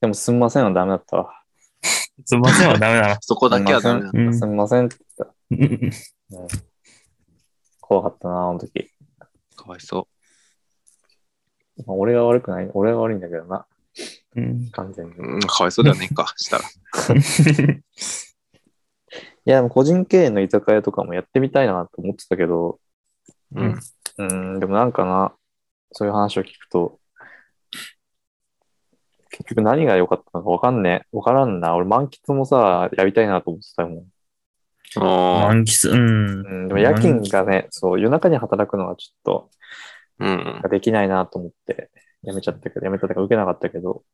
Speaker 2: でもすんませんはダメだったわ。
Speaker 3: すみませんはダメだな。
Speaker 1: そこだけはダメだ。
Speaker 3: うん
Speaker 2: すんませんって言った。
Speaker 3: うん
Speaker 2: 怖かったな、あの時。
Speaker 1: かわいそ
Speaker 2: まあ俺が悪くない、俺が悪いんだけどな、
Speaker 3: うん
Speaker 2: 完全に。
Speaker 1: う。
Speaker 2: い
Speaker 1: うん、かわいそうではねえか。したら。
Speaker 2: や、でも個人経営の居酒屋とかもやってみたいなと思ってたけど、
Speaker 1: うん。
Speaker 2: うん、でもなんかな、そういう話を聞くと、結局何が良かったのかわかんねえ。わからんな。俺満喫もさ、やりたいなと思ってたもん。
Speaker 1: ああ。
Speaker 3: 満喫、うん。
Speaker 2: うん、でも夜勤がね、そう、夜中に働くのはちょっ
Speaker 1: う
Speaker 2: と、
Speaker 1: ん。
Speaker 2: できないなと思って、やめちゃったけど、やめたとか受けなかったけど、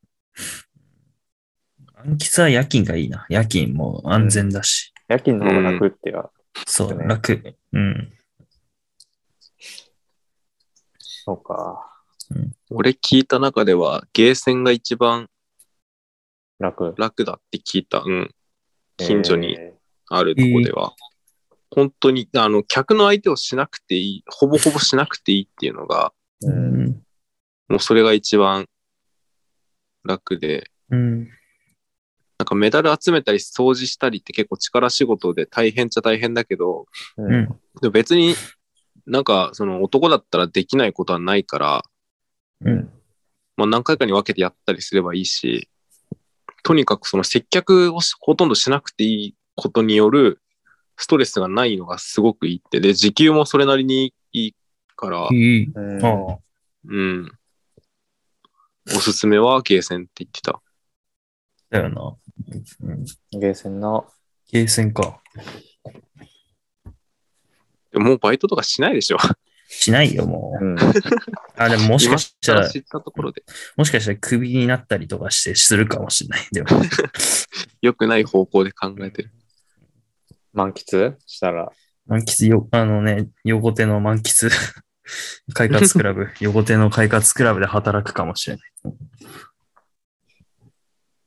Speaker 3: 満喫は夜勤がいいな。夜勤も安全だし。
Speaker 2: 夜勤の方が楽っていうか、
Speaker 3: そう、
Speaker 2: ね
Speaker 3: 楽。うん。
Speaker 2: そうか、
Speaker 1: 俺聞いた中では、ゲーセンが一番
Speaker 2: 楽。
Speaker 1: 楽だって聞いた。うん。近所に
Speaker 2: え
Speaker 1: あるとこでは。本当に、あの、客の相手をしなくていい、ほぼほぼしなくていいっていうのが、
Speaker 2: ー。うん。
Speaker 1: もうそれが一番楽で、
Speaker 3: うん。
Speaker 1: なんかメダル集めたり掃除したりって結構力仕事で大変っちゃ大変だけど、
Speaker 2: うんん。
Speaker 1: でも別になんかその男だったらできないことはないから、
Speaker 3: うん。
Speaker 1: まあ何回かに分けてやったりすればいいし、とにかくその接客をしほとんどしなくていいことによるストレスがないのがすごくいいって、で、時給もそれなりにいいから、
Speaker 6: いい。
Speaker 3: うん
Speaker 6: ああ。
Speaker 1: うん。おすすめはゲーセンって言ってた。
Speaker 3: だよな。うん
Speaker 2: ゲーセンの。
Speaker 3: ゲーセンか。
Speaker 1: でももうバイトとかしないでしょ。
Speaker 3: しないよ、も
Speaker 2: うん。
Speaker 3: う。あ、でももしかした
Speaker 1: 今更
Speaker 3: ら
Speaker 1: 知、ったところで、
Speaker 3: もしかしたらクビになったりとかしてするかもしれない。でも、
Speaker 1: 良くない方向で考えてる。
Speaker 2: 満喫したら。
Speaker 3: 満喫よ、あのね、横手の満喫、 快活ク ラブ、横手の快活クラブで働くかもしれない。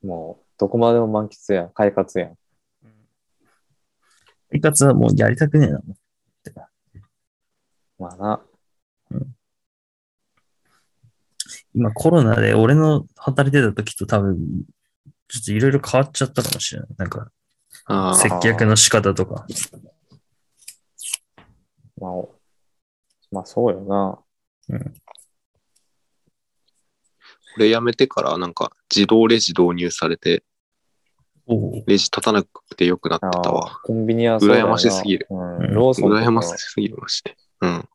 Speaker 2: もう、どこまでも満喫やん。快活やん。
Speaker 3: 快活はもうやりたくねえな。
Speaker 2: まあな。
Speaker 3: 今コロナで俺の働いてた時と多分、ちょっといろいろ変わっちゃったかもしれない。なんか、
Speaker 1: ああ
Speaker 3: 接客の仕方とか。
Speaker 2: まあ、おまあそうよな。
Speaker 1: これやめてからなんか自動レジ導入されて、
Speaker 3: おう
Speaker 1: レジ立たなくて良くなって
Speaker 2: あ
Speaker 1: たわ。
Speaker 2: あコンビニはそうだよ
Speaker 1: 羨
Speaker 2: な
Speaker 1: ましすぎる。
Speaker 2: うん
Speaker 3: うん。
Speaker 2: ローソンと
Speaker 1: 羨まし
Speaker 2: か
Speaker 1: すぎまして。うん。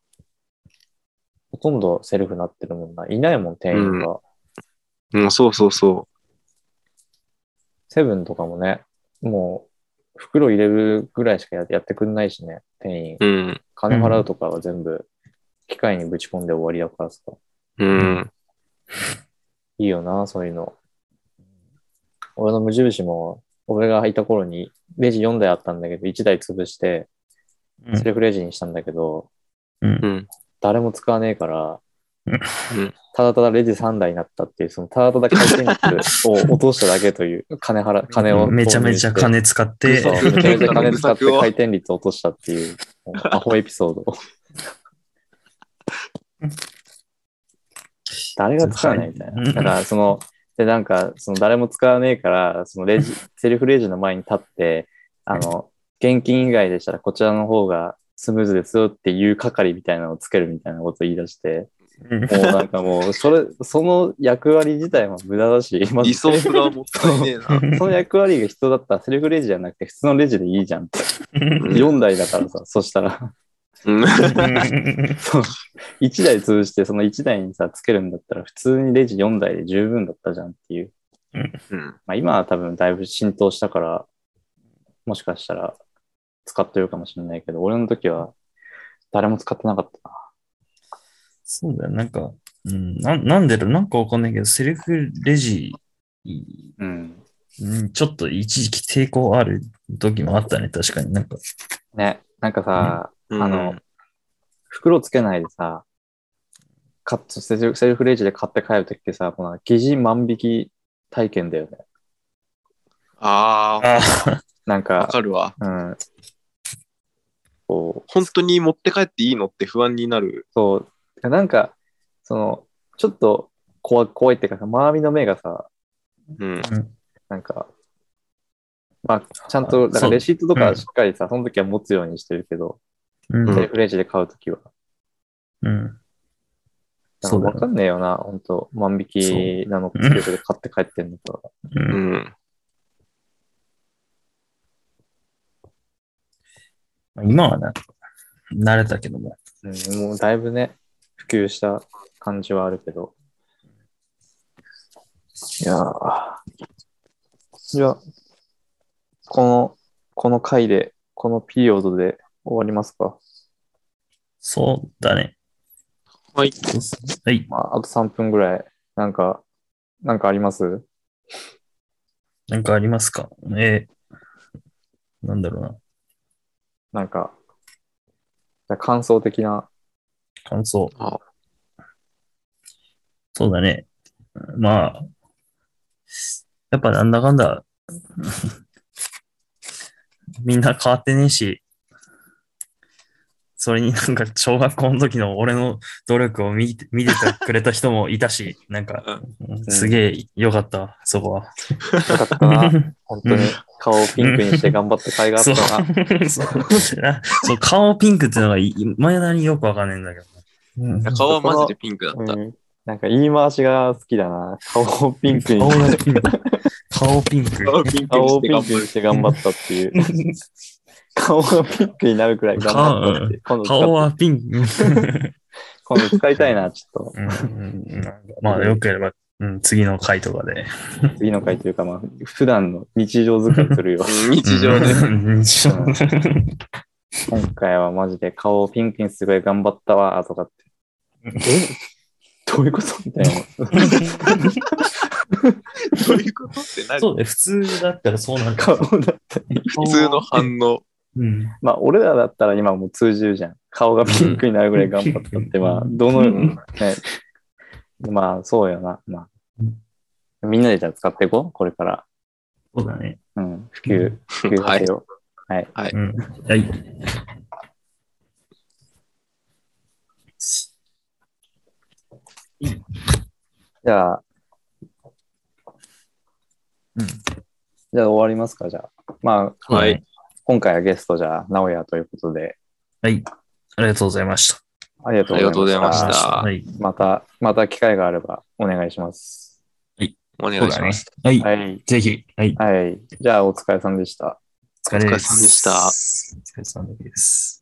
Speaker 2: ほとんどセルフなってるもんな。いないもん、店員が。
Speaker 1: うん、そうそうそ
Speaker 2: セブンとかもね、もう、袋入れるぐらいしかややってくんないしね、店員。
Speaker 1: う。うん。
Speaker 2: 金払うとかは全部、機械にぶち込んで終わりだからさ。
Speaker 1: うん。
Speaker 2: いいよな、そういうの。俺の無印も、俺がいた頃に、レジ4台あったんだけど、1台潰して、
Speaker 3: うん
Speaker 2: セルフレジにしたんだけど、
Speaker 1: うん。
Speaker 2: 誰も使わねえから
Speaker 3: うん、
Speaker 2: ただただレジ3台になったっていう、そのただただ回転率を落としただけという、金払、金を。
Speaker 3: めちゃめちゃ金使っ
Speaker 2: で、
Speaker 3: て
Speaker 2: そう、めちゃめちゃ金使って
Speaker 1: うざくわ
Speaker 2: 回転率を落としたって いう、もうアホエピソード。誰が使えないみたいな。だから、その、で、なんか、その誰も使わねえから、そのレ ジ、セルフレジの前に立って、あの、現金以外でしたらこちらの方がスムーズですよっていう係みたいなのをつけるみたいなことを言い出して、
Speaker 3: うん
Speaker 2: もうなんかも う、それ、その役割自体も無駄だし、まず
Speaker 1: リソースがもったいねえ な。
Speaker 2: その役割が必要だったらセルフレジじゃなくて普通のレジでいいじゃんって。
Speaker 1: うん
Speaker 2: 4台だからさ、そしたら、
Speaker 1: うん
Speaker 2: そう1台潰してその1台にさ、つけるんだったら普通にレジ4台で十分だったじゃんっていう。
Speaker 1: うん。
Speaker 2: まあ今は多分だいぶ浸透したから、もしかしたら使ってるかもしれないけど、俺の時は誰も使ってなかったな。
Speaker 3: そうだよ、なんか、うん、ななんでだろう、なんかわかんないけど、セルフレジ、
Speaker 2: うん。
Speaker 3: うん、ちょっと一時期抵抗ある時もあったね、確かに。なんか、
Speaker 2: ね、なんかさ、
Speaker 1: うん
Speaker 2: あの、袋つけないでさ、カットセルセルフレジで買って帰るときってさ、この疑似万引き体験だよね。
Speaker 1: ああ、
Speaker 3: あ
Speaker 2: なん
Speaker 1: わ
Speaker 2: か、
Speaker 1: かるわ。
Speaker 2: うん。こう、
Speaker 1: 本当に持って帰っていいのって不安になる。
Speaker 2: そう、なんか、その、ちょっと怖い怖いっていうかさ、周りの目がさ、
Speaker 1: うん。
Speaker 2: なんか、まあ、ちゃんと、だか
Speaker 3: そ
Speaker 2: ら
Speaker 3: う
Speaker 2: レシートとか
Speaker 3: う
Speaker 2: は
Speaker 3: ん
Speaker 2: しっかりさ、その時は持つようにしてるけど、
Speaker 3: うん、
Speaker 2: セルフレジで買うときは。
Speaker 3: うん。
Speaker 2: だ
Speaker 3: そうだ
Speaker 2: わ
Speaker 3: よ
Speaker 2: かんねえよな、本当万引きなのか、
Speaker 3: そう
Speaker 2: セルフで買って帰ってんのか。
Speaker 3: う
Speaker 1: うんん。
Speaker 3: 今はな、慣れたけども。
Speaker 2: うん、もうだいぶね、普及した感じはあるけど。いやーじゃあ、この、この回で、このピリオドで終わりますか。
Speaker 3: そうだね。
Speaker 1: はい。
Speaker 3: そうっすはい。
Speaker 2: まあ、あと3分ぐらい、なんか、なんかあります
Speaker 3: なんかありますかえーなんだろうな。
Speaker 2: なんか、じゃあ感想的な。
Speaker 3: 感想
Speaker 1: あ。
Speaker 3: そうだね。まあ、やっぱなんだかんだ、 みんな変わってねえし、それになんか小学校の時の俺の努力を見て見てたくれた人もいたし、なんか、すげえ良かったわ、そこは。
Speaker 2: よかった な。本当に
Speaker 3: うん
Speaker 2: 顔をピンクにして頑張った甲斐があっ
Speaker 3: そう
Speaker 2: たな。
Speaker 3: そう あそう顔ピンクっていうのがいまだによくわかんねえんだけどね。うん
Speaker 1: 顔はマジでピンクだった。
Speaker 2: うんなんか言い回しが好きだな。顔をピンクに
Speaker 3: 顔、がピンク。顔ピンク。
Speaker 1: ピンク
Speaker 2: 顔
Speaker 1: に
Speaker 2: を
Speaker 1: して
Speaker 2: ピ
Speaker 1: 頑張る。
Speaker 2: ンクにして頑張ったっていう。 顔がピンクになるくらい頑張ったっていう。今度使っ
Speaker 3: 顔はピンク。
Speaker 2: 今度使いたいな、ちょっ
Speaker 3: うんうんなんかまあ、よければ、うん、次の回とかで。
Speaker 2: と。次の回というか、まあ、普段の日常使いす るよ。
Speaker 1: うん日常で。
Speaker 3: うん 日常で。
Speaker 2: 今回はマジで顔をピンクにするくらい頑張ったわ、とかって。えどういうことみたいな。
Speaker 1: どういうことって何
Speaker 3: そうね、普通だったらそうなんだ。
Speaker 2: 顔だったり。
Speaker 1: 普通の反応。
Speaker 3: うん。
Speaker 2: まあ、俺らだったら今もう通じるじゃん。顔がピンクになるぐらい頑張ったって、まあ、どの、ね、まあ、そうよな。まあ、みんなでじゃあ使っていこう、これから。
Speaker 3: そうだね。
Speaker 2: うん、普及、普及さ
Speaker 1: は
Speaker 2: せ
Speaker 1: い。
Speaker 2: よう。はい。
Speaker 3: うん。はい。
Speaker 2: じゃあ、
Speaker 3: うん
Speaker 2: じゃあ終わりますか、じゃあ。まあ、
Speaker 1: はい。
Speaker 2: 今回はゲストじゃあ、直哉ということで、
Speaker 3: はい。ありがとうございました。
Speaker 2: ありがと
Speaker 1: ありがとうご
Speaker 2: うご
Speaker 1: ざ
Speaker 2: ざい
Speaker 1: い
Speaker 2: ま
Speaker 1: ま
Speaker 2: し。
Speaker 1: したた。
Speaker 3: はい。
Speaker 2: また、また機会があればお願いします。
Speaker 1: お願
Speaker 3: そう
Speaker 1: いし
Speaker 3: だね
Speaker 1: ます。。
Speaker 3: はい。
Speaker 2: はい。
Speaker 3: ぜひ。はい。
Speaker 2: はい。じゃあ、お疲れ様でした。
Speaker 3: お疲れ様
Speaker 1: お疲れ様でした
Speaker 3: お疲れ様です。